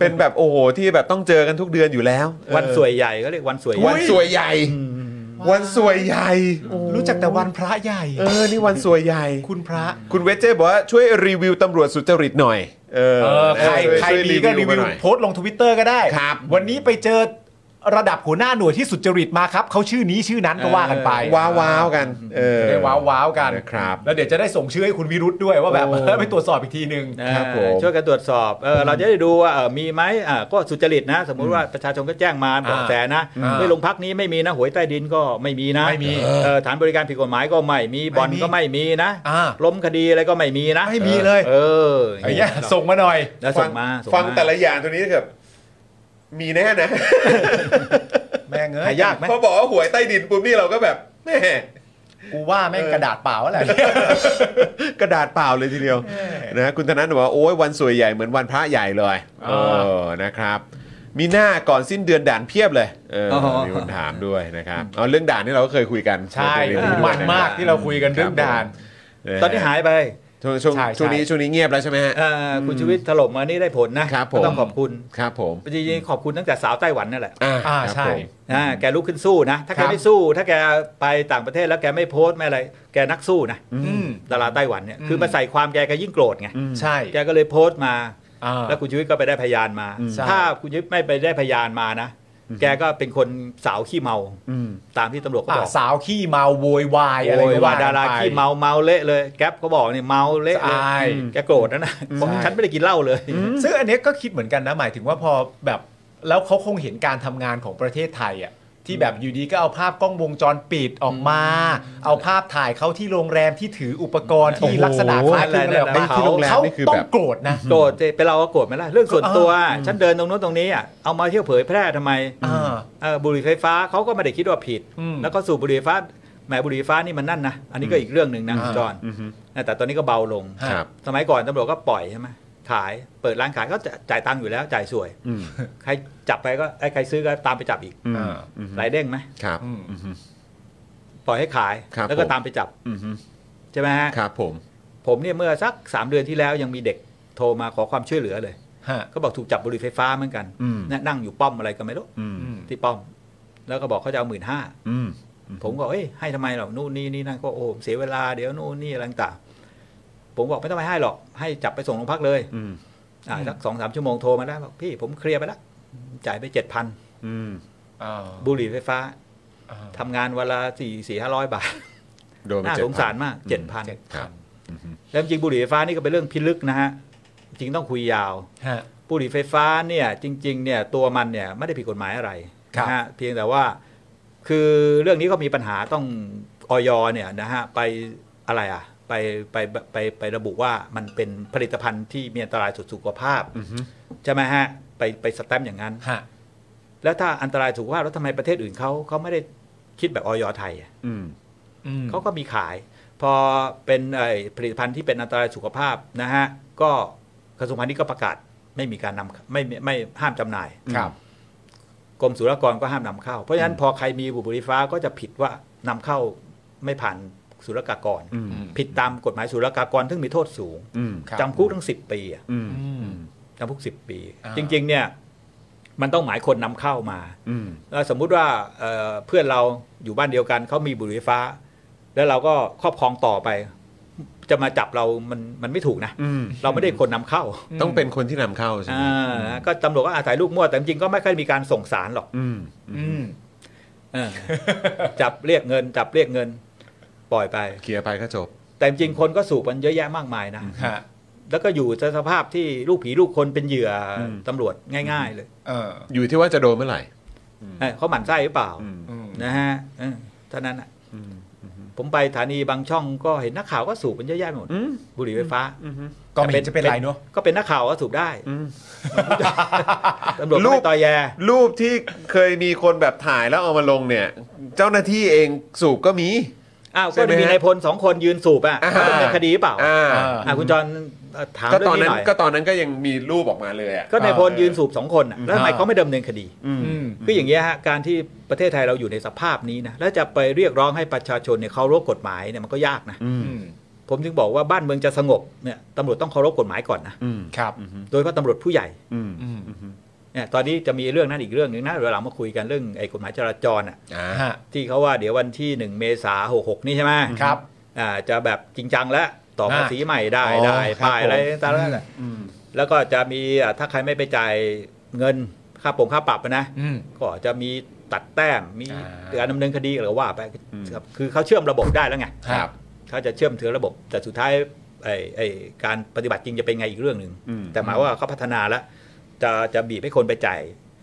A: เป็นแบบโอ้โหที่แบบต้องเจอกันทุกเดือนอยู่แล้วเออ
F: วันสวยใหญ่ก็เรียกวันสวยใหญ่
A: วันสวยใหญ่ วันสวยใหญ่โอ้
C: รู้จักแต่วันพระใหญ่
A: เออนี่วันสวยใหญ่
C: คุณพระ
A: คุณเวจเจบอกว่าช่วยรีวิวตำรวจสุจริตหน่อย เออ
C: เออ ใคร
A: ช่วย
C: ใคร
A: ช่วย
C: มีก็รี
A: มา
C: วิว
A: หน่อย
C: โพสต์ลงทวิตเตอร์ก็ได้
A: ครับ
C: วันนี้ไปเจอระดับหัวหน้าหน่วยที่สุจริตมาครับ เขาชื่อนี้ชื่อนั้นก็ว่ากันไป
A: ว้าวว้าวๆกัน เออ
C: จะได้ว้าวว้าวกัน
A: นะครับ
C: แล้วเดี๋ยวจะได้ส่งชื่อให้คุณวิรุธด้วยว่าแบบ
A: โอ้
C: ไปตรวจสอบอีกทีหนึ่ง
F: เอ่อ
A: ครับผม
F: ช่วยกันตรวจสอบเออเราจะได้ดูว่าเอ่อมีไหมอ่าก็สุจริตนะ สมมุติว่าประชาชนก็แจ้งมาเบอกแสนะ
C: อ่า
F: เฮ้ยโรงพักนี้ไม่มีนะหวยใต้ดินก็ไม่มีนะ
C: ไม่มี
F: เออฐานบริการผิดกฎหมายก็ไม่มีบ่อนก็ไม่มีนะ
C: อ่า
F: ล้มคดีอะไรก็ไม่มีนะ
C: ไม่มีเลย
F: เออ
C: ไอ้เนี้ยส่งมาหน่อย
F: แล้วส่งมาส่
A: ฟัง
F: มา
A: แต่ละอย่างตัวนี้แบบมีแน่นะ
C: แม่งเอ้
F: หาย ยาก
A: [laughs]
F: ไหม
A: พอบอกว่าหวยใต้ดินปุ๊บนี่เราก็แบบแม่
C: กูว่าแม่งกระดาษเปล่าอะไร
A: [laughs] กระดาษเปล่าเลยทีเดียวนะคุณธนัทบอกว่าโอ้ยวันสวยใหญ่เหมือนวันพระใหญ่เลย
C: เอ
A: เอ
C: อ
A: อนะครับ มีหน้าก่อนสิ้นเดือนด่านเพียบเลยเออมีคนถามด้วยนะครับเอาเรื่องด่านนี่เราก็เคยคุยกัน
C: ใช่
A: เรื่องด่า
C: มันมากที่เราคุยกันเรื่องด่าน
A: ะฮะ
F: ตอนนี้หายไป
A: ช่วงช่วง
C: ใช่ใช่
A: ช่วงนี้ช่วงนี้เงียบแล้วใช่ไหมฮะ
F: เอ่อคุณชีวิตถล่มมานี่ได้ผลนะครับ
A: ผม
F: ก็ต้องขอบคุณ
A: ครับผม
F: จริงๆขอบคุณตั้งแต่สาวไต้หวันนั่นแหละ
A: อ่า
C: อ่า
A: ครับ
C: ใช่
A: ผม
F: นะแกลุกขึ้นสู้นะ ถ้า
C: ค
F: แก
C: รับ
F: ไม่สู้ ถ้าแกไปต่างประเทศแล้วแกไม่โพสต์ไม่อะไร แกนักสู้นะ
C: อืม
F: ดาราไต้หวันเนี่ย
C: อืม
F: คือมาใส่ความแกก็ยิ่งโกรธไง
C: ใช่
F: แกก็เลยโพสต์มา
C: อ่า
F: แล้วคุณชีวิตก็ไปได้พยานมา
C: อืมใช่
F: ถ้าคุณชีวิตไม่ไปได้พยานมานะ แกก็เป็นคนสาวขี้เมา
A: อืม
F: ตามที่ตำรวจเขา
C: อ่า
F: บอก
C: สาวขี้เมาโวยวายอะไร
F: โอ้ย
C: ก็
F: ว่า
C: กันไป
F: ดาราขี้เมาเมาเละเลยแก๊ปเขาบอกเนี่ยเมาเละเล
C: ใช่
F: ยแกโกรธนะนะบอก
C: ใช่
F: ฉันไม่ได้กินเหล้าเลย
C: ซึ่งอันเนี้ยก็คิดเหมือนกันนะ หมายถึงว่าพอแบบแล้วเขาคงเห็นการทำงานของประเทศไทยอ่ะที่แบบอยู่ดีก็เอาภาพกล้องวงจรปิดออกมา เอาภาพถ่ายเขาที่โรงแรมที่ถืออุปกรณ์ที่ลักษณะคล้ายกันเลยออกมา
F: โอ้โห
C: ที่โรงแรม
A: เขา
C: นี่คือแบบต้องโกรธนะ
F: โกรธสิเป็นเราก็โกรธไหมล่ะเรื่องส่วนตัวฉันเดินตรงโน้นตรงนี้อ่ะเอามาเที่ยวเผยแพร่ทำไม
C: อ่า
F: เอ่อบุหรี่ไฟฟ้าเขาก็ไม่ได้คิดว่าผิด
C: อืม
F: แล้วก็สูบบุหรี่ไฟฟ้าแหมบุหรี่ไฟฟ้านี่มันนั่นนะ อันนี้ก็อีกเรื่องหนึ่งนะ
C: อ่า
F: คุณจอนแต่ตอนนี้ก็เบาลง
A: ครับ
F: สมัยก่อนตำรวจก็ปล่อยใช่ไหมขายเปิดร้านขายก็จะจ่ายตังค์อยู่แล้วจ่ายสวย
A: อืม
F: ใครจับไปก็ไอ้ใครซื้อก็ตามไปจับอีก
A: อืม
C: อ่า
A: อืม
F: หลายเด้งไหม
A: ครับ
C: อืม
F: ปล่อยให้ขาย
A: ครับ
F: แล้วก็
A: ผม
F: ตามไปจับ
A: อืม
F: ใช่ไหมฮะ
A: ครับผม
F: ผมเนี่ยเมื่อสักสามเดือนที่แล้วยังมีเด็กโทรมาขอความช่วยเหลือเลย
C: ฮะ
F: เขาบอกถูกจับบุหรี่ไฟฟ้าเหมือนกัน
A: อืม
F: นะนั่งอยู่ป้อมอะไรก็ไม่รู้
A: อืม
C: อืม
F: ที่ป้อม แล้วก็บอกเขาจะเอาหมื่นห้า
A: อืม
F: ผมก็เอ้ยให้ทำไมหรอนู่นนี่นี่นั่นก็โอ้โหเสียเวลาเดี๋ยวนู่นนี่อะไรต่างผมบอกไม่ต้องไปให้หรอก ให้จับไปส่งโรงพักเลย
A: อืม
F: อ่าสักสองสามชั่วโมงโทรมาได้บอกพี่ผมเคลียร์ไปแล้วจ่ายไปเจ็ดพัน
A: อืม
C: อ่า
F: บุหรี่ไฟฟ้า
C: อ่า
F: ทำงานวันละสี่สี่ห้าร้อยบาท
A: โดนไป
F: น่า
A: เจ็ด
F: สงสาร
A: พัน
F: มาก
A: อืม
F: เจ็ดพัน
C: เจ็ด
A: ครั
C: พั
A: บ
C: น
F: แล้วจริงบุหรี่ไฟฟ้านี่ก็เป็นเรื่องพิลึกนะฮะจริงต้องคุยยาว
C: ฮะ
F: บุหรี่ไฟฟ้าเนี่ยจริงๆเนี่ยตัวมันเนี่ยไม่ได้ผิดกฎหมายอะไร
C: ครับ
F: นะฮะเพียงแต่ว่าคือเรื่องนี้ก็มีปัญหาต้องออยเนี่ยนะฮะไปอะไรอ่ะไปไปไปไปไประบุว่ามันเป็นผลิตภัณฑ์ที่มีอันตรายต่อสุขภาพ
A: อือฮึ
F: ใช่ไหมฮะไปไปสแตมป์อย่างนั้น
C: ฮะ
F: แล้วถ้าอันตรายสุขภาพแล้วทำไมประเทศอื่นเขาเขาไม่ได้คิดแบบออยไทยอ่ะ
A: อืม
C: อืม
F: เขาก็มีขาย พอเป็นไอ้ผลิตภัณฑ์ที่เป็นอันตรายสุขภาพนะฮะก็กระทรวงพาณิชย์ก็ประกาศไม่มีการนำไม่ไม่ไม่ห้ามจำหน่าย
C: ครับ
F: กรมศุลกากรก็ห้ามนำเข้า เพราะฉะนั้นพอใครมีบุหรี่ไฟฟ้าก็จะผิดว่านำเข้าไม่ผ่านศุลกากร
A: อืม
F: ผิดตามกฎหมายศุลกากรซึ่งมีโทษสูง
A: อืม
C: ครับ
F: จำคุกทั้งสิบปีอะ
A: อืม
C: อืม
F: จำคุกสิบปี
C: อ่า
F: จริง ๆ เนี่ย มันต้องหมายคนนำเข้ามา
A: อืม
F: แล้วสมมุติว่าเอ่อเพื่อนเราอยู่บ้านเดียวกันเขามีบุหรี่ไฟฟ้า แล้วเราก็ครอบครองต่อไป จะมาจับเรามันมันไม่ถูกนะ
A: อืม
F: เราไม่ได้คนนำเข้า
A: ต้องเป็นคนที่นำเข้าใช่ไหม
F: อ่าก็ตำรวจก็อาศัยลูกมั่วแต่จริงๆก็ไม่ค่อยมีการส่งสารหรอก
A: อืม
C: อืม
F: เออจับเรียกเงิน จับเรียกเงิน ปล่อยไป
A: เคลียร์ไปก็จบ
F: แต่จริงๆคนก็สูบมันเยอะแยะมากมายนะ
C: ฮะ
F: แล้วก็อยู่ในสภาพที่ลูกผีลูกคนเป็นเหยื่ออ
A: ม
F: ตำรวจง่าย ๆ เลย
C: เออ
A: อยู่ที่ว่าจะโดนเมื่อไหร่
F: เออเขาหมั่นไส้หรือเปล่า
A: อืม
C: อืม
F: นะฮะเออเท่านั้นอ่ะ
A: อืม
F: ผมไปสถานีบางช่องก็เห็นนักข่าวก็สูบกันเยอะแยะหมด
A: อืม
F: บุหรี่ไฟฟ้า
A: อืม
C: ก็ไม่เห็นจะเป็นไรเนอะ
F: ก็เป็นนักข่าวก็สูบได้
A: อืม
F: ตำรวจ
A: รู
F: ไม่
A: ป
F: ต่อยแย
A: รูปที่เคยมีคนแบบถ่ายแล้วเอามาลงเนี่ย เจ้าหน้าที่เองสูบก็มี
F: อ้าว
A: ใช่
F: ก็
A: ไหม
F: มีนายพลสองคนยืนสูบอ่ะ
A: อ่า
F: เขาดำเนินคดีหรือเปล่า
A: อ่า
F: อ่ะคุณจรเอ่อถาม
A: ก็
F: เรื่
A: ต
F: อ
A: อน
F: งนี้
A: นั้น
F: หน่อย
A: ก็ตอนนั้นก็ยังมีรูปออกมาเลยอ่ะ
F: ก็นายพลยืนสูบสองคนอ่ะแล้วทำไม
C: อ่า
F: เขาไม่ดำเนินคดี
A: อืม
C: อืม
F: คืออย่างเงี้ยฮะการที่ประเทศไทยเราอยู่ในสภาพนี้นะแล้วจะไปเรียกร้องให้ประชาชนเนี่ยเคารพกฎหมายเนี่ยมันก็ยากนะ
A: อืม
C: อืม
F: ผมถึงบอกว่าบ้านเมืองจะสงบเนี่ยตำรวจต้องเคารพกฎหมายก่อนนะครับ โดยเฉพาะตำรวจผู้ใหญ่
A: อืม
C: อืม
F: เนี่ยตอนนี้จะมีเรื่องนั้นอีกเรื่องหนึ่งนะเดี๋ยวเรามาคุยกันเรื่องไอ้กฎหมายจราจรอ่ะ
A: อ่า
C: ฮะ
F: ที่เขาว่าเดี๋ยววันที่ 1 เมษาหกหกนี่ใช่ไหม
C: ครับ
F: อ่าจะแบบจริงจังแล้วต่อภาษีใหม่ได้
C: อ๋อ
F: ได้
C: ครับ
F: ป้ายอะไร
C: ผม
F: ต่างๆแล้ว
A: อืม
F: แล้วก็จะมีอ่ะถ้าใครไม่ไปจ่ายเงินค่าปรงค่าปรับอะนะ
C: อืม
F: ก็จะมีตัดแต้มมี
C: อ่า
F: การดำเนินคดีหรือว่าไปครับคือเขาเชื่อมระบบได้แล้วไง
A: ครับ
F: เขาจะเชื่อมถึงระบบ แต่สุดท้ายไอ้ไอ้การปฏิบัติจริงจะเป็นไงอีกเรื่องหนึ่ง
A: อืม
F: แต่หมายว่าเขาพัฒนาแล้วจะจะบีบให้คนไปจ่าย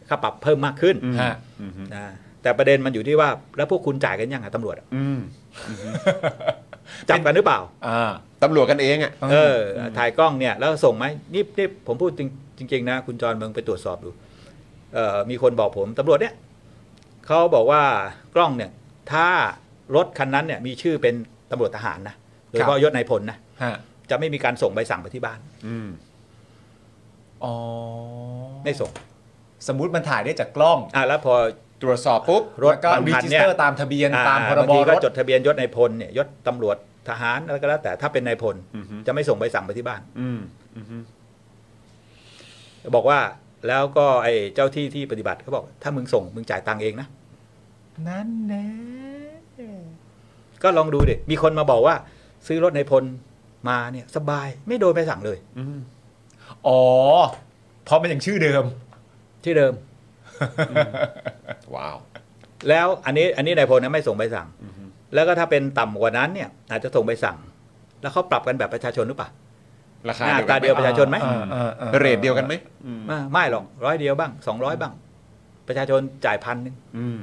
F: ค่าปรับเพิ่มมากขึ้น
A: อืม
C: ฮะ
A: อืม
F: นะแต่ประเด็นมันอยู่ที่ว่าแล้วพวกคุณจ่ายกันยังอะตำรวจอะ
A: อืม
F: จับกันหรือเปล่า
C: อ่า
A: ตำรวจกันเองอ่ะ
F: เออถ่ายกล้องเนี่ยแล้วส่งไหมนี่นี่ผมพูดจริงจริง ๆ นะ คุณจรเมืองไปตรวจสอบดูเอ่อมีคนบอกผมตำรวจเนี่ยเขาบอกว่ากล้องเนี่ย ถ้ารถคันนั้นเนี่ยมีชื่อเป็นตำรวจทหารนะโดยเฉพาะยศนายพลนะ
C: ฮะ
F: จะไม่มีการส่งใบสั่งไปที่บ้าน
A: อืม
C: อ๋อ
F: ไม่ส่ง
C: สมมุติมันถ่ายได้จากกล้อง
F: อ่ะแล้วพอ
C: ตรวจสอบปุ๊บ
F: รถ
C: แล้วก็
F: บาง
C: รี
F: คัน
C: จิส
F: เนี่ย
C: เตอร์ตามทะเบียน
F: อ่
C: ตามพร
F: บาง
C: บ
F: ที
C: ร
F: ก็
C: ถ
F: จดทะเบียนยศนายพลเนี่ยยศตำรวจทหารอะไรก็แล้วแต่ถ้าเป็นนายพล
A: อือฮึ
F: จะไม่ส่งใบสั่งไปที่บ้าน
A: อืมอืม
F: บอกว่าแล้วก็ไอ้เจ้าที่ที่ปฏิบัติเขาบอก ถ้ามึงส่งมึงจ่ายตังค์เองนะ
C: นั่นแน่
F: ก็ลองดูดิมีคนมาบอกว่า ซื้อรถในพลมาเนี่ยสบายไม่โดนใบสั่งเลย
A: อืม
C: อ๋อ เพราะมันยังชื่อเดิม
F: ที่เดิม
A: ว้าว
F: แล้วอันนี้อันนี้นายพลนะไม่ส่งใบสั่ง แล้วก็ถ้าเป็นต่ำกว่านั้นเนี่ย อาจจะส่งใบสั่ง แล้วเขาปรับกันแบบประชาชนหรือเปล่า
A: ราคา
F: หน้าตาเดี
A: เดี
F: ย
A: ยว ว
F: ป
A: กัน
F: ระชาชนไหม
C: อ่าอ่าอ่า
A: ไหมเรทเดียวกันไหม
F: ไม่ไม่หรอกร้อยเดียวบ้างสองร้อยบ้าง ประชาชนจ่ายพันหนึ่ง
A: อืม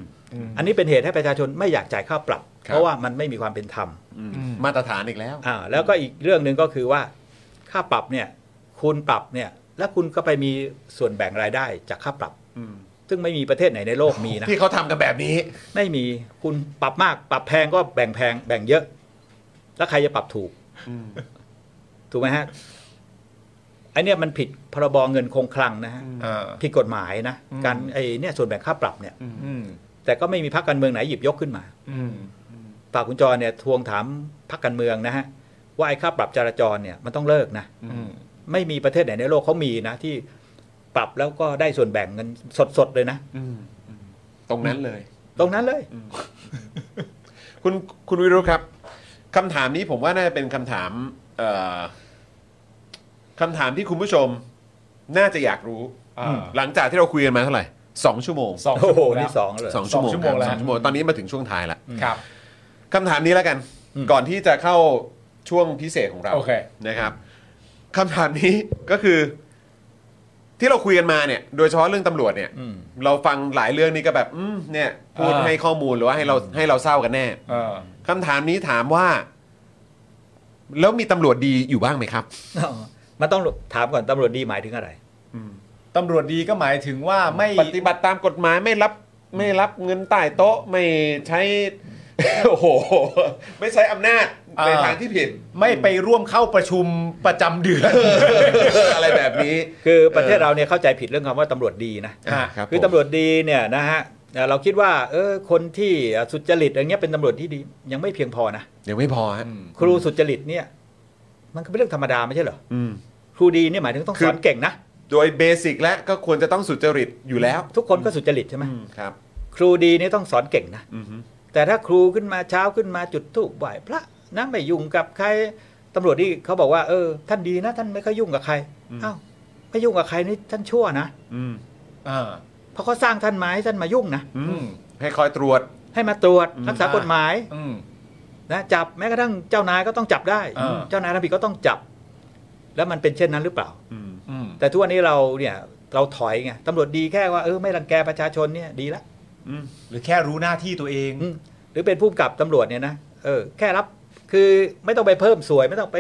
F: อันนี้เป็นเหตุให้ประชาชนไม่อยากจ่ายค่าปรับ เพราะว่ามันไม่มีความเป็นธรรม
A: อืม
C: อืม
A: มาตรฐานอีกแล้ว
F: อ่าแล้วก็อีกเรื่องหนึ่งก็คือว่าค่าปรับเนี่ยคุณปรับเนี่ยแล้วคุณก็ไปมีส่วนแบ่งรายได้จากค่าปรับ
A: อืม
F: ซึ่งไม่มีประเทศไหนในโลกมีนะ
A: ที่เขาทำกันแบบนี้
F: ไม่มีคุณปรับมากปรับแพงก็แบ่งแพงแบ่งเยอะ แล้วใครจะปรับถูก
A: อืม
F: ถูกไหมฮะไอเนี่ยมันผิดพรบเงินคงคลังนะฮะ
C: อ่า
F: ผิดกฎหมายนะ
C: อืม
F: การไอเนี่ยส่วนแบ่งค่าปรับเนี่ย
C: อืม
F: แต่ก็ไม่มีพรรคการเมืองไหนหยิบยกขึ้นมา
C: อืม
F: ฝากคุณจรเนี่ยทวงถามพรรคการเมืองนะฮะว่าไอค่าปรับจราจรเนี่ยมันต้องเลิกนะ
C: อืม
F: ไม่มีประเทศไหนในโลกเขามีนะ ที่ปรับแล้วก็ได้ส่วนแบ่งเงินสดๆเลยนะ
A: อืมอืมตรงนั้นเลย
F: ตรงนั้นเลย
A: คุณคุณวิรุธครับคำถามนี้ผมว่าน่าจะเป็นคำถามเอ่อคำถามที่คุณผู้ชมน่าจะอยากรู้
C: อ่า
A: หลังจากที่เราคุยกันมาเท่าไหร่สองชั่วโมง
C: สอง
F: โอ้โห
C: แล้ว
F: นี่สองเลย
A: สองชั่วโมง
C: สองชั่วโมงแล้ว
A: สองชั่วโมงตอนนี้มาถึงช่วงท้ายละ
C: ครับ
A: คำถามนี้แล้วกัน
F: อืม
A: ก่อนที่จะเข้าช่วงพิเศษของเรา
C: โอเค
A: นะครับคำถามนี้ก็คือ ที่เราคุยกันมาเนี่ย โดยเฉพาะเรื่องตำรวจเนี่ย
F: อืม
A: เราฟังหลายเรื่องนี้ก็แบบ อืมเนี่ยพูด
C: อ่า
A: ให้ข้อมูลหรือว่าให้เราให้เราเศร้ากันแน่
C: เออ
A: คำถามนี้ถามว่า แล้วมีตำรวจดีอยู่บ้างไหมครับ
F: อ๋อ [laughs] มันต้องถามก่อนตำรวจดีหมายถึงอะไร
C: ตำรวจดีก็หมายถึงว่าไม่
A: ปฏิบัติตามกฎหมายไม่รับไม่รับเงินใต้โต๊ะไม่ใช้ [laughs] โอ้โห ไม่ใช้อำนาจใน
C: อ่า
A: ทางที่ผิด
C: ไม่ไปร่วมเข้าประชุมประจำเดือน
A: อะไรแบบนี้
F: คือประเทศเราเนี่ยเข้าใจผิดเรื่องคำว่าตำรวจดีนะ
A: อ่าครับ
F: คือ
A: ผม
F: ตำรวจดีเนี่ยนะฮะเอ่อเราคิดว่าเออคนที่สุจริตอย่างเงี้ยเป็นตำรวจที่ดียังไม่เพียงพอนะ
A: ยังไม่พอฮะ
F: ครูสุจริตเนี่ย มันก็เป็นเรื่องธรรมดาไม่ใช่เหรอ
A: อืม
F: ครูดีเนี่ยหมายถึงต้อง
A: คือ
F: สอนเก่งนะ
A: โดยเบสิกและก็ควรจะต้องสุจริตอยู่แล้ว
F: ทุกคนก็สุจริตใช่ไหม
A: ครับ
F: ครูดีเนี่ยต้องสอนเก่งนะ
A: อือฮึ
F: แต่ถ้าครูขึ้นมาเช้าขึ้นมาจุดธูปไหว้พระนะไม่ยุ่งกับใครตำรวจที่เขาบอกว่าเออ ท่านดีนะ ท่านไม่ค่อยยุ่งกับใครอ้าวไม่ยุ่งกับใครนี่ท่านชั่วนะ
A: อืม
C: อ่า
F: เพราะเขาสร้างท่านมาให้ท่านมายุ่งนะ
A: อืมให้คอยตรวจ
F: ให้มาตรวจรักษากฎหมาย
C: อืม
F: นะจับแม้กระทั่งเจ้านายก็ต้องจับได้
C: เออ
F: เจ้านายทำผิดก็ต้องจับ แล้วมันเป็นเช่นนั้นหรือเปล่า
A: อืม
C: อืม
F: แต่ทุกวันนี้เราเนี่ยเราถอยไงตำรวจดีแค่ว่าเออไม่รังแกประชาชนเนี่ยดีละ
A: อืม
C: หรือแค่รู้หน้าที่ตัวเอง
F: อืมหรือเป็นผู้กำกับตำรวจเนี่ยนะเออแค่รับคือไม่ต้องไปเพิ่มสวย ไม่ต้องไป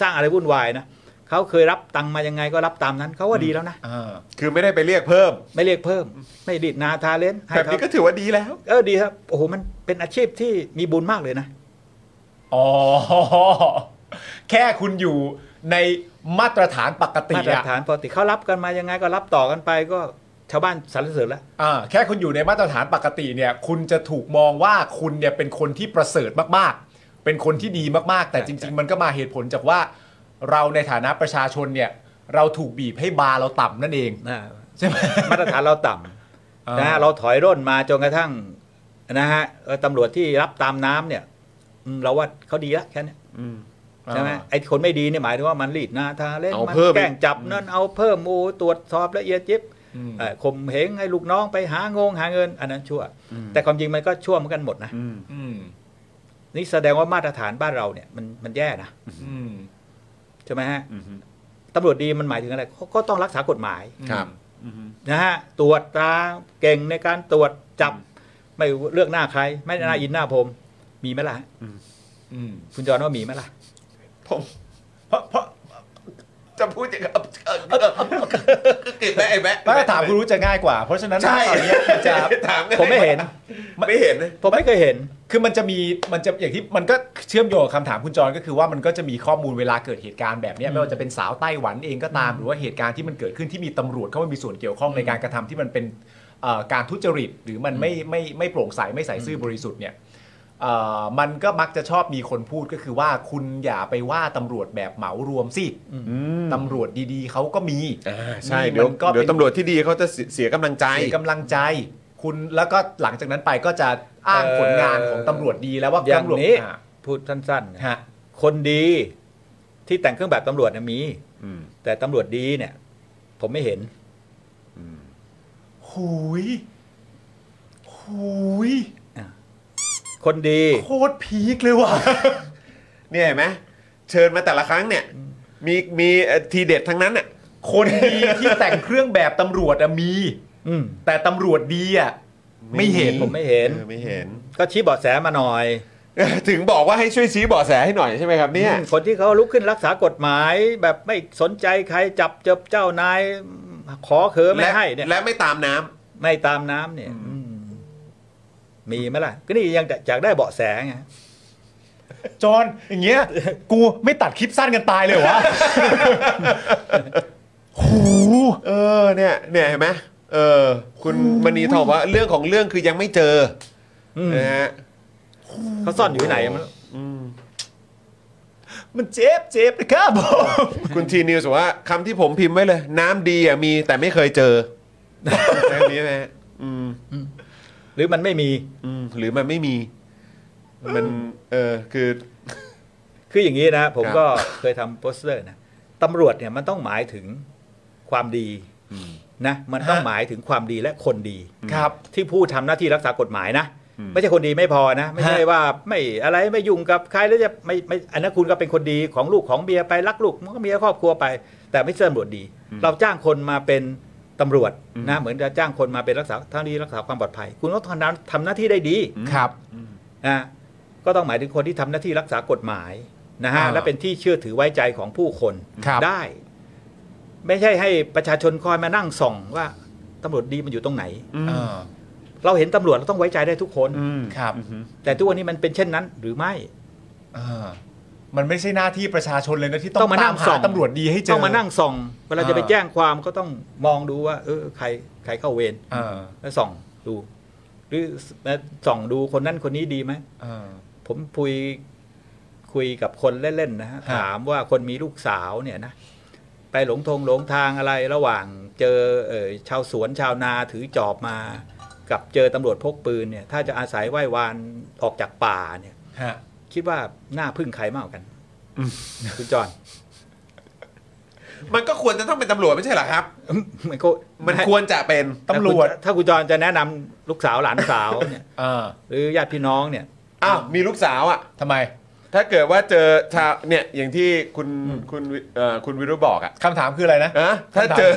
F: สร้างอะไรวุ่นวายนะเขาเคยรับตังค์มายังไงก็รับตามนั้นเขาว่าดีแล้วนะ
C: อ่า
A: คือไม่ได้ไปเรียกเพิ่ม
F: ไม่เรียกเพิ่ม ไม่ดีดนาทาเลนให้
A: แบบ
F: เขา
A: นี้ก็ถือว่าดีแล้ว
F: เออดีครับโอ้โหมันเป็นอาชีพที่มีบุญมากเลยนะ
C: อ๋อ [laughs] แค่คุณอยู่ในมาตรฐานปกติ
F: มาตร
C: อะ
F: ฐานปกติเขารับกันมายังไงก็รับต่อกันไปก็ชาวบ้านสรรเสริญแล้ว
C: อ่าแค่คุณอยู่ในมาตรฐานปกติเนี่ย คุณจะถูกมองว่าคุณเนี่ยเป็นคนที่ประเสริฐมากๆ เป็นคนที่ดีมากๆ แต่จริง ๆ มันก็มาเหตุผลจากว่า เราในฐานะประชาชนเนี่ย เราถูกบีบให้บาร์เราต่ำนั่นเอง
F: นะ
C: ใช่ไหม
F: มาตรฐานเราต่
C: อ่า
F: ำนะฮะเราถอยร่นมาจนกระทั่งนะฮะเอ่อตำรวจที่รับตามน้ำเนี่ยอืมเราว่าเขาดีละแค่เนี้ยใช่ไหม
C: อ่า
F: ไอ้คนไม่ดีเนี่ยหมายถึงว่ามันรีดหนาทาเล่น
A: เอา
F: มั
A: เพิ่ม
F: แกล้งจับนั่นเอาเพิ่มมูตรวจสอบละเอียดยิบ
C: อืม
F: เอ่อข่มเหงให้ลูกน้องไปหางงหาเงิน อันนั้นชั่ว แต่ความจริงมันก็ชั่วเหมือนกันหมดนะ
C: อืม
F: นี่แสดงว่ามาตรฐานบ้านเราเนี่ยมันมันแย่นะ
C: อืม
F: ใช่ไหมฮะ
A: อือฮึ
F: ตำรวจดีมันหมายถึงอะไรเขาก็ต้องรักษากฎหมาย
A: ครับ
F: นะฮะตรวจตราเก่งในการตรวจจับไม่เลือกหน้าใคร ไม่หน้าอินหน้าผม มีไหมล่ะ
C: อืม
F: คุณจอห์นว่ามีไหมล่ะ
A: ผมเพราะเพราะจะพูดอย่างนั้นเออเออเก็บแม่ไอ้แม่
C: มาตรฐานคุณรู้จะง่ายกว่า เพราะฉะนั้น
A: ใช่
C: ตอนเนี้ยมันจะ
A: ถามง่าย
F: ผมไม่เห็น
A: ไม่เห็นนะ
F: ผมไม่เคยเห็น
C: คือมันจะมีมันจะอย่างที่มันก็เชื่อมโยงกับคำถามคุณจรก็คือว่ามันก็จะมีข้อมูลเวลาเกิดเหตุการณ์แบบเนี้ยไม่ว่าจะเป็นสาวไต้หวันเองก็ตาม หรือว่าเหตุการณ์ที่มันเกิดขึ้นที่มีตำรวจเข้ามามีส่วนเกี่ยวข้องในการกระทำที่มันเป็นเอ่อการทุจริต หรือมันไม่ไม่ไม่โปร่งใสไม่ใสซื่อบริสุทธิ์เนี่ยเอ่อมันก็มักจะชอบมีคนพูดก็คือว่าคุณอย่าไปว่าตำรวจแบบเหมารวมสิตำรวจดีๆเขาก็มี
A: อ่าใช่
C: นี่
A: เดี๋ยว
C: มันก็
A: เดี๋ยว
C: เป็น
A: ตำรวจที่ดีเขาจะเสียเสียกำลังใจ
C: เสียกำลังใจ คุณแล้วก็หลังจากนั้นไปก็จะอ้างผลงานของตำรวจดีแล้วว่า
F: อย่าง
C: ตำรวจ
F: นี้
C: อ่ะ
F: พูดสั้นๆนะ
C: ฮะ
F: คนดีที่แต่งเครื่องแบบตำรวจนะมี
A: อืม
F: แต่ตำรวจดีเนี่ย ผมไม่เห็น
C: หุยหุย
F: คนดี
C: โคตรพีคเลยว่ะ
A: เนี่ยเห็นไหมเชิญมาแต่ละครั้งเนี่ย มีมีเอ่อทีเด็ดทั้งนั้นอ่ะ
C: คนดีที่แต่งเครื่องแบบตำรวจอะมี
F: อืม
C: แต่ตำรวจดีอะไม่เห็น
F: ผมไม่เห็น
A: เออไม่เห็น
F: ก็ชี้เบาะแสมาหน่อย
A: ถึงบอกว่าให้ช่วยชี้เบาะแสให้หน่อยใช่ไหมครับเนี่ย
F: อืมคนที่เขาลุกขึ้นรักษากฎหมาย แบบไม่สนใจใครจับเจบเจ้านายขอเขอไม่ให้เนี่ย
A: และไม่ตามน้ำ
F: ไม่ตามน้ำเนี่ยอืมมีไหมล่ะ ก็นี่ยังจากได้เบาะแสไง
C: จอนอย่างเงี้ย กูไม่ตัดคลิปสั้นกันตายเลยเหรอวะ
A: หูเออเนี่ยเนี่ยเห็นไหมเออ คุณมณีทองบอกว่าเรื่องของเรื่องคือยังไม่เจอ
F: อืม
A: นะฮะ
F: เขาซ่อนอยู่ที่ไหนมัน
C: มันเจ็บเจ็บนะครับผม
A: คุณทีนิวส์บอกว่าคำที่ผมพิมพ์ไว้เลย น้ำดีอ่ะมีแต่ไม่เคยเจอแบบนี้นะฮะอืม
F: หรือมันไม่มี
A: อืมหรือมันไม่มี มันเออคือ
F: คืออย่างนี้นะ ผม
A: ครับ
F: ก็เคยทำโปสเตอร์นะตำรวจเนี่ยมันต้องหมายถึงความดีนะ มันต้องหมายถึงความดีและคนดี
C: ครับ
F: ที่ผู้ทำหน้าที่รักษากฎหมายนะ ไม่ใช่คนดีไม่พอนะ ไม่ใช่
C: ฮะ
F: ว่าไม่อะไรไม่ยุ่งกับใครแล้วจะไม่ไม่อันนั้นคุณก็เป็นคนดีของลูกของเมียไปรักลูกมันก็เมียครอบครัวไป แต่ไม่ใช่ตำรวจดี เราจ้างคนมาเป็นตำรวจนะเหมือนจะจ้างคนมาเป็นรักษาทางดีรักษาความปลอดภัย คุณต้องทำหน้าทำหน้าที่ได้ดี
C: ครับ
F: นะก็ต้องหมายถึงคนที่ทำหน้าที่รักษากฎหมายนะฮะ
C: อ่า
F: และเป็นที่เชื่อถือไว้ใจของผู้คน
C: ครับ
F: ได้ ไม่ใช่ให้ประชาชนคอยมานั่งส่องว่าตำรวจดีมันอยู่ตรงไหน
C: เออ
F: เราเห็นตำรวจเราต้องไว้ใจได้ทุกคน
A: อืม
C: ครับ
A: อือฮึ
F: แต่ทุกวันนี้มันเป็นเช่นนั้นหรือไม่
C: อ่ามันไม่ใช่หน้าที่ประชาชนเลยนะที่ต้
F: ต้
C: อ
F: อง งมานั่
C: ตาม
F: ง
C: หา
F: ส่อง
C: ตำรวจดีให้เจอ
F: ต้องมานั่งส่อง เวลา
C: เออ
F: จะไปแจ้งความก็ต้องมองดูว่า เออใครใครเข้าเวร
C: เออ
F: แล้วส่องดู หรือส่องดูคนนั้นคนนี้ดีไหม
C: เออ
F: ผมคุยคุยกับคนเล่น ๆ นะฮะ
C: ฮะ
F: ถามว่าคนมีลูกสาวเนี่ยนะ ไปหลงทงหลงทางอะไรระหว่างเจอเออชาวสวนชาวนาถือจอบมา กับเจอตำรวจพกปืนเนี่ย ถ้าจะอาศัยไหว้วานออกจากป่าเนี่ย
C: ฮะ
F: คิดว่าหน้าพึ่งใครมากกว่ากันคุณจอน
A: มันก็ควรจะต้องเป็นตำรวจไม่ใช่เหรอครับ
F: มันก็
A: มันควรจะเป็น
F: ถ้าคุณ
C: ตำรวจ
F: ถ้าคุณจอนจะแนะนำลูกสาวหลานสาวเนี่ย
C: เออ
F: หรือญาติพี่น้องเนี่ย
A: อ้าวมีลูกสาวอ่ะ
C: ทำไม
A: ถ้าเกิดว่าเจอชาวเนี่ยอย่างที่คุณคุณวิเอ่อคุณวิรุธบอกอ่ะ
C: คำถามคืออะไรนะ
A: นะถ้าเจอ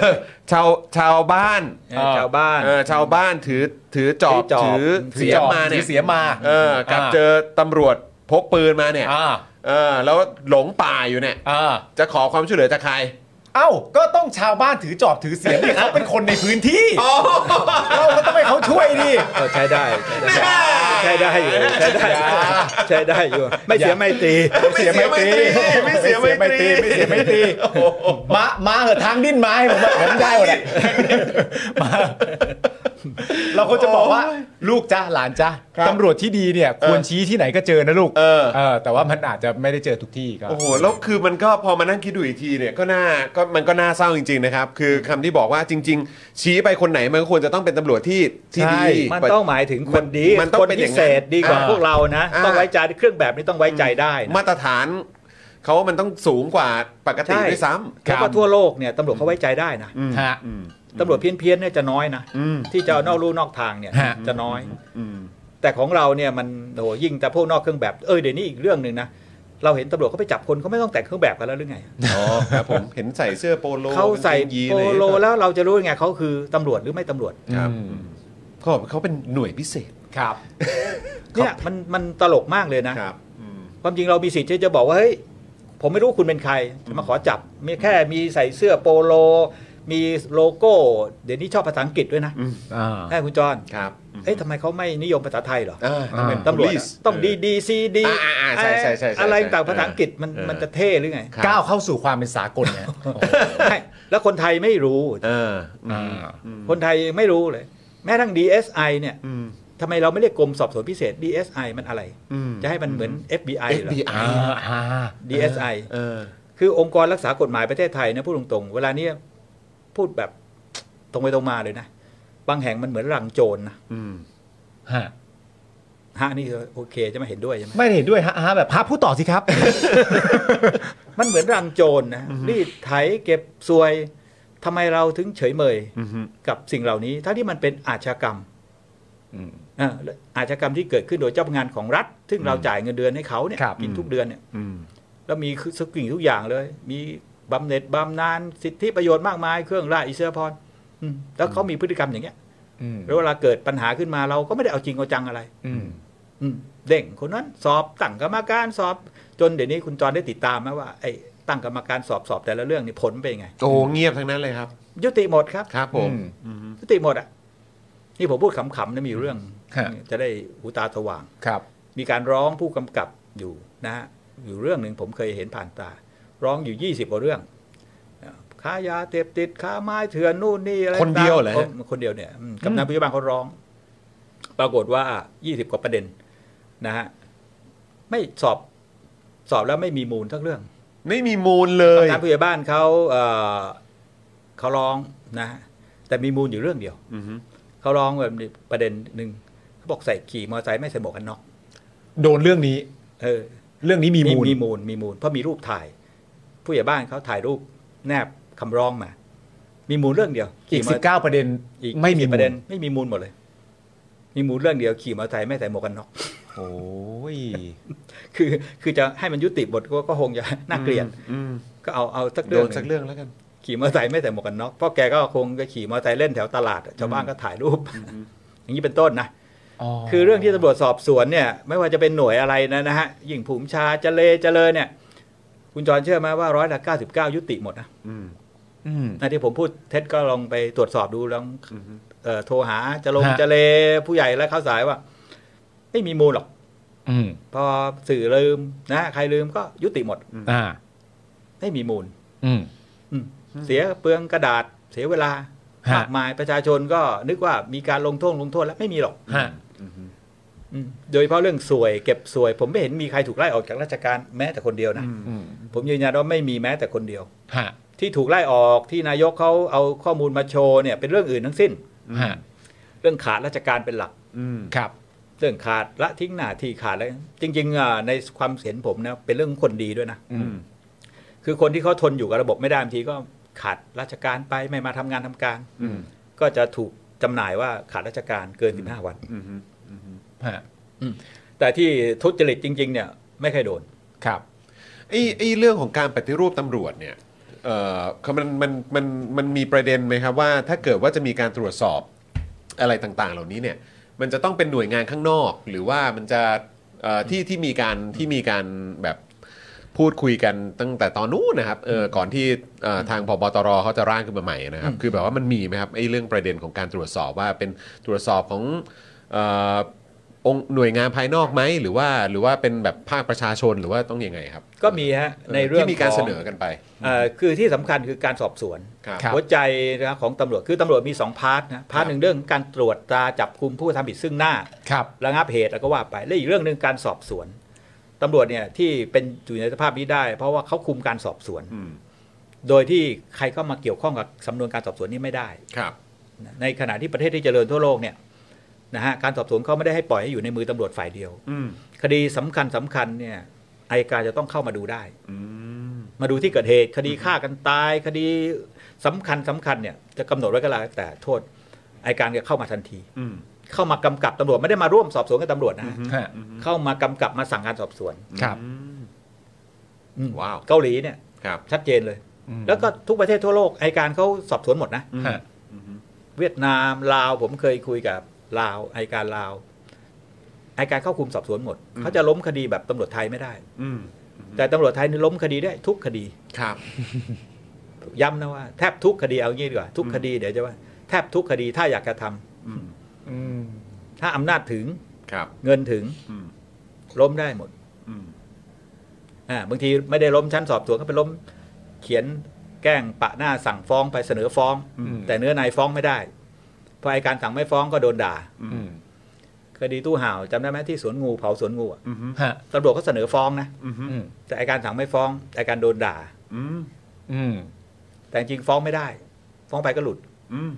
A: ชาวชาวบ้าน
F: เออชาวบ้าน
A: เออชาวบ้านถือถือจอบ
F: ถือจอบ
A: ถือ
C: ถือ
A: เสีย
C: จ
A: ม
C: อบ
A: มาเนี่
C: ถื
A: ย
C: อเสียมมา
A: เออกับเจอตำรวจพกปืนมาเนี่ย
C: อ่า
A: เออแล้วหลงป่าอยู่เนี่ย
C: อ่า
A: จะขอความช่วยเหลือจากใคร
C: เอ้าก็ต้องชาวบ้านถือจอบถือเสียมนี่เขาเป็นคนในพื้นที่
A: อ๋อ
C: เราก็ต้องให้เขาช่วยดิ
F: ก็ใช้ได้ใช้ได้อยู่ใช้ได้อยู่
C: อย่า
F: ใช้ได้อยู่ ไม่เสียไม่ตรี
A: ไม่เสียไมตรีไม่เสียไมตรี
C: ไม่เสียไมตรี
A: โอ้โห
C: มามาเหอะทางดิ้นมาให้ผมว่าผมได้หมดอะมาเราก็จะบอกว่าลูกจ้าหลานจ้า
B: ครับ
C: ตำรวจที่ดีเนี่ย ควรชี้ที่ไหนก็เจอนะลูก
A: เออ
C: เออแต่ว่ามันอาจจะไม่ได้เจอทุกที่ก็
A: โอ้โหแล้วคือมันก็พอมานั่งคิดดูอีกทีเนี่ยก็น่าก็มันก็น่าเศร้าจริงๆนะครับ คือคำที่บอกว่าจริง ๆ ชี้ไปคนไหนมันก็ควรจะต้องเป็นตำรวจที่ที่ดี
C: ใช่
F: มันต้องหมายถึงคนดี
A: มันต้อง
F: คน
A: เป็นอ
F: พิ
A: ย่างนั้น
F: เศษดีกว่า
C: อ่า
F: พวกเรานะ
A: อ่า
F: ต้องไว้ใจเครื่องแบบนี้ต้องไว้ใจได้นะ
A: มาตรฐานเขามันต้องสูงกว่าปกติด้วยซ้ำ
F: แล้วก็ทั่วโลกเนี่ยตำรวจเขาไว้ใจได้นะ
A: อืม
C: ฮะ
A: อืม
F: ตำรวจเพี้ยนเพี้ยนๆเนี่ยจะน้อยนะ
A: อืม
F: ที่จะเอานอกลู่นอกทางเนี่ย
C: ฮะ
F: จะน้อย
A: อืม
F: แต่ของเราเนี่ยมันโอ้โหยิ่งแต่พวกนอกเครื่องแบบเอ้ยเดี๋ยวนี้อีกเรื่องหนึ่งนะเราเห็นตำรวจเขาไปจับคนเขาไม่ต้องแต่งเครื่องแบบกันแล้วหรือไง
A: อ๋อครับผมเห็นใส่เสื้อโปโล
F: เขาใส่
A: กงกงยีน
F: โป
A: อะ
F: โล
A: ไร
F: แล้วเราจะรู้ยังไงเขาคือตำรวจหรือไม่ตำรวจ
A: ครับเขาบอกเขาเป็นหน่วยพิเศษ
C: ครับ
F: เนี่ยมันมันตลกมากเลยนะ
A: ครับอืม
F: ความจริงเรามีสิทธิ์ที่จะบอกว่าเฮ้ยผมไม่รู้คุณเป็นใครจะมาขอจับมีแค่มีใส่เสื้อโปโล มีโลโก้ เดี๋ยวนี้ชอบภาษาอังกฤษด้วยนะ
A: อืม
F: ใช่คุณจร
A: ครับ
F: เอ้ยทำไมเขาไม่นิยมภาษาไทยเหรอ
A: อ่าทำไม
F: ตำรวจอะ
A: police
F: ต้องดีดีซีดี
A: อ่าอ่าอ่าใช่ใช่ใช่ใช่
F: อะไร
A: ใช่
F: ต่างภาษาอังกฤษมัน
A: เออ
F: มันจะเท่หรือไง
A: ครับ
C: ก้าวเข้าสู่ความเป็นสากลเนี่ย
F: ใช่แล้วคนไทยไม่รู้
A: เอออืม
F: คนไทยไม่รู้เลย แม้ทั้ง DSI เนี่ย
A: อืม
F: ทำไมเราไม่เรียกกรมสอบสวนพิเศษ DSI มันอะไร
A: อืม
F: จะให้มันเหมือน FBI เหรอ
C: อ่าอ่า
F: DSI
A: เออ
F: คือองค์กรรักษากฎหมายประเทศไทยนะพูดตรงๆ เวลาเนี้ยพูดแบบตรงไปตรงมาเลยนะ บางแห่งมันเหมือนรังโจรนะ
A: อืม
C: ฮะ
F: ฮะนี่คือโอเคจะไม่เห็นด้วยใช่ไหม
C: ไม่เห็นด้วยฮะฮะแบบฮะพูดต่อสิครับ
F: มันเหมือนรังโจรนะรีดไถเก็บสวยทำไมเราถึงเฉยเมย
A: อือฮึ
F: กับสิ่งเหล่านี้ทั้งที่มันเป็นอาชญากรรม
A: อืม
F: อ่าและอาชญากรรมที่เกิดขึ้นโดยเจ้าพนักงานของรัฐ ซึ่งเราจ่ายเงินเดือนให้เขาเนี่ย
C: ครับ
F: กินทุกเดือนเนี่ย
A: อืม
F: แล้วมีคือสกิ่งทุกอย่างเลย มีบำเหน็จบำนาญสิทธิประโยชน์มากมายเครื่องราชอิสริยพรอืมแล้วเขามีพฤติกรรมอย่างเงี้ย
C: อืม
F: แล้วเวลาเกิดปัญหาขึ้นมาเราก็ไม่ได้เอาจริงเอาจังอะไร
C: อืม
F: อืมเด้งคนนั้นสอบตั้งกรรมการสอบจนเดี๋ยวนี้คุณจรได้ติดตามไหมว่าไอ้ตั้งกรรมการสอบสอบแต่ละเรื่องนี่ผลเป็นยังไง
A: โอ้เงียบทั้งนั้นเลยครับ
F: ยุติหมดครับ
A: ครับผม
F: ยุติหมดอ่ะนี่ผมพูดขำๆนะมีอยู่เรื่อง
C: ฮะ
F: จะได้หูตาสว่าง
C: ครับ
F: มีการร้องผู้กำกับอยู่นะฮะอยู่เรื่องหนึ่งผมเคยเห็นผ่านตา ร้องอยู่ 20กว่าเรื่องเอ่อค้ายาเสพติดค้าไม้เถื่อนนู่นนี่อะไร
A: คนเดียวเหรอฮะ
F: ผมคนเดียวเนี่ยอืมกับนายผู้ใหญ่บ้านเขาร้อง ปรากฏว่า 20 กว่าประเด็นนะฮะไม่สอบสอบแล้วไม่มีมูลทั้งเรื่อง
A: ไม่มีมูลเล
F: กำ
A: ย
F: นันผู้ใหญ่บ้านเขาเอ่อเขาร้องนะฮะแต่มีมูลอยู่เรื่องเดียว
A: อือฮึ
F: เขาร้องแบบประเด็นหนึ่งเขาบอกใส่ขี่มอเตอร์ไซค์ไม่ใส่หมวกกันน็อก
C: โดนเรื่องนี้
F: เออ
C: เรื่องนี้มีมูล
F: มีมูลมีมูลเพราะมีรูปถ่าย ผู้ใหญ่บ้านเขาถ่ายรูปแนบคำร้องมา มีมูลเรื่องเดียว
C: อีก
F: มร์
C: 19 ประเด็น
F: อีก
C: ไม่มี
F: สิ
C: มู
F: บ
C: ล
F: ประเด็น ไม่มีมูลหมดเลย มีมูลเรื่องเดียวขี่มอเตอร์ไซค์ไม่ใส่หมวกกันน็อก
C: โอ้ย
F: [laughs] คือ คือจะให้มันยุติบทก็ก็คงจะน่าเกลียด
A: อืม
F: ก็เอาเอาสัก
A: โด
F: เรื่อง
A: นสัก
F: ห
A: เรื่
F: นึ่ง
A: องแล้วกัน
F: ขี่มอเตอร์ไซค์ไม่ใส่หมวกกันน็อกเพราะแกก็คงจะขี่มอเตอร์ไซค์เล่นแถวตลาดอะชาวบ้านก็ถ่ายรูป [laughs] อย่างนี้เป็นต้นนะ คือเรื่องที่ตำรวจสอบสวนเนี่ยไม่ว่าจะเป็นหน่วยอะไรนะนะฮะยิ่งผูมิชาเจเลเจเลเนี่ย คุณจรเชื่อไหมว่าร้อยละเก้าสิบเก้ายุติหมดนะ
A: อืม
C: อืม
F: นะที่ผมพูดเท็จก็ลองไปตรวจสอบดูลอง เอ่อโทรหาจะลง
C: ฮะ
F: จะเลผู้ใหญ่และเข้าสายว่า ไม่มีมูลหรอก
C: อืม
F: พอสื่อลืมนะใครลืมก็ยุติหมด
C: อ่า
F: ไม่มีมูล
C: อืม
F: อืมเสียเปลืองกระดาษเสียเวลา
C: ฮะ
F: มากมายประชาชนก็นึกว่ามีการลงโทษลงโทษแล้วไม่มีหรอก
C: ฮะ
F: อืมโดยเฉพาะเรื่องสวยเก็บสวย ผมไม่เห็นมีใครถูกไล่ออกจากราชการแม้แต่คนเดียวนะ
C: อืม
F: ผมยืนยันว่าไม่มีแม้แต่คนเดียว
C: ฮะ
F: ที่ถูกไล่ออกที่นายกเขาเอาข้อมูลมาโชว์เนี่ยเป็นเรื่องอื่นทั้งสิ้น
C: ฮะ
F: เรื่องขาดราชการเป็นหลัก
C: ครับ
F: เรื่องขาดละทิ้งหน้าที่ขาดแล้วจริงๆอ่ะในความเห็นผมนะเป็นเรื่องของคนดีด้วยนะ
A: อืม
F: คือคนที่เขาทนอยู่กับระบบไม่ได้บางทีก็ขาดราชการไปไม่มาทำงานทำการ ก็จะถูกจำหน่ายว่าขาดราชการเกิน 15 วัน
C: ฮะ
F: แต่ที่ทุจริตจริง ๆ เนี่ยไม่เคยโดน
C: ครับ
A: ไอ้ไอ้เรื่องของการปฏิรูปตำรวจเนี่ยเอ่อคือมันมันมันมันมีประเด็นไหมครับว่า ถ้าเกิดว่าจะมีการตรวจสอบอะไรต่างๆ เหล่านี้เนี่ยมันจะต้องเป็นหน่วยงานข้างนอก หรือว่ามันจะเอ่อที่ที่มีการที่มีการแบบพูดคุยกันตั้งแต่ตอนนู้นนะครับเออก่อนที่เอ่อทางพบตรเขาจะร่างขึ้นมาใหม่นะครับ คือแบบว่ามันมีไหมครับไอ้เรื่องประเด็นของการตรวจสอบว่าเป็นตรวจสอบของเอ่อองค์หน่วยงานภายนอกไหมหรือว่าหรือว่าเป็นแบบภาคประชาชนหรือว่าต้องยังไงครับ
F: ก็มีฮะในเรื่อง
A: ที่มีการ
F: ข
A: เส
F: ง
A: นอกันไป
F: เอ่อคือที่สำคัญคือการสอบสวน
A: ครับ
C: ครับ
F: หัวใจนะของตำรวจคือตำรวจมี 2 พาร์ทนะพาร์ทหนึ่งเรื่องการตรวจตราจับกลุ่มผู้ทำผิดซึ่งหน้า
C: ครับ
F: ระงับเหตุแล้วก็ว่าไปและอีกเรื่องหนึ่งการสอบสวนตำรวจเนี่ยที่เป็นอยู่ในสภาพนี้ได้ เพราะว่าเขาคุมการสอบสวน
A: อืม
F: โดยที่ใครเข้ามาเกี่ยวข้องกับสำนวนการสอบสวนนี้ไม่ได้
A: ครับ
F: นะในขณะที่ประเทศที่เจริญทั่วโลกเนี่ยนะฮะการสอบสวนเขาไม่ได้ให้ปล่อยให้อยู่ในมือตำรวจฝ่ายเดียว
A: อืม
F: คดีสำคัญสำคัญเนี่ยอายการจะต้องเข้ามาดูได้
A: อืม
F: มาดูที่เกิดเหตุ คดีฆ่ากันตาย คดีสำคัญสำคัญเนี่ยจะกำหนดไว้ก็แล้วแต่โทษอายการจะเข้ามาทันที
A: อืม
F: เข้ามากำกับตำรวจไม่ได้มาร่วมสอบสวนกับตำรวจนะฮะ
C: ฮะ
F: เข้ามากำกับมาสั่งการสอบสวน
C: ครับ
A: อืม
F: อืม
A: ว้าว
F: เกาหลีเนี่ย
A: ครับ
F: ชัดเจนเลย แล้วก็ทุกประเทศทั่วโลกอายการเขาสอบสวนหมดนะ
C: ฮะ
F: เวียดนามลาวผมเคยคุยกับลาวอายการลาวอายการเข้าคุมสอบสวนหมด เขาจะล้มคดีแบบตำรวจไทยไม่ได้
A: อืม
F: แต่ตำรวจไทยนี่ล้มคดีได้ทุกคดี
A: ครับ
F: ย้ำนะว่าแทบทุกคดีเอางี้ดีกว่าทุกคดีเดี๋ยวจะว่าแทบทุกคดีถ้าอยากจะทำ
A: อืม
C: อืม
F: ถ้าอำนาจถึง
A: ครับ
F: เงินถึง
A: อืม
F: ล้มได้หมด
A: อืม
F: อ่าบางทีไม่ได้ล้มชั้นสอบสวนก็ไปล้มเขียนแกล้งปะหน้าสั่งฟ้องไปเสนอฟ้อง
C: อืม
F: แต่เนื้อในฟ้องไม่ได้เพราะไอการสั่งไม่ฟ้องก็โดนด่า
A: อืม
F: คดีตู้ห่าวจำได้ไหมที่สวนงูเผาสวนงูอะ
A: อืมอืม
C: ฮะ
F: ตำรวจก็เสนอฟ้องนะ
A: อืม
C: อืม
F: แต่ไอการสั่งไม่ฟ้องไอการโดนด่า
A: อืม
C: อืม
F: แต่จริงฟ้องไม่ได้ ฟ้องไปก็หลุด
A: อืม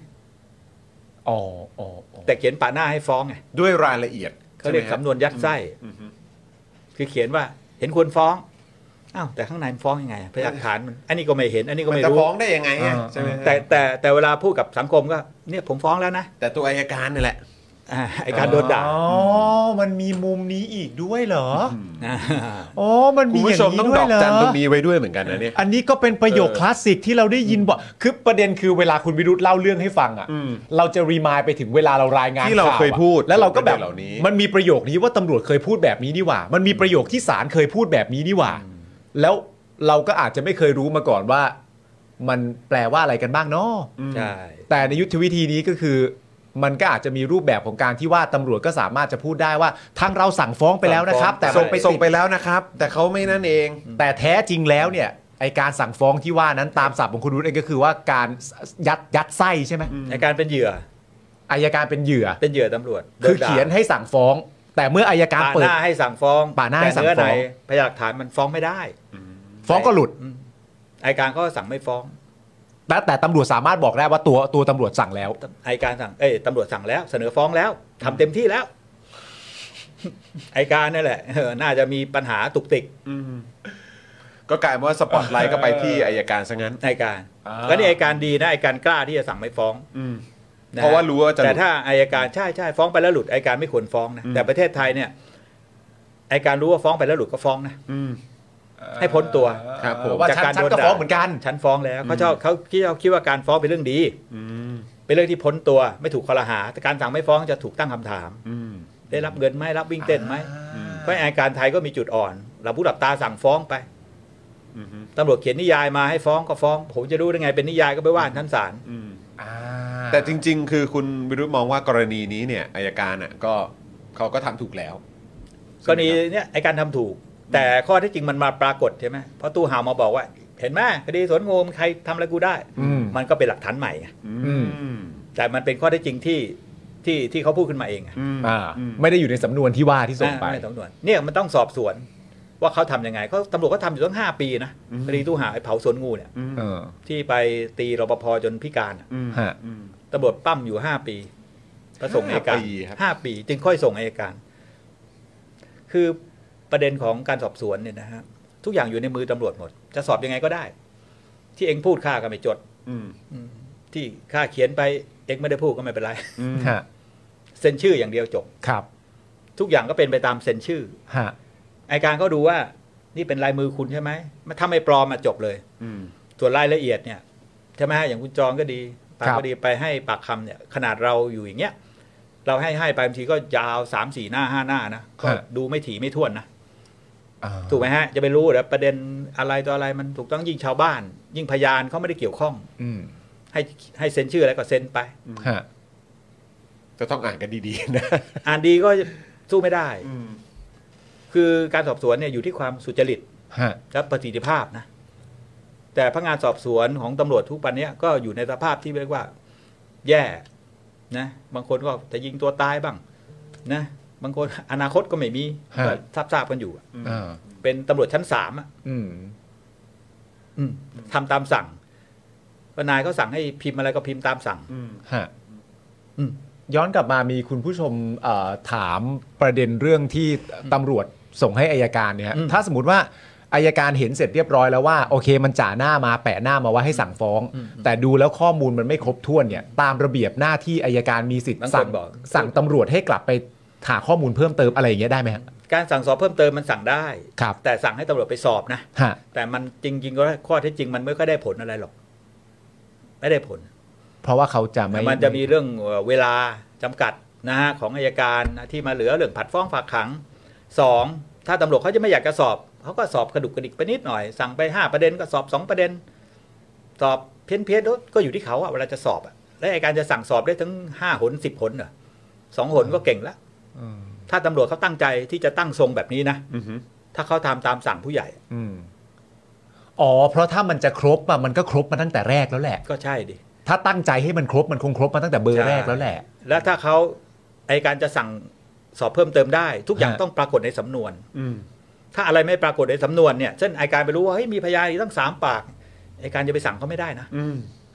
C: อ๋ออ๋ออ๋อ
F: แต่เขียนปะหน้าให้ฟ้องไง
A: ด้วยรายละเอียด
F: เขาเรียก
A: ใช่ไหมครับ
F: สำนวนยัดไส้
A: อืมอืม
F: คือเขียนว่าเห็นควรฟ้องอ้าวแต่ข้างในมันฟ้องยังไงอะพยานหลักฐานมันอันนี้ก็ไม่เห็น อันนี้ก็
A: มัน
F: ไม่
A: จะ
F: รู้
A: ฟ้องได้ยังไงอะใช่ไหมฮะ
F: แต่แต่แต่เวลาพูดกับสังคมก็เนี่ยผมฟ้องแล้วนะ
A: แต่ตัวอายการนี่แหละ
F: อ่าไอการโดนด่า
C: อ๋อ มันมีมุมนี้อีกด้วยเหรอ
F: า
C: อ๋อ มัน
A: คุ
C: มี
A: ณ
C: อ
A: ผู้
C: ย่า
A: ช
C: ง
A: ม
C: นี้
A: ต้อง
C: ด้
A: ดอ
C: วย
A: ก
C: เหรอ
A: จันตรงนี้ไว้ด้วยเหมือนกันนะเนี่ย
C: อันนี้ก็เป็นประโยค
A: เออ
C: คลาสสิกที่เราได้ยินบ่อยคือประเด็นคือเวลาคุณวิรุธเล่าเรื่องให้ฟังอ่ะ
A: อืม
C: เราจะรีมายไปถึงเวลาเรารายงาน
A: ที่เรา
C: ข่วอะ
A: เคยพูด
C: แล้วเราก็แบบ
A: ประเด็นเหล่านี้
C: มันมีประโยคนี้ว่าตำรวจเคยพูดแบบนี้นี่หว่า มันมีประโยคที่ศาลเคยพูดแบบนี้นี่หว่า แล้วเราก็อาจจะไม่เคยรู้มาก่อนว่า มันแปลว่าอะไรกันบ้างเนาะ
F: ใช่
C: แต่ในยุทธวิธีนี้ก็คือ มันก็อาจจะมีรูปแบบของการที่ว่าตำรวจก็สามารถจะพูดได้ว่าทางเราสั่งฟ้องไปแล้วนะครับ แต่
A: ส่
C: มั
A: ง
C: น
A: ไป
C: ไป
A: ส่ง
C: ติด
A: ไปแล้วนะครับ แต่เขาไม่นั่นเอง
C: แต่แท้จริงแล้วเนี่ยไอการสั่งฟ้องที่ว่านั้นตามศัพท์ของคุณรุ่นเองก็คือว่าการยัดยัดไส้ใช่ไหม
F: ไอการเป็นเหยื่อ
C: อายการเป็นเหยื่อ
F: เป็นเหยื่อตำรวจ
C: คือ
F: โดด่า
C: เขียนให้สั่งฟ้อง แต่เมื่ออายการ
F: ป่า
C: เปิ
F: ห
C: ด
F: น้าให้สั่งฟ้อง
C: ป่าหน้าให้สั่งฟ้อง
F: แต่เนื้ในพยานหลักฐานมันฟ้องไม่ได้
C: ฟ้องก็หลุด
F: อืมอายการก็สั่งไม่ฟ้อง
C: แต่แต่ตำรวจสามารถบอกได้ว่าตัวตัวตำรวจสั่งแล้ว
F: อายการสั่งเอ้ยตำรวจสั่งแล้ว เสนอฟ้องแล้วทำเต็มที่แล้ว [laughs] อายการนั่นแหละเออน่าจะมีปัญหาตุกติก
A: ก็กลายเป็นว่าสปอตไลท์ก็ไปที่อายการซะงั้น
F: อายการ
A: อ่า
F: ก็นี่อายการดีนะอายการกล้าที่จะสั่งไม่ฟ้อง
A: อืม
F: นฮ
A: เพราะว่ารู้ว่าจะหลุด
F: แต่ถ้าอายการใช่ใช่ฟ้องไปแล้วหลุดอายการไม่ควรฟ้องนะแต่ประเทศไทยเนี่ยอายการรู้ว่าฟ้องไปแล้วหลุดก็ฟ้องนะ
A: อืม
F: ให้พ้นตัว
A: ครับผม
C: ว่า
F: จาก
C: ฉัน
F: การ
C: ฉัน
F: โดน
C: ก็
F: ด่า
C: ฟ้องเหมือนกัน
F: ฉันฟ้องแล้วเขาชอบเขาคิดเขาคิดว่าการฟ้องเป็นเรื่องดี
A: อืม
F: เป็นเรื่องที่พ้นตัวไม่ถูกคอรหา แต่การสั่งไม่ฟ้องจะถูกตั้งคำถาม
A: อืม
F: ได้รับเงินไหมรับวิ่งเต้นไหม
A: อืม
F: เพราะอายการไทยก็มีจุดอ่อนเราผู้หลับตาสั่งฟ้องไป
A: อือฮึ
F: ตำรวจเขียนนิยายมาให้ฟ้องก็ฟ้อง ผมจะรู้ได้ไงเป็นนิยายก็ไปว่ากันชั้นศาล
A: อืม
C: อ่า า
A: แต่จริง ๆ คือคุณวิรุธมองว่ากรณีนี้เนี่ยอายการอ่ะก็เขาก็ทำถูกแล้ว
F: กรณีเนี้ยไอการทำถูก แต่ข้อเที่จริงมันมาปรากฏใช่ไหมเพราะตู้ห่าวมาบอกว่า เห็นไหมคดีสวนงูมใครทำอะไรกูได้
C: อืม
F: มันก็เป็นหลักฐานใหม่ไง
C: อืม
F: แต่มันเป็นข้อเที่จริงที่ที่ที่เขาพูดขึ้นมาเองไง
C: อ่าไม่ได้อยู่ในสำนวนที่ว่าที่ส่งไป
F: อ่าในสำนวนเนี่ยมันต้องสอบสวนว่าเขาทำยังไงเขาตำรวจก็ทำอยู่ตั้งห้าปีนะคดีตู้ห่าวไอเผาสวนงูเนี่ย
C: เออ
F: ที่ไปตีรปภจนพิการอะ
C: ฮะ
F: ตำรวจปั้มอยู่ห้าปีก็ส่งอัยการ
A: ห้าปีครับ
F: ห้าปี จึงค่อยส่งอัยการ คือประเด็นของการสอบสวนเนี่ยนะฮะทุกอย่างอยู่ในมือตำรวจหมด จะสอบยังไงก็ได้ ที่เองพูดข้าก็ไม่จด
A: อืม
F: ที่ข้าเขียนไปเองไม่ได้พูดก็ไม่เป็นไร [laughs]
A: อืม
C: ฮะ
F: เซ็นชื่ออย่างเดียวจบ
C: ครับ
F: ทุกอย่างก็เป็นไปตามเซ็นชื่อ
C: ฮะ
F: อัยการก็ดูว่า นี่เป็นลายมือคุณใช่ไหมมาทำไอ้ปลอมมาจบเลย
A: อืม
F: ส่วนรายละเอียดเนี่ยใช่ไหมฮะอย่างคุณจองก็ดีปากก็ดีไปให้ปากคำเนี่ย ขนาดเราอยู่อย่างเงี้ยเราให้ให้ไปบางทีก็ยาวสามสี่หน้าห้าหน้านะก็ดูไม่ถี่ไม่ท่วนนะ
C: อ่า
F: ถูกไหมฮะ จะไปรู้แล้วประเด็นอะไรต่ออะไรมันถูกต้องยิ่งชาวบ้าน ยิ่งพยานเขาไม่ได้เกี่ยวข้อง
C: อืม
F: ให้ให้เซ็นชื่ออะไรก็เซ็นไป
C: ฮะ
A: จะต้องอ่านกันดีๆนะ
F: อ่านดีก็สู้ไม่ได้ คือการสอบสวนเนี่ยอยู่ที่ความสุจริต
C: ฮะ
F: และประสิทธิภาพนะ แต่พนักงานสอบสวนของตำรวจทุกปันเนี้ยก็อยู่ในสภาพที่เรียกว่า แย่นะบางคนก็จะยิงตัวตายบ้าง นะ บางคนอนาคตก็ไม่มีก็ทราบทราบๆกันอยู่อะ
C: อ่า
F: เป็นตำรวจชั้นสามอะ
C: อืม
F: อืมทำตามสั่งว่านายก็สั่งให้พิมพ์อะไรก็พิมพ์ตามสั่ง
C: ฮะ
F: อืม
C: ย้อนกลับมามีคุณผู้ชมเอ่อถามประเด็นเรื่องที่ตำรวจส่งให้อายการเนี่ยฮะ
F: อืม
C: ถ้าสมมติว่าอายการเห็นเสร็จเรียบร้อยแล้วว่าโอเคมันจ่าหน้ามาแปะหน้ามาว่าให้สั่งฟ้อง แต่ดูแล้วข้อมูลมันไม่ครบถ้วนเนี่ย ตามระเบียบหน้าที่อายการมีสิทธิ์
F: บางค
C: สั่ง
F: นบอก
C: สั่งตำรวจให้กลับไปหาข้อมูลเพิ่มเติมอะไรอย่างเงี้ยได้ไหมฮะ
F: การสั่งสอบเพิ่มเติมมันสั่งได้
C: ครับ
F: แต่สั่งให้ตำรวจไปสอบนะ
C: ฮะ
F: แต่มันจริงๆก็ข้อเท็จจริงมันไม่ค่อยได้ผลอะไรหรอก ไม่ได้ผล
C: เพราะว่าเขาจะไม่
F: มันจะมีเรื่องเอ่อเวลาจำกัดนะฮะของอายการนะที่มาเหลือเรื่องผัดฟ้องฝากขังสองถ้าตำรวจเขาจะไม่อยากจะสอบ เขาก็สอบกระดุกกระดิกไปนิดหน่อย สั่งไป 5 ประเด็นก็สอบ 2 ประเด็น สอบเพี้ยนเพี้ยนๆก็อยู่ที่เขาอะเวลาจะสอบอะและอายการจะสั่งสอบได้ถึง 5 หน 10 หนเหรอสองหนก็เก่งละถ้าตำรวจเขาตั้งใจที่จะตั้งทรงแบบนี้นะ
A: อือฮึ
F: ถ้าเขาทำตามสั่งผู้ใหญ่
C: อืมอ๋อ เพราะถ้ามันจะครบอะมันก็ครบมาตั้งแต่แรกแล้วแหละ
F: ก็ใช่ดิ
C: ถ้าตั้งใจให้มันครบมันคงครบมาตั้งแต่เบอร์แรกแล้วแหละ
F: แล้วถ้าเขาไอยการจะสั่งสอบเพิ่มเติมได้ ทุกอย่าง
C: ฮะ
F: ต้องปรากฏในสำนวนถ้าอะไรไม่ปรากฏในสำนวนเนี่ยเช่นไอยการไปรู้ว่าเฮ้ยมีพยานอีกตั้งสามปากไอยการจะไปสั่งเขาไม่ได้นะ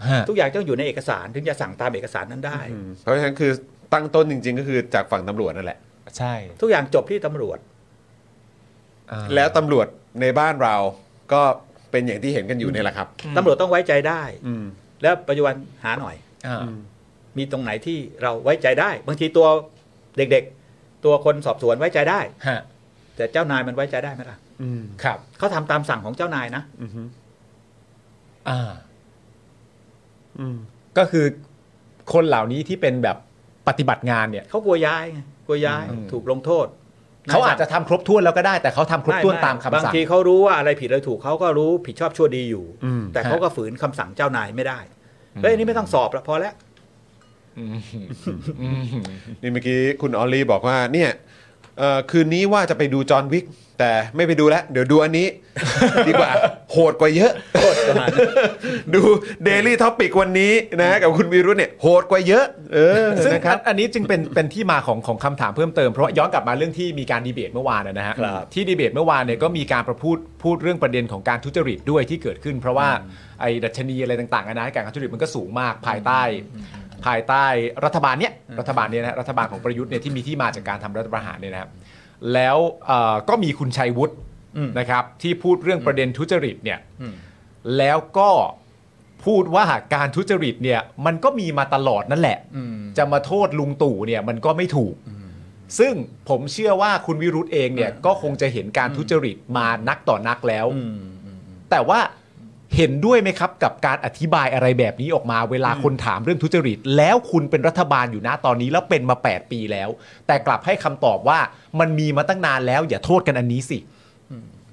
C: ฮะ
F: ทุกอย่างต้องอยู่ในเอกสารถึงจะสั่งตามเอกสารนั้นได้
A: เพราะฉะนั้นคือตั้งต้นจริง ๆ ก็คือจากฝั่งตำรวจนั่นแหละ
C: ใช่
F: ทุกอย่างจบที่ตำรวจ
C: อ่า
A: แล้วตำรวจในบ้านเราก็เป็นอย่างที่เห็นกันอยู่เนี่ยแหละครับ
F: ตำรวจต้องไว้ใจได้
A: อืม
F: แล้วปัจจุบันหาหน่อย
C: อ่า
F: มีตรงไหนที่เราไว้ใจได้ บางทีตัวเด็กๆ ตัวคนสอบสวนไว้ใจได้
C: ฮะ
F: แต่เจ้านายมันไว้ใจได้ไหมล่ะ
C: ครับ
F: เขาทำตามสั่งของเจ้านายนะ
C: อ่าก็คือคนเหล่านี้ที่เป็นแบบปฏิบัติงานเนี่ย
F: เขากลัวย้ายไงกลัวย้าย
C: อืม
F: ถูกลงโทษ
C: เขาอาจจะทำครบถ้วนแล้วก็ได้ แต่เขาทำครบ
F: ไม่
C: ถ้วน
F: ไ
C: ตามคำ
F: บาง
C: สั่ง
F: ทีเขารู้ว่าอะไรผิดอะไรถูกเขาก็รู้ผิดชอบชั่วดีอยู่ แต่
C: ฮะ
F: เขาก็ฝืนคำสั่งเจ้านายไม่ได้เฮ้ยอันนี่ไม่ต้องสอบละพอแล้ว
C: อืมอืม
A: นี่เมื่อกี้คุณออลลี่บอกว่าเนี่ยเอ่อคืนนี้ว่าจะไปดูจอห์นวิก แต่ไม่ไปดูแล้ว เดี๋ยวดูอันนี้ [laughs] ดีกว่า โหดกว่าเยอะ [laughs]
F: โทษประหาร
A: ดู Daily Topic วันนี้นะกับคุณวีรุธเนี่ยโหดกว่าเยอะ เออ
C: ซึ่ง
A: นะครับ
C: อันอันนี้จึงเป็นเป็นที่มาของของคำถามเพิ่มเติมเพราะย้อนกลับมาเรื่องที่มีการดีเบตเมื่อวานนะนะฮะ
F: ครับ
C: ที่ดีเบตเมื่อวานเนี่ยก็มีการประพูดพูดเรื่องประเด็นของการทุจริตด้วยที่เกิดขึ้น เพราะว่าไอ้ดัชนีอะไรต่างๆอะนะการทุจริตมันก็สูงมากภายใต้ ภายใต้รัฐบาลเนี้ยรัฐบาลเนี้ยนะรัฐบาลของประยุทธ์เนี่ยที่มีที่มาจากการทำรัฐประหารเนี่ยนะครับแล้วเอ่อก็มีคุณชัยวุฒิ
F: อืม
C: นะครับที่พูดเรื่องประเด็นทุจริตเนี่ยแล้วก็พูดว่าการทุจริตเนี่ยมันก็มีมาตลอดนั่นแหละ จะมาโทษลุงตู่เนี่ยมันก็ไม่ถูก ซึ่งผมเชื่อว่าคุณวิรุธเองเนี่ยก็คงจะเห็นการทุจริตมานักต่อนักแล้ว
F: อืม
C: แต่ว่าเห็นด้วยไหมครับกับการอธิบายอะไรแบบนี้ออกมา เวลาคนถามเรื่องทุจริต แล้วคุณเป็นรัฐบาลอยู่นะตอนนี้แล้วเป็นมา 8 ปีแล้ว แต่กลับให้คำตอบว่ามันมีมาตั้งนานแล้ว อย่าโทษกันอันนี้สิ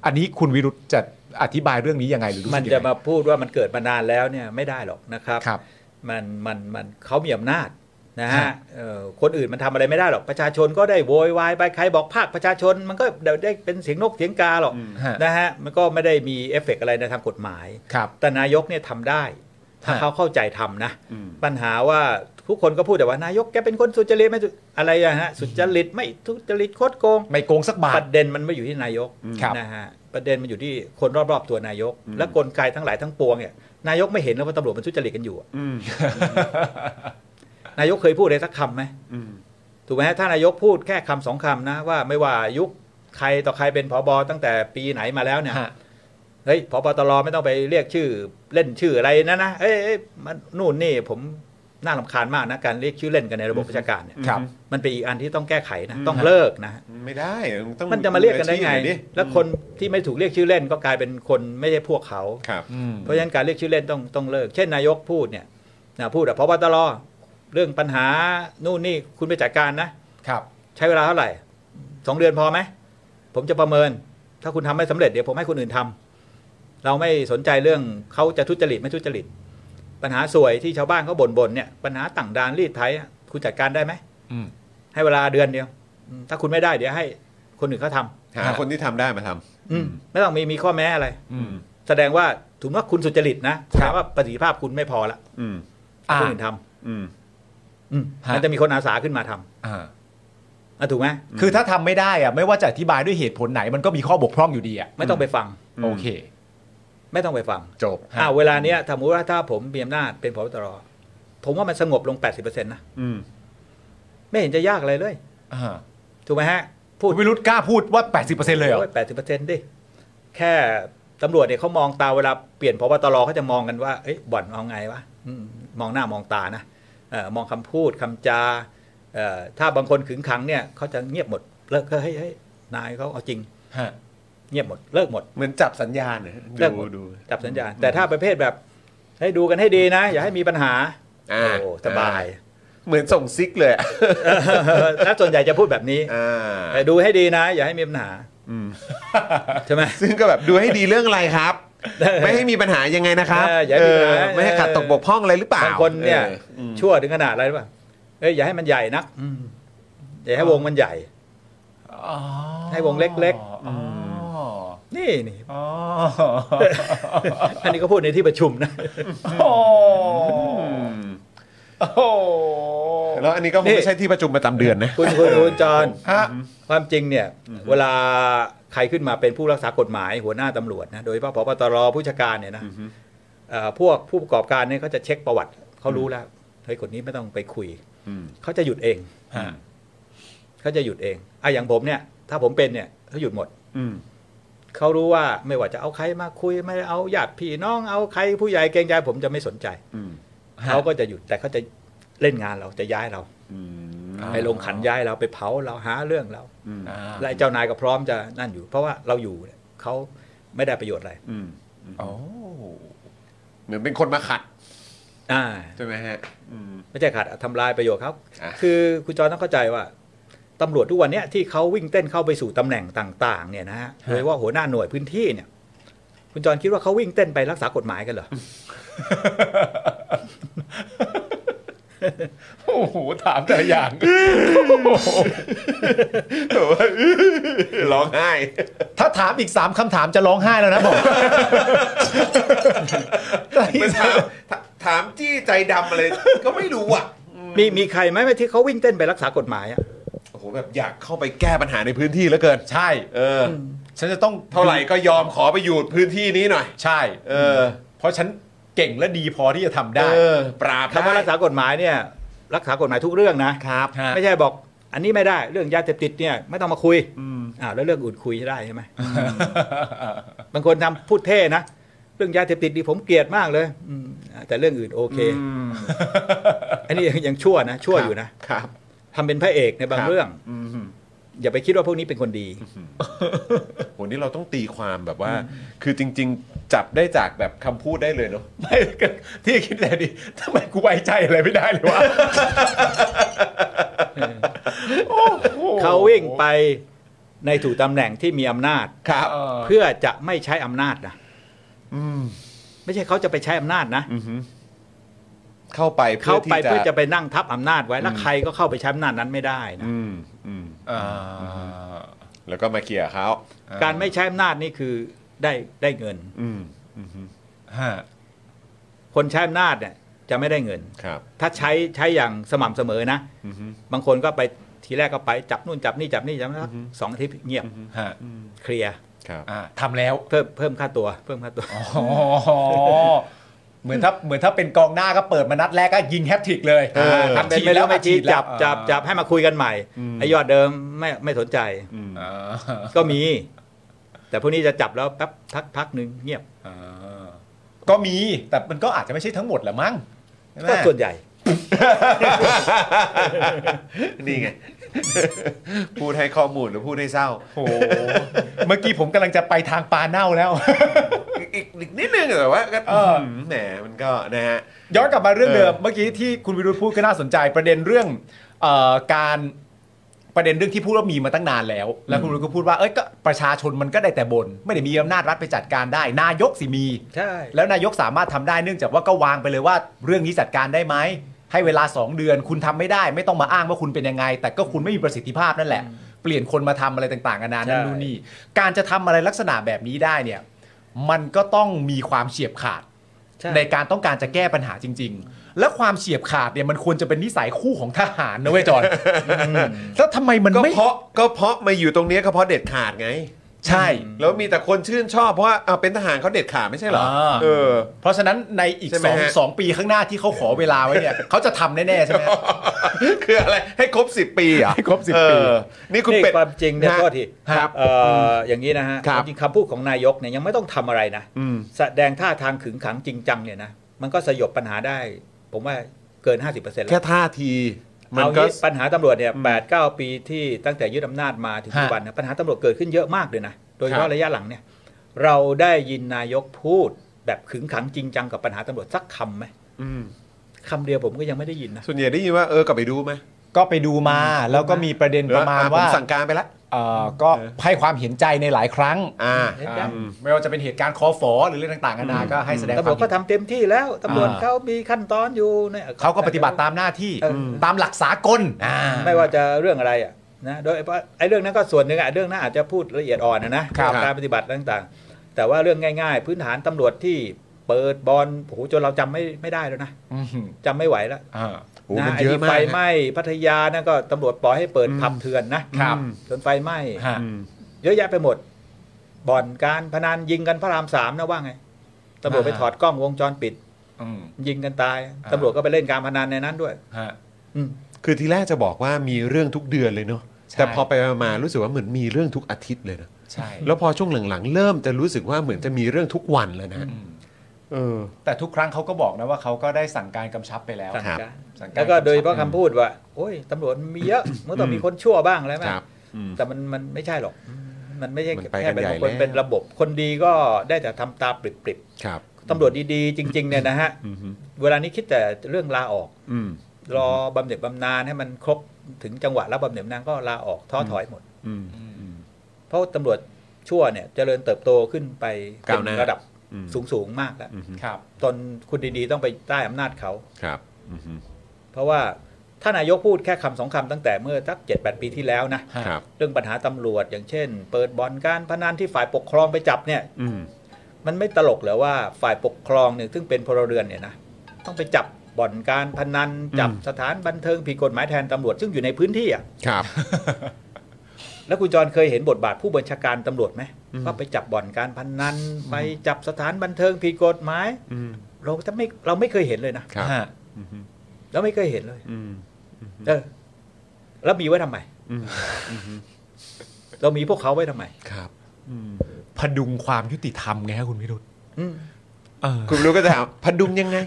C: อันนี้คุณวิรุธจะอธิบายเรื่องนี้ยังไงหรือรู้
F: มั
C: สึก
F: น
C: ยังไง
F: จะมาพูดว่ามันเกิดมานานแล้วเนี่ยไม่ได้หรอกนะครับ
C: ครับ
F: มันมันมันเขามีอำนาจนะ
C: ครั
F: ฮะ
C: บ
F: เอ่อคนอื่นมันทำอะไรไม่ได้หรอกประชาชนก็ได้โวยวายไปใครบอกภาคประชาชน มันก็ได้ได้เป็นเสียงนกเสียงกาหรอก
A: อืม
C: ฮะ
F: นะฮะมันก็ไม่ได้มีเอฟเฟกต์อะไรในทางกฎหมาย
C: ครับ
F: แต่นายกเนี่ยทำได้ ถ้า
C: ฮะ
F: เขาเข้าใจทำนะ
A: อืม
F: ปัญหาว่าทุกคนก็พูดแต่ว่านายกแกเป็นคนสุจริตไม่สุอะไรอะฮะสุจริตไม่ทุจริตโคดโกง
C: ไม่โกงสักบา
F: ป
C: ท
F: ระเด็นมันไม่อยู่ที่นายก
C: ครับ
F: นะฮะประเด็นมันอยู่ที่คนรอบๆตัวนายก
A: อืม
F: และกลไกทั้งหลายทั้งปวงเนี่ยนายกไม่เห็นแล้วว่าตำรวจมันทุจริตกันอยู่อะ
A: อืม
F: นายกเคยพูดอะไรสักคำไหม
A: อืม
F: ถูกไหมฮะถ้านายกพูดแค่คำสองคำนะว่าไม่ว่ายุคใครต่อใครเป็นผบตั้งแต่ปีไหนมาแล้วเนี่ย
C: ฮะ
F: เฮ้ยผบตรไม่ต้องไปเรียกชื่อเล่นชื่ออะไรนะนะเอ้ยเอ้ยมันนู่นนี่ผมน่าลำคาญมากนะการเรียกชื่อเล่นกันในระบบราชการเนี่ย
C: ครับ
F: มันเป็นอีกอันที่ต้องแก้ไขนะต้องเลิกนะ
A: ไม่ได้ต้อง
F: มันจะมาเรียกกันได้ไง
A: หน่อ
F: แล้วคนที่ไม่ถูกเรียกชื่อเล่นก็กลายเป็นคนไม่ใช่พวกเขา
A: ครับ
C: อืม
F: เพราะฉะนั้นการเรียกชื่อเล่นต้องต้องเลิก เช่นนายกพูดเนี่ยนะพูดอะพบตรเรื่องปัญหานู่นนี่คุณไปจัดการนะ
C: ครับ
F: ใช้เวลาเท่าไหร่สองเดือนพอไหม ผมจะประเมิน ถ้าคุณทำไม่สำเร็จเดี๋ยวผมให้คนอื่นทำเราไม่สนใจเรื่องเขาจะทุจริตไม่ทุจริต ปัญหาสวยที่ชาวบ้านเขาบ่นๆเนี่ยปัญหาต่างดานรีดไถอะคุณจัดการได้ไหม
C: อืม
F: ให้เวลาเดือนเดียวอืมถ้าคุณไม่ได้เดี๋ยวให้คนอื่นเขาทำ
A: หาคนที่ทำได้มาทำ
F: อืมไม่ต้องมีมีข้อแม้อะไร
C: อืม
F: แสดงว่าถึงว่าคุณสุจริตนะแส
C: ครั
F: ด
C: บ
F: งว่าประสิทธิภาพคุณไม่พอละ
A: อืม
F: ให้
C: อ่า
F: คนอื่นท
A: อืม
F: ำอืม
C: ฮะ
F: มันจะมีคนอาสาขึ้นมาท
C: อ่า
F: ำอ่ะถูกไหม
C: คือถ้าทำไม่ได้อะไม่ว่าจะอธิบายด้วยเหตุผลไหนมันก็มีข้อบกพร่องอยู่ดีอะ
F: ไม่ต้องไปฟัง
A: อืม
C: โอเค
F: ไม่ต้องไปฟัง
C: จบฮะ
F: อ่าเวลาเนี้ยถ้าสมมติว่าถ้าผมมีอำนาจเป็นพบตรผมว่ามันสงบลง 80%นะ
A: อืม
F: ไม่เห็นจะยากอะไรเลย
C: อ่า
F: ถูกไหมฮะ พู
C: คุ
F: ด
C: ณวิรุธกล้าพูดว่า 80%เลยเหรอ
F: แปดสิบเปอร์เซ็นต์ดิแค่ตำรวจเนี่ยเขามองตาเวลาเปลี่ยนพบตรเขาจะมองกันว่าเอ้ยบ่อนเอาไงวะอืมมองหน้ามองตานะเอ่อมองคำพูดคำจาเอ่อถ้าบางคนขึงขังเนี่ยเขาจะเงียบหมดเลิกเฮ้ยเฮ้ยนายเขาเอาจริง
C: ฮะ
F: เงียบหมดเลิกหมด
A: เหมือนจับสัญญาณนะฮะ
F: เลิกหม
A: ดูดู
F: จับสัญญาณแต่ถ้าประเภทแบบให้ยดูกันให้ดีนะ อย่าให้มีปัญหา
A: อ่า
F: โอ้สบาย
A: เหมือนส่งซิกเลยอะ
F: [laughs] แล้วส่วนใหญ่จะพูดแบบนี้
A: อ่า
F: เอ่อดูให้ดีนะ อย่าให้มีปัญหา
A: อืม [laughs]
F: ใช่ไหม
A: ซึ่งก็แบบดูให้ดีเรื่องอะไรครับ ไม่ให้มีปัญหายังไงนะครับ
F: เอออย่าให้มีปัญหา
A: เออไม่ให้ขัดตกบกพร่องอะไรหรือเปล่า
F: บางคนเนี่ย
A: อออืม
F: ชั่วถึงขนาดอะไรรู้ป่ะเอ้ยอย่าให้มันใหญ่นักอืมอย่าให้วงมันใหญ่
C: อ๋อ
F: ให้วงเล็ก
C: อ๋อ
F: นี่นี่
C: อ๋อ
F: อันนี้ก็พูดในที่ประชุมนะ
C: โอ้โห
A: แล้วอันนี้ก็คง
F: นี่
A: ไม่ใช่ที่ประชุมประจำเดือนนะ
F: คุณคุณคุณจร
C: ฮะ
F: ความจริงเนี่ย เวลาใครขึ้นมาเป็นผู้รักษากฎหมาย หัวหน้าตำรวจนะโดยเฉพาะพบตรผู้ชาการเนี่ยนะเอ่อพวกผู้ประกอบการเนี่ยเขาจะเช็คประวัติเขารู้แล้วเฮ้ยคนนี้ไม่ต้องไปคุย
A: อืม
F: เขาจะหยุดเอง
C: ฮะ
F: เขาจะหยุดเองอ่ะอย่างผมเนี่ย ถ้าผมเป็นเนี่ยเขาหยุดหมด
A: อืม
F: เขารู้ว่าไม่ว่าจะเอาใครมาคุยไม่เอาญาติพี่น้องเอาใครผู้ใหญ่เกรงใจผมจะไม่สนใจ
A: อืม
F: เขาก็จะหยุดแต่เขาจะเล่นงานเราจะย้ายเรา
A: อืม
F: ไปลงขันย้ายเราไปเผาเราหาเรื่องเรา
A: อืม
C: อ่า
F: และไอ้เจ้านายก็พร้อมจะนั่นอยู่ เพราะว่าเราอยู่เนี่ยเขาไม่ได้ประโยชน์อะไร
A: อืม
C: โอ้
A: เหมือนเป็นคนมาขัด
F: อ่า
A: ใช่ไหมฮะ อืม
F: ไม่ใช่ขาดทำลายประโยชน์ครับ
A: อ่ะ
F: คือคุณจอต้องเข้าใจว่าตำรวจทุกวันเนี้ยที่เขาวิ่งเต้นเข้าไปสู่ตำแหน่งต่าง ๆ เนี่ยนะฮะโดยเฉพาะหัวหน้าหน่วยพื้นที่เนี่ย คุณจรคิดว่าเขาวิ่งเต้นไปรักษากฎหมายกันเหรอ
C: โอ้โหถามแต่ละอย่าง
A: แบบว่าร้องไห้
C: ถ้าถามอีก 3คำถามจะร้องไห้แล้วนะผม
A: ไม่ถามถาถามจี้ใจดำอะไร ก็ไม่รู้อ่ะ
F: มีมีใครไหมที่เขาวิ่งเต้นไปรักษากฎหมายอะ
A: โอ้โห แบบอยากเข้าไปแก้ปัญหาในพื้นที่แล้วเกิน
C: ใช่
A: เออ
C: ฉันจะต้อง
A: เท่าไหร่ก็ยอมขอไปอยู่พื้นที่นี้หน่อย
C: ใช่
A: เออ
C: เพราะฉันเก่งและดีพอที่จะทำได้
A: เออ ปราบ
F: คำว่ารักษากฎหมายเนี่ย รักษากฎหมายทุกเรื่องนะ
A: ครับ
C: ฮะ
F: ไม่ใช่บอก อันนี้ไม่ได้เรื่องยาเสพติดเนี่ยไม่ต้องมาคุยอ่าแล้วเรื่องอื่นคุยได้ใช่ไหมบางคนทำพูดเท่นะ เรื่องยาเสพติดนี่ผมเกลียดมากเลยอืมอ่าแต่เรื่องอื่นโอเค อันนี้ยังยังชั่วนะ ชั่วอยู่นะครับ ทำเป็นพระเอกในบาง
A: ครับ
F: เรื่อง
A: อืม
F: อย่าไปคิดว่าพวกนี้เป็นคนดี
A: โหนี่เราต้องตีความแบบว่า คือจริง ๆ จับได้จากแบบคำพูดได้เลยเนาะ [laughs]
C: ไม่ก็ที่คิดแต่ดีทำไมกูไว้ใจอะไรไม่ได้เล
F: [laughs]
C: ยวะ
F: เขาวิ่งไปในถูกตำแหน่งที่มีอำนาจ
A: ครับ
F: เพื่อจะไม่ใช้อำนาจนะไม่ใช่เขาจะไปใช้อำนาจนะ
A: เข้าไป
F: เข้า
A: เพื่อ
F: ไป
A: ที่
F: เพื่อ
A: จะ
F: จะไปนั่งทับอำนาจไว้แล้วใครก็เข้าไปใช้อำนาจนั้นไม่ได้นะ
A: อืมอืม
C: อ่า
A: แล้วก็มาเคลียร์เขา
F: การไม่ใช้อำนาจนี่คือได้ได้เงิน
A: อืมอืมฮึ
C: ฮะ
F: คนใช้อำนาจเนี่ยจะไม่ได้เงิน
A: ครับ
F: ถ้าใช้ใช้อย่างสม่ำเสมอนะ
A: อืมฮึ
F: บางคนก็ไปทีแรกก็ไปจับนู่นจับนี่จับนี่จับนั่นสองอาทิตย์เงียบ
C: ฮะ
F: เคลียร์
A: ครับ
C: อ่าทำแล้ว
F: เพิ่มเพิ่มค่าตัว เพิ่มค่าตัว
C: อ๋อ เหมือนถ้าเหมือนถ้าเป็นกองหน้าก็เปิดมานัดแรกก็ยิงแฮตทริกเลย
A: เออ
C: อั
F: ทำเป็นไม่รู้ไม่ชี้
C: อัดฉีดแล้ว
F: จับจับจับให้มาคุยกันใหม่ไอ้ยอดเดิมไม่ไม่สนใจ
A: อืม
C: อ่า
F: ก็มี แต่พวกนี้จะจับแล้วแป๊บพักพักหนึ่งเงียบ
C: อ่าก็มีแต่มันก็อาจจะไม่ใช่ทั้งหมดละมั้งใช่ไหม
F: ก็ส่วนใหญ่
A: นี่ไง [laughs] พูดให้ข้อมูลหรือพูดให้เศร้า
C: โอ้โหเมื่อกี้ผมกำลังจะไปทางปลาเน่าแล้ว
A: อีกอีกอีกนิดนึงแต่ว่าก็
C: เออ
A: หืมแหมมันก็นะฮะ
C: ย้อนกลับมาเรื่องเดิม
A: เออ
C: เมื่อกี้ที่คุณวิรุธพูดก็น่าสนใจประเด็นเรื่องเออการประเด็นเรื่องที่พูดว่ามีมาตั้งนานแล้ว แล้วคุณวิรุธก็พูดว่าเอ้ยก็ประชาชนมันก็ได้แต่บน ไม่ได้มีอำนาจรัฐไปจัดการได้ นายกสิมี
F: ใช่
C: แล้วนายกสามารถทำได้เนื่องจากว่าก็วางไปเลยว่า เรื่องนี้จัดการได้ไหมให้เวลา 2 เดือนคุณทำไม่ได้ ไม่ต้องมาอ้างว่าคุณเป็นยังไง แต่ก็คุณไม่มีประสิทธิภาพนั่นแหละ เปลี่ยนคนมาทำอะไรต่างๆนานานั่น
F: ใช่
C: นู่นนี่การจะทำอะไรลักษณะแบบนี้ได้เนี่ยมันก็ต้องมีความเฉียบขาด
F: ใช่
C: ในการต้องการจะแก้ปัญหาจริง ๆ และความเฉียบขาดเนี่ยมันควรจะเป็นนิสัยคู่ของทหารนะเว้ยจอนแล้วทำไมมัน
A: ก็
C: ไม่
A: เพราะก็เพราะมาอยู่ตรงเนี้ยก็เพราะเด็ดขาดไง
C: ใช่
A: แล้วมีแต่คนชื่นชอบเพราะว่าอ่ะเป็นทหารเขาเด็ดขาดไม่ใช่เหรอ
C: อ่า
A: เออ [laughs]
C: เพราะฉะนั้นในอีก
A: ใช่ไหม
C: สอง
A: ฮะ
C: สองปีข้างหน้าที่เขาขอเวลาไว้เนี่ยเขาจะทำแน่ๆใช่ไหม
A: คืออะไรให้ครบ 10 ปีเหรอ่ะ
C: ให้ครบ10ปี
A: นี่คุณ
F: นี่
A: เป็ด
F: ความจริงเนี่ย
A: ฮะ
F: โทษที
C: ครับ
F: เอ่ออย่างนี้นะฮะ
A: ครับ
F: จริงๆคำพูดของนายกเนี่ยยังไม่ต้องทำอะไรนะ
A: อืม
F: แสดงท่าทางขึงขังจริงจังเนี่ยนะมันก็สยบปัญหาได้ ผมว่าเกิน 50%แล้ว
A: แค่ท่าที มัน
F: เอา
A: ก็
F: งี้ปัญหาตำรวจเนี่ยแปดเก้าปีที่ตั้งแต่ยึดอำนาจมาถึงปัจจุบันนะปัญหาตำรวจเกิดขึ้นเยอะมากเลยนะ โดยเฉ
A: ครั
F: พาะ
A: บ
F: ระยะหลังเนี่ย เราได้ยินนายกพูดแบบขึงขังจริงจังกับปัญหาตำรวจสักคำไหม
A: อืม
F: คำเดียวผมก็ยังไม่ได้ยินนะ
A: ส่วนใหญ่ได้ยินว่าเออกลับไปดูไหม
C: ก็ไปดูมาแล้วก็มีประเด็น
A: หรือ
C: ป
A: ว่า
C: ระมาณ
A: อ่ะผม
C: ว่า
A: สั่งการไปแล้ว
C: เอ่อก็ให้ความเห็นใจในหลายครั้ง
A: อ่า
F: เห็นใจ
C: อืมไม่ว่าจะเป็นเหตุการณ์คอฟอหรือเรื่องต่างๆนานาก็ให้แสดงค
F: ตำรว
C: วา
F: จ
C: ม
F: ก็
C: เห็น
F: ทำเต็มที่แล้วตำรวจ
C: อ่า
F: เขามีขั้นตอนอยู่นี่ย
C: เขาก็ปฏิบัติตามหน้าที่
F: เออ
C: ตามหลักสากลอ่า
F: ไม่ว่าจะเรื่องอะไรอ่ะนะโดยเฉพาะไอ้เรื่องนั้นก็ส่วนหนึ่งอ่ะเรื่องนั้นอาจจะพูดละเอียดอ่อนนะนะครับ การปฏิบัติต่างๆ แต่ว่าเรื่องง่าย ๆ พื้นฐานตำรวจที่เปิดบอลโอ้โหจนเราจำไม่ไม่ได้แล้วนะ
C: อืม
F: จำไม่ไหวแล้ว
C: อ่า
A: โอ้โห
F: นะ
A: มัน
F: ไอ้
A: เยอะ
F: ที่
A: มา
F: ไฟ
A: กนะ
F: ไหม้พัทยานะก็ตำรวจปล่อยให้เปิดผับเถื่อนนะครับ จนไฟไหม้
C: ฮะ
A: อืม
F: เยอะแยะไปหมด บ่อนการพนันยิงกันพระรามสามนะว่าไงตำรวจไปถอดกล้องวงจรปิด
C: อืม
F: ยิงกันตาย
C: อ่า
F: ตำรวจก็ไปเล่นการพนันในนั้นด้วย
C: ฮะ
F: อืม
A: คือทีแรกจะบอกว่ามีเรื่องทุกเดือนเลยเนาะ
C: ใช่
A: แต่พอไปมารู้สึกว่าเหมือนมีเรื่องทุกอาทิตย์เลยนะ
C: ใช่
A: แล้วพอช่วงหลังๆ เริ่มจะรู้สึกว่าเหมือนจะมีเรื่องทุกวันแล้วนะ
C: อืม
A: เออ
C: แต่ทุกครั้งเขาก็บอกนะว่าเขาก็ได้สั่งการกำชับไปแล้ว
F: สั่ง
A: ครับ
F: การ
C: สั่งการ
F: แล้วก็
C: กำชับ
F: โดยเฉพาะคำพูดว่าโอ้ยตำรวจมีเยอะมันต้องมีคนชั่วบ้างแล้วไหม
A: ครับอืม
F: แต่มันมันไม่ใช่หรอก มันไม่ใช่
A: มันไปกั
F: แค่
A: น
F: เป็น
A: ใหญ่
F: คน
A: แล้ว
F: เป็นระบบ คนดีก็ได้แต่ทำตาปริบ
A: ครับ
F: ๆตำรวจดีๆ จริงๆเนี่ยนะฮะ
A: อืมฮึ
F: เวลานี้คิดแต่เรื่องลาออก
A: อืม
F: รอบำเหน็จบำนาญให้มันครบถึงจังหวะรับบำเหน็จบำนาญก็ลาออกท้อถอยหมด
A: อืม
F: เพราะตำรวจชั่วเนี่ยเจริญเติบโตขึ้นไปเป็
A: ก้าวหน้า
F: ระดับ
A: อืม
F: สูงสูงๆมากแล้ว
A: อืมฮึ
C: ครับ
F: ตนคุณดีๆต้องไปใต้อำนาจเขา
A: ครับอืมฮึ
F: เพราะว่าถ้านายกพูดแค่คำสองคำตั้งแต่เมื่อสักเจ็ดแปดปีที่แล้วนะ
C: ฮะ
A: ครับ
F: เรื่องปัญหาตำรวจอย่างเช่น เปิดบ่อนการพนันที่ฝ่ายปกครองไปจับเนี่ย
A: อืม
F: มันไม่ตลกเหรอว่าฝ่ายปกครองเนี่ยซึ่งเป็นพลเรือนเนี่ยนะต้องไปจับบ่อนการพนันจับสถานบันเทิงผิดกฎหมายแทนตำรวจซึ่งอยู่ในพื้นที่อ่ะ
A: ครับ
F: แล้วคุณจรเคยเห็นบทบาทผู้บัญชาการตำรวจไหมว่าไปจับบ่อนการพนนันไปจับสถานบันเทิงผิดกฎหมาย
A: อืม
F: เราจะไม่เราไม่เคยเห็นเลยนะครับ
C: ฮะ
A: อืมฮึ
F: เราไม่เคยเห็นเลย
A: อืม
F: เออแล้วมีไว้ทำไม
A: อืม
F: เรามีพวกเขาไว้ทำไม
A: ครับ
C: พดุงความยุติธรรมไงฮะคุณวิรุธ
F: อืม
C: เออ
A: คุณรู้ก็จะถามพดุงยังไง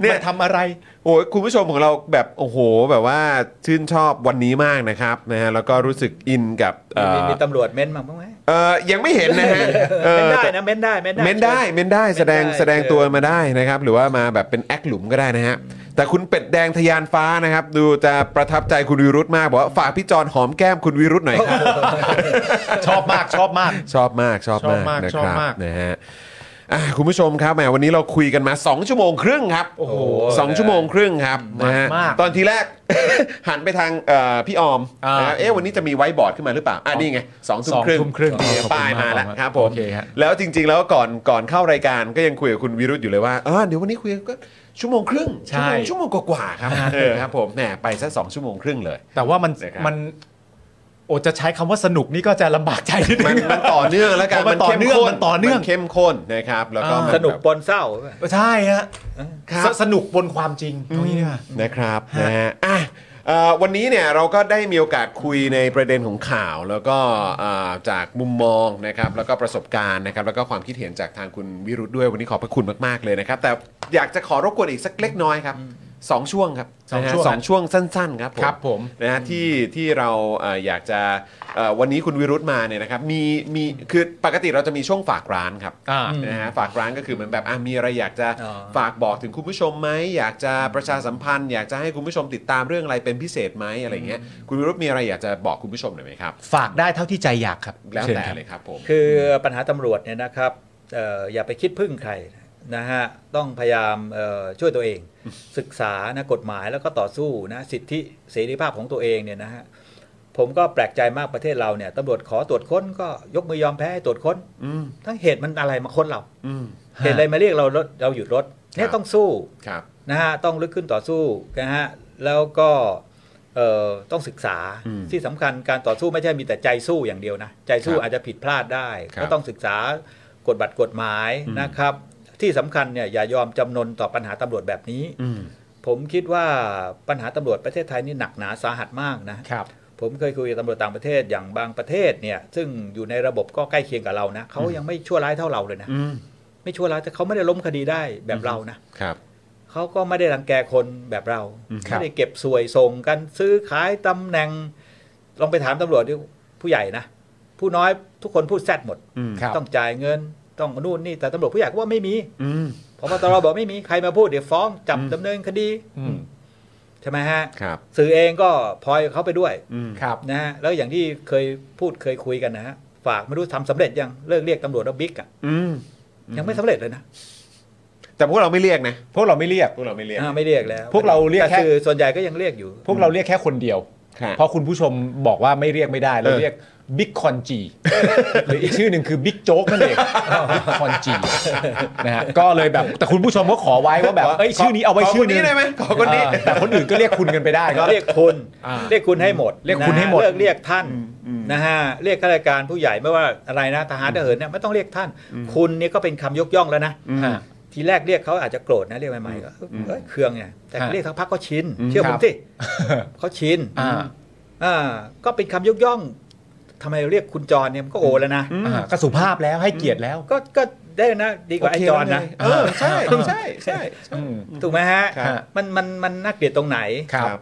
A: เนี่
C: เนี่ย ยทำอะไร
A: โอ้ยคุณผู้ชมของเราแบบโอ้โห แบบว่าชื่นชอบวันนี้มากนะครับนะฮะแล้วก็รู้สึกอินกับเอ่
F: มี
A: อ
F: มีตำรวจเม้นบ้างไหม
A: เอ่อยังไม่เห็นนะฮ [laughs] ะเออ
F: เม้นได้นะเม้นได้เม้นได้
A: เม้นได้เม้นได้แสดง
F: เม้นได้
A: แสดงตัวมาได้นะครับ หรือว่ามาแบบเป็นแอคหลุมก็ได้นะฮะ แต่คุณเป็ดแดงทยานฟ้านะครับ ดูจะประทับใจคุณวิรุธมากบอกว่าฝากพี่จอนหอมแก้มคุณวิรุธหน่อยครับ
C: ชอบมากชอบมาก [laughs]
A: ชอบมากชอบมาก
C: ชอบมาก
A: นะ
C: ชอ
A: ค
C: บ
A: รับ
C: มาก
A: นะฮะ อ่ะคุณผู้ชมครับแหมวันนี้เราคุยกันมา 2 ชั่วโมงครึ่งครับ
C: โอ้โห
A: สองชั่วโมงครึ่งครับ
C: มัน
A: นะฮะ
C: มาก
A: ตอนทีแรก [laughs] หันไปทางเอ่อพี่ออม
C: อ่าน
A: นะครับเอ๊ะวันนี้จะมีไว้บอร์ดขึ้นมาหรือเปล่าอ่ะนี่ไงสองทุ่ม
C: สอง
A: ครึ่ง
C: ทุ่มครึ่ง
A: เนี่ยป้ายมาแล้ว
C: ขอบคุณมาก
A: ครับผม
C: โอเคฮะ
A: แล้วจริง ๆ แล้วก่อนก่อนเข้ารายการก็ยังคุยกับคุณวิรุธอยู่เลยว่าอ่าเดี๋ยววันนี้คุยก็ชั่วโมงครึ่ง
C: ใช่
A: ชั่วโมงชั่วโมงกว่าๆครับเออครับผมแหมไปซะสองชั่วโมงครึ่งเลย
C: แต่ว่ามัน
A: นะครับ
C: มันโอจะใช้คำว่าสนุกนี่ก็จะลำบากใจนิด
A: มั
C: นึ
A: น
C: ง
A: มันต่อเนื่องแล้วกัน
C: เพราะมันต่อเนื่องมันต่อเนื่อง
A: มัเข้มข้นนะครับแล้วก็
C: อ่า
A: มั
F: สนุก
A: แบบ
F: ปนเศร้า
C: ใช่ฮะ
A: ครับ
C: สสนุกบนความจริงตรงนี้เนี่ย
A: นะครับ
C: ฮะ
A: นะฮะอ่ะเอ่อวันนี้เนี่ยเราก็ได้มีโอกาสคุยในประเด็นของข่าว แล้วก็เอ่อจากมุมมองนะครับแล้วก็ประสบการณ์นะครับแล้วก็ความคิดเห็นจากทางคุณวิรุธด้วยวันนี้ขอบพระคุณมากๆเลยนะครับ แต่อยากจะขอรบกวนอีกสักเล็กน้อยครับสองช่วงครับ
C: สอง
A: นะฮะ
C: ช่วง
A: สองช่วงสั้นๆครับผม
C: ครับผม
A: นะฮะที่ที่เราเอ่ออยากจะเอ่อวันนี้คุณวิรุธมาเนี่ยนะครับมีมีคือปกติเราจะมีช่วงฝากร้านครับ
C: อ่า
A: นะฮะฝากร้านก็คือเหมือนแบบอ่ะมีอะไรอยากจะ
F: อ๋อ
A: ฝากบอกถึงคุณผู้ชมไหมอยากจะประชาสัมพันธ์ อยากจะให้คุณผู้ชมติดตามเรื่องอะไรเป็นพิเศษไหมอะไรเงี้ยคุณวิรุธมีอะไรอยากจะบอกคุณผู้ชมหน่อยไหมครับ
C: ฝากได้เท่าที่ใจอยากครับ
A: แล้ว
C: เชิญ
A: แต่
C: ครับ
A: เลยครับผม
F: คือปัญหาตำรวจเนี่ยนะครับเอ่ออย่าไปคิดพึ่งใครนะฮะต้องพยายามเอ่อช่วยตัวเอง
A: [laughs]
F: ศึกษานะกฎหมายแล้วก็ต่อสู้นะสิทธิเสรีภาพของตัวเองเนี่ยนะฮะผมก็แปลกใจมากประเทศเราเนี่ยตำรวจขอตรวจค้นก็ยกมือยอมแพ้ให้ตรวจค้น
A: อืม
F: ทั้งเหตุมันอะไรมาค้นเรา
A: อืม
F: เหตุอะไรมาเรียกเรารถเราหยุดรถ
A: ค
F: เนี่
A: รั
F: ย
A: บ
F: ต้องสู้
A: ครับ
F: นะฮะต้องลุกขึ้นต่อสู้นะฮะแล้วก็เอ่อต้องศึกษา
A: อืม
F: ที่สำคัญการต่อสู้ไม่ใช่มีแต่ใจสู้อย่างเดียวนะ ใจสู้
A: ครับ
F: อาจจะผิดพลาดได้
A: ครับ
F: ก็ต้องศึกษากฎบัตรกฎหมาย
A: อืม
F: นะครับ ที่สำคัญเนี่ยอย่ายอมจำนนต่อปัญหาตำรวจแบบนี้
A: อืม
F: ผมคิดว่าปัญหาตำรวจประเทศไทยนี่หนักหนาสาหัสมากนะ
C: ครับ
F: ผมเคยคุยกับตำรวจต่างประเทศอย่างบางประเทศเนี่ยซึ่งอยู่ในระบบก็ใกล้เคียงกับเรานะเขายังไม่ชั่วร้ายเท่าเราเลยนะ
A: อืม
F: ไม่ชั่วร้ายแต่เขาไม่ได้ล้มคดีได้แบบเรานะครับ เขาก็ไม่ได้รังแกคนแบบเรา
A: อืม
F: ไม่ได้เก็บสวยส่งกันซื้อขายตำแหน่ง ลองไปถามตำรวจดิผู้ใหญ่นะ ผู้น้อยทุกคนพูดแซดหมด
A: อืม
C: ครับ
F: ต้องจ่ายเงินต้องนู่นนี่แต่ตำรวจผู้ใหญ่ก็ว่าไม่มี
A: อืม
F: พบตรบอกไม่มีใครมาพูดเดี๋ยวฟ้องจับดำเนินคดี
C: อืม
F: ใช่ไหมฮะ
A: ครับ
F: สื่อเองก็พลอยเขาไปด้วย
A: อืม
C: ครับ
F: นะฮะแล้วอย่างที่เคยพูดเคยคุยกันนะฮะฝากไม่รู้ทำสำเร็จยังเลิกเรียกตำรวจว่าบิ๊กอ่ะ
A: อืม
F: ยังไม่สำเร็จเลยนะ
A: แต่พวกเราไม่เรียกนะ
C: พวกเราไม่เรียก
A: พวกเราไม่เรียก
F: อ่าไม่เรียกแล้ว
C: พวกเราเรียกแค่
F: แต่สื่อส่วนใหญ่ก็ยังเรียกอยู่
C: พวกเราเรียกแค่คนเดียว
A: ครับ
C: เพราะคุณผู้ชมบอกว่าไม่เรียกไม่ได้เรา
A: เออ
C: เรียกบิ๊กคอนจี หรืออีกชื่อหนึ่งคือบิ๊กโจ๊กนั่นเองบิ๊กคอนจีนะฮะก็เลยแบบ [laughs] แต่คุณผู้ชมก็ขอไว้ว่าแบบเอ้ยชื่อนี้เอาไว้
A: ข
C: ชื่อ
A: คน
C: นึ
A: นี้
C: ง
A: ได้ไหมขอคนนี้
C: เออแต่คนอื่นก็เรียกคุณกันไปได้ก็
F: เรียกคุณ
C: อ่า
F: เรียกคุณให้หมด
C: เรียกคุณให้หมด
F: นะฮะเลิกเรียกท่านนะฮะเรียกข้าราชการผู้ใหญ่ไม่ว่าอะไรนะทหารทหารเนี่ยไม่ต้องเรียกท่าน คุณนี่ก็เป็นคำยกย่องแล้วนะ
C: ฮะ
F: ทีแรกเรียกเขาอาจจะโกรธนะเรียกใหม่ๆก็เอ้ยเคืองไงแต่
C: ฮะ
F: เรียกสักพักก็ชินเชื่อ
C: ค
F: ผ
C: รั
F: ม
C: บ
F: [laughs] สิเขาชิน
C: อ่า
F: อ่าก็เป็นคำยกย่องทำไมเรียกคุณจรเนี่ยมันก็โอแล้วนะ
C: อ่าก็สุภาพแล้วให้เกียรติแล้ว
F: ก็ก็ได้นะดีกว่าไอ้จรนะ
A: เออใช่ใช่ใช่ใช่
C: อืม
F: ถูกไหมฮะ
C: ครับ
F: มันมันมันน่าเกลียดตรงไหน
C: ครับ
A: ครับ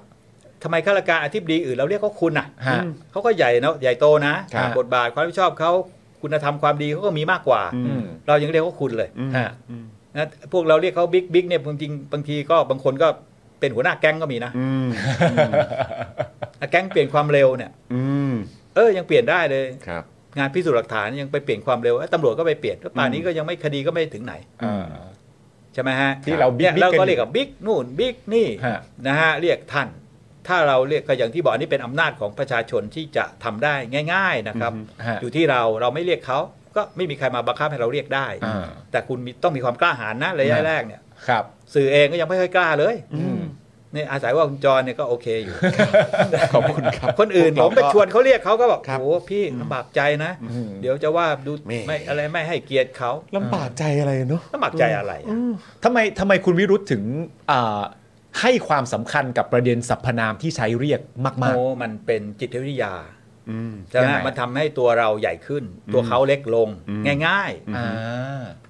F: ทำไมข้าราชการอธิบดีอื่นเราเรียกเขาคุณน่ะ
C: ฮะ
F: เขาก็ใหญ่เนอะใหญ่โตนะครับ บทบาทความรับผิดชอบเขาคุณธรรมความดีเขาก็มีมากกว่า
C: อืม
F: เรายังเรียกเขาคุณเลย
C: ฮะ
F: นะพวกเราเรียกเขาบิ๊กบิ๊กเนี่ยบางทีบางทีก็บางคนก็เป็นหัวหน้าแก๊งก็มีนะ
A: อืม
F: อ่ะแก๊งเปลี่ยนความเร็วเนี่ย
A: อืม
F: เออยังเปลี่ยนได้เลย
A: ครับ
F: งานพิสูจน์หลักฐานยังไปเปลี่ยนความเร็วเอ้ยตำรวจก็ไปเปลี่ยนแล้วป่านนี้ก็ยังไม่คดีก็ไม่ถึงไหนใช่ไหมฮะ
C: ที่เราบิ๊กบิ๊ก
F: นี่ยเรา
C: กั
F: ก็
C: นอยู่
F: เรียกกับบิ๊กนู่นบิ๊กนี่
C: ฮะ
F: นะฮะเรียกท่าน ถ้าเราเรียกก็อย่างที่บอกอันนี้เป็นอำนาจของประชาชนที่จะทำได้ง่าย ๆนะครับ
C: ฮะ
F: อยู่ที่เราเราไม่เรียกเขาก็ไม่มีใครมาบังคับให้เราเรียกได้
C: อ่า
F: แต่คุณมีต้องมีความกล้าหาญนะระยะแรกเนี่ย
C: ครับ
F: สื่อเองก็ยังไม่ค่อยกล้าเลย
C: อืม
F: นี่อาศัยว่าคุณจรเนี่ยก็โอเคอยู่
A: ขอบคุณครับ
F: คนอื่น
A: พวกเรา
F: ผมไป
A: ก็
F: ชวนเขาเรียกเขาก็บอก
A: ครับ
F: โอ้พี่ลำบากใจนะ
C: อืม
F: เดี๋ยวจะว่าดู
A: แหม่
F: ไม่อะไรไม่ให้เกียรติเขา
A: ลำบากใจอะไรเนาะ
F: ลำบากใจอะไรอะ
C: ทำไมทำไมคุณวิรุธถึงอ่าให้ความสำคัญกับประเด็นสรรพนามที่ใช้เรียกมาก
F: โอ้มันเป็นจิตวิทยา
A: อืม
F: ใช่ไหม
C: ยังไง
F: มันทำให้ตัวเราใหญ่ขึ้น ตัวเขาเล็กลง
A: อืม
F: ง่าย
C: ๆอ่า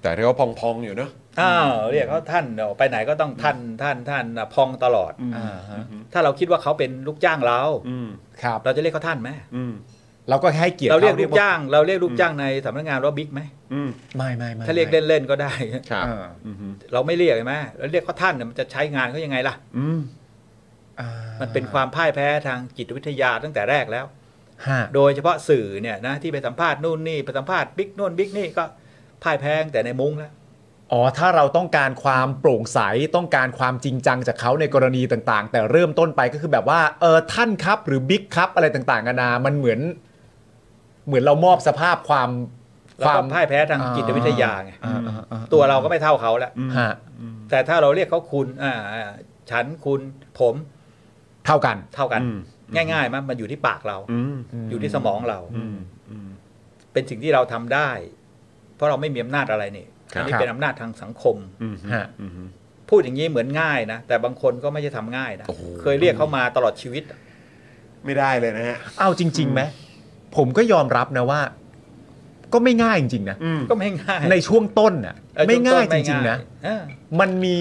A: แต่เรียกว่าพองๆอยู่เนาะ
F: ๆอ้าวเรียกเขาท่านเดี๋ยวไปไหนก็ต้องท่านท่านท่านน่ะพองตลอด
C: อ่าฮะ
F: ถ้าเราคิดว่าเขาเป็นลูกจ้างเรา
A: อืม
C: ครับ
F: เราจะเรียกเขาท่านไหม
A: อืม
C: เราก็ให้เกียรติ
F: เราเรียก
C: ข
F: ลูกจ้าง เราเรียกลูกจ้างในสำนักงานว่าบิ๊กไหม
A: อืม
C: ไม่ไม่ไม่
F: ถ้าเรียกเล่นๆก็ได้ [laughs]
A: ครับ
C: อ่า
A: อืม
F: เราไม่เรียกใช่ไหมเราเรียกเขาท่านเนี่ยมันจะใช้งานเขายังไงล่ะ
A: อืม
C: อ่า
F: มันเป็นความพ่ายแพ้ทางจิตวิทยาตั้งแต่แรกแล้ว
C: ฮะ
F: โดยเฉพาะสื่อเนี่ยนะที่ไปสัมภาษณ์นู่นนี่ไปสัมภาษณ์บิ๊กนู่นบิ๊กนี่ก็พ่ายแพ้ตั้งแต่ในมุ้งแล้ว
C: อ๋อ ถ้าเราต้องการความโปร่งใสต้องการความจริงจังจากเขาในกรณีต่างๆ แต่เริ่มต้นไปก็คือแบบว่าเออท่านครับหรือบิ๊กครับอะไรต่างๆนานามันเหมือน เหมือนเรามอบสภาพความ
F: แล้วก็พ่ายแพ้ทางจิตวิทยาไงตัวเราก็ไม่เท่าเขาแล้ว
C: ฮะ
F: แต่ถ้าเราเรียกเขาคุณอ่าอ่าฉันคุณผม
C: เท่ากัน
F: เท่ากัน
A: อืม
F: ง่ายๆมั้ยมันอยู่ที่ปากเรา
A: อืม
F: อยู่ที่สมองเรา
A: อืมอืม
F: เป็นสิ่งที่เราทำได้ เพราะเราไม่มีอำนาจอะไรนี่
A: ครับ
F: อันนี้เป็นอำนาจทางสังคม
A: อืม
C: ฮะ
A: อืม
F: พูดอย่างนี้เหมือนง่ายนะ แต่บางคนก็ไม่ใช่ทำง่ายนะ
A: โอ้โห
F: เคยเรียกเขามาตลอดชีวิต
A: ไม่ได้เลยนะฮะ
C: เอาจริงๆไหมผมก็ยอมรับนะว่า ก็ไม่ง่ายจริงๆนะ
A: อืม
F: ก็ไม่ง่าย
C: ในช่วงต้นน่ะ
F: เออ
C: ไม่ง่ายจ
F: ต้ๆ
C: ริง ๆ นะ
F: เออ
C: มันมี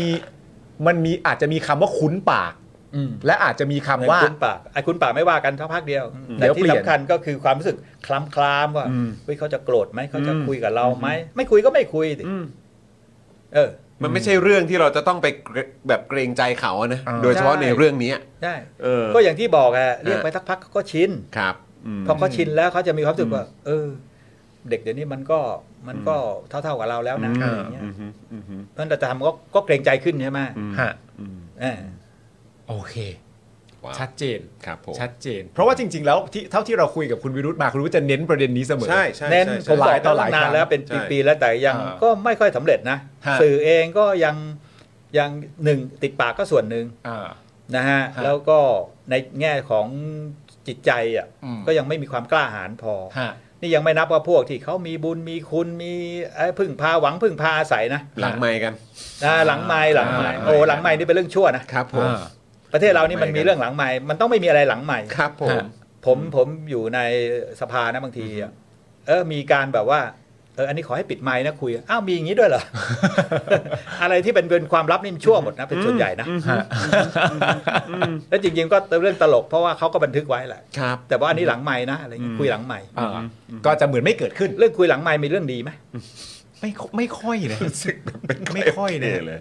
C: มันมีอาจจะมีคำว่าคุ้นปาก
F: อืม
C: และอาจจะมีคำ
F: เหมือน
C: ว่า
F: คุณปากไอ้คุณปากไม่ว่ากันเท่าพักเดียวแต่
C: เดี๋ยวเป
F: ที่
C: ลี่ยน
F: สำคัญก็คือความรู้สึกคล้ำคลามว่า
A: อืม
F: เฮ้ยเขาจะโกรธไหมเขาจะ
A: อืม
F: คุยกับเราไหมไม่คุยก็ไม่คุยสิ
A: อืม
F: เออ
A: มันไม่ใช่เรื่องที่เราจะต้องไปเกรแบบเกรงใจเขาอะนะ
C: อ่า
A: โดยเฉพาะในเรื่องนี้อะ
F: ได้
A: เออ
F: ก็อย่างที่บอกอะเรียก
A: เออ
F: ไปสักพักเขาก็ชิน
A: ครับม
F: พอเขาชินแล้วเขาจะมีความรู้สึกว่า เออ เด็กเดี๋ยวนี้มันก็มันก็เท่าเท่าๆกับเราแล้วนะอะไรอย่างเงี้ย
A: อืมฮึอืมฮึ
F: เพราะฉะนั้นเราจะทำก็ก็เกรงใจขึ้นใช่ไหม
A: อืม
C: ฮะ
A: อืม
F: เออ
C: โอเค
A: ว้าว
C: ชัดเจน
A: ครับผม
C: ชัดเจน เพราะว่าจริง ๆ แล้วที่เท่าที่เราคุยกับคุณวิรุธมาคุณวิรุธจะเน้นประเด็นนี้เสมอ
A: ใช่ใช่
F: เน้น
A: ใช่ใช่
F: ผม
C: ห
F: บอ
C: ลาย
F: ก
C: ต่อ
F: ต่า
C: หลาย
F: นา
C: ค
F: น
C: รั้ง
F: แล้วเป็น
A: ใช่
F: ปีๆแล้วแต่ยัง
A: อ่า
F: ก็ไม่ค่อยสำเร็จนะ
C: ฮะ
F: สื่อเองก็ยังยังหนึ่งติดปากก็ส่วนหนึ่ง
C: อ่า
F: นะฮะ
C: ฮะ
F: แล้วก็ในแง่ของจิตใจอ่ะ
C: อืม
F: ก็ยังไม่มีความกล้าหาญพอ
C: ฮะ
F: นี่ยังไม่นับว่าพวกที่เขามีบุญมีคุณมีเอ้ยพึ่งพาหวังพึ่งพาอาศัยนะ
A: หลังไมค์กัน
F: อ่าหลังไม้หลังไม้
A: อ่า
F: โอ้หลังไม้นี่เป็นเรื่องชั่วนะครับ
A: ผม
C: อ่า
F: ประเทศเรานี่มันมีเรื่องหลังไม้มันต้องไม่มีอะไรหลังไม้
A: ครับผม
C: ฮะ
F: ผมผมอยู่ในสภานะบางทีอะเออมีการแบบว่าเอออันนี้ขอให้ปิดไม้นะคุยอ้าวมีอย่างนี้ด้วยเหร [laughs] อ อะไรที่เป็นเป็นความลับนี่มันชั่วหมดนะเป็นส่วนใหญ่นะ
C: ฮะ
F: แล้วจริงๆก็เรื่องตลกเพราะว่าเขาก็บันทึกไว้แหละ
A: ครับ
F: แต่ว่าอันนี้หลังไม้นะอะไรเงี้ย
A: อืม
F: คุยหลังไม้
C: อ่าก็จะเหมือนไม่เกิดขึ้น
F: เรื่องคุยหลังไม้มีเรื่องดีไหม
C: ไม่ไม่ค่อยนะ
A: รู้สึกแบบเป็น
C: ไม่ค่อยนะ
A: ไม่โเลย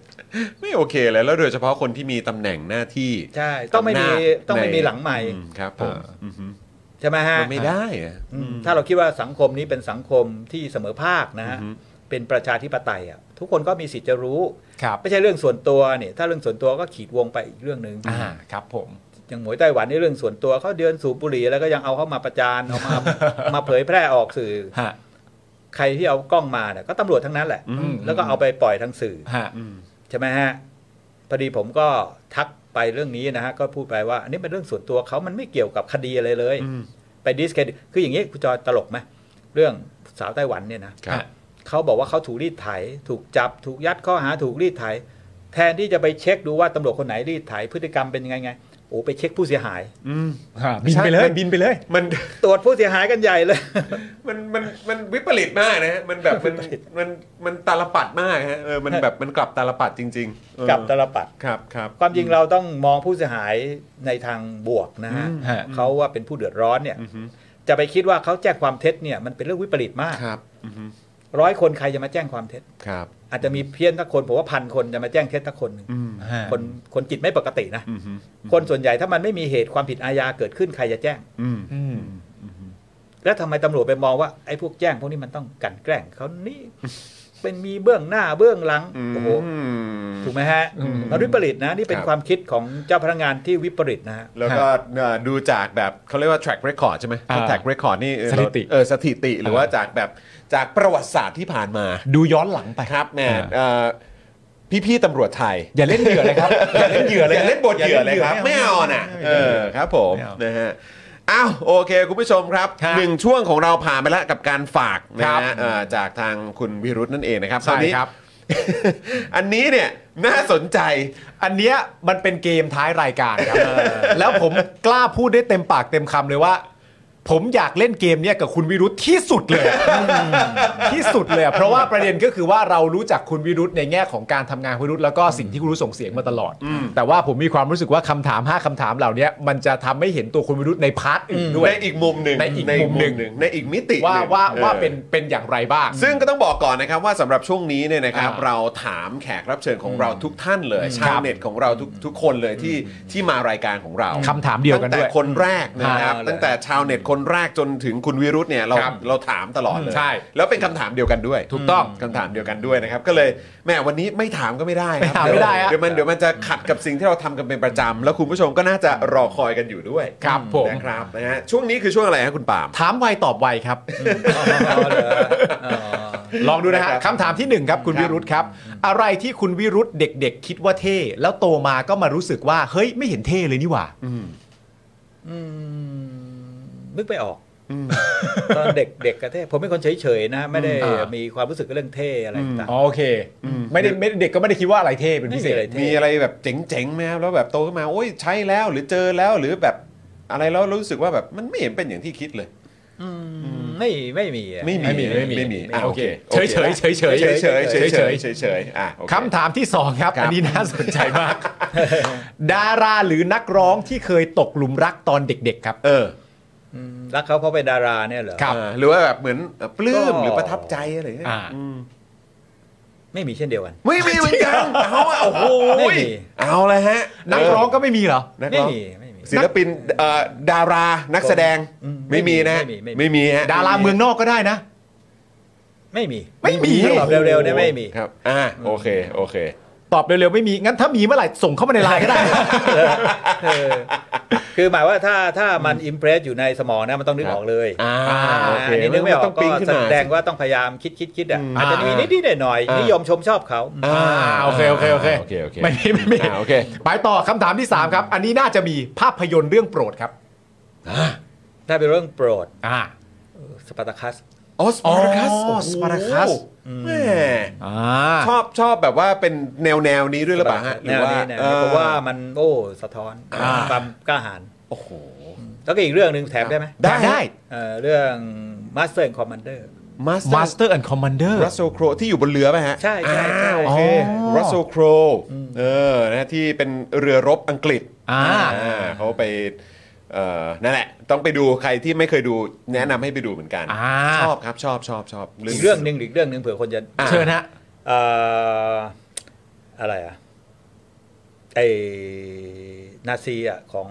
A: ไม่โอเคเลยแล้วโดยเฉพาะคนที่มีตำแหน่งหน้าที่
F: ใช่ ต้องไม่มี
A: ำนาจ
F: ต้องไม่มี
A: ใน
F: หลังไม้
A: อืครับผมอือฮึ
F: ใช่ไหมฮะ
A: มันไม่ได้อะ
F: อืมถ้าเราคิดว่าสังคมนี้เป็นสังคมที่เสมอภาคนะฮะเป็นประชาธิปไตยอ่ะทุกคนก็มีสิทธิ์จะรู้
C: ครับ
F: ไม่ใช่เรื่องส่วนตัวเนี่ยถ้าเรื่องส่วนตัวก็ขีดวงไปอีกเรื่องหนึ่ง
C: อ่าครับผม
F: อย่างหมวยไต้หวันนี่เรื่องส่วนตัวเขาเดินสูบบุหรี่แล้วก็ยังเอาเข้ามาประจานเอามา มาเผยแพร่ออกสื่อ
C: ฮะ
F: ใครที่เอากล้องมาเนี่ยก็ตำรวจทั้งนั้นแหละ
C: อืม
F: แล้วก็เอาไปปล่อยทางสื่อ
C: ฮะ
A: อืม
F: ใช่ไหมฮะพอดีผมก็ทักไปเรื่องนี้นะฮะก็พูดไปว่าอันนี้เป็นเรื่องส่วนตัวเขามันไม่เกี่ยวกับคดีอะไรเลย
A: อืม
F: ไปดิสเครดิตคืออย่างนี้คุณจอยตลกไหมเรื่องสาวไต้หวันเนี่ยนะ
A: ครับ
C: ฮะ
F: เขาบอกว่าเขาถูกรีดไถ ถูกจับ ถูกยัดข้อหาถูกรีดไถ แทนที่จะไปเช็คดูว่าตำรวจคนไหนรีดไถ พฤติกรรมเป็นยังไงไงโอ้ไปเช็คผู้เสียหาย
A: อืม
C: ฮะบินไปเลย
A: ใช่
C: บินไปเลย
A: มัน [laughs]
F: ตรวจผู้เสียหายกันใหญ่เลย
A: มันมันมันวิปริตมากนะฮะมันแบบมันมันมันตาลปัดมากฮะเออมันแบบมันกลับตาลปัดจริงๆเออก
F: ลับตลปัด
A: ครับครับ
F: ความจริงเราต้องมองผู้เสียหายในทางบวกนะฮะ
A: อืม
C: ฮะ
F: เขาว่าเป็นผู้เดือดร้อนเนี่ย
A: อือฮึ
F: จะไปคิดว่าเขาแจ้งความเท็จเนี่ยมันเป็นเรื่องวิปริตมาก
A: ครับอือฮึ
F: ร้อยคนใครจะมาแจ้งความเท็จ
A: ครับ
F: อาจจะมีเพี้ยนทักคนผมว่าพันคนจะมาแจ้งเท็จทักคนหนึ่ง
A: อืม
C: ฮะ
F: คนคนจิตไม่ปกตินะ
A: อือฮึ
F: คนส่วนใหญ่ถ้ามันไม่มีเหตุความผิดอาญาเกิดขึ้นใครจะแจ้ง
A: อืม
C: อืม
F: แล้วทำไมตำรวจไปมองว่าไอ้พวกแจ้งพวกนี้มันต้องกลันแกล้งเขานี่ เป็นมีเบื้องหน้าเบื้องหลังโอ้โหถูกไหมฮะมันวิปริตนะนี่เป็
A: คน รับ
F: ความคิดของเจ้าพนักงานที่วิปริตนะฮะ
A: แล้วก็เอ่อดูจากแบบเขาเรียกว่า track record ใช่ไหมถ้า track record นี่เออ
C: สถิติ
A: เออสถิติหรือว่าจากแบบจากประวัติศาสตร์ที่ผ่านมา
C: ดูย้อนหลังไป
A: ครับแหม่เอ่อพี่ๆตำรวจไทย
C: อย่าเล่นเหยื่อเลยครับ อย่าเล่นเหยื่อเลย
A: อย่าเล่นบทเหยื่อเลยครับ ไม่เอาน่ะ
C: ไม่
A: เอ
C: เอา
A: อครับผม
C: ไม่เอา
A: นะฮะอ้าวโอเค คุณผู้ชมครับ
C: ครับ
A: หนึ่งช่วงของเราผ่านไปแล้วกับการฝากนะครับ ฮะเอ่อจากทางคุณวิรุธนั่นเองนะครับ
C: ใช่
A: ตอนนี้
C: ครับ
A: อันนี้ [laughs] เนี่ยน่าสนใจ
C: อันเนี้ยมันเป็นเกมท้ายรายการครับ แล้วผมกล้าพูดได้เต็มปากเต็มคำเลยว่า ผมอยากเล่นเกมเนี้ยกับคุณวิรุธที่สุดเลย ที่สุดเลย เพราะว่าประเด็นก็คือว่าเรารู้จักคุณวิรุธในแง่ของการทำงานคุณวิรุธแล้วก็สิ่งที่คุณวิรุธส่งเสียงมาตลอด แต่ว่าผมมีความรู้สึกว่าคำถาม 5คำถามเหล่าเนี้ยมันจะทำให้เห็นตัวคุณวิรุธในพาร์ทอื่นด้วย
A: ในอีกมุมหนึ่ง
C: ในอีกมุมหนึ่ง
A: ในอีกมิติห
C: ว่า
A: นึ่ง
C: ว่า
A: ออ
C: ว่าเป็นเป็นอย่างไรบ้าง
A: ซึ่งก็ต้องบอกก่อนนะครับว่าสำหรับช่วงนี้เนี่ยนะครับ
C: อ่า
A: เราถามแขกรับเชิญของเราทุกท่านเลยชาวเน็ตของเราทุกทุกคนเลยที่ที่มารายการของเรา
C: คำถามเดียวกัน
A: ตั้ง
C: ด้
A: แต่
C: วย
A: คนแรกนะครับ
C: อ่า
A: ตั้งแต่ชาวเน็ตค คนแรกจนถึงคุณวิรุธเนี่ยเรา
E: ครับ
A: เราถามตลอดเลย
E: ใช่
A: แล้วเป็นคำถามเดียวกันด้วย
E: ถูกต้อง
A: คำถามเดียวกันด้วยนะครับ ก็เลยแหม่วันนี้ไม่ถามก็ไม่ได้ครับ
C: ไม่ถามไม่ได้อะ
A: เดี๋ยวมันเดี๋ยวมันจะขัดกับสิ่งที่เราทำกันเป็นประจำแล้วคุณผู้ชมก็น่าจะรอคอยกันอยู่ด้วย
E: ครับผม
A: นะครับนะฮะช่วงนี้คือช่วงอะไรฮะคุณปาล์ม
C: ถามไวตอบไวครับ ลองดูนะฮะ
A: นะครับ
C: คำถามที่หนึ่งครับคุณ
A: ครับ
C: วิรุธครับ อะไรที่คุณวิรุธเด็กๆ คิดว่าเท่ แล้วโตมาก็มารู้สึกว่า เฮ้ยไม่เห็นเท่เลยนี่หว่า
A: อืม
F: อืมนึกไปออก
A: อืม
F: ตอนเด็กเด็กกะเท่ผมเป็นคนเฉยๆนะไม่ได้
C: อ่ามี
F: มีความรู้สึกกับเรื่องเท่อะไรต่าง
C: อ๋อโอเค ไม่ได้ไม่ได้เด็กก็ไม่ได้คิดว่าอะไรเท่เป็น
F: ไม่
C: พิเศ
F: มี
C: ษ
F: อะไรเท่
A: มีอะไรแบบเจ๋งๆไหมครับแล้วแบบโตขึ้นมาโอ้ยใช้แล้วหรือเจอแล้วหรือแบบอะไรแล้วรู้สึกว่าแบบมันไม่เห็นเป็นอย่างที่คิดเลย
F: อืมไม่ไม่มีอะ
A: ไม่มี
C: ไม่มีไม่มี
A: ไม่มี
C: โอเค
A: โอค
C: เฉยๆเฉยๆ
A: เฉยๆเฉยๆเฉยๆ
C: เฉ
A: เฉ
C: ย
A: ยๆ
C: ๆ
A: เฉยๆอ่ะโอเ
C: คำถามที่สองครับ
A: ครับ
C: อันนี้น่าสนใจมาก ดาราหรือนักร้องที่เคยตกหลุมรักตอนเด็กๆ ครับ
A: เออ
F: อืมรักเขาเพราะเป็นดาราเนี่ยเหรอ
C: ครับ
A: เออหรือว่าแบบเหมือนปลื้ม
F: ก็
A: หรือประทับใจอะไรเนี่ย
C: อ่า
A: ม
F: ไม่มีเช่นเดียวกัน
A: ไม่มีเหมือนกันเอาอะโอ้โห
F: ไม่มี
A: เอาเลยฮะ
C: นักร้องก็ไม่มีเหรอ
A: นัก
F: ไม่
A: ร้อง
F: มีไม่มี
A: ศิลปินเอ่อดารานักแสดง
F: อืม
A: ไม่มีนะ
F: ไม่มีไม่มี
A: ไม่มีฮะ
C: ดาราเมืองนอกก็ได้นะ
F: ไม่มี
C: ไม่มี
F: ตอบเร็วๆเนี่ยไม่มี
A: ครับอ่าโอเคโอเค
C: ตอบเร็วๆไม่มี งั้นถ้ามีเมื่อไหร่ส่งเข้ามาในไลน์ก็ได้
F: เออคือหมายว่าถ้าถ้ามันอิมเพรสอยู่ในสมองนะมันต้องนึกออกเลย
A: อ่าโอเค
F: นี่นึกไม่ออก
A: มันต้อง
F: ก็
A: ปิ๊งขึ้น
F: แส
A: มา
F: ดงว่าต้องพยายามคิดคิดคิดอ่ะ
A: อืม
F: อาจจะมีนิดๆหน่อย
A: อ่า
F: ๆ
A: นิ
F: นิยมชมชอบเขา
A: อ่า
C: อ่าโอเคโอเคโอเค
A: โอเคโอเค
C: ไม่มีไม่มี
A: อ่าโอเค
C: ไปต่อคำถามที่ 3 ครับ อันนี้น่าจะมีภาพยนตร์เรื่องโปรดครับ
F: ถ้าเป็นเรื่องโปรด
C: อ่า
F: สปาร์ตาคัส
A: อ๋อสปาร์คัส
C: อ๋อ Spartacus
A: แม่
C: อ่า
A: ชอบชอบแบบว่าเป็นแนวแนวๆนี้ด้วยหรือเปล่าฮะห
F: แน
A: รือ
F: ว
A: ว่า
F: นี้นะ
A: อ่อ
F: เพราะว่ามันโอ้สะท้อน
C: อ่า
F: ความกล้าหาญ
A: โอ้โห
F: แล้วก็อีกเรื่องหนึ่งแถมได้ไหม
A: ได้
C: ได้
F: เอ่อเรื่อง Master and Commander
A: มาสเตอร์
C: Master and Commander
A: รัสโซโครที่อยู่บนเรือไหมฮะ
F: ใช่ใช่ใช่
A: อ่าโอเค
C: อ๋อ
A: รัสโซโครเออนะที่เป็นเรือรบอังกฤษ
C: อ่า
A: อ่าเขาไปเอ่อนั่นแหละ ต้องไปดูใครที่ไม่เคยดูแนะนำให้ไปดูเหมือนกัน
C: อ่า
A: ชอบครับชอบชอบชอบ
F: อีกเรื่องหนึ่งอีกเรื่องหนึ่งเผื่อคนจะ
A: อ่า
C: เชิญฮะ
F: เอ่ออะไรอ่ะไอ้นาซีอ่ะของ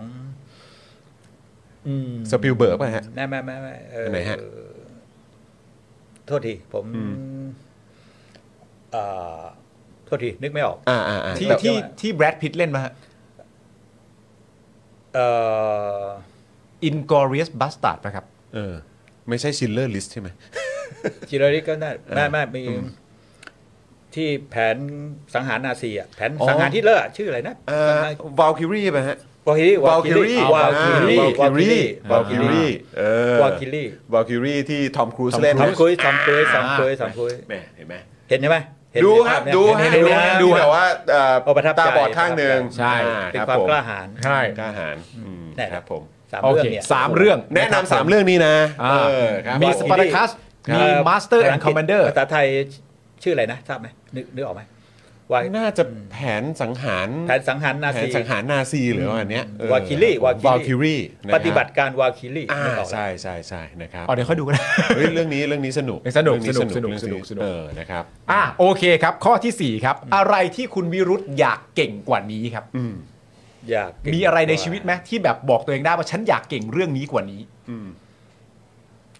F: อืม
A: สปิลเบิร์กป่ะฮะ
F: ไม่ไม่ไม่ไม่เออ
A: ไหนฮะ
F: โทษทีผมเอ่อโทษทีนึกไม่ออก
A: อ่าอ่าอ่า
C: ที่
A: แต่
C: ที่ที่แบรดพิตเล่นมาฮะ
F: เอ่อ
C: Inglorious Bastard ปะครับ
A: เออไม่ใช่ชิลเลอร์ลิสใช่ไหม
F: จิราริก็น่าไม่ไม่มีที่แผนสังหารนาซีอ่ะแผน
A: อ๋อ
F: สังหารที่เลอร์อะชื่ออะไรนะ
A: เอ่อวาลคิรีป่ะฮะ
F: วอลคิรี
A: วาลคิรี
F: วอลคิรี
A: วาลคิรีวาลคิรีเออ
F: วอลคิรี
A: วาลคิรีที่ทอมครูซเล่น
F: ทำคุยทำคุยทำคุยทำคุย
A: แหม่เห็นไหม
F: เห็นใช่ไหมเห็น
A: ดู
F: ใน
A: ค
F: ภา
A: รับ
F: พเนี่ย
A: ดูฮะ
F: เห็น
A: ดู
F: ใน
A: ฮะดูแบ
F: ภาพเนี่ย
A: บว่าเอ่อ
F: โอ้ประทับใจ
A: ตาบอดข้างหนึ่ง
C: ใช่
F: เป็น
A: รับผ
F: ความ
A: ม
F: กล้าหาญ
C: ใช่
A: กล้าหาญอืม
F: ได้
A: ค
F: ครั
A: รับบ ผม
F: สาม
C: โอ
F: เรื่อง
C: เค
F: เนี่ย
C: สามเรื่อง
A: แนะนำสามเรื่องนี้นะ
C: อ่า
A: เออครับ
C: มี
A: ผม
C: Spartacus มี Master
F: ภษ
C: and
F: งกฤษ
C: Commander
F: ภาษาไทยชื่ออะไรนะทราบไหมนึกนึกออกไหมวา
A: น่าจะแผนสังหาร
F: แผนสังหารนา
A: แผน
F: ซี
A: สังหารนาซีหรือว่าอันเนี้ยเออ
F: วาลคิรีวาลคิรี
A: วาลคิรีนะครับ
F: ปฏิบัติการวาลคิรี
A: อ่า
F: นึกออกไหม
A: ใช่ใช่ใช่นะครับ
C: เอาเดี๋ยวค่อยดูกัน
A: เฮ้ยเรื่องนี้เรื่องนี้สนุก
C: สนุก
A: เรื่อง
C: สนุกสนุก
A: เรื่อง
C: สนุก
A: เออนะครับ
C: อ่ะโอเคครับ ข้อทีสี่ 4 ครับ อะไรที่คุณวิรุธอยากเก่งกว่านี้ครับ
F: อยากเก่ง
C: มีอะไรในชีวิตไหมที่แบบบอกตัวเองได้ว่าฉันอยากเก่งเรื่องนี้กว่านี้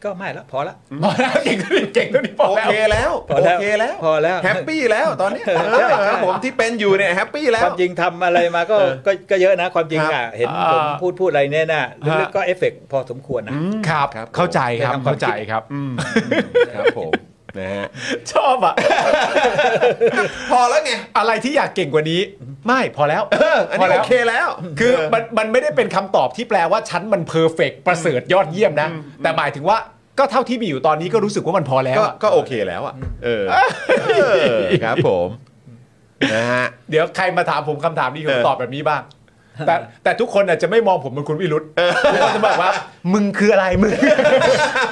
F: ก็ไม่ละพอละ
C: พอแล้วเก่งเท่านี้เก่งเท่านี้พอ
A: โอ
C: แล้ว
A: เคแล้ว
F: พอ
A: โอ
F: แล้ว
A: เคแล้ว
F: พอแล้ว
A: แฮปปี้แล้วตอนนี้
F: ใช่
A: เออ
F: ใช่
A: ครับผมที่เป็นอยู่เนี่ยแฮปปี้แล้
F: คว วามจริงทำอะไรมาก็ก็ก็เยอะนะความจริงอ่ะ เห็น
C: อ่า
F: ผมพูดพูดอะไรเนี่ยนะลึกๆก็เอฟเฟกต์พอสมควรนะ
C: ครับ เข้าใจครับ
F: ไปทำความ
C: เข้าใจ
F: คิด
C: ครับ
A: ครับผมนะฮะ
C: ชอบอะ
A: [laughs] พอแล้วไง
C: อะไรที่อยากเก่งกว่านี้ ไม่พอแล้ว
A: เอออัน
C: พอ
A: นี้
C: แล้
A: โอ
C: ว
A: เคแล้ว
C: คือมันมันไม่ได้เป็นคำตอบที่แปลว่าฉันมันเพอร์เฟกประเสริฐยอดเยี่ยมนะ แต่หมายถึงว่าก็เท่าที่มีอยู่ตอนนี้ก็รู้สึกว่ามันพอแล้ว
A: ก็
C: อะ
A: ก็โอเคแล้วอ่ะเออเออครับผมนะฮะ
C: เดี๋ยวใครมาถามผมคำถามนี้ผม
A: เออ
C: ตอบแบบนี้บ้าง แต่แต่ทุกคนอาจจะไม่มองผมเป็นคุณวิรุธทุกคนจะบอกว่า มึงคืออะไร [laughs] มึง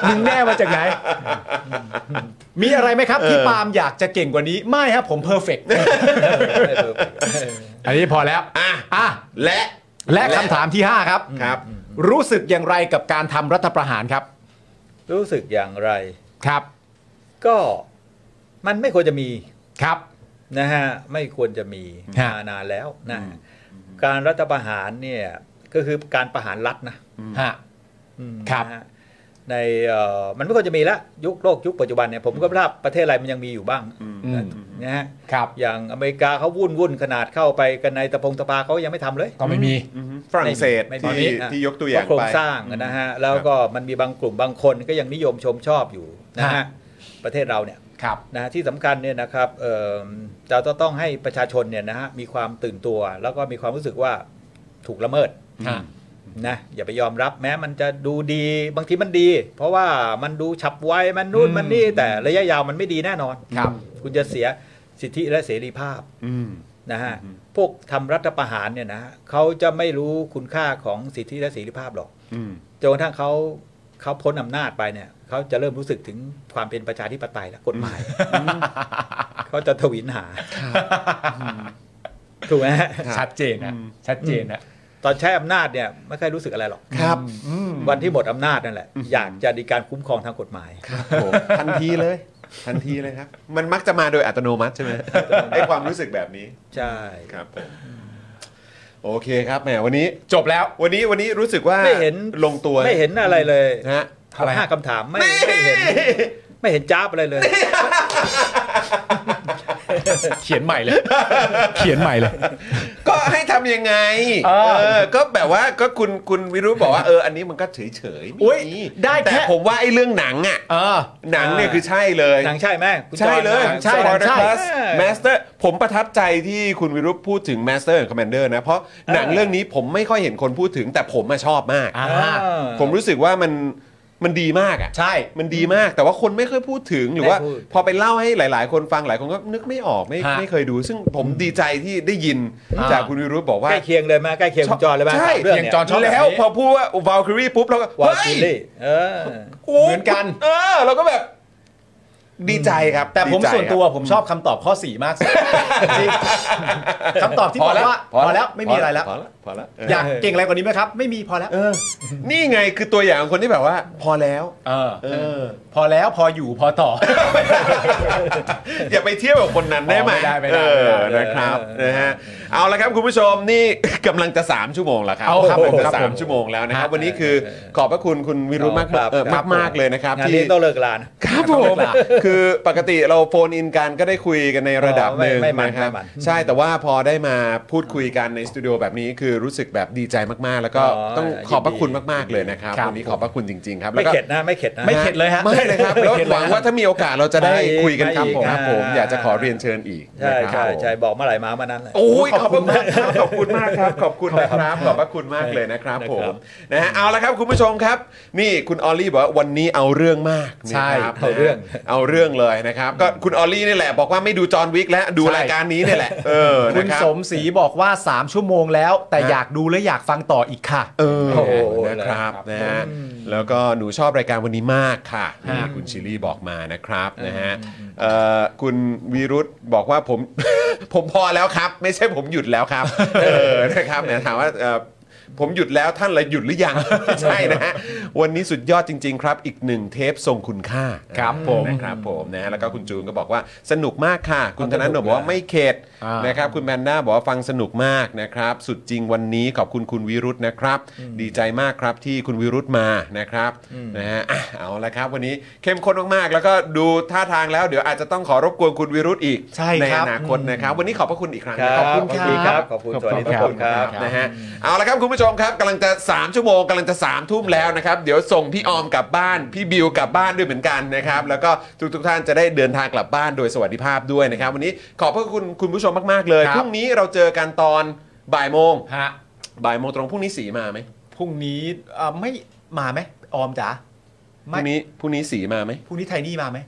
C: มึงแน่มาจากไหน มีอะไรไหมครับ ที่ปาล์มอยากจะเก่งกว่านี้ไม่ครับผมเพอร์เฟกอันนี้พอแล้ว
A: อ่ะ
C: อ่ะ
A: และ
C: และคำถามที่ 5 ครับ
A: ครับ
C: รู้สึกอย่างไรกับการทำรัฐประหารครับ
F: รู้สึกอย่างไร
C: ครับ
F: ก็มันไม่ควรจะมี
C: ครับ
F: นะฮะไม่ควรจะมี
C: ฮะ
F: มานานแล้วนะการรัฐประหารเนี่ยก็คือการประหารรัฐนะ
C: ฮะ
F: อืม
C: ครับ
F: นะฮะ ในเอ่อมันไม่ควรจะมีละยุคโลกยุคปัจจุบันเนี่ยผมก็ไม่ทราบประเทศอะไรมันยังมีอยู่บ้าง
A: อืม
C: อืม
F: นะฮะ
C: ครับ
F: อย่างอเมริกาเขาวุ่นวุ่นขนาดเข้าไปกันในตะพงตะปาเขายังไม่ทำเลย
C: ก็ไม่มี
A: อือฮึฝรั่งเศส
F: ไม่มี
A: ที่
F: ไม่มีอ่ะ
A: ที่ยกตัวอย่าง
F: เพระโคร
A: ไป
F: งสร้างนะฮะแล้วก็มันมีบางกลุ่มบางคนก็ยังนิยมชมชอบอยู่นะ
C: ฮะ
F: ฮะประเทศเราเนี่ย
C: ครับ
F: นะฮะที่สำคัญเนี่ยนะครับเอิ่มเราจะต้องให้ประชาชนเนี่ยนะฮะมีความตื่นตัว แล้วก็มีความรู้สึกว่าถูกละเมิด
C: ฮะ
F: นะอย่าไปยอมรับแม้มันจะดูดีบางทีมันดี เพราะว่ามันดูฉับไวมันนู่นมันนี่แต่ระยะยาวมันไม่ดีแน่นอน
C: ครับ
F: คุณจะเสียสิทธิและเสรีภาพ
A: อืม
F: นะฮะ
A: อือฮึ
F: พวกทำรัฐประหารเนี่ยนะฮะเขาจะไม่รู้คุณค่าของสิทธิและเสรีภาพหรอก
A: อืม
F: จนกระทั่งเขาเขาพ้นอำนาจไปเนี่ยเขาจะเริ่มรู้สึกถึงความเป็นประชาธิปไตยและกฎหมายเขาจะทวินหาถูกไหมฮะ
C: ชัดเจนนะชัดเจนนะ
F: ตอนใช้อำนาจเนี่ยไม่เคอยรู้สึกอะไรหรอก
A: ครับ
F: วันที่หมดอำนาจนั่นแหละ อยากจะดีการคุ้มครองทางกฎหมาย
A: ผมทันทีเลย ทันทีเลยครับ มันมักจะมาโดยอัตโนมัติใช่ไหมไอความรู้สึกแบบนี้
F: ใช่
A: ครับผมโอเคครับแหมวันนี้
C: จบแล้ว
A: วันนี้วันนี้รู้สึกว่า
F: ไม่เห็น
A: ลงตัว
F: ไม่เห็นอะไรเลย
A: นะฮะ
C: อะไรฮะ
F: ห้าคำถามไม่ไม่เห็น ไม่เห็นจ้าบอะไรเลย
C: เขียนใหม่เลย เขียนใหม่เลย
A: ก็ให้ทำยังไง
C: เออ
A: ก็แบบว่าก็คุณคุณวิรุธบอกว่าเอออันนี้มันก็เฉยเฉยๆไม่
C: อุ๊ย
A: มี
C: ได้แค่
A: แต่ผมว่าไอ้เรื่องหนังอ่ะ
C: เออ
A: หนังเนี่ย
F: อ่า
A: คือใช่เลย
F: หนังใช่ไหมคุณจอ
A: ใช่
F: ห์น
A: เลย
F: หนัง
C: ใช่
A: สปอยเลอร์
C: ใช่
A: คลาส
F: เออ
A: มาสเตอร์ผมประทับใจที่คุณวิรุธพูดถึง Master and Commander นะ เพราะหนังเรื่องนี้ผมไม่ค่อยเห็นคนพูดถึง แต่ผมอะชอบมาก
C: อ่า
F: เออ
A: ผมรู้สึกว่ามันมันดีมากอ่ะ
C: ใช่
A: มันดีมากแต่ว่าคนไม่เคยพูดถึงหรือว่า
F: ไม่พูด
A: พอไปเล่าให้หลาย ๆ คนฟังหลายคนก็นึกไม่ออกไม่
C: ฮะ
A: ไม่เคยดู ซึ่งผมดีใจที่ได้ยิน
C: อ่า
A: จากคุณวิรุธบอกว่า
F: ใกล้เคียงเลยไหมใกล้เคียงคุณจอห์นเลยไหม
A: ใช่
F: สามเรื่องเนี่ย
C: จ อห์นชอบแบบนี้
A: แล้วพอพูดว่าวาลคิรีปุ๊บเราก็
F: วา
A: เฮ้ย
F: คิลลี่เออ
A: โอ้
C: เหมือนกัน
A: เออเราก็แบบ ดีใจครับ
C: แต่ผม
A: ดีใจ
C: ส่วน
A: ครับ
C: ตัวผมชอบคำตอบข้อ 4 มากสุดจริงคำตอบที่บอกว่าพอแล้วไม่มีอะไรแล้ว
A: พอแล้วพอแล้วเออ
C: อยากเก่งอะไรกว่านี้ไหมครับ ไม่มีพอแล้ว
A: เออ นี่ไงคือตัวอย่างของคนที่แบบว่า พอแล้ว
C: เออ
A: เออ
C: พอแล้วพออยู่พอต่อ
A: [laughs] อย่าไปเที่ยวกับคนนั้นได้ไหม
C: อ๋อไม่ได้ไม่ได้
A: เออ
C: ไม่ได้
A: นะครับ
C: เออ
A: นะฮะเอาละครับคุณผู้ชมนี่ กำลังจะ 3 ชั่วโมงแล้วครับ
C: เอาครับ
A: กำลังจะ
C: ครับผม
A: สามชั่วโมงแล้วนะครับ
C: ฮะ
A: วันนี้คือขอบพระคุณคุณวิรุธมาก
F: ครับ
A: เออ
F: ครับ
A: มากๆเลยนะครับ
F: งาน
A: ที่
F: นี้ต้องเลิกลานะ
A: ครับผม คือปกติเราโฟนอินกันก็ได้คุยกันในระดับหนึ่ง
F: ไม่ไม่มัน
A: นะครับ
F: ไม่มัน
A: ใช่แต่ว่าพอได้มาพูดคุยกันในสตูดิโอแบบนี้คือรู้สึกแบบดีใจมากๆ แล้วก็
F: อ๋อ
A: ต้อง
F: ยินดี
A: ขอบพระคุณมากๆเลยนะครับ
C: ครับ
A: วันนี้ขอบพระคุณจริงๆครับ
F: ไม่
A: แล้วก็
F: เข็ดนะไม่เข็ดนะ
C: ไม่เข็ดเลยฮะ
A: ไม่เลยครับแล้ว
C: ไม่เข็ด
A: ห
C: เลยฮะ
A: วังว่าถ้ามีโอกาสเราจะได้
F: มาอีก
A: คุยกันครับ
F: มาอีก
A: ผม
F: อ่า
A: ครับผมอยากจะขอเรียนเชิญอีก
F: ใช่
A: นะครั
F: ใช่
A: บ
F: ใช่บอกเมื่อไหร่มาเมื่อนั้นแหละ
A: โอ้ยขอบคุณมากครับขอบคุณมากครับขอบคุณนะครับขอบพระคุณมากเลยนะครับ
F: นะครับ
A: ผมนะฮะเอาละครับคุณผู้ชมครับ นี่คุณออลลี่บอกว่าวันนี้เอาเรื่องมากนะ
C: ใช่
A: ครับ
F: เอาเรื่อง
A: เอาเรื่องเลยนะครับ ก็คุณออลลี่นี่แหละ บอกว่าไม่ดูจอห์นวิกแล้ว ดูรายการนี้นี่แหละ เออ
C: คุ
A: นะ
C: ณ
A: ครับ
C: สมศรีบอกว่า 3 ชั่วโมงแล้ว แต่
A: ฮะ
C: อยากดูและอยากฟังต่ออีกค่ะ
A: เออ
F: โอ้โห
A: นะครับนะฮะแล้วก็หนูชอบรายการวันนี้มากค่ะนี่คุณชิลลี่บอกมานะครับนะฮะเอ่อคุณวีรุธบอกว่าผม [laughs] ผมพอแล้วครับ ไม่ใช่ผมหยุดแล้วครับ เออนะครับเนี่ยถามว่าเอ่อผมหยุดแล้วท่านละหยุดหรือยัง [laughs] ไม่ใช่นะฮะวันนี้สุดยอดจริง ๆ ครับ อีกหนึ่งเทปทรงคุณค่า
C: ครับผม
A: นะครับผมนะฮะแล้วก็คุณจูนก็บอกว่าสนุกมากค่ะ คุณธนา
F: ส
A: โน
F: นุก
A: บอกว่า
F: นะ
A: ไม่เข็ด
C: อ่าน
A: นะครับ ครับคุณแมนด้าบอกว่าฟังสนุกมากนะครับ สุดจริงวันนี้ขอบคุณคุณวิรุธนะครับ ดีใจมากครับที่คุณวิรุธมานะครับนะฮะอ่ะเอาละครับ วันนี้เข้มข้นมากๆ แล้วก็ดูท่าทางแล้วเดี๋ยวอาจจะต้องขอรบกวนคุณวิรุธอีก
C: ใช่
A: อ
C: ครับ
A: นาคตนะครับ วันนี้ขอบพระคุณอีกครั้ง
F: ครั
A: นะ
F: บ
A: ขอบคุณ
F: ขอบ
A: ค
F: คุณค
A: รั
F: รั
A: บบ
F: ขอบคุณ
C: ขอบ
F: ส
C: คุณ
F: วัสดีทุกคน
C: ค
F: ค
C: รั
F: รับ บ
A: นะฮะเอาละครับคุณผู้ชมครับกำลังจะ 3 ชั่วโมงกำลังจะ 3 ทุ่มแล้วนะครับ เดี๋ยวส่งพี่ออมกลับบ้านพี่บิวกลับบ้านด้วยเหมือนกันนะครับแล้วก็ทุกๆท่านจะได้เดินทางกลับบ้านโดยสวัสดิภาพด้วยนะครับ วันนี้ขอบพระคุณคุณผู้ชมมากๆเลย
C: ครับ
A: พรุ่งนี้เราเจอกันตอนบ่ายโมง
C: ฮะ
A: บ่ายโมงตรงพรุ่งนี้สีมาไหม
C: พรุ่งนี้เอ่อไม่มาไหมออมจ๋า
A: พรุ่ง
C: ไม่
A: นี้พรุ่งนี้สีมาไหม
C: พรุ่งนี้ไทนี่มาไหม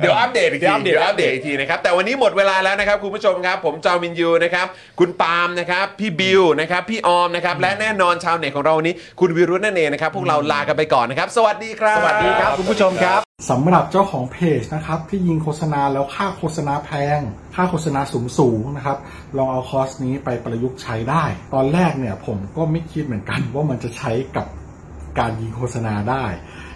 A: เดี๋ยวอัปเดตอีกที
C: เดี๋
A: เดี๋ย
C: ยวอัปเดต
A: วอัปเดตอีกทีนะครับแต่วันนี้หมดเวลาแล้วนะครับคุณผู้ชมครับ ผมจอมินยูนะครับคุณปาล์มนะครับพี่บิวนะครับพี่ออมนะครับและแน่นอนชาวเน็ตของเราวันนี้ คุณวิรุธนั่นเองนะครับพวกเราลากันไปก่อนนะครับ สวัสดีครับ
C: สวัสดีครับคุณผู้ชมครับ
B: สำหรับเจ้าของเพจนะครับ ที่ยิงโฆษณาแล้วค่าโฆษณาแพง ค่าโฆษณาสูงสูงๆนะครับ ลองเอาคอร์สนี้ไปประยุกต์ใช้ได้ ตอนแรกเนี่ยผมก็ไม่คิดเหมือนกัน ว่ามันจะใช้กับการยิงโฆษณาได้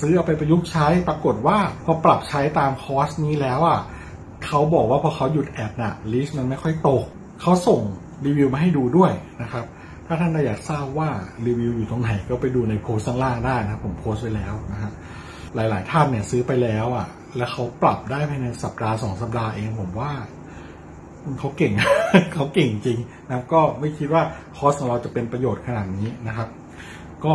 B: ซื้อเอาไปประยุกต์ใช้ปรากฏว่าพอปรับใช้ตามคอร์สนี้แล้วอ่ะเขาบอกว่าพอเขาหยุดแอดน่ะลิสต์มันไม่ค่อยตกเขาส่งรีวิวมาให้ดูด้วยนะครับ ถ้าท่านอยากทราบว่ารีวิวอยู่ตรงไหนก็ไปดูในโพสต์ข้างล่างได้นะครับผมโพสต์ไว้แล้วนะฮะหลาย ๆ ท่านเนี่ยซื้อไปแล้วอ่ะ แล้วเขาปรับได้ภายในสัปดาห์สองสัปดาห์เองผมว่า เขาเก่ง [laughs] เขาเก่งจริงนะครับก็ไม่คิดว่าคอร์สของเราจะเป็นประโยชน์ขนาดนี้นะครับ ก็